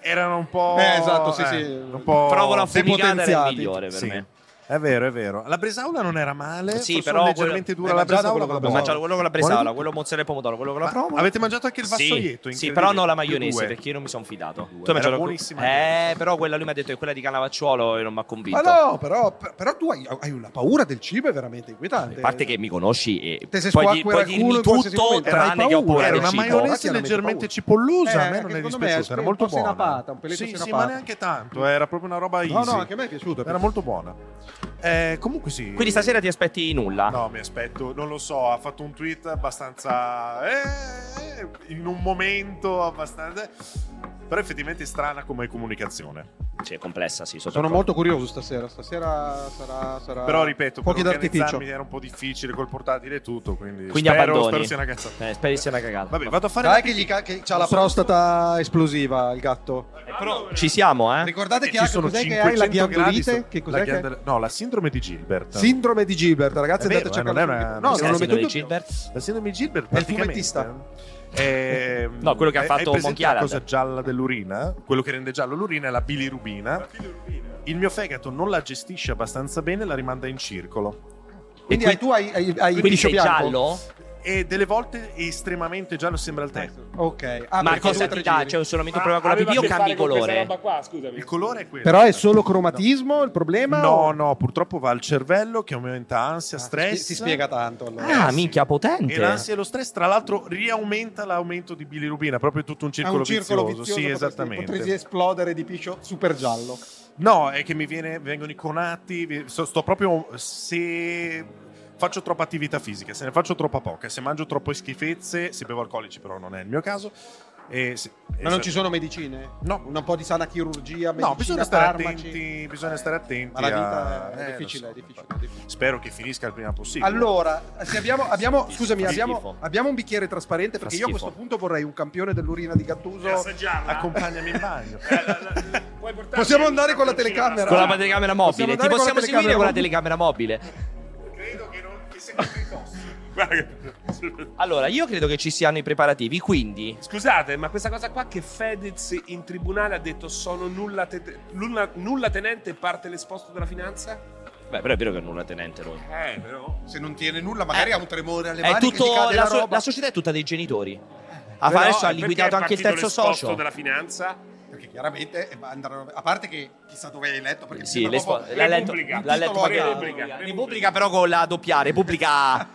J: Eh, Erano un po'...
D: Eh, esatto, sì,
J: eh,
D: sì.
J: Un po'
A: Provola affumicata era il
J: depotenziati.
A: migliore per
J: Sì.
A: me.
J: È vero, è vero. La bresaola non era male,
A: Sì,
J: Eh, forse
A: però
J: leggermente
A: quello-
J: dura la
A: Hai mangiato
J: bresaola.
A: quello
J: ma
A: con la- mangiato quello con la bresaola,
J: Buono.
A: quello mozzarella e pomodoro, quello con la provola.
J: Avete mangiato anche il vassoietto?
A: Sì, sì,
J: incredibile.
A: però non la
J: Più
A: maionese
J: due.
A: perché io non mi sono fidato. Tu
J: Era
A: hai mangiato
J: buonissima.
A: Eh, però quella lui mi ha detto che quella di Canavacciuolo e non mi ha convinto.
D: Ma no, però, però tu hai, hai una paura del cibo, è veramente inquietante.
A: A parte che mi conosci e
D: Te se
A: puoi, di-
D: squacquera
A: puoi
D: il
A: dirmi
D: culo in qualsiasi
A: tutto
D: momento, hai
A: tranne che ho
D: paura.
A: paura
J: Era
A: del
J: una
A: cibo.
J: maionese
D: chiaramente
J: leggermente
D: paura.
J: cipollosa,
D: Eh,
J: a me non è
D: anche secondo me è
J: dispiaciuta, era
D: un
J: molto
D: po'
J: buona.
D: senapata, un peletto
J: sì, sì,
D: senapata.
J: ma neanche tanto, era proprio una roba easy.
D: No, no, anche a me è piaciuta,
J: Era
D: perché-
J: molto buona. Eh, comunque sì.
A: Quindi stasera ti aspetti nulla?
J: No, mi aspetto, non lo so, ha fatto un tweet abbastanza eh, eh, in un momento abbastanza però effettivamente è strana come comunicazione.
A: Sì, è complessa, sì,
D: Sono molto curioso stasera. Stasera sarà. sarà
J: Però ripeto,
D: pochi
J: per
D: d'artificio.
J: organizzarmi era un po' difficile col portatile e tutto, quindi,
A: Quindi
J: spero,
A: abbandoni.
J: spero sia una cazzata.
A: Eh, speri sia una cagata.
J: Vabbè, vado a fare
D: Dai,
J: la-
D: che, gli ca- che c'ha la prostata esplosiva il gatto.
A: Ci siamo, eh?
D: Ricordate che
J: ci
D: ha-
J: sono
D: cos'è che hai? La
J: 500 gradi
D: ghiandolite?
J: sotto-
D: Che cos'è
J: la
D: che-
J: ghiandol- No, la sindrome di Gilbert.
D: Sindrome di Gilbert, ragazzi,
J: È vero,
D: andate a
J: eh,
D: cercare.
J: non è una- non è
D: no, non lo
J: una
D: metto
J: sindrome
D: in
J: di
D: dubbio.
J: La sindrome di Gilbert
D: È il
J: praticamente
D: fumettista.
J: è-
A: No, quello che ha
J: è-
A: fatto
J: è presente
A: Monkey
J: la
A: Island.
J: cosa gialla dell'urina, quello che rende giallo l'urina è la bilirubina. Il mio fegato non la gestisce abbastanza bene, la rimanda in circolo.
D: Quindi hai- tu hai, hai, hai il
J: Quindi
D: liscio
J: sei
D: bianco?
J: giallo? E delle volte è estremamente giallo, sembra il te.
D: Ok. Ah,
A: Ma cosa ti dà? Cioè, se lo metto prima con la
J: aveva
A: BB o
J: a che
A: cambi
J: fare con questa
A: colore?
J: roba qua, scusami. Il colore è quello.
D: Però è solo cromatismo il problema?
J: No,
D: o-
J: no, purtroppo va al cervello che aumenta ansia, stress.
D: Ah, si- si spiega tanto, allora.
A: Ah,
J: Eh, sì.
A: minchia,
J: E
A: potente.
J: l'ansia e lo stress, tra l'altro, riaumenta l'aumento di bilirubina, proprio tutto un
D: Ha
J: circolo,
D: un circolo
J: vizioso.
D: vizioso.
J: Sì,
D: potresti-
J: esattamente.
D: Potresti esplodere di piscio super giallo.
J: No, è che mi viene- vengono i conati. vi- so- sto proprio. Se faccio troppa attività fisica, se ne faccio troppa poca, se mangio troppe schifezze, se bevo alcolici, però non è il mio caso. e se-
D: Ma non ci
J: esatto.
D: sono medicine?
J: No.
D: Un po' di sana chirurgia, medicina,
J: No, bisogna stare
D: farmaci?
J: attenti, bisogna stare attenti.
D: Ma la vita
J: a-
D: è
J: eh, lo
D: difficile,
J: so.
D: è difficile.
J: Spero che finisca il prima possibile.
D: Allora, se abbiamo, abbiamo- scusami,
J: Fa
D: abbiamo,
J: schifo.
D: abbiamo un bicchiere trasparente perché
J: Fa
D: io a
J: schifo.
D: questo punto vorrei un campione dell'urina di Gattuso.
J: Vuoi assaggiarla? Accompagnami in bagno.
D: Possiamo andare con la telecamera?
A: Con la telecamera mobile. Ti
D: andare
A: possiamo
D: la
A: seguire con la
D: telecamera
A: telecamera mobile. Allora, io credo che ci siano i preparativi, quindi...
F: Scusate, ma questa cosa qua che Fedez in tribunale ha detto sono nulla, te- nulla- nulla tenente e parte l'esposto della finanza?
A: Beh, però è vero che non è tenente lui.
F: Eh, però.
D: Se non tiene nulla, magari ha un tremore alle
A: Eh, È
D: mani. che
A: tutto,
D: gli cade
A: la,
D: la
A: so-
D: roba.
A: la società è tutta dei genitori. Ha
D: Però,
A: adesso
D: e
A: ha
D: perché
A: liquidato
D: è
A: anche il
D: partito
A: terzo
D: l'esposto
A: socio.
F: della finanza?
D: Perché chiaramente eh, andranno. A parte che chissà dove hai letto. Perché mi
A: Sì,
D: sembra
A: l'espo-
D: proprio-
A: l'ha letto,
D: Repubblica.
A: l'ha
D: Il
A: letto
D: titolo
A: magari-
D: era-
A: Repubblica. Repubblica però con la doppia, Repubblica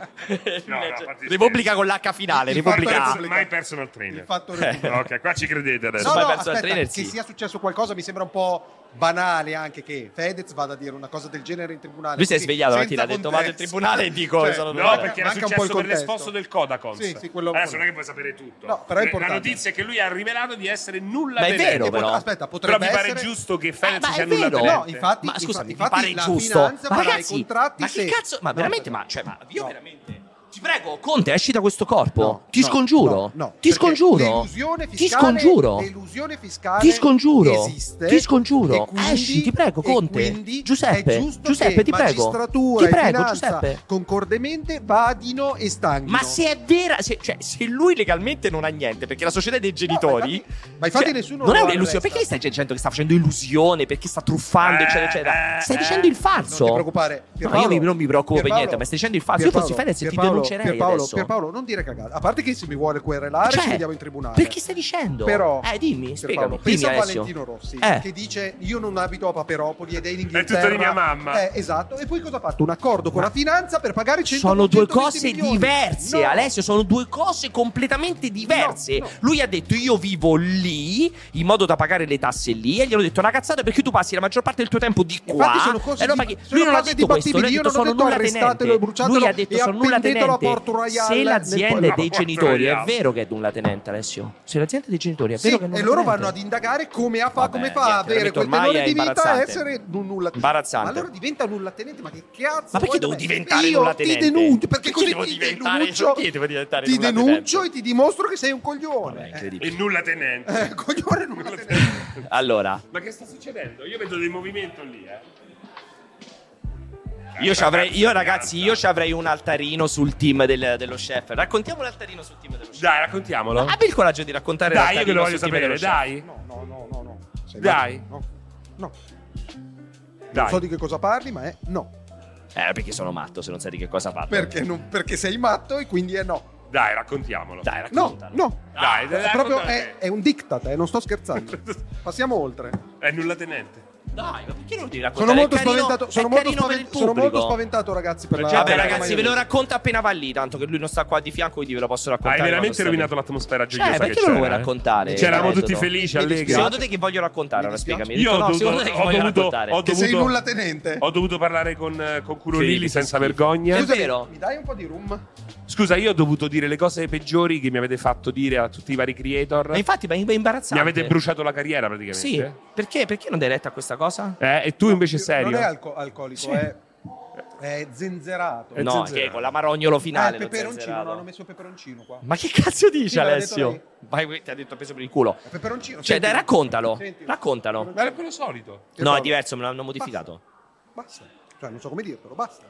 A: Repubblica con l'H finale, Repubblica
F: Mai personal trainer.
B: Eh,
D: fatto
F: ok, qua ci credete adesso.
D: No, no, aspetta, che sia successo qualcosa mi sembra un po' banale anche che Fedez vada a dire una cosa del genere in tribunale.
A: Lui si è
D: così,
A: svegliato la
D: senza
A: mattina, ha detto,
D: contesto.
A: "Vado in tribunale e dico che sono
B: No,
A: dovuto-
B: perché era
A: Manca un po' il
B: successo per
A: contesto.
B: l'esposto del Codacons.
D: Sì, sì, quello-
B: Adesso non è che puoi sapere tutto. Eh,
D: No, però è
B: La- la
D: importante.
B: notizia è che lui ha rivelato di essere nulla
D: Ma è
B: tenente.
D: vero,
B: Che pot-
D: però.
B: Aspetta,
D: potrebbe
B: però mi pare
D: essere-
B: giusto che
D: Eh,
B: Fedez
D: ma è
B: sia nulla
D: vero.
B: tenente.
D: No, infatti-
A: ma scusa,
D: infatti-
A: mi pare
D: infatti la
A: giusto.
D: finanza
A: Ma
D: farà i
A: ragazzi,
D: contratti
A: ma che
D: se-
A: cazzo, ma
D: No,
A: veramente, ma, cioè, ma io veramente, ti prego, Conte, esci da questo corpo. ti
D: no,
A: scongiuro,
D: no, no,
A: ti
D: perché
A: scongiuro,
D: l'elusione
A: ti
D: fiscale-
A: scongiuro,
D: l'elusione fiscale
A: ti scongiuro,
D: esiste,
A: ti scongiuro,
D: e quindi-
A: esci, ti prego,
D: e
A: Conte,
D: quindi è
A: Giuseppe,
D: giusto
A: Giuseppe,
D: che
A: ti prego,
D: magistratura e
A: ti prego,
D: finanza
A: Giuseppe.
D: concordemente vadino e stanghino.
A: Ma se è vera, se, cioè, se lui legalmente non ha niente, perché la società dei genitori.
D: ma infatti
A: cioè,
D: nessuno
A: Non è
D: lo
A: un'illusione.
D: arresta.
A: Perché gli stai dicendo che sta facendo illusione? Perché sta truffando,
D: Eh,
A: eccetera, eccetera.
D: eh,
A: Stai
D: eh.
A: dicendo il falso.
D: Non ti preoccupare,
A: No, ma io
D: Pierpaolo.
A: mi- non mi preoccupo per
D: Pierpaolo,
A: niente, ma stai dicendo il falso. io fossi
D: Pierpaolo,
A: Fedez e ti
D: Pierpaolo,
A: denuncerei
D: Pierpaolo,
A: adesso.
D: Pierpaolo, non dire cagate. A parte che se mi vuole querelare,
A: Cioè,
D: ci vediamo in tribunale.
A: perché stai dicendo?
D: Però,
A: Eh, dimmi,
D: Pierpaolo,
A: spiegami,
D: pensa
A: dimmi,
D: a
A: Alessio.
D: Valentino Rossi
A: Eh.
D: che dice: Io non abito a Paperopoli ed è in
B: tutto di
D: Inghilterra.
B: mia mamma.
D: Eh, esatto. E poi cosa ha fatto? Un accordo con
A: Ma-
D: la finanza per pagare 100
A: Sono due
D: 120
A: cose
D: milioni.
A: diverse,
D: No.
A: Alessio. Sono due cose completamente diverse. Lui ha detto: Io vivo lì in modo da pagare le tasse lì. E gli hanno detto una cazzata perché tu passi la maggior parte del tuo tempo di qua.
D: Infatti sono cose
A: e allora
D: di-
A: paghi-
D: sono
A: lui non ha
D: cose
A: detto questo. Lui ha
D: dibattibili,
A: detto:
D: io non ho
A: Sono
D: detto
A: nulla
D: arrestatelo,
A: tenente.
D: bruciatelo
A: Lui ha
D: e
A: detto: Sono nulla
D: appendetelo a
A: tenente.
D: Porto Royal
A: Se
D: nel-
A: l'azienda
D: nel-
A: dei
D: Porto
A: genitori è
D: Royal.
A: vero che è nulla tenente, Alessio. Se l'azienda dei genitori è
D: Sì,
A: vero che è
D: e
A: nulla
D: loro
A: tenente.
D: vanno ad indagare come, ha fa-
A: Vabbè,
D: come fa
A: niente,
D: a avere
A: veramente
D: quel
A: ormai
D: tenore
A: è
D: di vita e
A: imbarazzante.
D: essere un nulla
A: Imbarazzante.
D: Ma allora diventa nulla tenente, ma che cazzo?
A: Ma perché
D: vuoi
A: devo
D: da me?
A: diventare
D: Io
A: nulla
D: ti
A: tenente?
D: denuncio, perché,
A: Perché
D: così
A: devo
D: ti
A: diventare-
D: denuncio,
A: perché devo diventare
D: ti
A: nulla
D: denuncio e ti dimostro che sei un coglione. Eh,
B: E nulla tenente.
A: Allora,
B: Ma che sta succedendo? Io vedo del movimento lì, eh.
A: io, ci avrei, io ragazzi, io ci avrei un altarino sul team del- dello chef. Raccontiamo l'altarino sul team dello chef.
B: Dai, raccontiamolo.
A: Abbi il coraggio di raccontare
B: Dai,
A: l'altarino
B: io che lo voglio
A: sul team
B: sapere,
A: dello
B: dai.
A: chef.
D: No, no, no, no, no. Sei
B: Dai.
D: matto? No. No.
A: Dai.
D: Non so di che cosa parli, ma è no.
A: Eh, perché sono matto se non sai di che cosa parlo.
D: Perché, non- perché sei matto e quindi è no.
B: Dai, raccontiamolo.
A: Dai,
D: No, no.
B: Dai, dai,
D: È proprio
B: raccontate.
D: è, è un diktat, eh, non sto scherzando. Passiamo oltre.
B: È nulla tenente.
A: Dai, ma perché non lo devi
D: Sono
A: raccontare?
D: molto
A: È carino-
D: spaventato,
A: è
D: sono molto,
A: carino per
D: spaven-
A: il
D: sono molto
A: pubblico.
D: spaventato ragazzi per la
A: Cioè, Vabbè,
D: per la
A: ragazzi, ve
D: maionese.
A: lo racconto appena va lì, tanto che lui non sta qua di fianco, quindi ve lo posso
B: Hai
A: raccontare.
B: veramente
A: quando sta
B: rovinato l'atmosfera
A: lì.
B: gioiosa
A: Cioè,
B: che
A: perché
B: c'era.
A: non lo vuoi
B: eh?
A: raccontare?
B: C'eravamo tutti
A: l'aneddoto?
B: felici,
A: Mi
B: allegri.
A: dispiace. Secondo te che voglio raccontare? Allora, spiegami.
B: Io
A: Dico,
B: ho
A: no,
B: dovuto,
A: secondo te che
B: ho
A: voglio
B: dovuto,
A: raccontare?
B: ho dovuto-
D: tenente.
B: Ho dovuto parlare con, eh, con Curo
D: Sì,
B: Lilli
D: che
B: senza vergogna.
D: Scusami, Mi dai un po' di room?
B: Scusa, io ho dovuto dire le cose peggiori che mi avete fatto dire a tutti i vari creator.
A: Ma infatti, ma è imbarazzante.
B: Mi avete bruciato la carriera praticamente.
A: Sì, perché, perché non dai retta a questa cosa?
B: Eh, e tu invece serio?
D: Non è alco- alcolico,
A: Sì.
D: è, è zenzerato.
A: Eh, No, è che con l'amarognolo finale.
D: Ah, il
A: lo
D: peperoncino,
A: zenzerato.
D: no, hanno messo il peperoncino qua.
A: Ma che cazzo dici,
D: Sì, me l'ha detto
A: Alessio? Vai, ti ha detto preso per il culo.
D: Peperoncino.
A: Cioè,
D: senti.
A: dai, raccontalo.
D: Senti.
A: Raccontalo.
B: Ma è quello solito.
A: No, è diverso, me l'hanno modificato.
D: Basta. Cioè, non so come dirtelo, basta.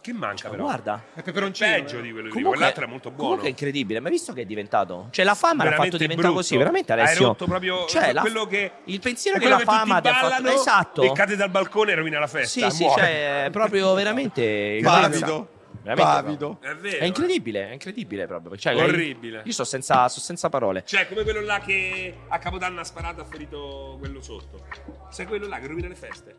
B: Che manca però?
A: Cioè, Guarda.
D: È peperoncino.
B: peggio
D: eh.
B: di quello lì,
A: Comunque-
B: quell'altro è molto buono.
A: Comunque è incredibile, ma hai visto che è diventato? Cioè, la fama l'ha fatto
B: Veramente
A: diventare
B: brutto.
A: così, veramente
B: Hai
A: Alessio.
B: rotto proprio
A: Cioè, la-
B: quello che
A: il pensiero
B: è
A: che
B: quello
A: la fama
B: tutti
A: abbia fatto-
B: ballano
A: esatto.
B: E cade dal balcone e rovina la festa.
A: Sì, sì,
B: muore.
A: cioè, è proprio veramente
B: Pavido.
A: Veramente
B: Pavido.
A: bravo.
B: È vero,
A: È incredibile, è incredibile proprio. Cioè,
B: Orribile.
A: Io sto senza, sto senza parole.
B: Cioè, come quello là che a Capodanno ha sparato e ha ferito quello sotto. Sei quello là che rovina le feste.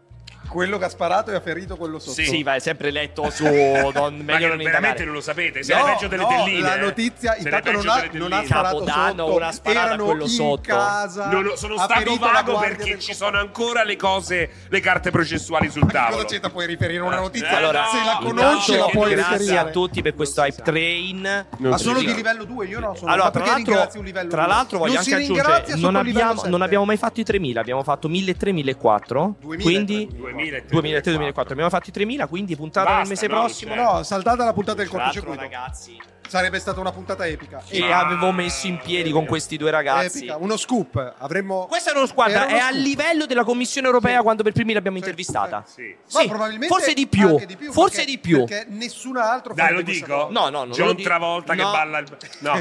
D: Quello che ha sparato e ha ferito quello sotto.
A: Sì, vai sempre letto su
B: Ma
A: non,
B: che
A: meglio non
B: veramente
A: indagare.
B: non lo sapete, siete
D: No,
B: peggio delle
D: no,
B: telline.
D: la
B: eh.
D: notizia,
B: Siete
D: intanto
B: peggio
D: non ha-
B: delle telline.
D: non ha sparato
A: Capodanno,
D: sotto,
A: una sparata a
D: erano
A: quello
D: in
A: sotto.
D: casa,
B: Non lo- sono
D: ha
B: stato
D: ferito la
B: vago
D: guardia
B: perché
D: del-
B: ci sono ancora le cose, le carte processuali sul tavolo.
D: cosa c'è da poi riferire
F: Eh,
B: Eh,
D: una notizia?
A: Allora,
D: se la
A: intanto,
D: conosci la puoi
A: Grazie a
D: riferire.
A: tutti per questo hype train.
D: Ma solo di livello 2, io no, sono
A: Allora,
D: ma
A: tra
D: perché ringrazi
A: l'altro,
D: un livello
A: tra
D: due?
A: l'altro voglio
D: Non
A: anche
D: si
A: aggiungere:
D: ringrazia
A: non
D: sotto il livello
A: abbiamo, non
D: sette.
A: abbiamo mai fatto i 3000, abbiamo fatto 1300-1400.
D: 2000,
A: Quindi
B: 2000,
A: 2000-2004. Abbiamo fatto i 3000, quindi puntata
D: Basta,
A: nel mese
D: no,
A: prossimo.
D: cioè. No, saltata la puntata del
A: Tra l'altro,
D: cortocircuito.
A: ragazzi,
D: Sarebbe stata una puntata epica.
A: che avevo messo in piedi con questi due ragazzi.
D: Epica, uno scoop. Avremmo
A: Questo è uno squadra,
D: Era uno
A: è al
D: scoop.
A: livello della Commissione europea quando per primi l'abbiamo intervistata. Sì,
D: Ma probabilmente
A: forse di più,
D: anche
A: forse
D: perché-
A: di più.
D: Perché nessun altro
B: Dai, lo
D: farebbe questa
B: dico.
D: cosa.
A: No, no, non
B: John
A: lo dico.
B: Travolta che
A: No.
B: balla il No.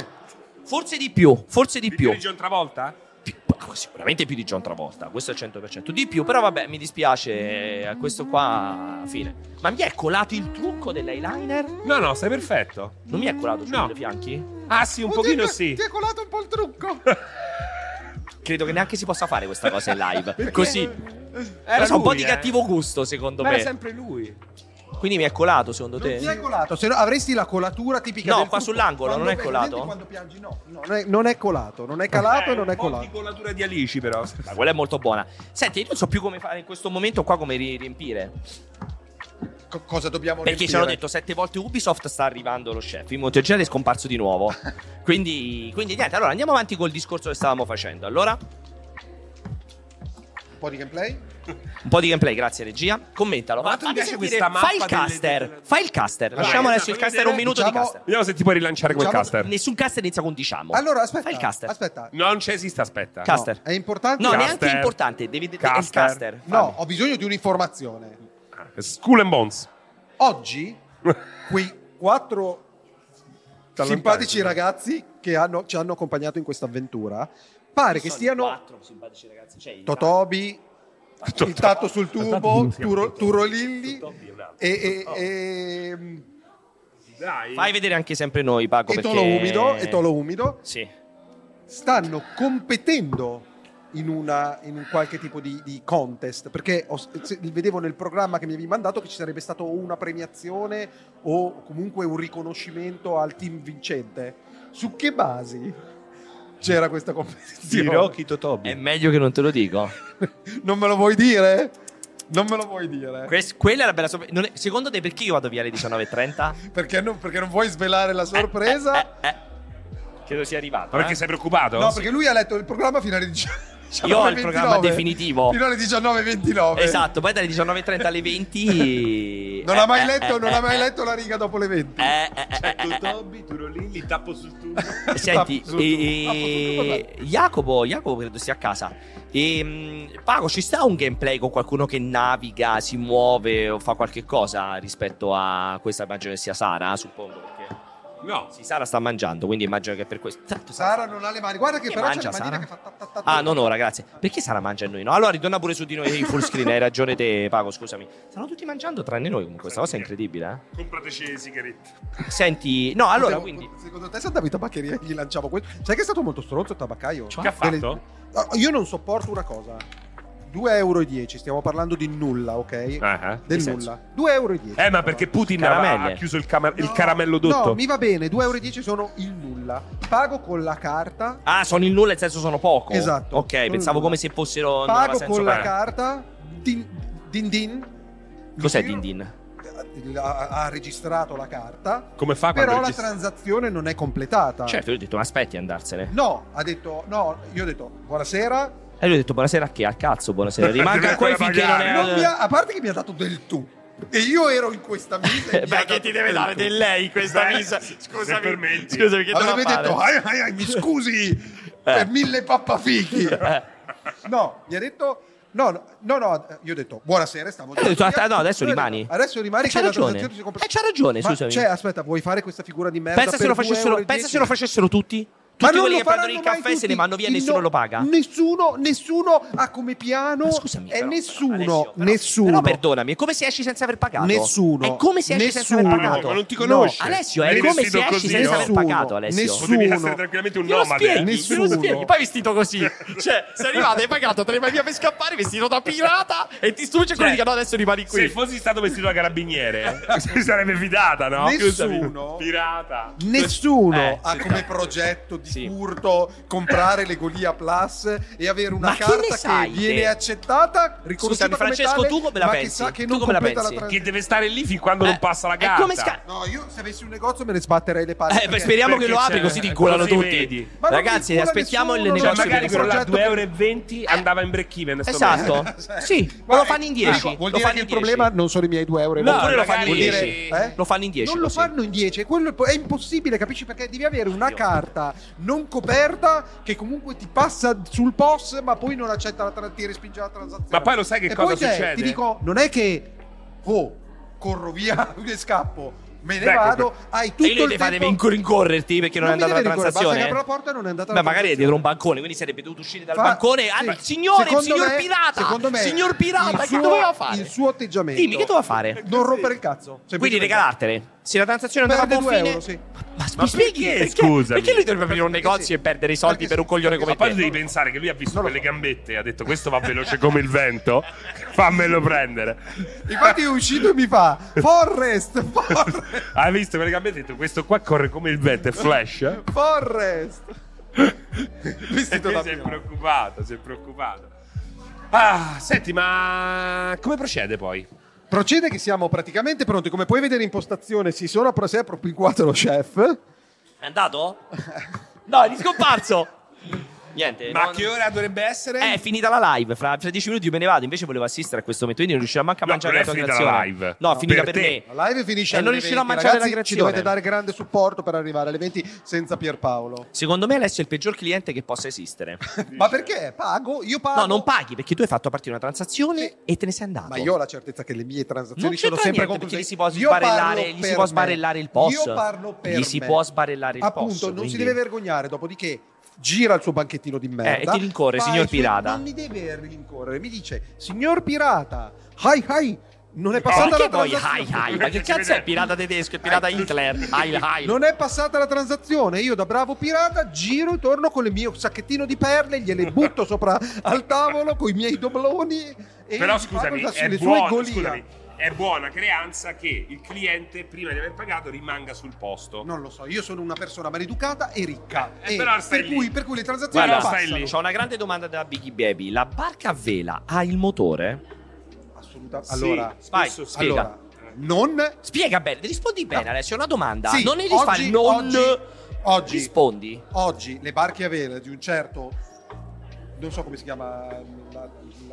A: Forse di più, forse di più.
B: Di John Travolta?
A: Sicuramente più di John Travolta, questo è il 100%. Di più, però vabbè, mi dispiace, eh, questo qua fine. Ma mi è colato il trucco dell'eyeliner?
B: No, no, stai perfetto.
A: Non mi è colato sui
B: No.
A: due fianchi?
B: Ah, sì, un
D: Oh,
B: pochino
D: ti è-
B: sì.
D: Ti è colato un po' il trucco.
A: Credo che neanche si possa fare questa cosa in live. Così.
B: Era
D: Eh,
A: Lo so, un po'
B: lui,
A: di
B: eh.
A: cattivo gusto, secondo
B: Ma era
A: me.
B: sempre lui.
A: Quindi mi è colato secondo te?
D: Ti è colato, Esatto, se no avresti la colatura tipica
A: No,
D: del
A: qua
D: gruppo.
A: sull'angolo,
D: Quando
A: non è
D: be-
A: colato?
D: senti Quando piangi no, no, non, è, non è colato, non è calato e non è colato.
A: colatura di Alici, però. Ma quella è molto buona. Senti, io non so più come fare in questo momento qua come ri- riempire.
D: cosa dobbiamo
A: Perché ci hanno detto sette volte Ubisoft sta arrivando lo chef. In Monteggiare è scomparso di nuovo. quindi, quindi niente, allora andiamo avanti col discorso che stavamo facendo. Allora,
D: un po' di gameplay?
A: un po' di gameplay, grazie regia. Commentalo.
F: Ma tu
A: Fatti
F: invece
A: sentire-
F: questa mappa
A: Fai il
F: delle-
A: caster.
F: delle-
A: Fai il caster. Lasciamo adesso
D: Diciamo-
A: il caster un minuto di caster.
F: Vediamo se ti puoi rilanciare quel
A: Diciamo-
F: caster.
A: Nessun caster inizia con diciamo.
D: Allora, aspetta.
A: Fai il caster.
D: Aspetta.
F: Non c'è, esiste, aspetta.
A: Caster.
D: È importante?
A: No, neanche importante. Devi dire il caster.
D: No, ho bisogno di un'informazione.
F: Ah, School and Bones.
D: Oggi quei quattro
F: Da
D: simpatici ragazzi che hanno- ci hanno accompagnato in questa avventura pare che stiano
A: Quattro simpatici ragazzi. Cioè, il-
D: Totobi il tatto sul tubo Turo- Turolilli e, e, e-
A: Fai vedere anche sempre noi, Paco.
D: e
A: Ecco perché-
D: Tolo Umido e Tolo Umido
A: Sì.
D: stanno competendo in, una- in un qualche tipo di, di contest perché ho- se- vedevo nel programma che mi avevi mandato che ci sarebbe stata o una premiazione o comunque un riconoscimento al team vincente su che basi c'era questa competizione
A: Totobi. È meglio che non te lo dico.
D: non me lo vuoi dire? non me lo vuoi dire
A: Quest- quella è la bella sorpresa. Non è- Secondo te perché io vado via alle 19.30?
D: perché non, perché non vuoi svelare
A: Eh,
D: la sorpresa
A: Credo sia arrivato. eh.
F: Ma perché sei preoccupato?
D: No, perché lui ha letto il programma fino alle 19.
A: Io ho il programma definitivo.
D: Fino alle 19.29.
A: Esatto, poi dalle 19.30 alle 20.
D: Non ha mai
A: eh,
D: letto,
A: eh,
D: non
A: eh,
D: ha mai
A: eh.
D: letto la riga dopo le 20.
A: Eh, eh, eh, eh, eh, eh.
F: Totobi, Turolilli, tappo sul tubo.
A: Senti,
F: Tappo sul
A: e-
F: tubo. Tappo sul tubo,
A: e- Jacopo, Jacopo credo sia a casa. E, mh, Paco, ci sta un gameplay con qualcuno che naviga, si muove o fa qualche cosa rispetto a questa? Immagino che sia Sara, eh, suppongo. Perché...
F: No.
A: Sì, Sara sta mangiando, quindi immagino che per questo. Tanto
D: Sara non ha le mani. Guarda che
A: Perché
D: però c'è
A: mangia,
D: la manina che
A: Sara?
D: fa ta- ta- ta- ta-
A: Ah, non ora, grazie. Perché Sara mangia e noi no? Allora ritorna pure su di noi in full screen, hai ragione te, Paco, scusami. Stanno tutti mangiando tranne noi comunque, questa cosa è incredibile,
F: Comprateci le sigarette.
A: eh. Senti, no, allora
D: Secondo-
A: quindi
D: Secondo te se andavi in tabaccheria e gli lanciavo questo? Sai che è stato molto stronzo il tabaccaio?
A: Cioè,
F: Che ha fatto?
D: Ah, Io non sopporto una cosa. 2,10 euro, stiamo parlando di nulla, ok?
A: Ah, eh.
D: Del
F: Che
D: nulla. 2,10 euro.
F: Eh, ma perché Putin
D: Caramelle.
F: ha, ha chiuso il, cama- il caramello dotto?
D: No, mi va bene, 2,10 euro sono il nulla. Pago con la carta,
A: Ah, sono il nulla, nel senso sono poco.
D: Esatto.
A: Ok,
D: Sono
A: pensavo
D: nulla.
A: come se fossero. non aveva
D: pago
A: senso
D: con la
A: per-
D: carta, din din, din
A: Cos'è Din Din?
D: ha, ha registrato la carta,
A: Come fa
D: però la transazione non è completata.
A: Certo, io ho detto, ma aspetti andarsene.
D: No, ha detto, no, io ho detto, buonasera.
A: E lui ha detto, buonasera a che? Al cazzo, buonasera. Rimanga qua finché non è.
D: Non mi ha- a parte che mi ha dato del tu. E io ero in questa misa. e mi ha
A: Beh, che
D: dato
A: ti deve
D: del
A: dare
D: tu.
A: del lei questa misa?
F: se
A: Scusami,
F: permetti.
A: scusami, che
D: Avrebbe
A: doveva
D: detto,
A: fare? Eh.
D: ai, ai, ai, mi scusi per mille pappafichi. No, mi ha detto... No, no, no, no, io ho detto buonasera, stavo...
A: E lui ha detto, "Ah, no, adesso
D: Lui ha detto,
A: rimani."
D: Adesso rimani
A: E c'ha
D: che la
A: ragione.
D: transazione si compl-
A: E c'ha ragione,
D: Ma,
A: scusami.
D: Cioè, aspetta, vuoi fare questa figura di merda
A: Pensa se,
D: per
A: lo
D: 2,10
A: facessero, pensa se lo facessero tutti?
D: Ma
A: Tutti
D: non lo
A: quelli che prendono il
D: faranno mai
A: caffè se ne
D: tutti.
A: vanno via e
D: Il
A: nessuno
D: no-
A: lo paga.
D: Nessuno, nessuno ha come piano e nessuno, nessuno.
A: Però perdonami, è come se esci senza aver pagato.
D: Nessuno.
A: È come se esci senza aver
D: Nessuno.
A: pagato.
D: Ma non ti conosce.
A: No, Alessio, è
D: Eri
A: come se
D: vestito
A: esci
D: così,
A: senza
D: no?
A: aver
D: Nessuno.
A: pagato, Alessio.
D: Potevi essere
F: tranquillamente
A: Glielo spieghi,
D: Nessuno.
A: glielo spieghi. Poi vestito così. Cioè, sei arrivato, hai pagato, te ne vai via per scappare, vestito da pirata e ti strugge quello
F: Cioè,
A: che no, adesso rimani qui.
F: Se fossi stato vestito da carabiniere, si sarebbe fidata, no?
D: Eh. Nessuno.
F: Pirata.
D: Nessuno
F: Eh,
D: ha
F: sì,
D: come
F: dai.
D: progetto di furto comprare le Golia Plus e avere una
A: Ma che ne
D: carta che,
A: sai te?
D: viene accettata, riconosciuta
A: Scusami,
D: come
A: Francesco,
D: tale,
A: tu come la
D: ma
A: pensi?
D: Che sa che
A: Tu
D: non
A: come la
D: completa
A: pensi? Eh,
D: trans-
F: Che deve stare lì fin quando non passa la
D: è
F: carta.
A: come sca-
D: No, io se avessi un negozio me ne sbatterei le palle.
A: Eh, beh, speriamo che lo apri così
D: eh,
A: ti inculano tutti.
D: Ma non
A: Ragazzi,
D: mi incula
A: aspettiamo il
D: nessuno,
A: negozio
F: Cioè, magari
A: per
F: quello là
A: progetto.
F: 2,20 euro andava in break even. sto
A: Esatto.
F: mese.
A: Sì, ma lo fanno in 10.
D: Eh, Vuol
A: lo
D: dire che
A: fanno in
D: il
A: 10.
D: problema non sono i miei due euro. e
A: No,
D: mezzo.
A: oppure lo fanno in
D: Vuol dire-
A: 10.
D: eh?
A: Lo fanno in 10.
D: Non lo
A: così.
D: fanno in 10, quello è po- è impossibile, capisci? Perché devi avere una carta non coperta che comunque ti passa sul POS, ma poi non accetta la tra- ti respinge la transazione.
F: Ma poi lo sai che
D: e
F: cosa
D: poi te,
F: succede?
D: Ti dico, non è che oh, corro via e scappo, me ne
A: Beh,
D: vado,
A: proprio-
D: hai tutto
A: E lui
D: il
A: deve fare
D: tempo.
A: incor- rincorrerti perché non,
D: Non
A: è
D: mi
A: andata
D: deve
A: la
D: rincorrere, basta
A: transazione. eh.
D: che apro la porta e non è andata la
A: Beh, magari è dietro un bancone, quindi sarebbe dovuto uscire dal
D: Fa-
A: bancone. Ah,
D: sì.
A: beh, signore,
D: Secondo
A: signor
D: me-
A: pirata!
D: secondo me
A: signor pirata,
D: il
A: che
D: suo-
A: doveva fare?
D: Il suo atteggiamento.
A: Dimmi, che doveva fare?
D: Non rompere il cazzo.
A: Quindi
D: semplicemente.
A: regalartele. Sì, la transazione andava a
D: Perde
A: buon
D: due
A: fine.
D: euro, sì.
A: Ma,
F: Ma
A: spieghi
F: perché,
A: perché,
F: scusami?
A: Perché lui dovrebbe aprire un negozio e perdere i soldi per un coglione come
F: a parte
A: te?
F: devi pensare che lui ha visto quelle gambette e ha detto questo va veloce come il vento, fammelo prendere.
D: Infatti è uscito e mi fa Forrest,
F: Hai visto quelle gambette e ha detto questo qua corre come il vento, è flash.
D: Forrest.
F: Vestito da si è preoccupato, si è preoccupato. Ah, senti, ma come procede poi?
D: Procede che siamo praticamente pronti. Come puoi vedere in postazione, si sono appro- si è appropinquato lo chef.
A: È andato? No, è scomparso. Niente.
F: Ma
A: non- Eh,
F: che ora dovrebbe essere?
A: È finita la live, fra, fra 10 minuti io me ne vado, invece volevo assistere a questo momento, quindi non riuscirò manca a
F: No,
A: mangiare
F: non è
A: la tua
F: finita
A: creazione.
F: la live.
A: No, è
F: No,
A: finita
F: per
A: per,
F: te.
A: me.
D: La live finisce
A: E
D: alle
A: non riuscirò a
D: 20.
A: mangiare la
D: Ragazzi, Ci dovete dare
A: creazione.
D: grande supporto per arrivare alle 20 senza Pierpaolo.
A: Secondo me Alessio è il peggior cliente che possa esistere.
D: Ma perché? Pago? Io pago.
A: No, non paghi perché tu hai fatto partire una transazione e te ne sei andato.
D: Ma io ho la certezza che le mie transazioni
A: Non
D: sono
A: c'entra
D: sempre
A: niente, perché
D: concluse.
A: gli si può
D: Io parlo
A: sbarellare- gli si
D: per
A: può
D: me.
A: sbarellare il POS.
D: Io parlo per
A: Gli si
D: me.
A: può sbarellare il
D: Appunto,
A: POS,
D: non si
A: quindi-
D: deve vergognare, dopodiché gira il suo banchettino di merda.
A: Eh, e ti rincorre,
D: fa
A: signor
D: i suoi-
A: pirata.
D: Non mi deve rincorrere, mi dice, "Signor pirata, hai hai non è
A: Ma
D: passata
A: perché
D: la
A: poi
D: transazione.
A: Eh,
D: Eh.
A: hai hai? Ma che cazzo è pirata tedesco e pirata Hitler? Hai hai.
D: Non è passata la transazione. Io da bravo pirata giro e torno con il mio sacchettino di perle, gliele butto sopra al tavolo con i miei dobloni. E
F: Però
D: gli
F: scusami,
D: pago
F: è
D: sulle
F: buona,
D: sue golia.
F: scusami, è buona creanza che il cliente prima di aver pagato rimanga sul posto.
D: Non lo so, io sono una persona maleducata e ricca.
F: Eh,
D: E
F: però stai
D: per,
F: lì.
D: cui, per cui le transazioni
A: Guarda,
D: non passano.
A: c'ho una grande domanda da Biggie Baby. La barca a vela ha il motore?
D: Assoluta-
A: Sì,
D: Allora,
A: vai,
D: spesso sì.
A: spiega.
D: Allora, non...
A: Spiega bene, rispondi bene Alessio, è una domanda.
D: Sì,
A: non devi fare
D: oggi-
A: non...
D: oggi- oggi-
A: rispondi.
D: Oggi le barche a vela di un certo... Non so come si chiama la, la-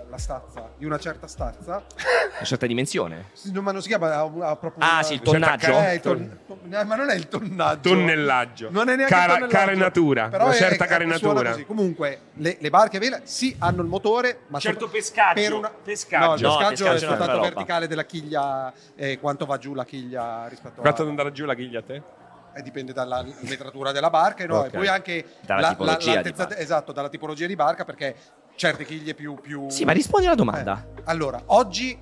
D: la stazza, di una certa stazza.
A: Una certa dimensione.
D: Sì, no, Ma non si chiama ha- ha proprio
A: Ah,
D: una-
A: sì, il tonnaggio?
D: Eh, il ton- ton- ma non è il tonnaggio.
F: Tonnellaggio.
D: Non è neanche
F: Cara-
D: il tonnellaggio.
F: carenatura,
D: Però
F: una
D: è-
F: certa
D: è-
F: carenatura.
D: suona così. Comunque, le, le barche a vela sì hanno il motore, ma
F: certo
D: sopra-
F: pescaggio,
D: per una-
F: pescaggio.
D: No, il pescaggio,
F: pescaggio
D: è
F: no,
D: soltanto
F: roba.
D: verticale della chiglia, eh, quanto va giù la chiglia rispetto
F: Quanto
D: a...
F: non andare giù la chiglia a te?
D: eh, dipende dalla metratura della barca, e no?
F: Ok.
D: E poi anche
F: Dalla tipologia di
D: l'altezza-
F: barca.
D: esatto, dalla tipologia di barca, perché certe chiglie più... più...
A: Sì, ma rispondi alla domanda.
D: Eh, Allora, oggi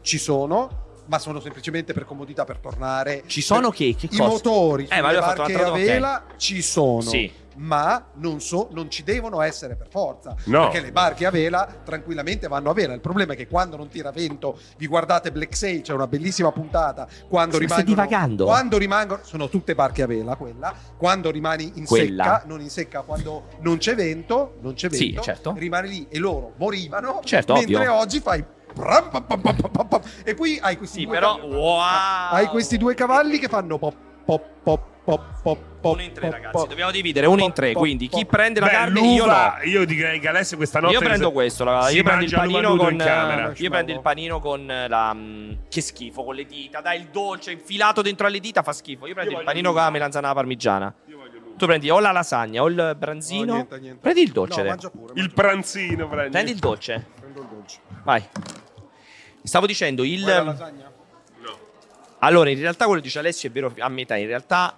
D: ci sono... Ma sono semplicemente per comodità per tornare.
A: Ci sono
D: Per-
A: che? Che
D: I
A: cosa?
D: motori
A: Eh,
D: sulle
A: ma lui ha fatto
D: barche a
A: un'altra domanda,
D: vela
A: ok.
D: ci sono.
A: Sì.
D: Ma non, so, non ci devono essere per forza.
F: No.
D: Perché le barche a vela tranquillamente vanno a vela. Il problema è che quando non tira vento, vi guardate Black Sail, c'è una bellissima puntata. Quando
A: Ma stai
D: rimangono,
A: divagando.
D: Quando rimangono, sono tutte barche a vela quella. Quando rimani in
A: Quella.
D: secca, non in secca, quando non c'è vento, non c'è
A: Sì,
D: vento,
A: certo.
D: rimane lì e loro morivano.
A: Certo,
D: mentre
A: ovvio.
D: oggi fai. pram, pam, pam, pam, pam, pam, E poi hai questi
A: Sì,
D: due
A: però...
D: cavalli-
A: Wow!
D: hai questi due cavalli che fanno pop pop pop pop pop pop
A: Uno in tre, ragazzi. Dobbiamo dividere uno in tre, quindi chi prende la
F: Beh,
A: carne io
F: l'uva,
A: no.
F: io, direi che Alessio questa notte
A: Io prendo
F: se-
A: questo, la-
F: si
A: io prendo il
F: mangia l'uva
A: panino
F: nudo
A: con
F: in camera.
A: eh, io prendo il panino con eh, la mm, che schifo con le dita, dai il dolce infilato dentro alle dita fa schifo. Io prendo il panino con la melanzana alla parmigiana. Tu prendi o la lasagna o il branzino. Prendi il dolce. te.
F: il pranzino prendi.
A: prendi il dolce.
D: Prendo il dolce.
A: Vai. Stavo dicendo il
D: Vuoi la lasagna?
A: Allora, in realtà quello che dice Alessio è vero a metà, in realtà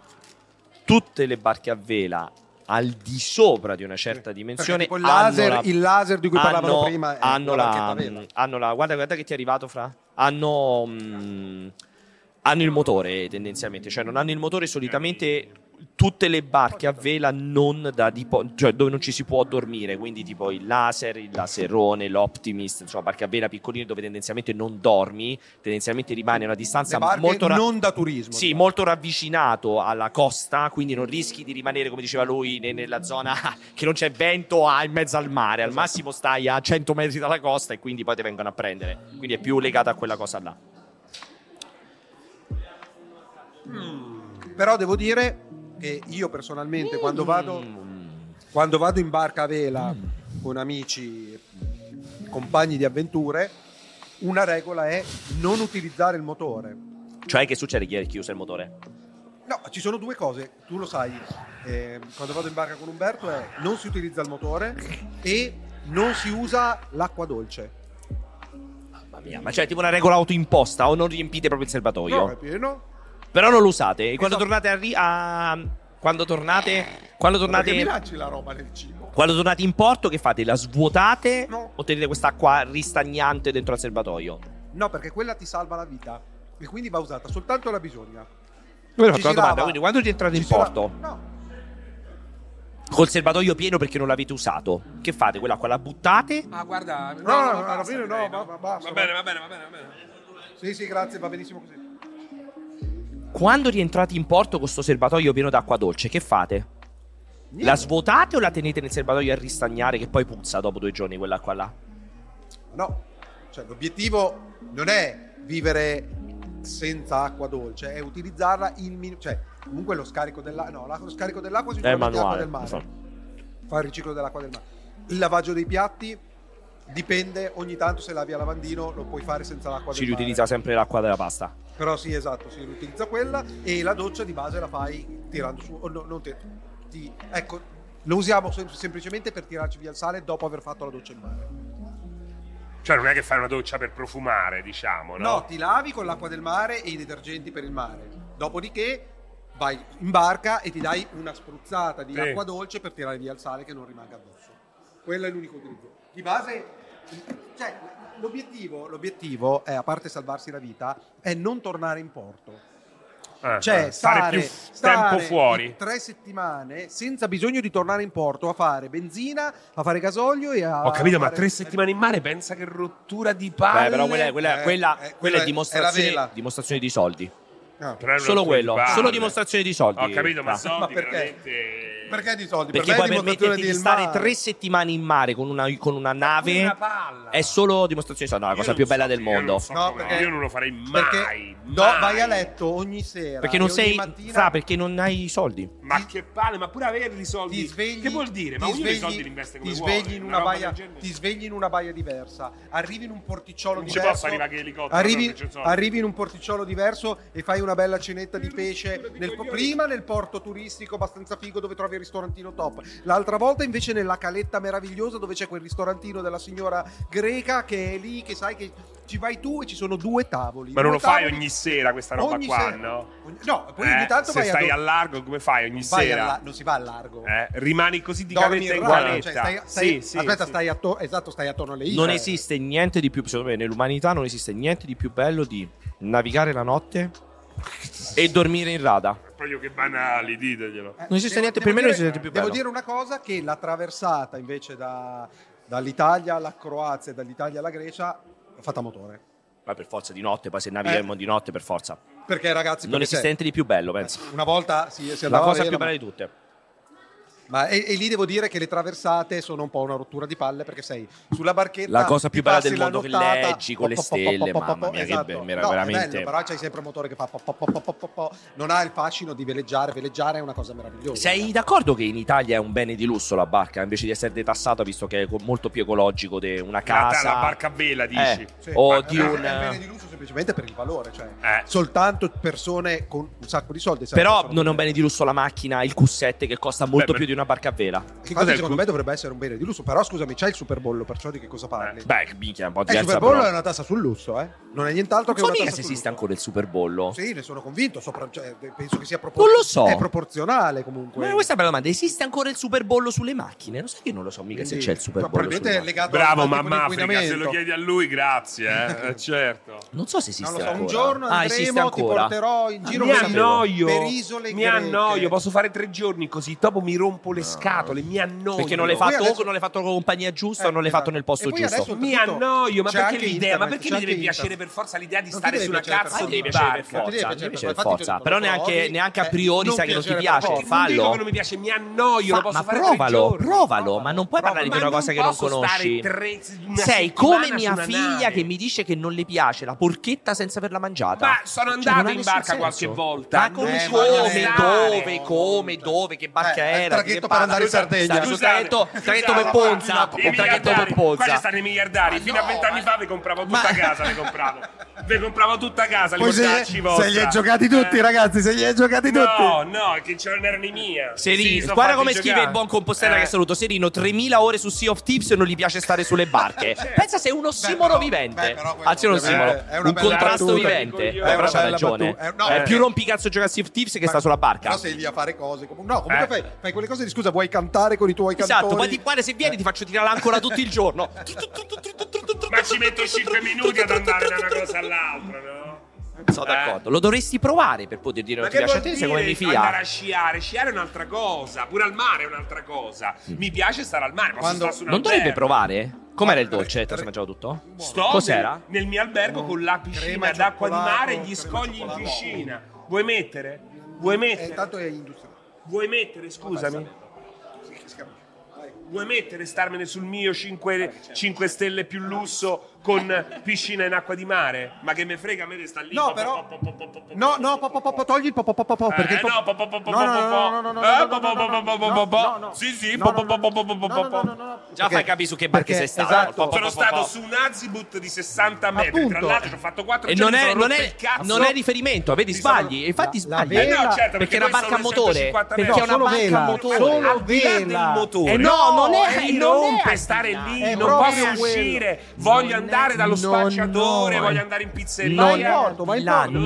A: tutte le barche a vela al di sopra di una certa dimensione
D: tipo il
A: hanno
D: laser-
A: la-
D: il laser di cui parlavano
A: hanno-
D: prima è
A: hanno
D: la
A: la,
D: barchetta a vela.
A: hanno la- guarda, guarda che ti è arrivato fra hanno mm, hanno il motore tendenzialmente cioè non hanno il motore solitamente tutte le barche a vela non da dipo- cioè dove non ci si può dormire quindi tipo il laser il laserone l'optimist insomma barche a vela piccoline dove tendenzialmente non dormi tendenzialmente rimane a una distanza
D: Le barche
A: molto ra-
D: non da turismo. diciamo.
A: sì, molto ravvicinato alla costa, quindi non rischi di rimanere, come diceva lui, ne- nella zona che non c'è vento ah, in mezzo al mare. Al
D: Esatto.
A: massimo stai a 100 metri dalla costa e quindi poi ti vengono a prendere. Quindi è più legata a quella cosa là.
D: Però devo dire che io personalmente quando vado quando vado in barca a vela con amici compagni di avventure una regola è non utilizzare il motore.
A: Cioè, che succede chi è chiuso il motore?
D: No, ci sono due cose, tu lo sai. eh, quando vado in barca con Umberto è non si utilizza il motore e non si usa l'acqua dolce.
A: Mamma mia, ma c'è tipo una regola autoimposta o non riempite proprio il serbatoio?
D: No, è pieno.
A: Però non lo usate. E quando tornate a, ri- a- Quando tornate. Quando tornate.
D: Perché mi lanci la roba nel cibo.
A: Quando tornate in porto, che fate? La svuotate o tenete quest'acqua ristagnante dentro al serbatoio?
D: No, perché quella ti salva la vita e quindi va usata soltanto alla bisogna.
A: Voi
D: Ci
A: faccio una
D: girava.
A: domanda, quindi quando ti entrate in porto? Col serbatoio pieno perché non l'avete usato. Che fate? Quella qua la buttate?
D: Ma guarda,
B: no,
D: no, no,
B: basta,
D: alla fine no,
B: direi,
D: ma-
B: no.
D: ma basta.
B: Va bene, va bene, va bene, va bene.
D: Sì, sì, grazie, va benissimo così.
A: Quando rientrate in porto con questo serbatoio pieno d'acqua dolce, che fate? La svuotate o la tenete nel serbatoio a ristagnare che poi puzza dopo due giorni quella qua là?
D: No, cioè l'obiettivo non è vivere senza acqua dolce, è utilizzarla il minimo, cioè comunque lo scarico dell'acqua, no, la- lo scarico dell'acqua si
A: È
D: trova nell'acqua
A: manuale.
D: del mare,
A: insomma.
D: fa il riciclo dell'acqua del mare. Il lavaggio dei piatti dipende, ogni tanto se lavi a lavandino lo puoi fare senza l'acqua
A: Si
D: del mare.
A: riutilizza sempre l'acqua della pasta.
D: Però sì, esatto, si riutilizza quella e la doccia di base la fai tirando su, o no, non te- ti- ecco, lo usiamo sem- semplicemente per tirarci via il sale dopo aver fatto la doccia in mare.
B: Cioè, non è che fai una doccia per profumare, diciamo, no?
D: No, ti lavi con l'acqua del mare e i detergenti per il mare. Dopodiché vai in barca e ti dai una spruzzata di
B: Sì.
D: acqua dolce per tirare via il sale che non rimanga addosso. Quello è l'unico utilizzo. Di base, cioè, l'obiettivo, l'obiettivo è, a parte salvarsi la vita, è non tornare in porto.
B: Eh,
D: Cioè,
B: eh, stare
D: stare,
B: più f-
D: stare
B: tempo fuori.
D: tre settimane senza bisogno di tornare in porto a fare benzina, a fare gasolio e a.
B: Ho capito, ma
D: fare-
B: tre settimane in mare pensa che rottura di palle.
A: Beh, però quella, quella-
D: eh,
A: quella-
D: eh,
A: quella
D: quella è-
A: è dimostrazione,
D: è la vela.
A: dimostrazione di soldi.
D: No.
B: Però è una
A: Solo
B: rottura
A: quello,
B: di palle.
A: solo dimostrazione di soldi.
B: Ho capito, ma
A: Ah.
B: soldi
D: perché?
B: veramente-
D: Perché di soldi?
A: Perché
D: per me
A: poi
D: è dimostrazione
A: permetterti di
D: del
A: stare
D: mare.
A: tre settimane in mare con una, con una nave
B: una palla.
A: è solo dimostrazione di soldi. No, è la
B: Io
A: cosa
B: non
A: più
B: so
A: bella del
B: io non
A: mondo.
B: so come- io non lo farei mai.
D: Perché
B: mai.
D: do- vai a letto ogni sera.
A: Perché non
D: e ogni
A: sei.
D: mattina
A: Fra, perché non hai i soldi.
B: Ma che palle, ma pure averli i soldi.
D: ti svegli,
B: che vuol dire? Ma
D: ti
B: ognuno i
D: svegli-
B: soldi li investe come
D: ti
B: vuole.
D: svegli in una
B: roba
D: baia,
B: del genere.
D: ti svegli in una baia diversa, arrivi in un porticciolo
B: Non ci
D: diverso.
B: posso arrivare che l'elicottero,
D: arrivi,
B: non c'è soldi.
D: arrivi in un porticciolo diverso e fai una bella cenetta di pesce. nel- prima nel porto turistico abbastanza figo dove trovi il ristorantino top. L'altra volta invece nella caletta meravigliosa dove c'è quel ristorantino della signora greca che è lì, che sai che ci vai tu e ci sono due tavoli.
B: Ma non
D: Due
B: lo fai
D: tavoli-
B: ogni sera questa roba
D: ogni
B: qua,
D: sera.
B: no?
D: Ogni- No, poi
B: Eh,
D: ogni tanto
B: se
D: vai a
B: stai
D: do-
B: al largo come fai ogni
D: vai
B: sera?
D: al la- non si va al largo.
B: Eh, rimani così di
D: Dormi
B: caletta in
D: radio,
B: caletta.
D: cioè stai- stai-
B: Sì, sì,
D: aspetta,
B: sì.
D: stai attorno, esatto, stai attorno alle isole.
A: Non esiste niente di più. Secondo me, nell'umanità non esiste niente di più bello di navigare la notte e dormire in rada.
B: Proprio che banali, diteglielo.
A: Non esiste
D: Devo-
A: niente,
D: devo
A: per me non
D: dire-
A: esiste più
D: Devo
A: bello.
D: dire una cosa che la traversata invece da- dall'Italia alla Croazia e dall'Italia alla Grecia l'ho fatta a motore.
A: Ma per forza di notte, poi se navighiamo di notte, per forza.
D: Perché Eh. ragazzi, perché
A: Non
D: Eh,
A: esiste
D: c'è-
A: niente di più bello, penso.
D: una volta si, si
A: La
D: andava
A: cosa
D: a
A: più
D: vela, ma-
A: bella di tutte.
D: ma- e, e lì devo dire che le traversate sono un po' una rottura di palle perché sei sulla barchetta
A: La cosa più
D: ti
A: bella
D: passi
A: del
D: la
A: mondo che
D: nottata,
A: leggi con le
D: po- po- po-
A: stelle,
D: po- po- po-
A: mamma mia, che
D: esatto.
A: be- vera-
D: No, è
A: veramente-
D: bello, però c'hai sempre un motore che fa po- po- po- po- po- po- po- non ha il fascino di veleggiare veleggiare è una cosa meravigliosa
A: Sei d'accordo che in Italia è un bene di lusso la barca invece di essere detassata, visto che è co- molto più ecologico di una casa?
B: la barca vela, dici?
A: Eh,
D: Sì,
A: o
D: ma-
A: di
D: eh,
A: un.
D: è bene di lusso semplicemente per il valore, cioè
B: Eh.
D: soltanto persone con un sacco di soldi. sanno che
A: Però
D: sono
A: non è un
D: bene.
A: bene di lusso la macchina, il Q7 che costa molto
D: Beh,
A: più di una barca a vela.
D: Infatti, secondo me dovrebbe essere un bene di lusso, però scusami, c'è il superbollo, perciò di che cosa parli?
B: Eh,
D: Eh,
A: Beh, minchia, un po'
D: il
A: diversa.
D: superbollo
A: però.
D: è una tassa sul lusso, eh. Non è nient'altro
A: Non
D: che
A: so
D: una
A: mica
D: tassa
A: se
D: sul
A: esiste ancora il superbollo.
D: lusso. Sì, ne sono convinto, sopra- cioè, penso che sia propor-
A: Non lo so.
D: È proporzionale comunque.
A: Ma questa è una bella domanda. Esiste ancora il superbollo sulle macchine? Lo sai che non lo so mica se
D: Quindi,
A: c'è il superbollo
D: probabilmente
A: sulle
D: è legato
A: macchine.
B: Bravo
D: al tipo di
B: mamma Africa, se lo
D: inquinamento.
B: chiedi a lui, grazie, eh, eh, certo.
A: Non so se esiste
D: Non lo so,
A: ancora.
D: un giorno
A: Ah, esiste
D: andremo, ti
A: ancora?
D: porterò in
B: Ma
D: giro
B: Ah, mi
D: per,
B: annoio,
D: per isole
B: mi
D: greche.
B: annoio, posso fare tre giorni così, dopo mi rompo le scatole, mi annoio.
A: Perché non l'hai
B: Poi
A: fatto
B: adesso-
A: o non l'hai fatto con la compagnia giusta o non l'hai fatto nel posto
D: E poi adesso,
A: giusto.
B: Mi
D: oltretutto,
B: annoio, ma
D: c'è
B: perché
D: anche
B: l'idea?
D: internet,
B: Ma perché
D: c'è
B: mi
D: anche
B: deve
D: internet.
B: piacere per forza l'idea di
D: Non ti
B: stare
D: deve
B: su una
D: piacere per
B: cazzo
D: forza.
B: di
D: Ti deve
B: barca?
A: piacere per forza,
D: Ti deve
A: ti deve
D: piacere per
A: piacere per
D: forza.
A: forza.
D: Infatti
A: Però
D: te lo
A: neanche,
D: provi,
A: neanche a
D: eh,
A: priori
D: non
A: sai che non ti
D: piacere
A: piace,
D: per forza.
B: Non dico
A: fallo.
B: che non mi piace, mi annoio, lo
A: Fa-
B: posso
A: ma
B: fare tre
A: provalo,
B: giorni.
A: provalo, ma non puoi parlare di
B: Ma
A: una cosa che non
B: posso stare
A: conosci.
B: tre- una
A: Sei
B: settimana
A: come mia
B: su una
A: figlia
B: nave.
A: che mi dice che non le piace la porchetta senza averla mangiata.
B: Ma sono
A: Cioè, non
B: andato
A: ha
B: in
A: nessun
B: barca
A: senso.
B: qualche volta. Eh,
A: Ma
B: Non
A: come,
B: ci voglio
A: come,
B: stare.
A: dove, come, dove, che barca
D: Eh, il
A: era?
D: traghetto per andare in Sardegna.
A: Un
D: Scusate,
A: traghetto,
D: scusate,
A: traghetto per
D: la-
A: Ponza.
D: la-
A: Un traghetto per
B: Qua ci
A: Ponza.
B: stanno i miliardari. Fino a vent'anni fa vi compravo tutta casa, vi compravo. Vi compravo tutta casa, li
D: Poi se,
B: portacci vostra.
D: se li hai giocati tutti,
B: Eh.
D: ragazzi, se li hai giocati tutti.
B: No, no, che ce n'erano i miei.
A: Serino,
B: Sì,
A: guarda
B: sono
A: come
B: fatti
A: scrive
B: giocare.
A: il buon compostella
B: Eh.
A: che saluto. Serino, 3000 ore su Sea of Tips e non gli piace stare sulle barche.
D: Certo.
A: Pensa se è un ossimoro vivente. Anzi, non
D: Eh,
A: ossimoro,
D: è una
A: un
D: bella
A: contrasto
D: battuta,
A: vivente.
D: dico io.
A: Eh,
D: È
A: però
D: una
A: c'ha
D: bella
A: ragione.
D: battuta. Eh, no,
A: è
D: eh.
A: più rompicaggio giocare a Sea of Tips che sta sulla barca.
D: Però sei lì a fare cose. comunque- No, comunque
A: Eh.
D: fai, fai quelle cose di scusa, vuoi cantare con i tuoi
A: Esatto,
D: cantoni?
A: poi ti pare se vieni ti faccio tirare l'ancora tutto il giorno.
B: Ma ci metto 5 minuti ad andare da una cosa all'altra, no?
A: Sono
D: Eh.
A: d'accordo. Lo dovresti provare per poter dire non ti
B: che
A: piace a
B: vuol
A: te, se come
B: dire
A: mi
B: Andare
A: fia.
B: a sciare, sciare è un'altra cosa, pure al mare è un'altra cosa. Mi piace stare al mare, posso stare su un
A: Non dovrebbe
B: albergo.
A: provare? Com'era il dolce? Te lo sei mangiato tutto?
B: Sto
A: Cos'era?
B: nel, nel mio albergo con la piscina d'acqua di mare e gli scogli in piscina. Vuoi mettere? Vuoi mettere? tanto
D: Eh, è industriale.
B: Vuoi mettere, scusami? Vuoi mettere starmene sul mio 5, stelle più lusso con piscina in acqua di mare? Ma che me frega, a me resta lì.
D: No,
B: po-
D: però-
B: po- po- po- po- po-
D: No, no, po, po, po, po, togli il po, po, po, po, po,
B: Eh,
D: perché il po-
B: no, po- po- po- po-
D: No, no,
B: po- po-
D: no, no, no, no,
B: eh,
D: no, no,
B: po- po-
D: no,
B: po-
D: no,
B: po- po-
D: no,
B: po- po-
D: no, no.
B: Sì, sì, po-
D: No, no,
B: po-
D: no,
B: po- po- po- po-
D: no,
B: po-
D: no, no, no,
A: Già
B: Perché-
A: fai capire su che barche sei stato.
B: Esatto.
A: Po- po- po-
B: Sono
A: po-
B: stato
A: po-
B: su un Azibut di 60 metri. Tra
A: Appunto.
B: l'altro, ci ho fatto 4
A: E non è, non, è, non è riferimento, vedi sbagli. E infatti sbagli.
B: vela- Eh no, certo, perché
A: perché è una
B: poi
A: barca a
B: sono
A: motore.
B: 150
A: Perché
B: metri.
A: è una
B: Solo
A: barca
B: vela,
A: a motore.
B: solo
A: Al di là del
B: vela.
A: motore.
B: Eh
A: no, non è,
B: eh,
A: non
B: non
A: è
B: per stare lì,
A: È
B: non
A: proprio
B: voglio
A: quello.
B: uscire, voglio andare dallo
A: non-
B: spacciatore,
A: no.
B: voglio andare in
A: non
B: pizzeria.
A: è al di là,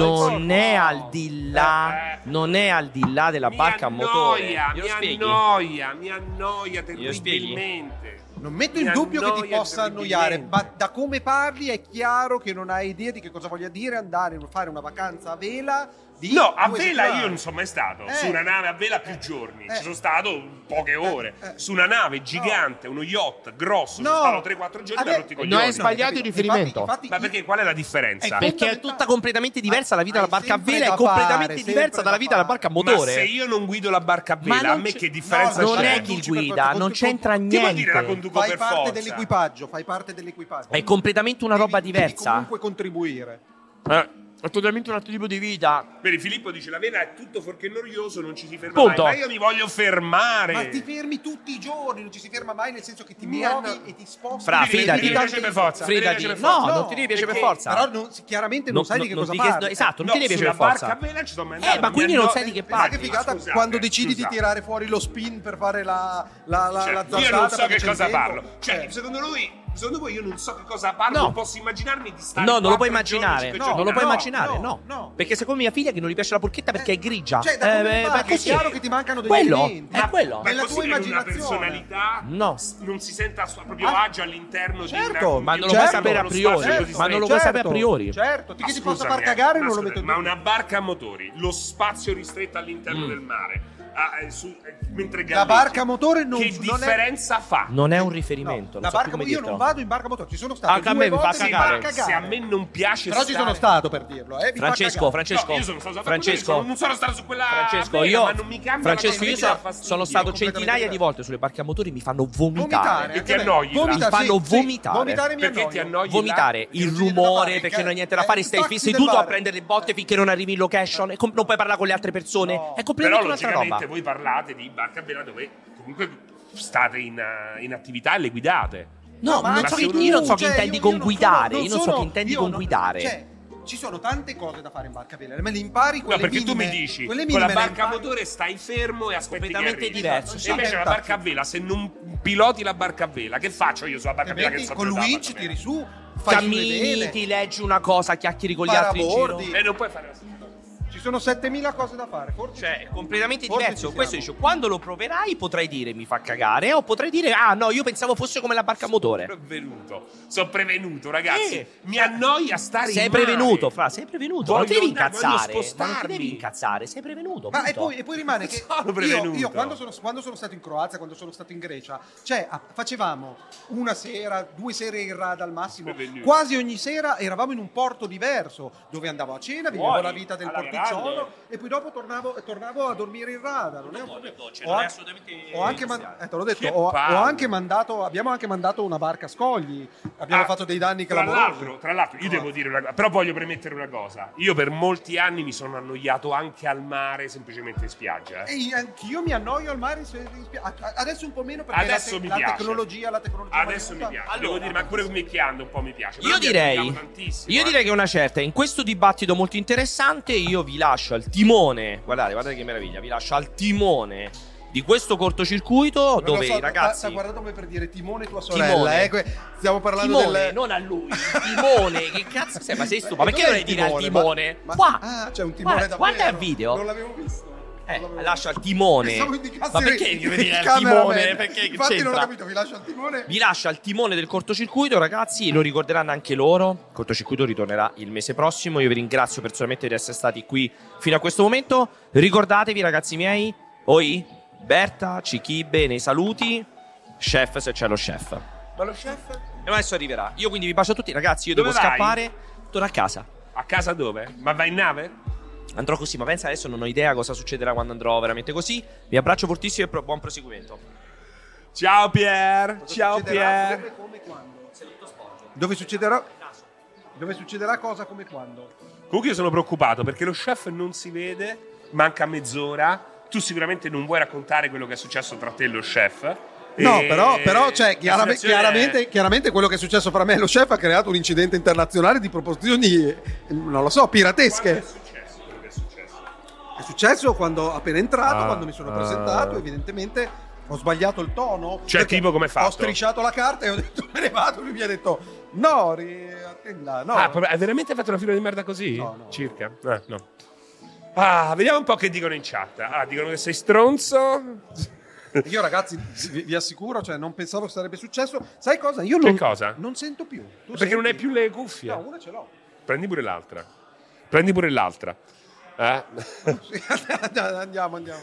A: non è al di là, non è al di là della barca a motore.
B: Noia,
A: Glielo
B: Eh. mi
A: spieghi?
B: annoia, mi annoia
A: spieghi?
B: terribilmente.
D: Non metto
B: Mi
D: in dubbio che ti
B: annoia
D: possa annoiare, ma da come parli è chiaro che non hai idea di che cosa voglia dire andare a fare una vacanza a vela. Di
B: No, a
D: due
B: vela
D: settimane.
B: io non sono mai stato.
D: Eh.
B: Su una nave a vela più giorni. Ci sono stato poche ore. Su una nave gigante, uno yacht grosso,
D: No.
B: sono stato 3-4 giorni da
D: Vabbè,
B: rotti
D: no,
B: coglioni.
D: hai sbagliato il riferimento. Infatti-
B: Ma perché qual è la differenza?
A: Perché è tutta completamente diversa la vita della barca a
D: sempre
A: vela, è
D: da
A: completamente
D: fare, sempre
A: diversa dalla vita della barca a motore.
B: Ma se io non guido la barca a
A: Ma
B: vela, a
A: non
B: me
A: c'è-
B: che differenza
A: no, non
B: c'è?
A: è chi guida,
B: per-
A: non c'entra
B: Che vuol dire la
A: niente.
B: conduco
D: Fai
B: per
D: parte
B: forza?
D: dell'equipaggio, fai parte dell'equipaggio.
A: È completamente una roba diversa.
D: Comunque contribuire.
A: È totalmente un altro tipo di vita.
B: Vedi, Filippo dice la vela è tutto forché noioso, non ci si ferma
A: Punto.
B: mai. Ma io mi voglio fermare.
D: Ma ti fermi tutti i giorni, non ci si ferma mai, nel senso che ti
B: Mi
D: muovi
B: hanno-
D: e ti sposti.
A: Fra,
D: Devi-
A: fidati.
D: devi
A: Mi
D: dare-
B: piace per forza, mi
A: Fidati.
B: piace per
A: No,
B: forza.
A: non ti devi piacere per
B: Perché-
A: forza.
D: Però non- chiaramente non,
A: Non-
D: sai di
A: non-
D: che
A: non
D: cosa
A: ti chies-
D: parli.
A: esatto, non
B: No,
A: ti devi piacere
B: sulla
A: per forza.
B: barca a vela ci sono mai
A: Eh,
B: andato.
A: ma
B: mi
A: quindi non
B: anno-
A: sai di che
D: Ma che
A: parli.
D: figata
B: eh, scusate,
D: quando decidi
B: scusate.
D: di tirare fuori lo spin per fare la, la, la,
B: Cioè,
D: la
B: io
D: zazzata
B: non so
D: perché
B: che
D: c'è il
B: cosa
D: vento.
B: parlo. Cioè,
D: Eh.
B: secondo lui, secondo voi io non so che cosa parlo,
A: No.
B: non posso immaginarmi di stare
A: No, non lo
B: quattro
A: puoi immaginare.
B: giorni, cinque
A: No,
B: giorni
A: non lo
B: a
A: puoi
B: Roma.
A: immaginare, no. Perché secondo mia figlia che non gli piace la porchetta perché è grigia.
D: Cioè, da come
A: Eh,
D: parli,
A: ma
D: è
A: così.
D: chiaro che ti mancano degli
A: Quello,
D: elementi.
A: è quello.
B: Ma
D: Nella tua
B: così che una
D: immaginazione.
B: personalità
A: No.
B: non si senta a suo- a proprio
D: Ah,
B: agio all'interno di
D: certo,
B: una
A: ma non lo
B: puoi
A: puoi sapere a priori, ma non lo puoi sapere a priori.
D: Certo, ti
B: Ma
D: che ti possa
B: scusami,
D: far
B: ma
D: cagare non lo
B: scusami,
D: metto in
B: Ma
D: dubbio.
B: una barca a motori, lo spazio ristretto
A: Mm.
B: all'interno del mare, ah, eh, su- eh, mentre
D: La
B: galleggi,
D: barca a motore non
B: che
D: non è
B: differenza fa?
A: Non è un riferimento.
D: la
A: non so
D: barca,
A: più come
D: io
A: dirtelo.
D: non vado in barca a motore, ci sono stato
A: Anche a
D: due
A: me mi fa
D: volte, mi
A: cagare.
B: Se a me non piace
D: Però ci
B: stare...
D: sono stato per dirlo, eh, mi fa cagare.
A: Francesco, Francesco,
B: No, io sono stato a
A: Francesco,
B: Francesco, non sono stato su quella
A: Francesco,
B: vela,
A: io,
B: ma non mi cambia
A: Francesco, io
B: sono,
A: sono, sono stato centinaia di volte sulle barche a motori, mi fanno vomitare.
D: Vomitare,
B: E ti
D: anche me.
B: annoi,
A: mi
D: Vomitare,
A: fanno
D: sì, sì,
A: vomitare.
D: Vomitare mi
B: perché ti
D: annoia.
B: annoi là?
A: Vomitare il rumore
D: cioè,
A: perché non hai niente da fare, stai
D: taxi del
A: seduto a
D: bar.
A: prendere le botte finché non arrivi in location, e com- non puoi parlare con le altre persone. È
B: Però
A: completamente un'altra roba.
B: logicamente voi parlate di barca a vela dove comunque state in, eh, in attività e le guidate.
A: No,
D: ma
A: non
D: ma
A: so
D: se
A: che-
D: tu-
A: io non so che
D: cioè,
A: intendi
D: io-
A: con
D: io non
A: guidare,
D: sono-
A: io non so
D: sono-
A: che intendi
D: io
A: con
D: non-
A: guidare.
D: Cioè, ci sono tante cose da fare in barca a vela, me le impari quelle
B: no, perché tu mi
D: minime-
B: dici
D: quelle
B: con la
D: minime le
B: barca a
D: impari.
B: motore stai fermo e aspetti che
A: Completamente
B: arrivi.
A: diverso,
B: E
A: sì.
B: invece la
D: Esatto.
B: barca a vela, se non piloti la barca a vela, che faccio io sulla barca a
D: Te
B: vela
D: metti
B: che so
D: con
B: pilotare la
D: Luigi,
B: barca a
D: tiri
B: vela?
D: su, fai sulle
A: Cammini,
D: vele.
A: ti leggi una cosa, chiacchieri con gli altri in giro.
D: Parabordi.
B: E non puoi fare
D: Ci sono 7000 cose da fare, forse.
A: Cioè, completamente
D: Forse ci
A: diverso.
D: siamo.
A: Questo dice, quando lo proverai potrai dire mi fa cagare o potrai dire ah no, io pensavo fosse come la barca a motore.
B: Prevenuto. Sono prevenuto, ragazzi.
A: Eh.
B: Mi annoia stare
A: Sei
B: in mare.
A: prevenuto, fra, sei prevenuto. non ti devi
B: Voglio andare, voglio
A: incazzare. Ma non ti
B: spostarmi.
A: devi incazzare, sei prevenuto.
D: Ma e
A: punto.
D: poi, e poi rimane che
B: Sono
D: io,
B: prevenuto.
D: io quando, sono, quando sono stato in Croazia, quando sono stato in Grecia, cioè a- facevamo una sera, due sere in rada al massimo,
B: Benvenuto.
D: quasi ogni sera eravamo in un porto diverso, dove andavo a cena, vivevo
B: Fuori,
D: la vita del
B: alla
D: porticciolo
B: grande.
D: e poi dopo tornavo, tornavo a dormire in rada. Non è un problema.
A: cioè,
D: Ho
A: non è
D: an-
A: assolutamente
D: ho anche, man-
A: iniziale.
D: eh, te l'ho detto,
B: Che
D: ho, ho
B: palle.
D: anche mandato, abbiamo anche mandato una barca a scogli, abbiamo
B: Ah,
D: fatto dei danni
B: Tra l'altro,
D: clamorosi.
B: tra l'altro, io devo dire una cosa, però voglio premettere una cosa. Io per molti anni mi sono annoiato anche al mare, semplicemente in spiaggia. eh.
D: E anch'io mi annoio al mare, se- in spia- a- adesso un po' meno perché
B: Adesso
D: la,
B: mi
D: la
B: piace.
D: tecnologia, la tecnologia
B: Adesso mi
D: aiuta.
B: piace,
A: Allora,
B: devo dire, ma pure micchiando un po' mi piace. Però
A: Io
B: mi
A: direi,
B: annoiavo tantissimo,
A: io
B: eh.
A: direi che una certa, in questo dibattito molto interessante, io vi lascio al timone. Guardate, guardate che meraviglia, vi lascio al timone di questo cortocircuito
D: Non lo
A: dove
D: so,
A: i ragazzi.
D: Sta, sta guardando come per dire Timone tua
A: Timone.
D: sorella. eh, que- stiamo parlando
A: Timone,
D: del.
A: non a lui. Timone, che cazzo sei? Ma sei stupido? Ma
D: Eh,
A: perché
D: dov'è
A: dovrei dire al
D: Ma-
A: timone?
D: ma-
A: Qua!
D: Ah, c'è un timone
A: Guarda-
D: davvero.
A: guarda il video.
D: Non l'avevo visto.
A: Eh, lascio al timone.
D: Pensavo indicassi
A: Ma perché
D: il
A: devo dire al
D: cameraman.
A: timone? Perché
D: Infatti non ho
A: c'entra?
D: capito, vi lascio al timone.
A: Vi lascio al timone del cortocircuito, ragazzi, lo ricorderanno anche loro. Il cortocircuito ritornerà il mese prossimo. Io vi ringrazio personalmente di essere stati qui fino a questo momento. Ricordatevi, ragazzi miei, oi, Berta, Cichibe, nei saluti, chef se c'è lo chef.
B: Ma lo chef?
A: E adesso arriverà. Io quindi vi bacio a tutti, ragazzi, io
B: Dove
A: devo
B: vai?
A: scappare, torno a casa.
B: A casa dove? Ma vai in nave?
A: Andrò così, ma pensa adesso non ho idea cosa succederà quando andrò veramente così. Vi abbraccio fortissimo e pro- buon proseguimento.
B: Ciao Pier,
A: ciao
D: succederà?
A: Pier.
D: Dove succederà? Dove succederà cosa come quando?
B: Comunque io sono preoccupato perché lo chef non si vede, manca mezz'ora. Tu sicuramente non vuoi raccontare quello che è successo tra te e lo chef.
D: No,
B: E-
D: però, però cioè,
B: la
D: chiarame-
B: situazione
D: chiaramente, chiaramente quello che è successo fra me e lo chef ha creato un incidente internazionale di proporzioni, eh, non lo so, piratesche. È
B: successo quello che è successo?
D: successo quando appena entrato,
B: Ah,
D: quando mi sono
B: ah.
D: presentato, evidentemente ho sbagliato il tono.
B: Cioè,
D: perché
B: tipo, come hai fatto?
D: Ho strisciato la carta e ho detto me ne vado, lui mi ha detto no, ri- attenda, no.
B: Ah, proprio- hai veramente fatto una fila di merda così? Circa? Eh, no. Ah, vediamo un po' che dicono in chat. Ah, dicono che sei stronzo.
D: Io ragazzi vi, vi assicuro, cioè, non pensavo che sarebbe successo. Sai cosa? Io non,
B: cosa?
D: non sento più. Tu
B: Perché non hai più le cuffie.
D: No, una ce l'ho.
B: Prendi pure l'altra. Prendi pure l'altra. Eh?
D: andiamo, andiamo.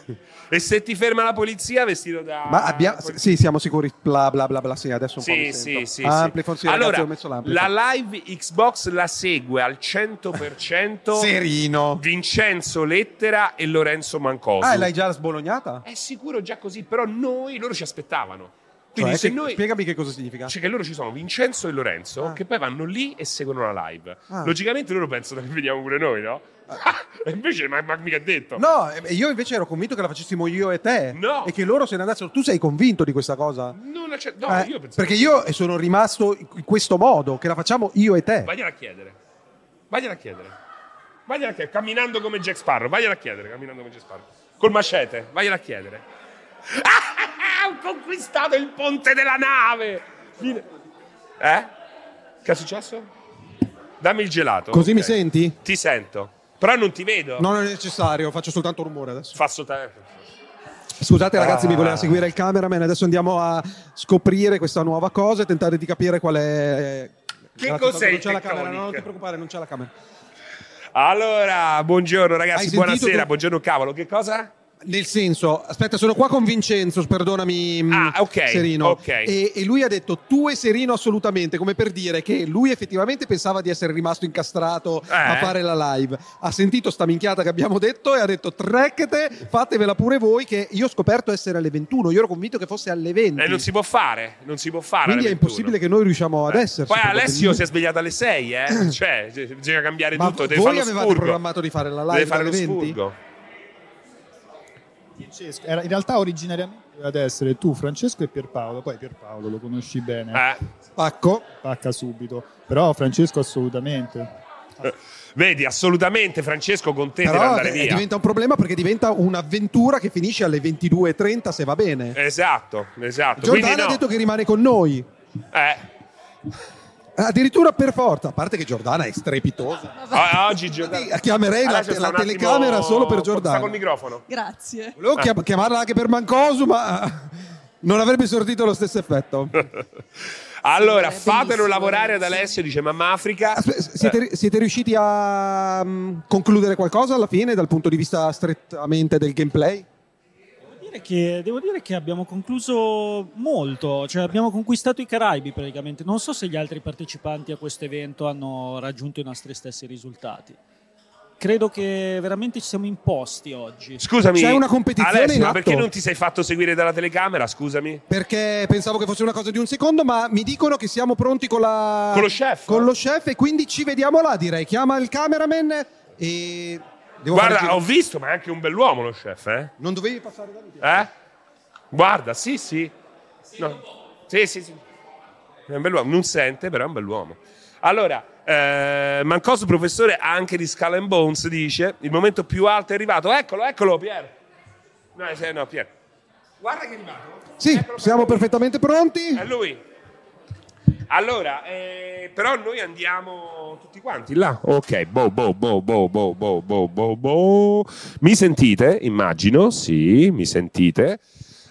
B: e se ti ferma la polizia vestito da...
D: Ma abbiamo, sì, siamo sicuri. Bla bla bla bla. Sì, adesso un po'
B: Sì,
D: mi
B: sì,
D: sento.
B: sì, sì.
D: Amplifon, sì, ragazzi,
B: allora,
D: ho messo l'amplifon.
B: la live Xbox la segue al 100%
D: Serino.
B: Vincenzo Lettera e Lorenzo Mancoso.
D: Ah, e l'hai già sbolognata?
B: È sicuro già così, però noi, loro ci aspettavano. Quindi
D: Cioè,
B: se
D: che-
B: noi...
D: Spiegami che cosa significa.
B: Cioè che loro ci sono Vincenzo e Lorenzo che poi vanno lì e seguono la live.
D: Ah.
B: Logicamente loro pensano che vediamo pure noi, no? E invece ma, ma mica detto.
D: No, eh, e- e io invece ero convinto che la facessimo io e te.
B: No.
D: E che loro se ne andassero. Tu sei convinto di questa cosa?
B: Non la c'è- no,
D: Eh,
B: io pensavo...
D: perché io sono rimasto in questo modo, che la facciamo io e te.
B: Vagliela a chiedere. Vagliela a chiedere. Vagliela a chiedere. Camminando come Jack Sparrow. Vagliela a chiedere. Camminando come Jack Sparrow. Col macete. Vagliela a chiedere. Ah, ho conquistato il ponte della nave. Fine- Eh? Che è successo? Dammi il gelato.
D: Così
B: Ok.
D: mi senti?
B: Ti sento. Però non ti vedo.
D: Non è necessario, faccio soltanto rumore adesso.
B: Faccio te.
D: Scusate ragazzi,
B: Ah.
D: mi voleva seguire il cameraman, adesso andiamo a scoprire questa nuova cosa e tentare di capire qual è...
B: Che
D: Grazie,
B: cos'è
D: tanto
B: il
D: Non c'è la
B: Tectonic?
D: camera, no, non ti preoccupare, non c'è la camera.
B: Allora, buongiorno ragazzi.
D: Hai sentito
B: Buonasera.
D: tu-
B: Buongiorno cavolo. Che cosa?
D: Nel senso, aspetta, sono qua con Vincenzo, perdonami mh,
B: Ah, ok,
D: Serino.
B: ok.
D: E, e lui ha detto tu e Serino assolutamente, come per dire che lui effettivamente pensava di essere rimasto incastrato a
B: Eh.
D: fare la live. Ha sentito sta minchiata che abbiamo detto e ha detto trecchete, fatevela pure voi che io ho scoperto essere alle 21, io ero convinto che fosse alle 20.
B: E non Eh, si può fare. Non si può fare.
D: Quindi è
B: alle 21.
D: impossibile che noi riusciamo ad esserci.
B: Poi Alessio
D: probabilmente.
B: si è svegliato alle 6, eh? cioè, c- bisogna cambiare
D: Ma
B: tutto. Deve
D: voi
B: fare lo
D: avevate
B: spurgo.
D: programmato di fare la live
B: Deve fare
D: alle
B: lo
D: 20?
B: spurgo.
E: Francesco- era- in realtà originariamente doveva essere tu, Francesco e Pierpaolo, poi Pierpaolo lo conosci bene.
A: Eh.
D: Pacco.
E: Pacca subito, però Francesco assolutamente.
B: Eh, Vedi, assolutamente Francesco con te deve
D: Però
B: andare
D: eh,
B: via.
D: diventa un problema perché diventa un'avventura che finisce alle 22.30 se va bene.
B: Esatto, esatto.
D: Giordano
B: Quindi no.
D: ha detto che rimane con noi.
B: Eh,
D: Addirittura per forza, a parte che Giordana è strepitosa.
B: o- oggi Giordano...
D: La chiamerei la-
B: Adesso sta
D: la
B: un attimo-
D: telecamera solo per
B: Sta
D: Giordano.
B: col microfono. Ah.
V: Grazie.
D: Volevo chiam- chiamarla anche per Mancosu, ma eh, non avrebbe sortito lo stesso effetto.
B: Allora, fatelo lavorare ad Alessio, dice Mamma Africa.
D: Siete, siete riusciti a mm, concludere qualcosa alla fine dal punto di vista strettamente del gameplay?
O: dire che- devo dire che abbiamo concluso molto, cioè abbiamo conquistato i Caraibi praticamente. Non so se gli altri partecipanti a questo evento hanno raggiunto i nostri stessi risultati. Credo che veramente ci siamo imposti oggi.
B: Scusami, Alessio,
D: in
B: ma perché
D: atto?
B: non ti sei fatto seguire dalla telecamera? Scusami.
D: Perché pensavo che fosse una cosa di un secondo, ma mi dicono che siamo pronti con la-
B: Con lo chef.
D: Con lo chef, e quindi ci vediamo là, direi. Chiama il cameraman e. Devo
B: Guarda,
D: fare-
B: ho visto, ma è anche un bell'uomo lo chef, eh?
D: Non dovevi passare da
B: Eh? Guarda, sì, sì. No. Sì, sì, sì. È un bell'uomo. Non sente, però è un bell'uomo. Allora, eh, Mancoso, professore anche di Skull and Bones, dice il momento più alto è arrivato. Eccolo, eccolo, Pier. No, eh, no, Pier. Guarda che è arrivato.
D: Sì, siamo perfettamente pronti.
B: È lui.
F: Allora, eh, però noi andiamo tutti quanti là.
B: Là, ok, boh, boh, boh, boh, boh, boh, boh, boh, boh. Mi sentite? Immagino, sì, mi sentite.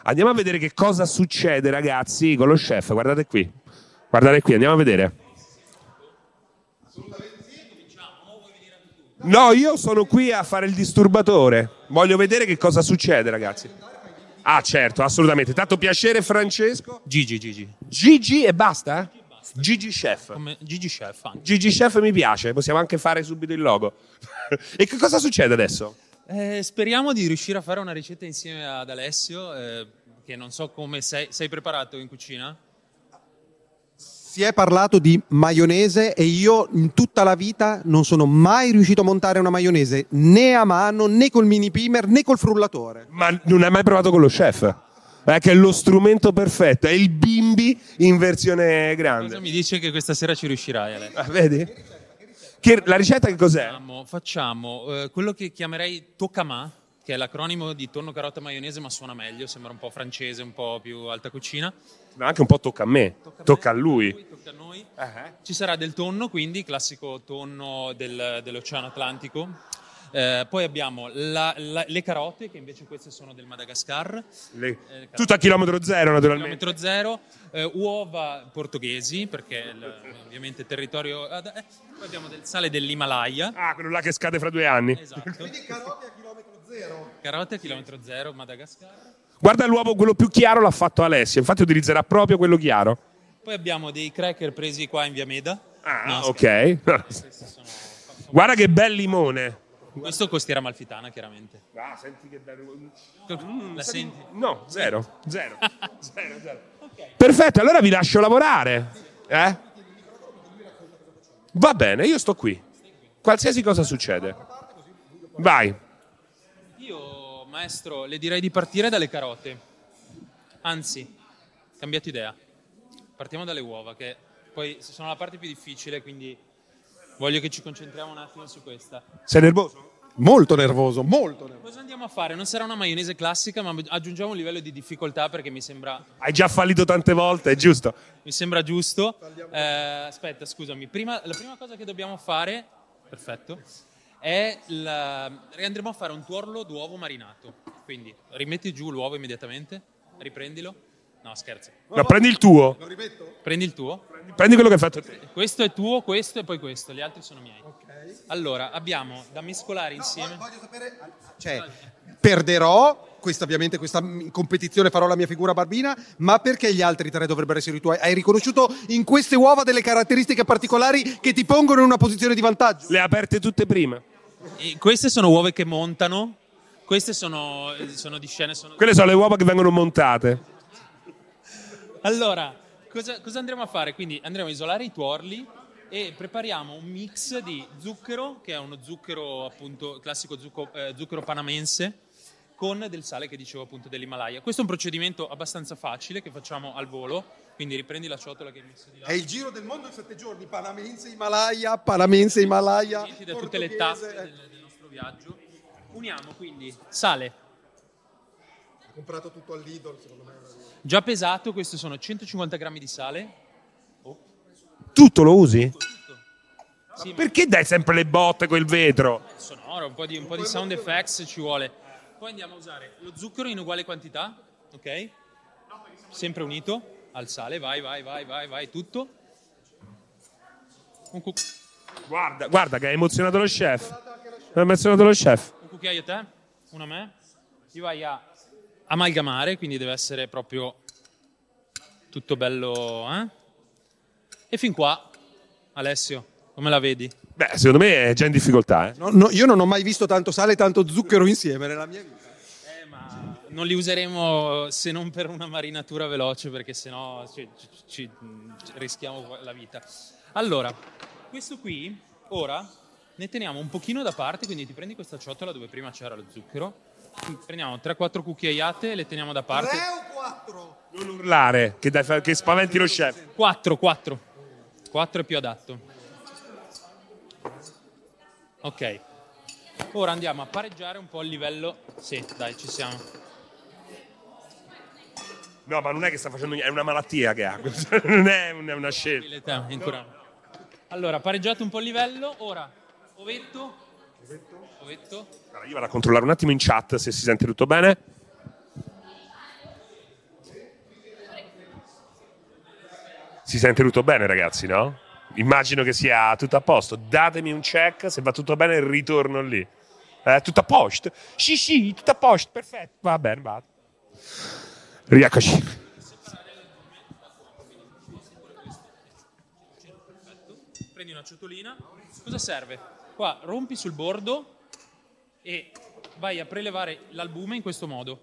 B: Andiamo a vedere che cosa succede, ragazzi, con lo chef. Guardate qui. Guardate qui, andiamo a vedere. No, io sono qui a fare il disturbatore. Voglio vedere che cosa succede, ragazzi. Ah, certo, assolutamente. Tanto piacere, Francesco.
W: Gigi, Gigi.
B: Gigi e basta? Gigi Chef.
W: Come Gigi Chef. anche.
B: Gigi Chef mi piace, possiamo anche fare subito il logo. e che cosa succede adesso?
W: Eh, speriamo di riuscire a fare una ricetta insieme ad Alessio, eh, che non so come sei, sei preparato in cucina.
H: Si è parlato di maionese e io in tutta la vita non sono mai riuscito a montare una maionese né a mano né col mini pimer né col frullatore.
B: Ma non hai mai provato con lo chef? Eh, che è lo strumento perfetto, è il bimbi in versione grande.
W: Cosa mi dice che questa sera ci riuscirai,
D: Ah,
W: Alessio?
B: Vedi? Che- la ricetta che cos'è?
W: Facciamo, facciamo, eh, quello che chiamerei Tocamà, che è l'acronimo di tonno, carota, maionese, ma suona meglio, sembra un po' francese, un po' più alta cucina.
B: Ma anche un po' tocca a me, tocca a lui.
W: Tocca a noi. Ci sarà del tonno, quindi, classico tonno del- dell'Oceano Atlantico. Eh, poi abbiamo la- la- le carote, che invece queste sono del Madagascar. Eh,
B: Le-
W: carote.
B: Tutto a chilometro zero, naturalmente.
W: Chilometro zero, eh, uova portoghesi, perché il- ovviamente il territorio... ah, eh, poi abbiamo del sale dell'Himalaya.
B: Ah, quello là che scade fra due anni.
W: Esatto. Carote a chilometro zero, Madagascar.
B: Guarda l'uovo, quello più chiaro l'ha fatto Alessio, infatti utilizzerà proprio quello chiaro.
W: Poi abbiamo dei cracker presi qua in via Meda.
B: Ah,
W: No,
B: ok. Guarda che bel limone.
W: Questo costiera malfitana, chiaramente.
B: Ah, senti che bello.
W: La senti?
B: Mm, No, zero. Zero.
F: Zero, zero.
B: Perfetto, allora vi lascio lavorare. Eh? Va bene, io sto qui. Qualsiasi cosa succede. Vai.
W: Io, Oh, maestro, le direi di partire dalle carote. Anzi, cambiato idea. Partiamo dalle uova, che poi sono la parte più difficile, quindi voglio che ci concentriamo un attimo su questa.
B: Sei nervoso?
H: Molto nervoso, molto nervoso.
W: Cosa andiamo a fare? Non sarà una maionese classica, ma aggiungiamo un livello di difficoltà perché mi sembra
B: Hai già fallito tante volte, è giusto?
W: Mi sembra giusto. Eh, aspetta, scusami. Prima- la prima cosa che dobbiamo fare, perfetto, è la, andremo a fare un tuorlo d'uovo marinato. Quindi rimetti giù l'uovo immediatamente, riprendilo. No, scherzo.
B: Ma prendi il tuo.
W: Lo rimetto? Prendi il tuo.
B: Prendi quello che hai fatto te.
W: Questo è tuo, questo e poi questo, gli altri sono miei. Allora, abbiamo da mescolare insieme.
H: Cioè, perderò, questa ovviamente questa m- competizione farò la mia figura barbina, ma perché gli altri tre dovrebbero essere i tuoi? Hai riconosciuto in queste uova delle caratteristiche particolari che ti pongono in una posizione di vantaggio?
B: Le aperte tutte prima.
W: E queste sono uova che montano. Queste sono, eh, sono di scene. Sono...
B: Quelle sono le uova che vengono montate.
W: Allora, cosa, cosa andremo a fare? Quindi andremo a isolare i tuorli e prepariamo un mix di zucchero, che è uno zucchero appunto classico zucco- eh, zucchero panamense, con del sale che dicevo appunto dell'Himalaya. Questo è un procedimento abbastanza facile che facciamo al volo, quindi riprendi la ciotola che hai messo di là.
H: È il giro del mondo in sette giorni, Panamense, Himalaya, Panamense, Himalaya.
W: Uniti da tutte le tappe
H: eh.
W: del, del nostro viaggio. Uniamo quindi sale.
H: Ho comprato tutto al Lidl, secondo me.
W: Già pesato, questi sono 150 grammi di sale.
B: Tutto lo usi? Ma Perché dai sempre le botte col vetro?
W: sonoro, un po' di, un po' di sound effects ci vuole. Poi andiamo a usare lo zucchero in uguale quantità, ok? Sempre unito al sale, vai, vai, vai, vai, vai, tutto. Un, cuc-
B: Guarda, guarda che ha emozionato lo chef. Ha emozionato lo chef.
W: un cucchiaio a te, uno a me. Ti vai a amalgamare, quindi deve essere proprio tutto bello, eh? E fin qua, Alessio, come la vedi?
B: Beh, secondo me è già in difficoltà. eh.
H: No, no, io non ho mai visto tanto sale e tanto zucchero insieme nella mia vita.
W: Non li useremo eh, se non per una marinatura veloce, perché sennò ci, ci- ci- ci rischiamo la vita. Allora, questo qui, ora, ne teniamo un pochino da parte, quindi ti prendi questa ciotola dove prima c'era lo zucchero, prendiamo 3-4 cucchiaiate, le teniamo da parte.
B: Urlare, che, dai- che spaventi lo chef.
W: 4, 4. 4 è più adatto. Ok. Ora andiamo a pareggiare un po' il livello. Sì, dai, ci siamo.
B: No, ma non è che sta facendo niente, è una malattia che ha, non è un- è una scelta.
W: Età, incurabile. eh, Allora, pareggiato un po' il livello, ora Ovetto. Ovetto.
B: Io vado a controllare un attimo in chat se si sente tutto bene. Si sente tutto bene, ragazzi, no? Immagino che sia tutto a posto. Datemi un check, se va tutto bene ritorno lì. Eh, tutto a posto? Sì, sì, tutto a posto, perfetto. Va bene, va. Rieccoci.
W: Prendi una ciotolina. Cosa serve? Qua rompi sul bordo e vai a prelevare l'albume in questo modo.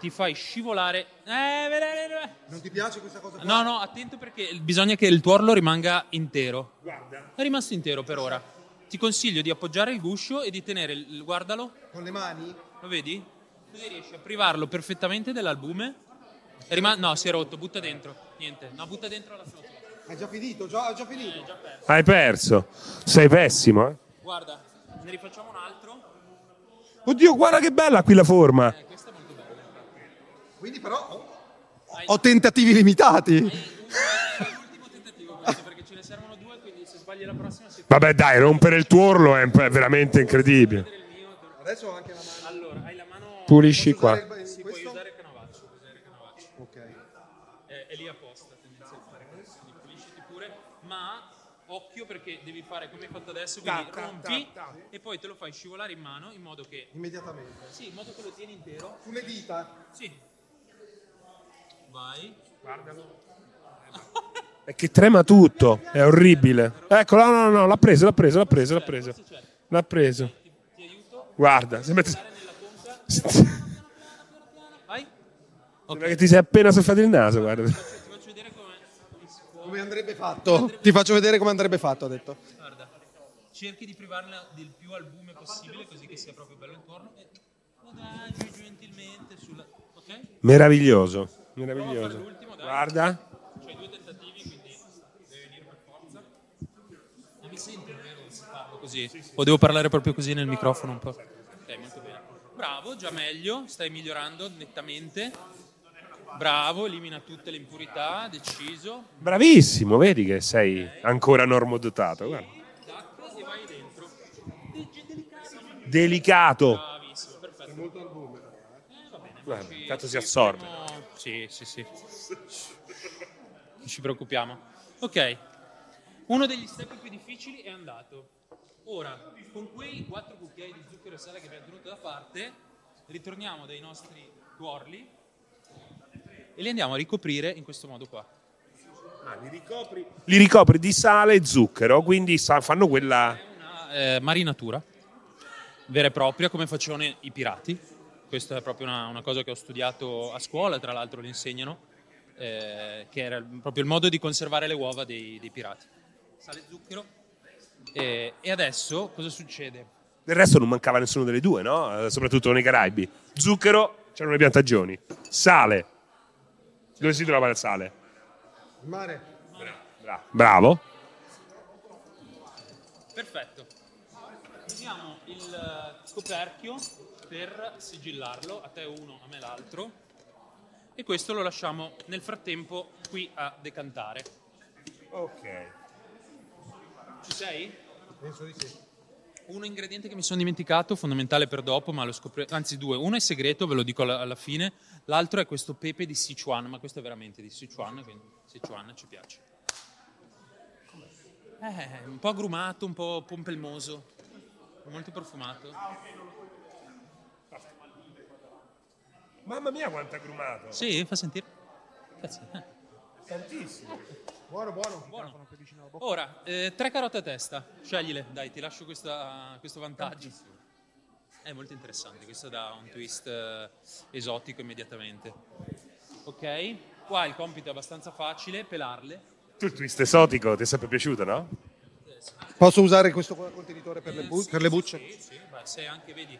W: Ti fai scivolare. Eh, ve- ve- ve-
D: Non ti piace questa cosa?
W: No, no, attento perché bisogna che il tuorlo rimanga intero.
D: Guarda.
W: È rimasto intero per ora. Ti consiglio di appoggiare il guscio e di tenere il guardalo.
D: Con le mani?
W: Lo vedi? Così riesci a privarlo perfettamente dell'albume. È rima- no, si è rotto, butta dentro. Niente, no, butta dentro la sopra.
D: È già finito, già, è già finito.
H: Eh,
B: Hai perso. Sei pessimo, eh?
W: Guarda, ne rifacciamo un altro.
B: Oddio, guarda che bella qui la forma.
D: Quindi però
X: Ho tentativi limitati.
W: Perché ce ne servono due, quindi se sbagli la prossima si
B: Vabbè, dai, rompere il tuorlo è è veramente incredibile.
D: adesso ho anche la mano.
W: Allora, hai la mano
B: Pulisci qua.
W: si può usare il canovaccio. puoi usare il canovaccio. È, è lì apposta, tendenzialmente. Quindi pulisciti pure, ma occhio perché devi fare come hai fatto adesso, quindi
D: Ta, ta, ta,
W: rompi
D: ta.
W: e poi te lo fai scivolare in mano in modo che
D: Immediatamente.
W: Sì, in modo che lo tieni intero.
D: Sulle dita?
W: Sì. Vai.
B: Guardalo. È che trema tutto, è orribile. Ecco, no, no, no, l'ha preso, l'ha preso, l'ha preso, l'ha preso. L'ha preso. Guarda, sembra, sembra
W: Vai.
B: che ti sei appena soffiato il naso, guarda.
D: Come andrebbe fatto? Ti faccio vedere come andrebbe fatto, ha detto.
W: Guarda. Cerchi di privarla del più albume possibile così che sia proprio bello intorno e lo dai gentilmente sulla ok?
B: Meraviglioso,
W: Prova a fare
B: meraviglioso.
W: l'ultimo, dai.
B: Guarda,
W: C'hai due tentativi, quindi devi venire per forza. Non mi sento, vero, se parlo così. O devo parlare proprio così nel microfono un po'. Ok, molto bene. Bravo, già meglio, stai migliorando nettamente. Bravo, elimina tutte le impurità, deciso.
B: bravissimo, vedi che sei ancora normodotato. Guarda.
W: Tac, e vai dentro.
B: Delicato.
W: Bravissimo, perfetto.
D: molto albume.
B: Guarda, intanto si assorbe.
W: Sì, sì, sì. Non ci preoccupiamo. Ok, uno degli step più difficili è andato. Ora, con quei quattro cucchiai di zucchero e sale che abbiamo tenuto da parte, ritorniamo dai nostri tuorli e li andiamo a ricoprire in questo modo qua.
B: Ma Ah, li ricopri? Li ricopri di sale e zucchero, quindi sa- fanno quella...
W: eh, marinatura vera e propria come facevano i pirati. Questa è proprio una, una cosa che ho studiato a scuola, tra l'altro lo insegnano, eh, che era il- proprio il modo di conservare le uova dei, dei pirati. Sale e zucchero. Eh, e adesso cosa succede?
B: Del resto non mancava nessuno delle due, no? Eh, Soprattutto nei Caraibi. Zucchero, c'erano le piantagioni. Sale. Dove si trova il sale?
D: Il mare.
B: Bra- Bravo.
W: Perfetto. Usiamo il eh, coperchio per sigillarlo, a te uno, a me l'altro. E questo lo lasciamo nel frattempo qui a decantare.
B: Ok.
W: Ci sei?
D: Penso di sì.
W: Un ingrediente che mi sono dimenticato, fondamentale per dopo, ma lo scoprirete. Anzi, due. Uno è segreto, ve lo dico alla, alla fine. L'altro è questo pepe di Sichuan, ma questo è veramente di Sichuan, quindi Sichuan ci piace. Eh, un po' agrumato, un po' pompelmoso, molto profumato.
B: Mamma mia quanto agrumato.
W: Sì, fa sentire. Cazzo, eh.
B: Tantissimo.
D: Buono, buono.
W: Buono. Ora, eh, tre carote a testa, sceglile, dai, ti lascio questa- questo vantaggio. È molto interessante, questo dà un twist eh, esotico immediatamente. Ok, qua il compito è abbastanza facile, pelarle.
B: Tu il twist esotico ti è sempre piaciuto, no?
D: Posso usare questo qua contenitore per le, bu-
W: Eh, sì,
D: per le
W: sì,
D: bucce?
W: Sì, sì, ma se anche vedi.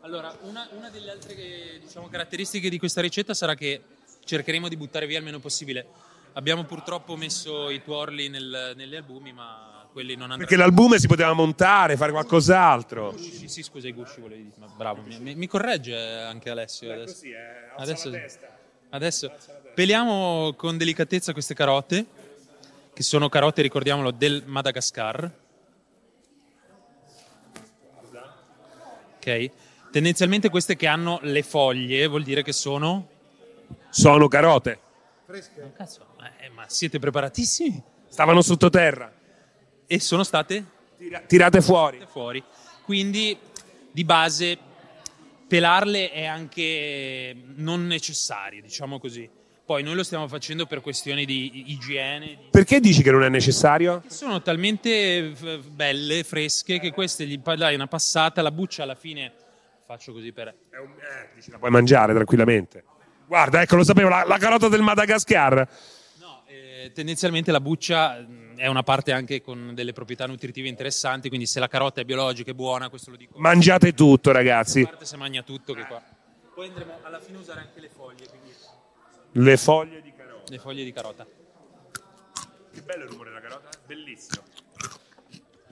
W: Allora, una, una delle altre eh, diciamo, caratteristiche di questa ricetta sarà che cercheremo di buttare via il meno possibile. Abbiamo purtroppo messo i tuorli nel, negli albumi, ma quelli non andranno.
B: Perché l'albume si poteva montare, fare qualcos'altro.
W: Sì, sì, sì, scusa, i gusci volevi dire, ma bravo, mi, mi- mi corregge anche Alessio adesso.
B: così, eh, alza
W: Adesso-
B: la testa.
W: Adesso peliamo con delicatezza queste carote, che sono carote, ricordiamolo, del Madagascar. Ok. Tendenzialmente queste che hanno le foglie vuol dire che sono...
B: Sono carote.
W: Ma Cazzo, ma, eh, ma siete preparatissimi?
B: Stavano sottoterra.
W: E sono state?
B: tirate fuori.
W: Tirate fuori. Quindi di base pelarle è anche non necessario, diciamo così. Poi noi lo stiamo facendo per questioni di igiene, di-
B: Perché dici che non è necessario?
W: sono talmente f- belle, fresche, che queste gli pa- dai una passata, la buccia alla fine faccio così per...
B: eh, La puoi mangiare tranquillamente. Guarda, ecco, lo sapevo, la, la carota del Madagascar.
W: Eh, tendenzialmente la buccia mh, è una parte anche con delle proprietà nutritive interessanti, quindi se la carota è biologica è buona, questo lo dico.
B: Mangiate tutto, ragazzi.
W: A parte se magna tutto che qua. Poi andremo alla fine a usare anche le foglie, quindi
B: Le foglie di carota.
W: le foglie di carota.
F: Che bello il rumore della carota, eh. bellissimo.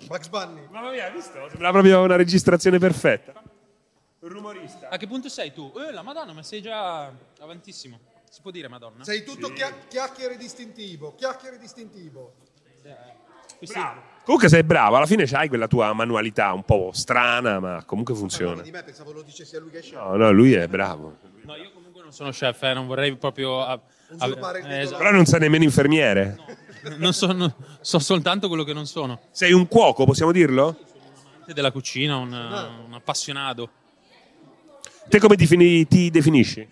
D: Bugs Bunny.
F: Mamma mia, hai visto?
B: Sembra proprio una registrazione perfetta.
F: Rumorista.
W: A che punto sei tu? Eh, la Madonna, ma sei già avantissimo. Si può dire Madonna?
D: Sei tutto chia- chiacchiere distintivo, chiacchiere distintivo.
H: eh.
B: Comunque sei bravo, alla fine c'hai quella tua manualità un po' strana, ma comunque funziona.
D: Di me pensavo lo dicessi a lui che esce.
B: No, no, lui è bravo.
W: No, io comunque non sono chef, eh, non vorrei proprio... a-
D: Usurpare il
W: eh,
D: titolo.
W: esatto.
B: Però non sei nemmeno infermiere.
W: Non sono, so soltanto quello che non sono.
B: Sei un cuoco, possiamo dirlo?
W: Della cucina, un, un appassionato.
B: Te come ti, fini- ti definisci?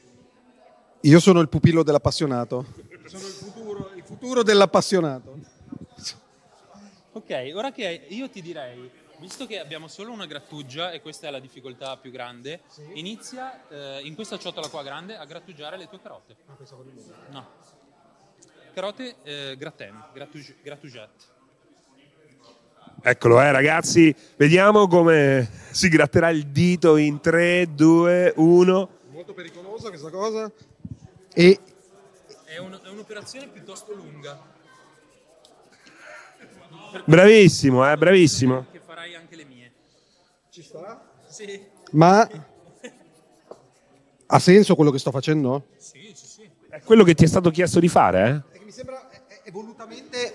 H: Io sono il pupillo dell'appassionato. Sono il futuro, il futuro dell'appassionato.
W: Ok, ora che io ti direi, visto che abbiamo solo una grattugia e questa è la difficoltà più grande, inizia eh, in questa ciotola qua grande a grattugiare le tue carote. No. Carote eh, gratin, grattugi- grattugiate.
B: Eccolo, eh, ragazzi. Vediamo come si gratterà il dito in 3, 2, 1.
D: Molto pericolosa questa cosa.
H: E
W: È, un- è un'operazione piuttosto lunga.
B: Bravissimo, eh, bravissimo.
W: Che farai anche le mie.
D: Ci sta?
W: Sì.
H: Ma ha senso quello che sto facendo?
B: È quello che ti è stato chiesto di fare, eh?
D: È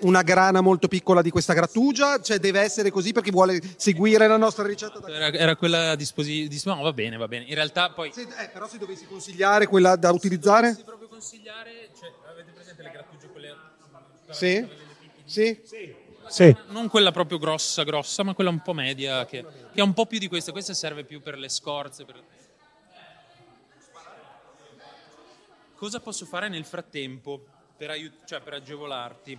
D: Una grana molto piccola di questa grattugia, cioè deve essere così perché vuole seguire la nostra ricetta. Da...
W: Era, era quella disposizione. no, va bene, va bene. In realtà poi.
D: eh, però se dovessi consigliare quella da utilizzare?
W: proprio consigliare, cioè, avete presente le grattugie quelle
D: Sì? Sì?
B: Sì.
W: non quella proprio grossa grossa, ma quella un po' media che, che è un po' più di questa, questa serve più per le scorze. per- Cosa posso fare nel frattempo per, aiut- cioè, per agevolarti?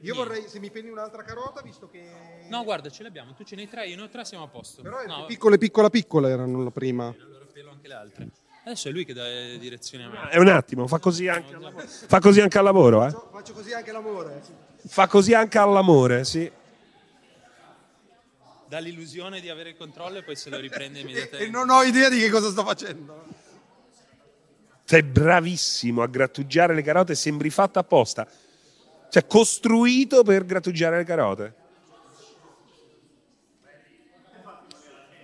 D: Io vorrei, se mi prendi un'altra carota, visto che...
W: No, guarda, ce l'abbiamo, tu ce ne hai tre, io ne ho tre, siamo a posto.
D: Però
W: no,
H: Piccole, piccola, piccola erano la prima.
W: allora pelo anche le altre. Adesso è lui che dà eh, direzione a me.
B: È un attimo, fa così anche al lavoro. Fa così anche al lavoro, eh?
D: Faccio così anche l'amore.
B: Fa così anche all'amore, sì.
W: Dà l'illusione di avere il controllo e poi se lo riprende immediatamente.
D: E non ho idea di che cosa sto facendo.
B: Sei bravissimo a grattugiare le carote, sembri fatto apposta. Cioè, costruito per grattugiare le carote.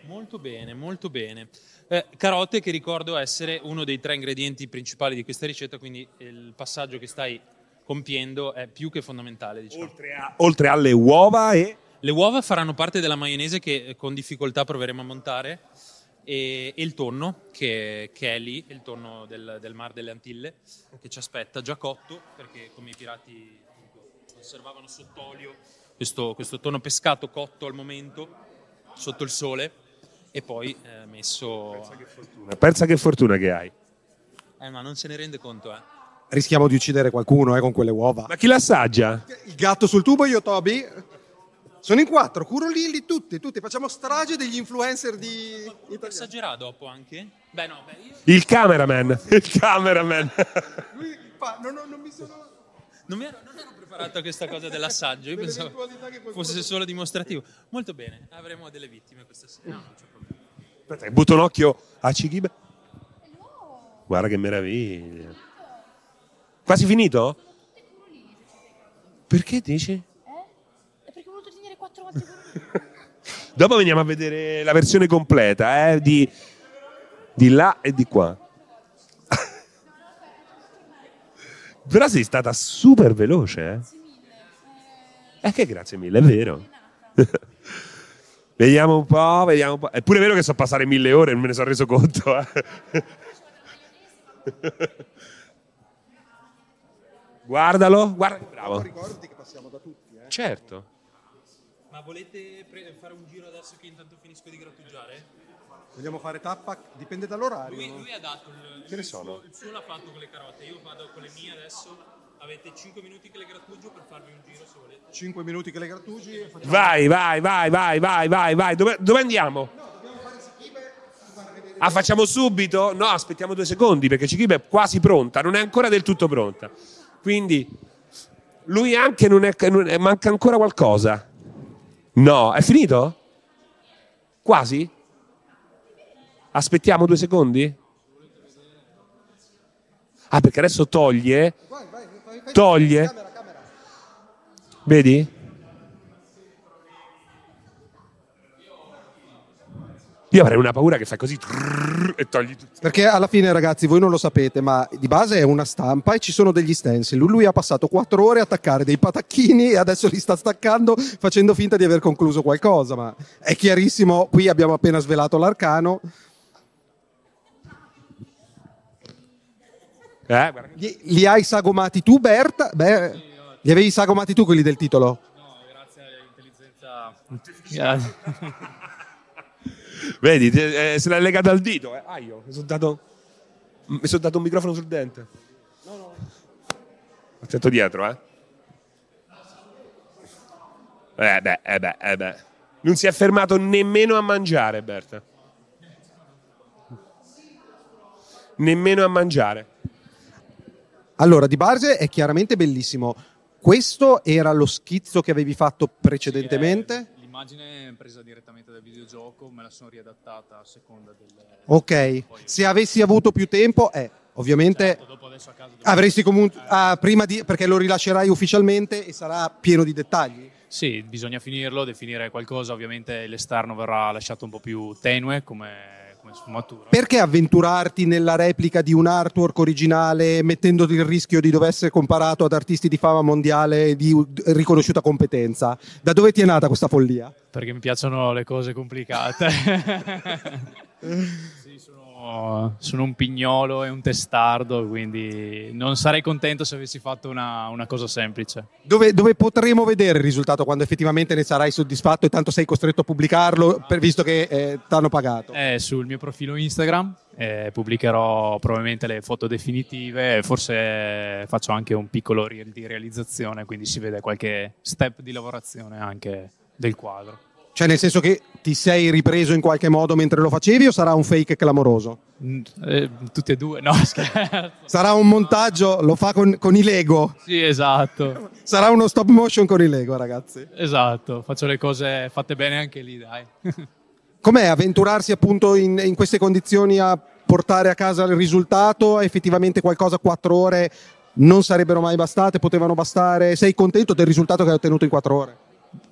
W: Molto bene, molto bene. Eh, carote che ricordo essere uno dei tre ingredienti principali di questa ricetta, quindi il passaggio che stai compiendo è più che fondamentale. Diciamo. Oltre a...
B: Oltre alle uova e...
W: Le uova faranno parte della maionese che eh, con difficoltà proveremo a montare e, e il tonno che, che è lì, il tonno del, del Mar delle Antille che ci aspetta già cotto perché come i pirati appunto, conservavano sott'olio eh, questo, questo tonno pescato cotto al momento sotto il sole e poi eh, messo...
B: Una persa che fortuna che hai.
W: Eh, ma non se ne rende conto, eh.
H: Rischiamo di uccidere qualcuno eh, con quelle uova.
B: Ma chi l'assaggia?
D: Il gatto sul tubo, io, Toby. Sono in quattro, curo Lilli, tutti, tutti. Facciamo strage degli influencer di...
W: Assaggerà dopo anche? Beh, no, beh, io
B: Il cameraman. Il cameraman.
D: non, mi sono...
W: non, mi ero, non ero preparato a questa cosa dell'assaggio, io pensavo fosse solo dimostrativo. Molto bene, avremo delle vittime questa sera. No, non c'è problema.
B: Aspetta, butto un occhio a Cichib. Guarda che meraviglia. Quasi finito? Perché dici?
I: Eh? Perché ho voluto tenere quattro volte quello
B: Dopo veniamo a vedere la versione completa, eh, di, di là e di qua. Però sei stata super veloce, eh? Eh che grazie mille, è vero. vediamo un po', vediamo un po'. È pure vero che so passare mille ore, non me ne sono reso conto. eh. Guardalo, guarda che bravo.
Y: Ricordi che passiamo da tutti, eh?
B: Certo.
W: Ma volete pre- fare un giro adesso che intanto finisco di grattugiare?
Y: Vogliamo fare tappa? Dipende dall'orario.
W: Lui,
Y: no?
W: lui ha dato il,
Y: Che ne
W: il
Y: so,
W: suo,
Y: no?
W: il suo l'ha fatto con le carote, io vado con le mie adesso. Avete 5 minuti che le grattugio per farvi un giro se volete.
Y: 5 minuti che le grattugi. e facciamo-
B: Vai, vai, vai, vai, vai, vai, vai. Dove, dove andiamo? Ah, facciamo subito? No, aspettiamo due secondi perché Cichibe è quasi pronta, non è ancora del tutto pronta. Quindi lui anche non è, non è- manca ancora qualcosa. No, è finito? Quasi? Aspettiamo due secondi? Ah, perché adesso toglie. Toglie. Vedi? Io avrei una paura che fai così trrr, e togli tutto.
D: Perché alla fine, ragazzi, voi non lo sapete, ma di base è una stampa e ci sono degli stencil. Lui ha passato quattro ore a attaccare dei patacchini e adesso li sta staccando facendo finta di aver concluso qualcosa. Ma è chiarissimo, qui abbiamo appena svelato l'arcano.
B: Eh, guarda.
D: Li, li hai sagomati tu, Berta? Beh, li avevi sagomati tu quelli del titolo?
B: Vedi, te- eh, se l'ha legata al dito. Eh. Aio, mi sono dato, mi son dato un microfono sul dente. Attento dietro, eh. Eh beh, eh beh, eh beh. Non si è fermato nemmeno a mangiare, Berta. Nemmeno a mangiare.
D: Allora, di base è chiaramente bellissimo. Questo era lo schizzo che avevi fatto precedentemente?
G: Eh, L'immagine presa direttamente dal videogioco, me la sono riadattata a seconda del...
D: Ok, se avessi avuto più tempo, eh, ovviamente avresti comunque ah, prima di perché lo rilascerai ufficialmente e sarà pieno di dettagli.
G: Sì, bisogna finirlo, definire qualcosa, ovviamente l'esterno verrà lasciato un po' più tenue come, come sfumatura.
D: Perché avventurarti nella replica di un artwork originale mettendo il rischio di dover essere comparato ad artisti di fama mondiale e di u- riconosciuta competenza? Da dove ti è nata questa follia?
G: Perché mi piacciono le cose complicate. Sì, sono, sono un pignolo e un testardo, quindi non sarei contento se avessi fatto una, una cosa semplice.
D: Dove, dove potremo vedere il risultato quando effettivamente ne sarai soddisfatto e tanto sei costretto a pubblicarlo per- visto che eh, t'hanno pagato?
G: È sul mio profilo Instagram, eh, pubblicherò probabilmente le foto definitive, forse faccio anche un piccolo reel di realizzazione, quindi si vede qualche step di lavorazione anche del quadro.
D: Cioè, nel senso che ti sei ripreso in qualche modo mentre lo facevi o sarà un fake clamoroso?
G: Mm, eh, tutti e due, no scherzo.
D: Sarà un montaggio, lo fa con, con i Lego.
G: Sì, esatto.
D: Sarà uno stop motion con i Lego, ragazzi.
G: Esatto, faccio le cose fatte bene anche lì, dai.
D: Com'è avventurarsi appunto in, in queste condizioni a portare a casa il risultato? Effettivamente qualcosa quattro ore non sarebbero mai bastate, potevano bastare. Sei contento del risultato che hai ottenuto in quattro ore?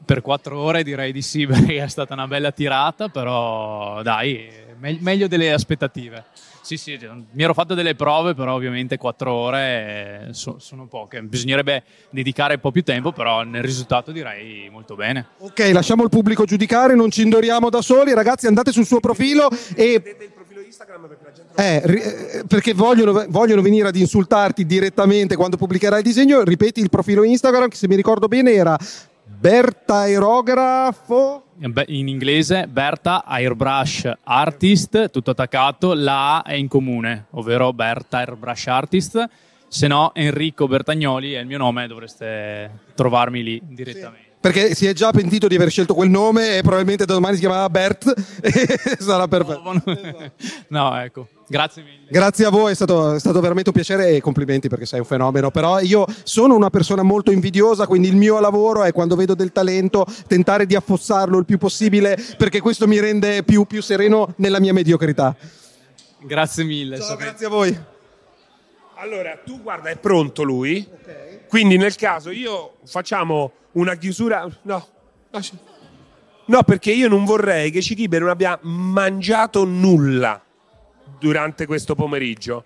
G: Per quattro ore direi di sì, perché è stata una bella tirata, però dai, me- meglio delle aspettative. Sì, sì, mi ero fatto delle prove, però ovviamente quattro ore eh, so- sono poche. Bisognerebbe dedicare un po' più tempo, però nel risultato direi molto bene.
D: Ok, lasciamo il pubblico giudicare, non ci indoriamo da soli. Ragazzi, andate sul suo profilo e Eh, ri- eh, perché vogliono, vogliono venire ad insultarti direttamente quando pubblicherai il disegno. Ripeti il profilo Instagram, che se mi ricordo bene era Berta Aerografo.
G: Beh, In inglese Berta Airbrush Artist, tutto attaccato, la A è in comune, ovvero Berta Airbrush Artist. Se no, Enrico Bertagnoli è il mio nome, dovreste trovarmi lì direttamente.
D: Perché si è già pentito di aver scelto quel nome e probabilmente da domani si chiamerà Bert. e Sarà perfetto.
G: No, ecco, grazie mille.
D: Grazie a voi, è stato, è stato veramente un piacere e complimenti perché sei un fenomeno. Però io sono una persona molto invidiosa, quindi il mio lavoro è quando vedo del talento tentare di affossarlo il più possibile perché questo mi rende più, più sereno nella mia mediocrità.
G: Grazie mille.
D: grazie a voi.
B: Allora, tu guarda, è pronto lui. Quindi nel caso io facciamo una chiusura... No, lascia- no perché io non vorrei che Cichibe non abbia mangiato nulla durante questo pomeriggio.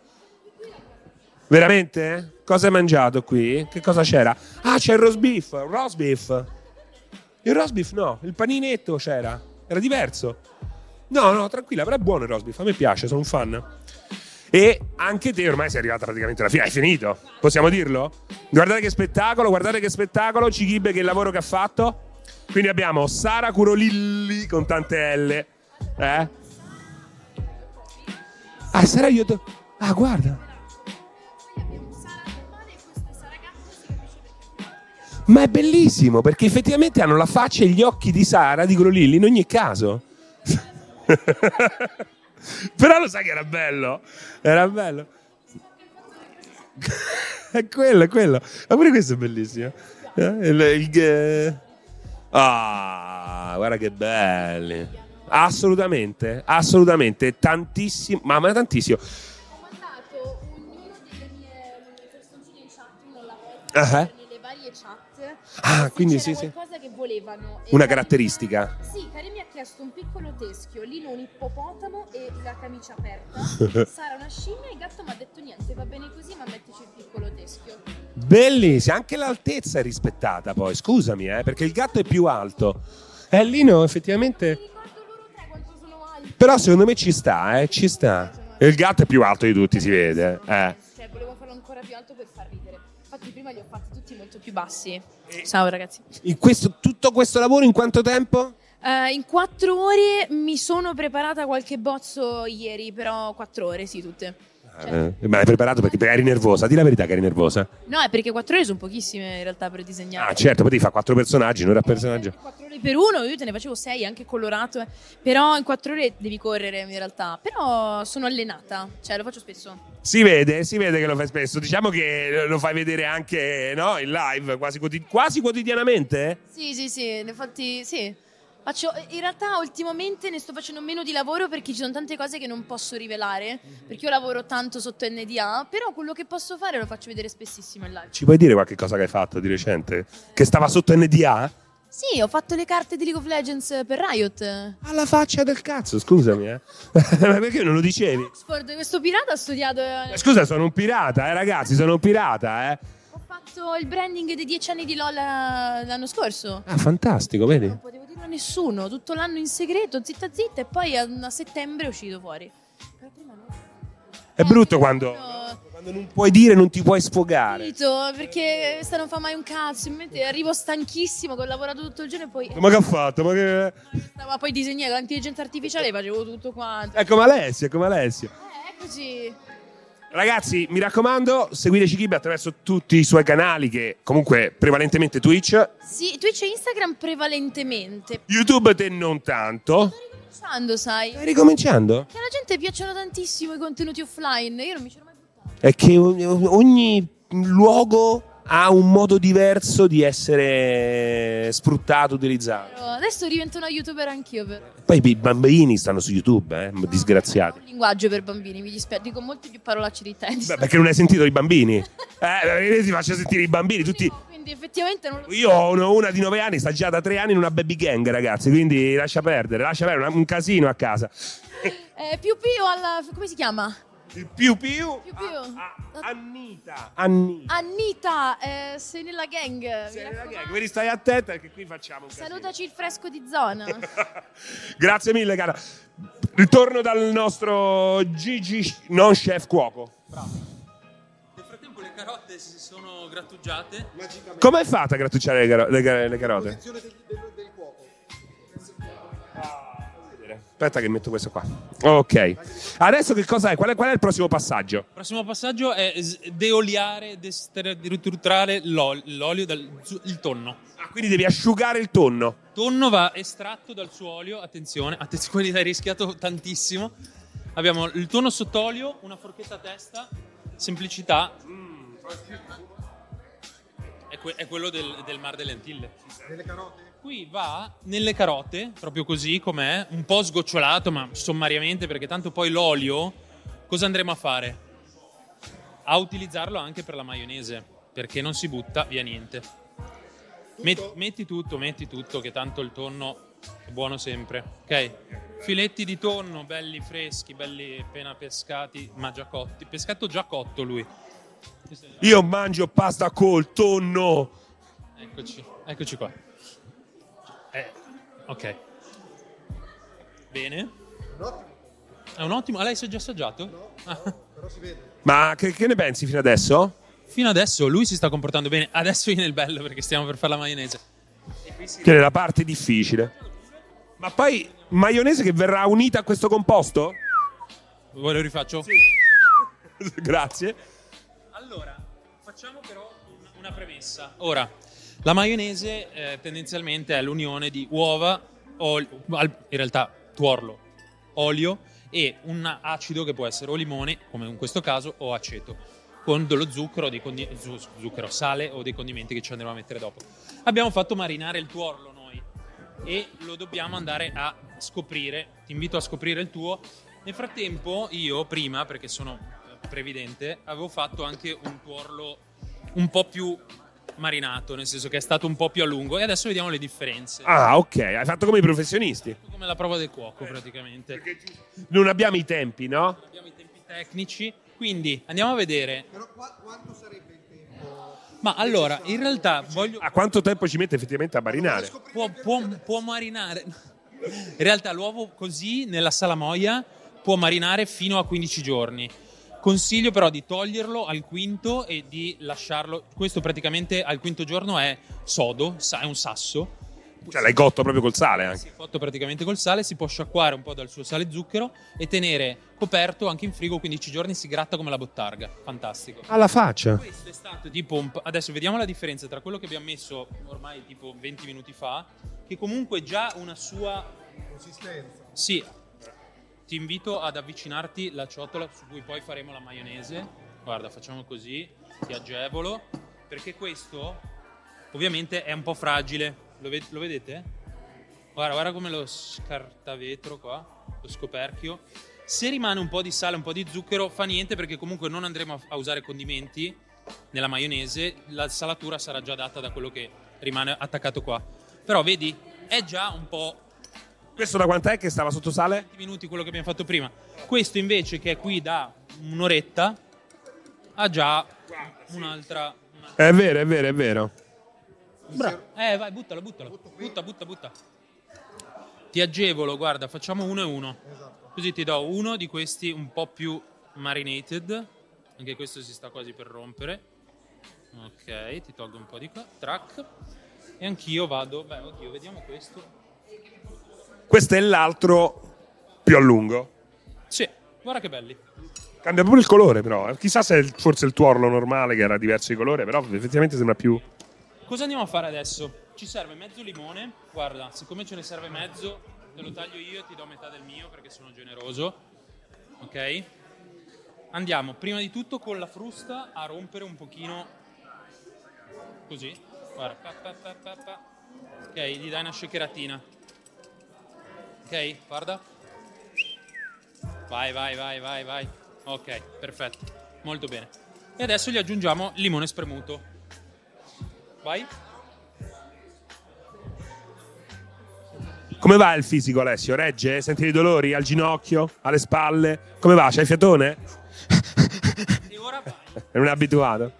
B: Veramente? Cosa hai mangiato qui? Che cosa c'era? Ah, c'è il roast beef, roast beef. Il roast beef no, il paninetto c'era, era diverso. No, no, tranquilla, però è buono il roast beef, a me piace, sono un fan. E anche te ormai sei arrivata praticamente alla fine, hai finito, possiamo dirlo? Guardate che spettacolo, guardate che spettacolo, Cichibbe che lavoro che ha fatto. Quindi abbiamo Sara Curolilli con tante L. Eh? Ah, Sara io... do- Ah, guarda. Ma è bellissimo perché effettivamente hanno la faccia e gli occhi di Sara di Grolilli in ogni caso. Però lo sai che era bello. Era bello. è quello, è quello. Ma pure questo è bellissimo. Eh, il- il- eh. Ah, guarda che belli. Assolutamente, assolutamente. Tantissimo, ma, ma tantissimo. Ah, eh.
I: nelle varie chat
B: Ah, quindi sì,
I: c'era
B: sì.
I: qualcosa che volevano e
B: Una
I: Karim-
B: caratteristica.
I: sì Karim mi ha chiesto un piccolo teschio Lino un ippopotamo e la camicia aperta Sara una scimmia e il gatto mi ha detto niente va bene così ma mettici il piccolo teschio
B: Bellissimo, anche l'altezza è rispettata poi, scusami, eh, perché il gatto è più alto. Eh, Lino effettivamente... Però secondo me ci sta, eh, ci sta. Il gatto è più alto di tutti, si vede. Eh.
I: cioè volevo farlo ancora più alto per far ridere infatti prima li ho fatti tutti molto più bassi ciao ragazzi
B: In questo- tutto questo lavoro in quanto tempo?
I: Eh, in quattro ore mi sono preparata qualche bozzo ieri però quattro ore sì tutte
B: Eh, ma l'hai preparato perché eri nervosa, di la verità che eri nervosa.
I: no è perché quattro ore sono pochissime in realtà per disegnare
B: Ah certo, poi devi fare quattro personaggi, un'ora a personaggio.
I: quattro ore per uno, io te ne facevo sei, anche colorato. eh. Però in quattro ore devi correre in realtà. Però sono allenata, cioè lo faccio spesso.
B: Si vede, si vede che lo fai spesso. Diciamo che lo fai vedere anche no, in live quasi, quotidi- quasi quotidianamente. eh?
I: Sì, sì, sì, infatti sì. Faccio, in realtà ultimamente ne sto facendo meno di lavoro perché ci sono tante cose che non posso rivelare, perché io lavoro tanto sotto NDA, però quello che posso fare lo faccio vedere spessissimo in live.
B: Ci puoi dire qualche cosa che hai fatto di recente? Che stava sotto NDA?
I: Sì, ho fatto le carte di League of Legends per Riot.
B: Alla faccia del Cazzo, scusami, eh. Ma perché non lo dicevi?
I: Ford, questo pirata ha studiato... eh,
B: Scusa, sono un pirata, eh, ragazzi, sono un pirata, eh.
I: Ho fatto il branding dei dieci anni di LOL eh, l'anno scorso.
B: Ah, fantastico, vedi?
I: potevo dirlo a nessuno, tutto l'anno in segreto, zitta zitta, e poi a, a settembre è uscito fuori. Però prima non
B: È brutto quando,
I: Eh,
B: quando non puoi dire, non ti puoi
I: ho
B: sfogare.
I: capito, perché questa non fa mai un cazzo, in mente arrivo stanchissimo, che ho lavorato tutto il giorno e poi,
B: Ma che ha fatto? Ma che...
I: stavo- poi disegnavo l'intelligenza artificiale, facevo tutto quanto. Eh,
B: È come Alessio, è come Alessio.
I: Eccoci.
B: Ragazzi, mi raccomando, seguite Cichibbe attraverso tutti i suoi canali, che comunque prevalentemente Twitch,
I: Sì, Twitch e Instagram prevalentemente.
B: YouTube te non tanto.
I: Pensando, sai.
B: Stai ricominciando?
I: Che alla gente piacciono tantissimo i contenuti offline, io non mi ci ero mai...
B: È che ogni, ogni luogo ha un modo diverso di essere sfruttato, utilizzato.
I: Adesso divento una youtuber anch'io però.
B: Poi i bambini stanno su YouTube, eh, disgraziati.
I: linguaggio per bambini, mi dispiace, dico molte più parolacce di te.
B: Beh, perché non hai sentito i bambini? Eh, perché si faccia sentire i bambini tutti...
I: Quindi effettivamente non lo so.
B: Io ho una- una di 9 anni, sta già da 3 anni in una baby gang, ragazzi, quindi lascia perdere, lascia perdere, un casino a casa.
I: Eh, più più alla come si chiama?
B: Il più più
I: Più più. ah,
B: Annita. Anni.
I: Annita, eh, sei nella gang. mi raccomando.
B: Quindi stai attenta perché qui facciamo un casino.
I: Salutaci il fresco di zona.
B: Grazie mille, cara. Ritorno dal nostro Gigi, non chef cuoco.
W: Nel frattempo le carote si sono grattugiate.
B: Come hai fatto a grattucciare le, caro- le ca- le carote? Ah, Aspetta che metto questo qua. Ok. Adesso che cosa è? Qual è, qual è il prossimo passaggio?
W: Il prossimo passaggio è s- deoliare, destruttare l'olio dal zu- il tonno.
B: Ah, quindi devi asciugare il tonno.
W: Il tonno va estratto dal suo olio, attenzione, attenzione, quindi l'hai rischiato tantissimo. Abbiamo il tonno sott'olio, una forchetta a testa, semplicità. È, que- è quello del, del mar delle Antille.
H: Delle carote?
W: Qui va nelle carote, proprio così com'è, un po' sgocciolato, ma sommariamente, perché tanto poi l'olio, cosa andremo a fare? A utilizzarlo anche per la maionese, perché non si butta via niente. Met- metti tutto, metti tutto, che tanto il tonno è buono sempre. Ok? Filetti di tonno, belli freschi, belli appena pescati, ma già cotti. Pescato già cotto lui.
B: Io mangio pasta col tonno.
W: Eccoci, eccoci qua. Eh, ok. Bene. È un ottimo. Ah, lei si è già assaggiato? Ah.
B: Ma che, che ne pensi fino adesso?
W: Fino adesso lui si sta comportando bene. Adesso viene il bello perché stiamo per fare la maionese.
B: Che è la parte difficile. Ma poi maionese che verrà unita a questo composto?
W: Voi lo rifaccio?
B: Grazie.
W: Allora, facciamo però un- una premessa. Ora, la maionese eh, tendenzialmente è l'unione di uova, ol- al- in realtà tuorlo, olio e un acido che può essere o limone, come in questo caso, o aceto, con dello zucchero, dei condi- zu- zucchero, sale o dei condimenti che ci andremo a mettere dopo. Abbiamo fatto marinare il tuorlo noi e lo dobbiamo andare a scoprire. Ti invito a scoprire il tuo. Nel frattempo, io prima, perché sono eh, previdente, avevo fatto anche un tuorlo un po' più marinato, nel senso che è stato un po' più a lungo e adesso vediamo le differenze.
B: Ah, ok, hai fatto come i professionisti.
W: Come la prova del cuoco praticamente.
B: Non abbiamo i tempi, no?
W: tecnici. Quindi andiamo a vedere. Ma allora, in realtà voglio.
B: A quanto tempo ci mette effettivamente a marinare?
W: Può, può- può marinare. In realtà l'uovo così nella salamoia può marinare fino a 15 giorni. Consiglio però di toglierlo al quinto e di lasciarlo. Questo praticamente al quinto giorno è sodo, sa- è un sasso.
B: Cioè, l'hai cotto proprio col sale anche.
W: fatto praticamente col sale, si può sciacquare un po' dal suo sale e zucchero e tenere coperto anche in frigo 15 giorni, si gratta come la bottarga. Fantastico.
B: Alla faccia.
W: Questo è stato tipo un pa- adesso vediamo la differenza tra quello che abbiamo messo ormai tipo 20 minuti fa, che comunque già una sua consistenza. Sì. Ti invito ad avvicinarti la ciotola su cui poi faremo la maionese. Guarda, facciamo così, ti agevolo, perché questo ovviamente è un po' fragile. Lo, ved- lo vedete? Guarda, guarda come lo scartavetro qua, lo scoperchio. Se rimane un po' di sale, un po' di zucchero, fa niente perché comunque non andremo a- a usare condimenti nella maionese, la salatura sarà già data da quello che rimane attaccato qua. Però vedi, è già un po'
B: Questo da quant'è che stava sotto sale?
W: 20 minuti quello che abbiamo fatto prima. Questo invece che è qui da un'oretta ha già un'altra
B: È vero, è vero, è vero.
W: Bravo. Eh, vai, buttalo, buttalo. Butta, butta, butta. Ti agevolo, guarda, facciamo uno e uno. Così ti do uno di questi un po' più marinated. Anche questo si sta quasi per rompere. Ok, ti tolgo un po' di qua. Track. E anch'io vado. Beh, oddio, vediamo questo.
B: Questo è l'altro più a lungo.
W: Sì, guarda che belli.
B: Cambia proprio il colore, però. Eh, Chissà se è il- forse il tuorlo normale che era diverso di colore, però effettivamente sembra più.
W: Cosa andiamo a fare adesso? Ci serve mezzo limone. Guarda, siccome ce ne serve mezzo, te lo taglio io e ti do metà del mio perché sono generoso. Ok? Andiamo prima di tutto con la frusta a rompere un pochino così. Guarda. pa, pa, pa, pa, pa. Ok, gli dai una shakeratina. Ok, guarda. Vai, vai, vai, vai, vai. Ok, perfetto. Molto bene. E adesso gli aggiungiamo il limone spremuto. Vai.
B: Come va il fisico, Alessio? Regge? Senti dei dolori al ginocchio, alle spalle? Come va? C'hai fiatone? non è abituato.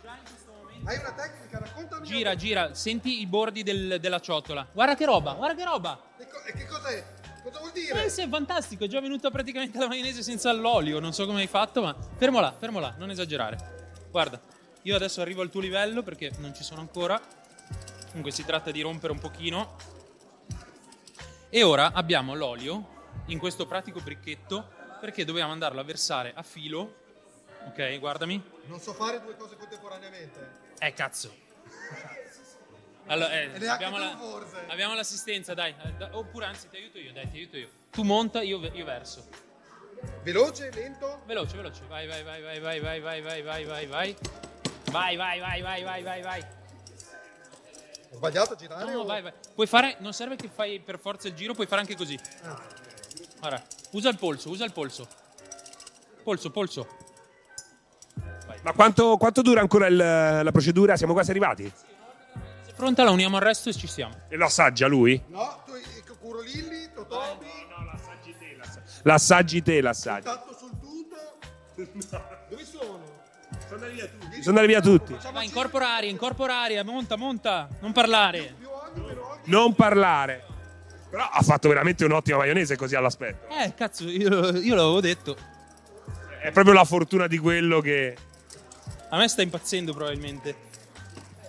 W: Gira, gira, senti i bordi del- della ciotola. Guarda che roba, guarda che roba.
D: che cos'è? Cosa vuol dire?
W: Questo è fantastico, è già venuta praticamente la maionese senza l'olio. Non so come hai fatto, ma fermola, fermola, non esagerare. Guarda, io adesso arrivo al tuo livello perché non ci sono ancora. Comunque si tratta di rompere un pochino. E ora abbiamo l'olio in questo pratico bricchetto perché dobbiamo andarlo a versare a filo. Ok, guardami.
D: Non so fare due cose contemporaneamente.
W: Eh, cazzo. Allora, eh,
D: E neanche
W: abbiamo,
D: tu,
W: la- abbiamo l'assistenza, dai. Eh, da- Oppure, anzi, ti aiuto io, dai, ti aiuto io. Tu monta, io, ve- io verso.
D: Veloce, lento?
W: Veloce, veloce. Vai, vai, vai, vai, vai, vai, vai, vai, vai, vai, vai. Vai, vai, vai, vai, vai, vai, vai.
D: Ho sbagliato a girare?
W: No,
D: o-
W: vai, vai. Puoi fare, non serve che fai per forza il giro, puoi fare anche così.
D: Ah,
W: Guarda, usa il polso, usa il polso. Polso, polso.
B: Ma quanto, quanto dura ancora il- la procedura? Siamo quasi arrivati.
W: Se è pronta, la uniamo al resto e ci siamo.
B: E lo assaggia lui?
D: No, tu ecco, i Curolilli, Totobi. No, no, l'assaggi te, l'assaggi.
B: L'assaggi te, l'assaggi.
D: Tanto sul tutto. Dove sono?
B: Sono andati via tutti.
W: Vai, incorpora aria, incorpora aria, monta, monta, non parlare.
B: Non parlare. Però ha fatto veramente un'ottima maionese così all'aspetto.
W: Eh, cazzo, io, io l'avevo detto.
B: È proprio la fortuna di quello che...
W: A me sta impazzendo probabilmente.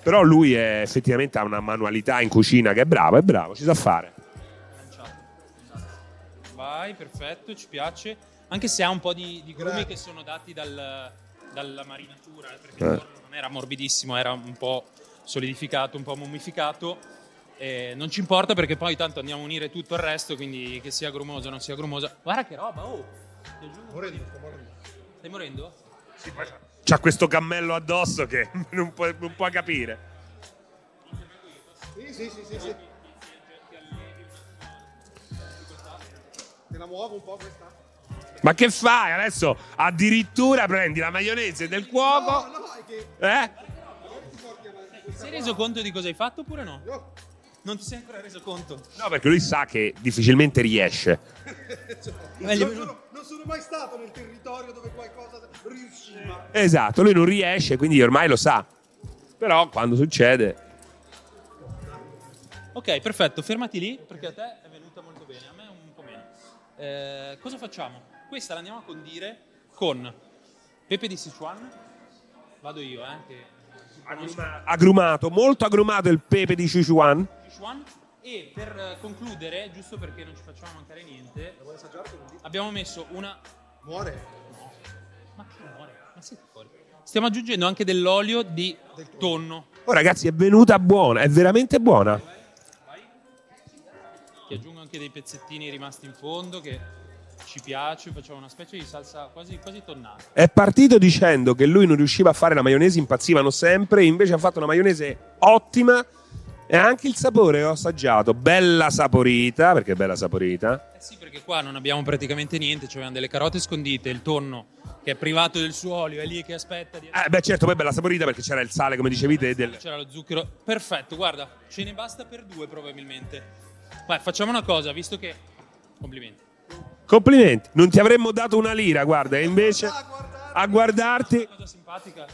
B: Però lui è- effettivamente ha una manualità in cucina che è bravo, è bravo, ci sa fare.
W: Vai, perfetto, ci piace. Anche se ha un po' di, di grumi che sono dati dal- dalla marinatura, eh, perché il
B: Eh.
W: forno non era morbidissimo, era un po' solidificato, un po' mummificato. Eh, non ci importa perché poi tanto andiamo a unire tutto il resto, quindi che sia grumoso o non sia grumoso. Guarda che roba, oh! Ti aggiungo- Stai morendo? Sì,
B: C'ha questo cammello addosso che non può, non può capire.
D: Sì, sì, sì, sì. sì. Te la muovo un po' questa?
B: Ma che fai adesso? Addirittura prendi la maionese del cuoco. Eh?
W: Ti sei reso conto di cosa hai fatto oppure no? Non ti sei ancora reso conto?
B: No, perché lui sa che difficilmente riesce.
W: Ma gli-
D: non, sono, non sono mai stato nel territorio dove qualcosa riusciva.
B: Esatto, lui non riesce, quindi ormai lo sa. Però quando succede...
W: Ok, perfetto, fermati lì perché a te è venuta molto Ecco bene, a me un po' meno. Eh, cosa facciamo? Questa la andiamo a condire con pepe di Sichuan. Vado io, eh, che conosco
B: Agrumato, molto agrumato il pepe di Sichuan.
W: Sichuan. E per eh, concludere, giusto perché non ci facciamo mancare niente, abbiamo messo una... Muore? No. Ma che muore? Ma siete fuori? Stiamo aggiungendo anche dell'olio di tonno.
B: Oh ragazzi, è venuta buona, è veramente buona.
W: Ti aggiungo anche dei pezzettini rimasti in fondo che ci piace, facciamo una specie di salsa quasi, quasi tonnata.
B: È partito dicendo che lui non riusciva a fare la maionese, impazzivano sempre, invece ha fatto una maionese ottima e anche il sapore ho assaggiato, bella saporita, perché è bella saporita.
W: Eh sì, perché qua non abbiamo praticamente niente, cioè abbiamo delle carote scondite, il tonno che è privato del suo olio, è lì che aspetta di...
B: Eh, beh certo, poi bella saporita perché c'era il sale, come dicevi te, del...
W: C'era lo zucchero. Perfetto, guarda, ce ne basta per due probabilmente. Vai, facciamo una cosa, visto che... Complimenti.
B: Complimenti, non ti avremmo dato una lira, guarda, e invece
W: Ah,
B: a guardarti...
W: Cosa simpatica.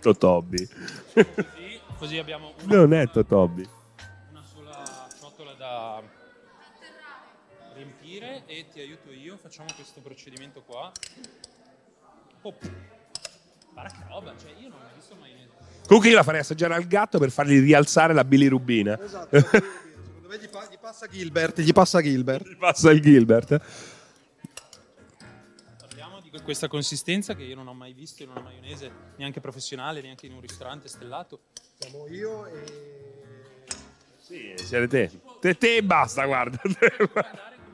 B: Totobbi.
W: Così, Eh. così abbiamo una,
B: Non è Totobbi.
W: una sola ciotola da riempire e ti aiuto io, facciamo questo procedimento qua. Oh, guarda che roba, cioè io non ho visto mai niente.
B: Comunque io la farei assaggiare al gatto per fargli rialzare la bilirubina.
D: Esatto, la Secondo me gli, pa- gli passa Gilbert, gli passa Gilbert.
B: Gli passa il Gilbert.
W: Dico, Questa consistenza che io non ho mai visto in una maionese, neanche professionale, neanche in un ristorante stellato.
D: Siamo io e...
B: Sì, Siete te. Te, te e basta, guarda.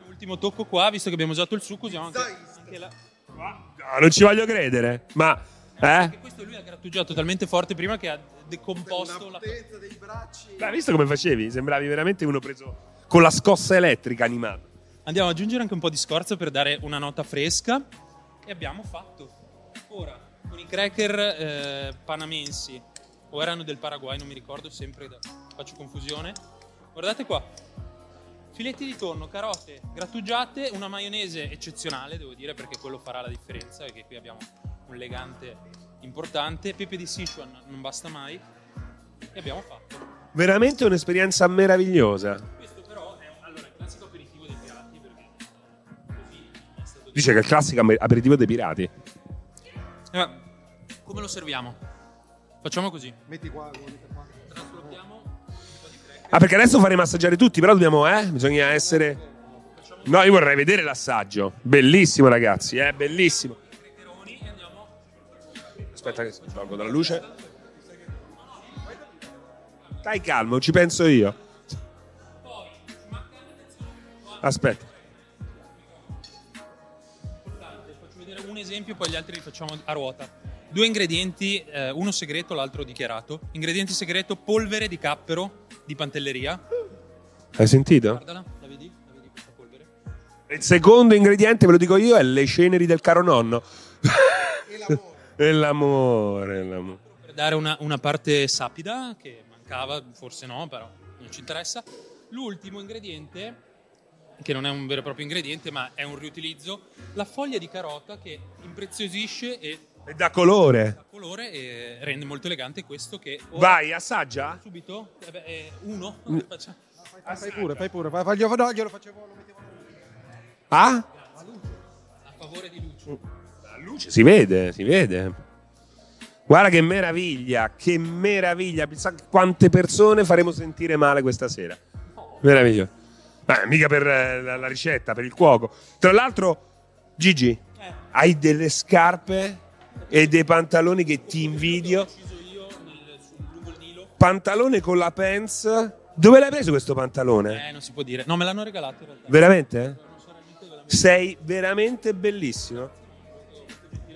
W: Ultimo tocco qua, visto che abbiamo usato il succo, usiamo anche, anche la...
B: No, non ci voglio credere, ma... Eh?
W: Questo lui ha grattugiato talmente forte prima che ha decomposto la... potenza
D: dei bracci.
B: Hai visto come facevi? Sembravi veramente uno preso con la scossa elettrica animata.
W: Andiamo ad aggiungere anche un po' di scorza per dare una nota fresca. E abbiamo fatto. Ora, con i cracker eh, panamensi, o erano del Paraguay, non mi ricordo, sempre da- faccio confusione. Guardate qua. Filetti di tonno, carote grattugiate, una maionese eccezionale, devo dire, perché quello farà la differenza, perché qui abbiamo un legante importante. Pepe di Sichuan non basta mai. E abbiamo fatto.
B: Veramente un'esperienza meravigliosa.
W: Questo però è allora, il classico aperitivo dei pirati, perché così è stato
B: Dice che è il classico amer- aperitivo dei pirati.
W: Eh, ma come lo serviamo? Facciamo così.
D: Metti qua,
B: Ah, perché adesso faremo assaggiare tutti, però dobbiamo, eh? Bisogna essere... No, io vorrei vedere l'assaggio. Bellissimo, ragazzi, eh? Bellissimo. Aspetta che tolgo dalla luce. Stai calmo, ci penso io. Aspetta.
W: Faccio vedere un esempio, poi gli altri li facciamo a ruota. Due ingredienti, eh, uno segreto, l'altro dichiarato. Ingrediente segreto, polvere di cappero di pantelleria.
B: Hai sentito?
W: Guardala, la vedi? La vedi questa polvere?
B: Il secondo ingrediente, ve lo dico io, è le ceneri del caro nonno. E l'amore. E l'amore.
W: Per dare una, una parte sapida, che mancava, forse no, però non ci interessa. L'ultimo ingrediente che non è un vero e proprio ingrediente, ma è un riutilizzo, la foglia di carota che impreziosisce e
B: E dà colore.
W: dà colore e rende molto elegante questo che... ora-
B: Vai, assaggia.
W: Subito? Eh beh, eh, uno?
B: Mm.
W: Facciamo-
D: Ah, Fai pure, fai pure. Fai, faglielo- no, glielo facevo. lo mettevo-
B: Ah?
W: A favore di Lucio.
B: La luce Si vede, si vede. Guarda che meraviglia, che meraviglia. Pensa quante persone faremo sentire male questa sera. Meraviglioso. Beh, mica per eh, la, la ricetta, per il cuoco. Tra l'altro, Gigi,
W: Eh.
B: hai delle scarpe e dei pantaloni che ti invidio. Pantalone con la pants. Dove l'hai preso questo pantalone?
W: Eh, non si può dire. No, me l'hanno regalato in realtà.
B: Veramente? Sei veramente bellissimo.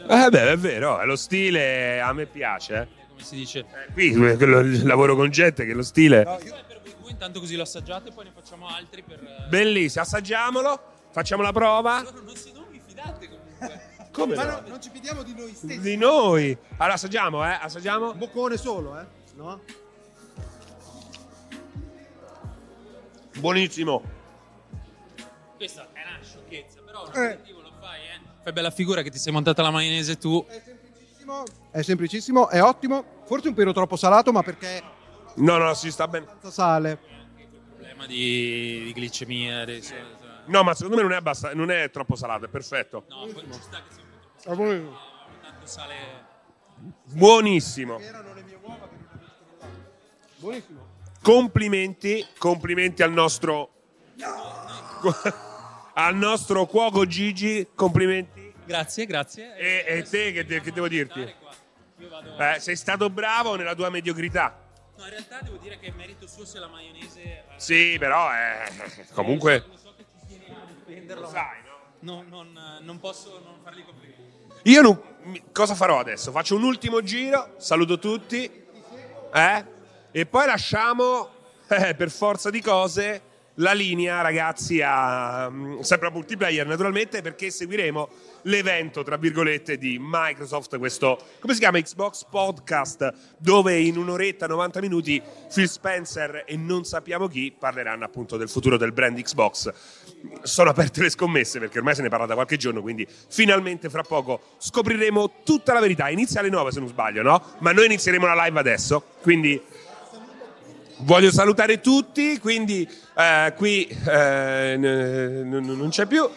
B: Eh beh, è vero, eh, lo stile a me piace. eh.
W: Come si dice?
B: Qui eh, quello- lavoro con gente che lo stile...
W: Voi intanto così lo assaggiate e poi ne facciamo altri per... eh,
B: Bellissimo, assaggiamolo, facciamo la prova.
W: Non, si, non vi fidate comunque.
B: Come
R: Ma
B: no?
R: non ci fidiamo di noi stessi.
B: Di noi. Allora assaggiamo, eh, assaggiamo.
R: Boccone solo, eh? No?
B: Buonissimo.
W: Questa è una sciocchezza, però un aperitivo lo fai, eh. Fai bella figura che ti sei montata la maionese tu.
D: È semplicissimo, è ottimo. Forse un pelo troppo salato, ma perché
B: No, no, si sta bene.
D: senza sale.
W: Problema di, di glicemia. di-
B: No, ma secondo me non è, abbast- non è troppo salato, è perfetto.
W: No, poi ci sta che sia un po' troppo
D: salato,
W: ma tanto sale...
B: Buonissimo.
D: Buonissimo.
B: Complimenti, complimenti al nostro al nostro cuoco Gigi, complimenti.
W: Grazie, grazie.
B: E, e te che, de- che devo dirti? Eh, sei stato bravo nella tua mediocrità.
W: No, in realtà devo dire che è merito suo se la maionese...
B: Sì, però eh, comunque
W: Lo sai, no? non, non posso non fargli complimenti.
B: Io non- mi- cosa farò adesso? Faccio un ultimo giro, saluto tutti, eh? e poi lasciamo, eh, per forza di cose, la linea, ragazzi, a, mm, sempre a multiplayer naturalmente, perché seguiremo l'evento, tra virgolette, di Microsoft, questo, come si chiama, Xbox Podcast, dove in un'oretta, 90 minuti, Phil Spencer e non sappiamo chi parleranno appunto del futuro del brand Xbox sono aperte le scommesse perché ormai se ne parla da qualche giorno, quindi finalmente fra poco scopriremo tutta la verità. Inizia alle 9 se non sbaglio, no? Ma noi inizieremo la live adesso, quindi voglio salutare tutti, quindi eh, qui eh, n- n- non c'è più.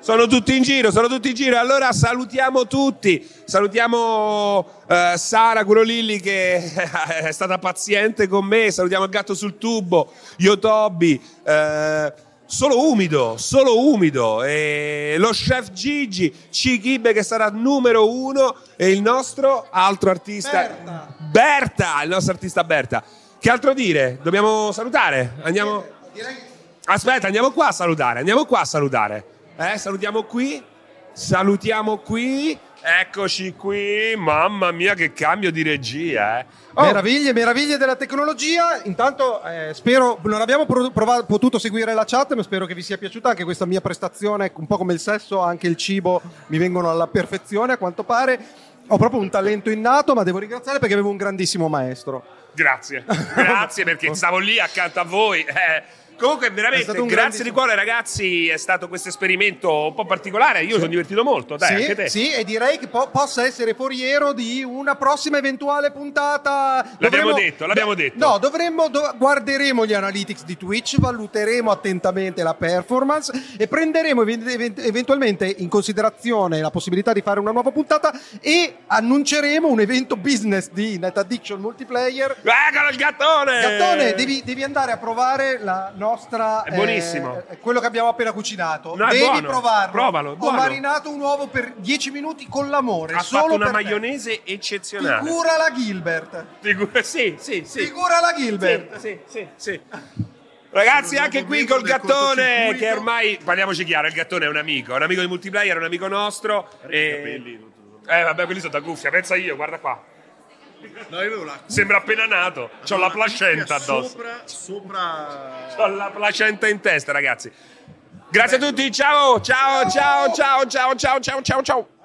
B: Sono tutti in giro, sono tutti in giro. Allora salutiamo tutti. Salutiamo eh, Sara Curolilli che è stata paziente con me. Salutiamo il gatto sul tubo, Yotobi. eh, Solo umido, solo umido. E lo chef Gigi Cichibe che sarà numero uno e il nostro altro artista Berta. il nostro artista Berta. Che altro dire? Dobbiamo salutare. Andiamo. Aspetta, andiamo qua a salutare, andiamo qua a salutare. Eh, salutiamo qui, salutiamo qui. Eccoci qui, mamma mia che cambio di regia, eh. Oh,
D: Meraviglie, meraviglie della tecnologia. Intanto eh, spero, non abbiamo pro- prova- potuto seguire la chat, ma spero che vi sia piaciuta anche questa mia prestazione, un po' come il sesso, anche il cibo mi vengono alla perfezione a quanto pare. Ho proprio un talento innato, ma devo ringraziare perché avevo un grandissimo maestro.
B: Grazie, grazie perché stavo lì accanto a voi. Eh, comunque,
D: È
B: veramente,
D: stato un
B: grazie di cuore, ragazzi. È stato questo esperimento un po' particolare. Io sono divertito molto, dai,
D: sì,
B: anche te.
D: sì, e direi che po- possa essere foriero di una prossima eventuale puntata.
B: L'abbiamo detto, l'abbiamo detto.
D: No, dovremmo do- guarderemo gli analytics di Twitch, valuteremo attentamente la performance e prenderemo event- event- eventualmente in considerazione la possibilità di fare una nuova puntata e annunceremo un evento business di Net Addiction Multiplayer.
B: Eccolo il gattone!
D: Gattone, devi, devi andare a provare la nostra.
B: È buonissimo.
D: eh, quello che abbiamo appena cucinato.
B: No, è
D: devi
B: buono.
D: provarlo.
B: Provalo, è
D: Ho
B: buono.
D: marinato un uovo per 10 minuti con l'amore.
B: Ha
D: solo
B: fatto una
D: per te.
B: maionese eccezionale.
D: Figura la Gilbert.
B: Figu- sì, sì, sì.
D: Figura la Gilbert.
B: Sì, sì, sì. Ragazzi, anche qui col gattone, che ormai parliamoci chiaro: il gattone è un amico, è un amico di multiplayer, è un amico nostro. E... Eh, vabbè, quelli sono da cuffia, pensa io, guarda qua. Sembra appena nato, c'ho la placenta addosso.
R: Sopra, sopra...
B: C'ho la placenta in testa, ragazzi. Grazie a tutti, ciao, ciao, ciao, ciao, ciao, ciao, ciao, ciao. ciao.